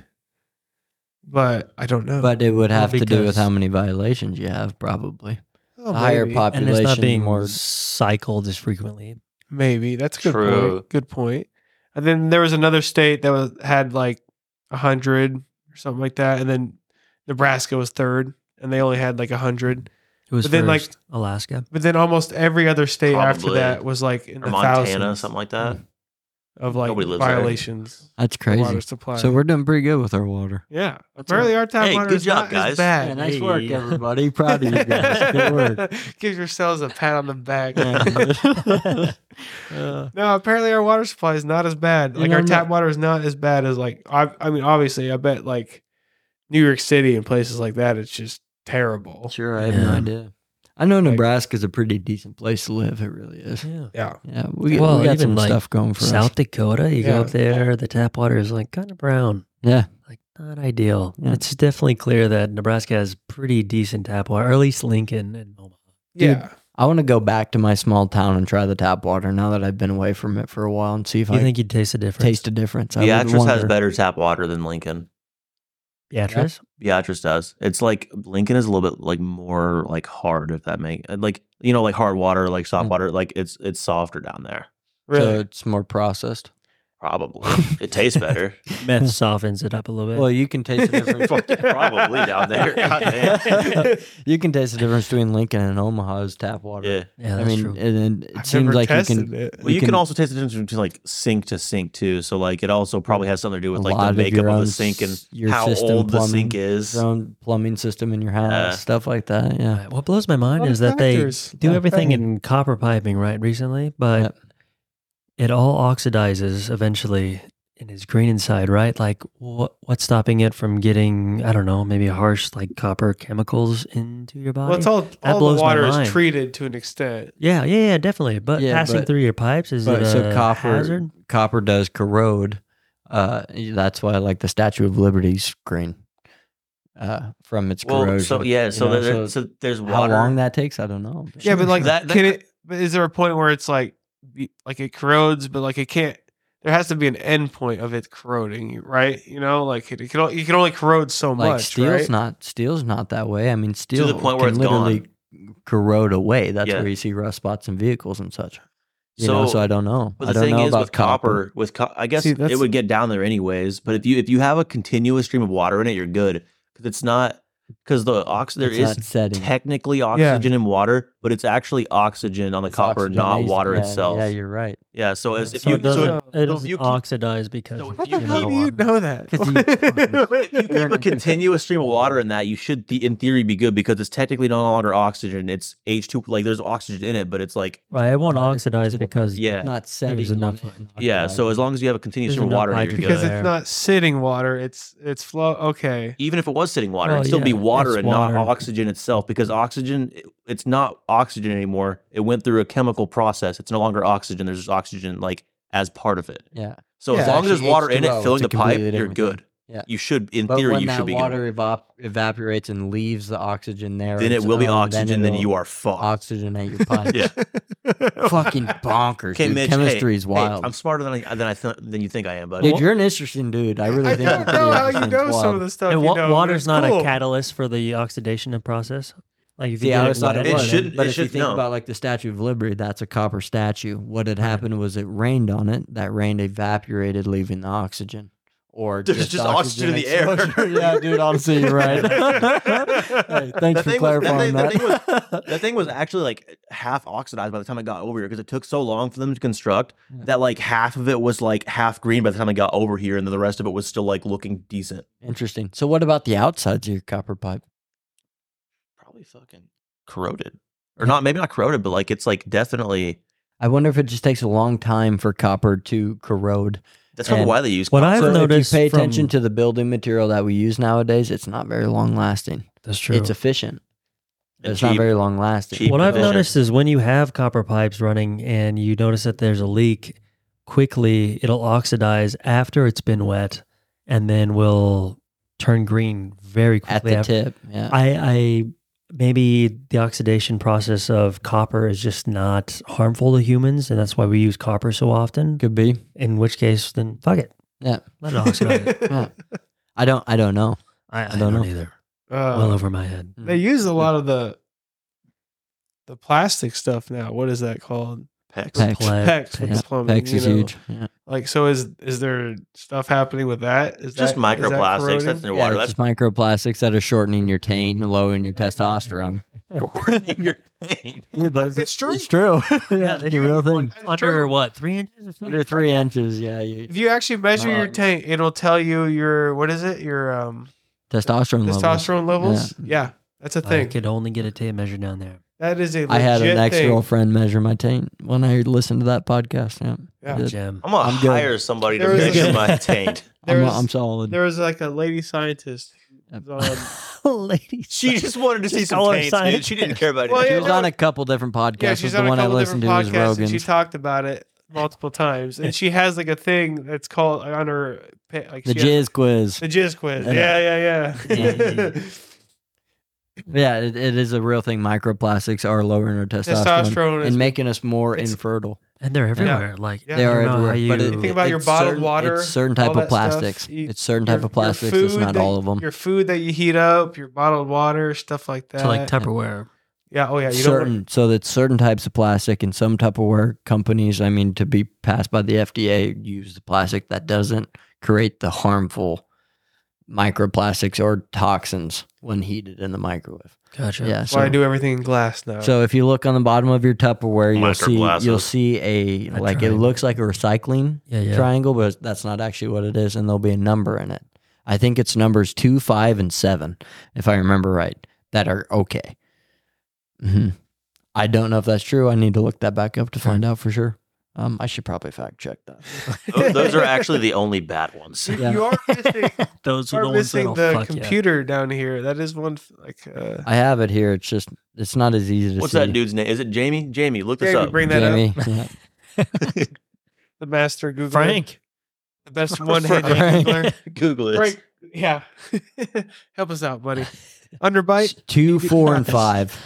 A: but I don't know.
C: But it would
D: Well,
C: have to do with
D: because-
C: how many violations you have, probably.
A: Oh,
C: Higher
A: maybe.
C: population,
D: and it's not being
C: more
D: cycled as frequently.
A: Maybe that's a good
B: True.
A: point. Good point. And then there was another state that was had like a hundred or something like that, and then Nebraska was third, and they only had like a hundred.
D: It was
A: But then, like-
D: first Alaska.
A: But then almost every other state after
B: Probably.
A: that was like in
B: or
A: the
B: Montana,
A: thousands
B: something like that.
A: of like
B: Nobody lives there.
A: violations.
C: That's
A: of
C: crazy.
A: Water supply.
C: So we're doing pretty good with our water.
A: yeah,
C: That's
A: apparently our town
B: Hey,
A: water
B: good
A: is
B: job,
A: not
B: guys.
A: as bad.
C: Yeah, nice work,
D: Hey.
C: everybody. Proud of you guys. Good work.
A: Give yourselves a pat on the back.
C: Yeah. Uh,
A: No, apparently our water supply is not as bad.
C: You
A: Like
C: know,
A: our
C: I'm
A: tap
C: not-
A: water is not as bad as like I, I mean, obviously, I bet like New York City and places like that, it's just terrible.
C: sure, I have no
D: Yeah.
C: idea. I know Nebraska's a pretty decent place to live. It really is.
D: Yeah.
A: Yeah,
C: Yeah, we,
D: Well,
C: we got
D: even,
C: some
D: like,
C: stuff going for
D: South
C: us.
D: Dakota, you
A: Yeah.
D: go up there, the tap water is like kind of brown.
C: Yeah,
D: Like not ideal.
C: Yeah.
D: It's definitely clear that Nebraska has pretty decent tap water, or at least Lincoln and Omaha.
C: Dude,
A: yeah.
C: I want to go back to my small town and try the tap water now that I've been away from it for a while and see if
D: Do you
C: I
D: think you'd taste the difference?
C: taste a difference. I would
B: Beatrice has
C: wonder.
B: better tap water than Lincoln.
D: Beatrice?
B: Beatrice does. It's like Lincoln is a little bit like more like hard, if that make like you know like hard water, like soft
C: Mm.
B: water, like it's it's softer down there.
C: So
A: Really,
C: it's more processed.
B: Probably it tastes better.
D: Meth softens it up a little bit.
C: Well, you can taste the difference.
B: Probably down there.
C: Goddamn. you can taste the difference between Lincoln and Omaha's tap water.
B: Yeah.
D: yeah,
C: I
D: that's
C: mean,
D: true.
C: and, and it
A: I've
C: seems
A: never
C: like you
A: tested
C: can.
A: it.
B: Well, you,
C: You
B: can,
C: can-
B: also taste the difference between like sink to sink too. So like it also probably has something to do with
C: A
B: like
C: lot
B: the
C: of
B: makeup
C: your
B: of
C: own
B: the sink and
C: s- your
B: how
C: system
B: old the
C: plumbing,
B: sink is.
C: Your own plumbing system in your house,
B: Yeah.
C: stuff like that. Yeah.
D: Right. What blows my mind
A: Lot
D: is
A: of
D: that they
A: factors.
D: do
A: Lot of
D: everything
A: factors.
D: in copper piping, right? Recently, but
C: Yep.
D: it all oxidizes eventually and is green inside, right? Like, what what's stopping it from getting? I don't know, maybe harsh like copper chemicals into your body.
A: Well, it's all all
D: blows
A: the
D: my
A: water is
D: mind.
A: treated to an extent.
D: yeah, yeah, yeah, definitely. But
C: Yeah,
D: passing
C: but-
D: through your pipes is
C: But
D: it
C: so
D: a
C: copper
D: hazard?
C: copper does corrode. Uh, that's why like the Statue of Liberty's green uh, from its
B: well,
C: corrosion.
B: so yeah,
C: you
B: so,
C: know,
B: there, there- so, there's
C: how
B: water.
C: long that takes, I don't know.
A: Yeah, but like,
B: That- that-
A: can it? But is there a point where it's like, be- like it corrodes, but like it can't? There has to be an end point of it corroding, right? You know, like it, it can. o- You can only corrode so
C: like
A: much,
C: steel's
A: right?
C: not steel's not that way. I mean, steel
B: point where
C: can
B: it's
C: literally corrode away. That's
B: Yeah.
C: where you see rust spots in vehicles and such. You
B: so,
C: know, so I don't know.
B: but the
C: I don't
B: thing
C: know
B: is
C: about
B: with copper, with co- I guess
A: See,
B: it
A: that's-
B: would get down there anyways. But if you if you have a continuous stream of water in it, you're good because it's not because the ox there
C: It's
B: is
C: not setting.
B: technically oxygen in water, but it's actually oxygen on the
C: It's
B: copper, not
C: oxygenation.
B: water
C: yeah,
B: itself.
C: Yeah,
B: Yeah,
C: you're right.
B: so as if
D: so
B: you
D: it doesn't,
B: so
A: so
D: it
B: if
D: doesn't
B: you keep-
D: oxidize because
B: so
D: of
B: if
A: How
B: you
A: the
B: keep-
A: hell do you know that?
C: 'Cause you-
B: if you keep a continuous stream of water in that, you should the, in theory be good because it's technically no longer oxygen. It's H two like there's oxygen in it, but it's like
D: right, it won't oxidize because
B: yeah.
C: Not setting.
D: There's enough-
C: on it.
B: Yeah, so as long as you have a continuous
D: There's
B: stream of
D: enough
B: water, you're
D: hydrogen
A: because
B: good.
D: there.
A: it's not sitting water. It's it's flow. Okay.
B: Even if it was sitting water,
D: Well,
B: it'd still be
D: yeah,
B: water
D: it's
B: and not
D: water.
B: oxygen itself because oxygen, it- it's not oxygen anymore. It went through a chemical process. It's no longer oxygen. There's just oxygen like as part of it.
C: Yeah.
B: So as
A: Yeah,
B: long as there's
C: actually,
B: water in
C: H2O,
B: it filling
C: it's a
B: the pipe,
C: completely
B: you're
C: different
B: good.
C: thing. Yeah.
B: You should, in
C: But
B: theory,
C: when
B: you
C: that
B: should be
C: water evap- evaporates and leaves the oxygen there,
B: good. Then it
C: its
B: will be
C: own,
B: oxygen. Then
C: it'll
B: you are fucked.
C: oxygenate your pipe.
B: Yeah.
C: Fucking bonkers.
B: Okay,
C: dude.
B: Mitch. hey,
C: Chemistry is
B: hey,
C: wild.
B: I'm smarter than I, than I th- than you think I am, but
C: Dude, you're an interesting dude. I really
A: I
C: think
A: don't
C: you're
A: know how
C: pretty
A: you
C: interesting.
A: know
C: It's
A: some of
C: wild.
A: the stuff.
D: and
A: you
D: wa-
A: know, but
D: water's
A: it's
D: not
A: cool.
D: a catalyst for the oxidation process. Like if you
C: Yeah, I
D: get
C: always
D: it,
C: thought
D: wet,
C: it
B: It
C: was.
B: shouldn't-
C: but
B: it
C: if you
B: should-
C: think
B: no.
C: about like the Statue of Liberty, that's a copper statue. What had happened was it rained on it. That rain evaporated, leaving the oxygen. Or
B: There's
C: just,
B: just oxygen in the air.
C: exposure. yeah, dude. Honestly, you're right. Hey,
B: The
C: thanks for
B: thing was- the thing-
C: clarifying
B: the
C: that.
B: thing was- that thing was actually like half oxidized by the time I got over here because it took so long for them to construct
C: Yeah.
B: that like half of it was like half green by the time I got over here, and then the rest of it was still like looking decent.
C: Interesting. So, what about the outsides of your copper pipe?
B: Probably fucking corroded, or not? Maybe not corroded, but like it's like definitely
C: I wonder if it just takes a long time for copper to corrode.
B: that's probably
C: And
B: why they use.
D: what
B: copper.
D: I've
C: So
D: noticed
C: if you pay attention
D: from-
C: to the building material that we use nowadays, it's not very long lasting.
D: that's true.
C: It's efficient.
B: And
C: It's not
B: cheap.
C: very long lasting.
B: cheap
D: what I've
B: efficient.
D: noticed is when you have copper pipes running and you notice that there's a leak, quickly it'll oxidize after it's been wet and then will turn green very
C: at
D: quickly
C: the
D: after.
C: tip. Yeah.
D: I, I maybe the oxidation process of copper is just not harmful to humans, and that's why we use copper so often.
C: Could be.
D: In which case, then fuck it.
C: Yeah.
D: let it oxidize.
A: Uh,
C: Yeah. I don't. I don't know.
D: I, I
C: don't
D: don't,
C: know.
D: either. well
A: Uh,
D: over my head.
A: they
C: Mm-hmm.
A: use a lot of the the plastic stuff now. What is that called?
B: Pecs.
C: Pecs.
A: Pex for
D: Yeah.
A: the plumbing.
C: Pex
A: you
C: is
A: know?
C: huge. Yeah.
A: Like, so is is there stuff happening with that? Is
B: Just
A: that- is that
B: microplastics. That's
A: corroding?
B: in the
C: Yeah,
B: water. That's
C: it's just microplastics that are shortening your taint and lowering your testosterone.
B: in your pain.
A: it's true.
C: It's true. yeah, it's a real thing.
D: Under what three inches? Or something?
C: Under three inches, yeah, you,
A: If you actually measure your
C: Uh,
A: tank, it'll tell you your what is it? Your um
C: testosterone levels.
A: testosterone levels. Yeah. that's a
D: I
A: thing.
D: could only get a tape measure down there.
A: That is a legit
C: I had an ex
A: thing.
C: girlfriend measure my taint when I listened to that podcast. Yeah,
A: Yeah.
C: I did.
D: Jim.
B: I'm gonna
C: I'm good.
B: hire somebody to
A: There
D: is
B: measure
D: a-
B: my taint.
C: I'm,
A: There's- um,
C: I'm solid.
A: There was like a lady scientist. who was on-
C: Oh,
D: Ladies,
B: She just wanted to see
D: Just
B: some
D: call her
B: taints, dude.
D: science.
B: She didn't care about
A: Well,
B: it.
C: she
A: yeah,
C: was on a couple different podcasts.
A: yeah, she's
C: but
A: on
C: the
A: a
C: one I
A: couple
C: listened
A: different
C: to was
A: podcasts, and she
C: Rogan's.
A: talked about it multiple times. And she has like a thing that's called on her pa- like
C: the
A: she has-
C: jizz quiz.
A: the jizz quiz.
C: Yeah.
A: Yeah, yeah, yeah.
C: Yeah, it, it is a real thing. Microplastics are lowering our testosterone,
A: Testosterone is
C: and making us more
A: it's-
C: infertile.
D: and they're everywhere. Like
A: Yeah.
C: They
D: I
C: are
D: don't know how
C: everywhere. but
D: you-
C: it-
A: Think about your
C: it's
A: bottled
C: certain-
A: water,
C: It's certain
A: all
C: type of
A: that stuff.
C: plastics.
A: You-
C: it's certain type
A: your-
C: of
A: your
C: plastics. It's
A: food
C: not
A: that-
C: all of them.
A: Your food that you heat up, your bottled water, stuff like that.
D: to like Tupperware.
A: yeah, oh yeah, you don't. want-
C: certain so that certain types of plastic and some type of work companies i mean to be passed by the fda use the plastic that doesn't create the harmful microplastics or toxins when heated in the microwave
D: Gotcha.
C: yeah
A: That's why I
C: so,
A: do everything in glass now.
C: so if you look on the bottom of your tupperware you'll see you'll
B: Microplastic.
C: see a
D: A
C: like it
D: triangle.
C: looks like a recycling
D: yeah, yeah.
C: triangle but that's not actually what it is and there'll be a number in it i think it's numbers two five and seven if i remember right that are okay hmm i don't know if that's true i need to look that back up to find out for sure um, i should probably fact check that
B: Those, "Oh, those are actually the only bad ones.
A: You-
C: yeah.
A: you are missing,
D: Those
A: you
D: are
A: are
D: the ones
A: missing
D: that'll
A: the
D: fuck you.
A: computer down here. That is one f- like. Uh,
C: i have it here it's just it's not as easy to
B: What's
C: see
B: that dude's name? Is it Jamie? Jamie, look this
A: Jamie,
B: up.
A: bring that up.
C: Jamie, yeah.
A: The master Googler, the best one-handed
B: Frank.
A: Googler.
B: Google it.
A: Frank, yeah, help us out, buddy. Underbite.
C: It's two four and five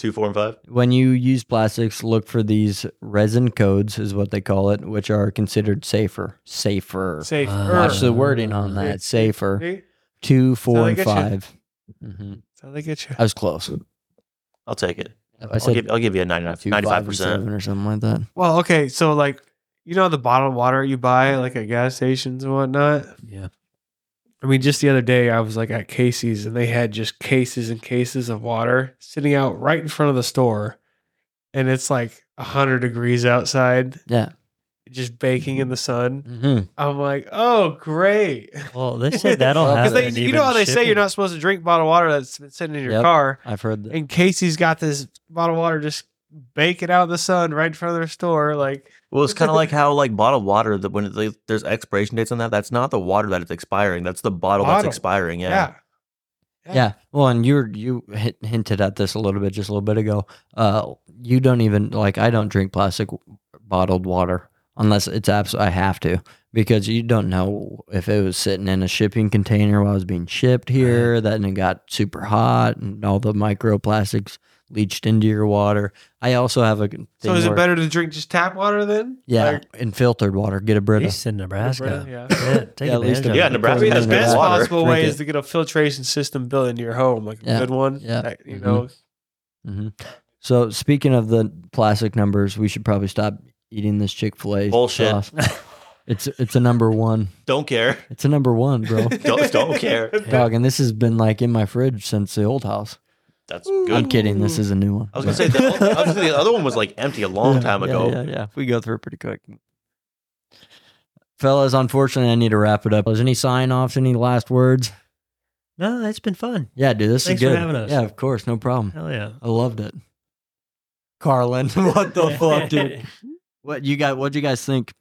B: Two, four, and five.
C: when you use plastics, look for these resin codes, is what they call it, which are considered safer. Safer.
A: Safe.
D: Uh,
C: Watch the wording on
A: Yeah.
C: that. Safer.
A: See?
C: Two,
A: So
C: four,
A: they
C: and
A: get you.
C: five. Mm-hmm.
A: That's how they get you.
C: I was close.
B: I'll take it.
C: I
B: I'll
C: said
B: give, I'll give you a 95 percent.
C: seven or something like that.
A: Well, okay, so like you know the bottled water you buy like at gas stations and whatnot.
D: Yeah.
A: I mean, just the other day I was like at Casey's and they had just cases and cases of water sitting out right in front of the store, and it's like hundred degrees outside,
C: Yeah.
A: just baking in the sun.
C: Mm-hmm.
A: I'm like, oh great,
D: Well, they said that'll
C: Well, 'cause
D: happen.
A: because they
D: in
A: you
D: even
A: know how they say you're
D: shipping.
A: not supposed to drink bottled water that's been sitting in your
C: Yep.
A: car,
C: I've heard that.
A: and Casey's got this bottled water just baking out in the sun right in front of their store, like
B: Well, it's kind of like how like bottled water that when they, there's expiration dates on that, that's not the water that is expiring. That's the bottle,
A: Bottle.
B: that's expiring. Yeah.
A: yeah.
C: Yeah. Well, and you you hit, hinted at this a little bit just a little bit ago. Uh, you don't even like I don't drink plastic w- bottled water unless it's abs. I have to because you don't know if it was sitting in a shipping container while it was being shipped here. Then it got super hot and all the microplastics leached into your water. I also have a thing
A: So is it
C: where-
A: better to drink just tap water then?
C: Yeah,
A: Like,
C: and filtered water. Get a Brita.
D: He's in Nebraska.
A: yeah.
D: Yeah, take
C: Yeah, at least
D: advantage of
B: Yeah,
D: it.
A: I
B: Nebraska
A: mean,
B: has
A: the
B: good
A: best
B: water.
A: possible
C: Drink
A: way
C: it.
A: is to get a filtration system built into your home, like a
C: Yeah.
A: good one.
C: Yeah.
A: that, you
C: Mhm.
A: know,
C: hmm So speaking of the plastic numbers, we should probably stop eating this Chick Fil A
B: Bullshit.
C: It's it's a number one.
B: Don't care.
C: It's a number one, bro.
B: Don't- don't care.
C: Dog, and this has been like in my fridge since the old house.
B: That's good.
C: I'm kidding. This
A: Ooh.
C: is a new one.
B: I was gonna say the, I was gonna say the other one was like empty a long
C: Yeah,
B: time
C: yeah,
B: ago.
C: Yeah, yeah, We go through it pretty quick. Fellas, unfortunately, I need to wrap it up. Was any sign offs? Any last words?
D: No, that's been fun.
C: Yeah, dude, this
D: Thanks
C: is
D: for
C: good.
D: having us.
C: Yeah, of course, no problem.
D: Hell yeah.
C: I loved it. Carlin, what the fuck, dude? What you got? What'd you guys think?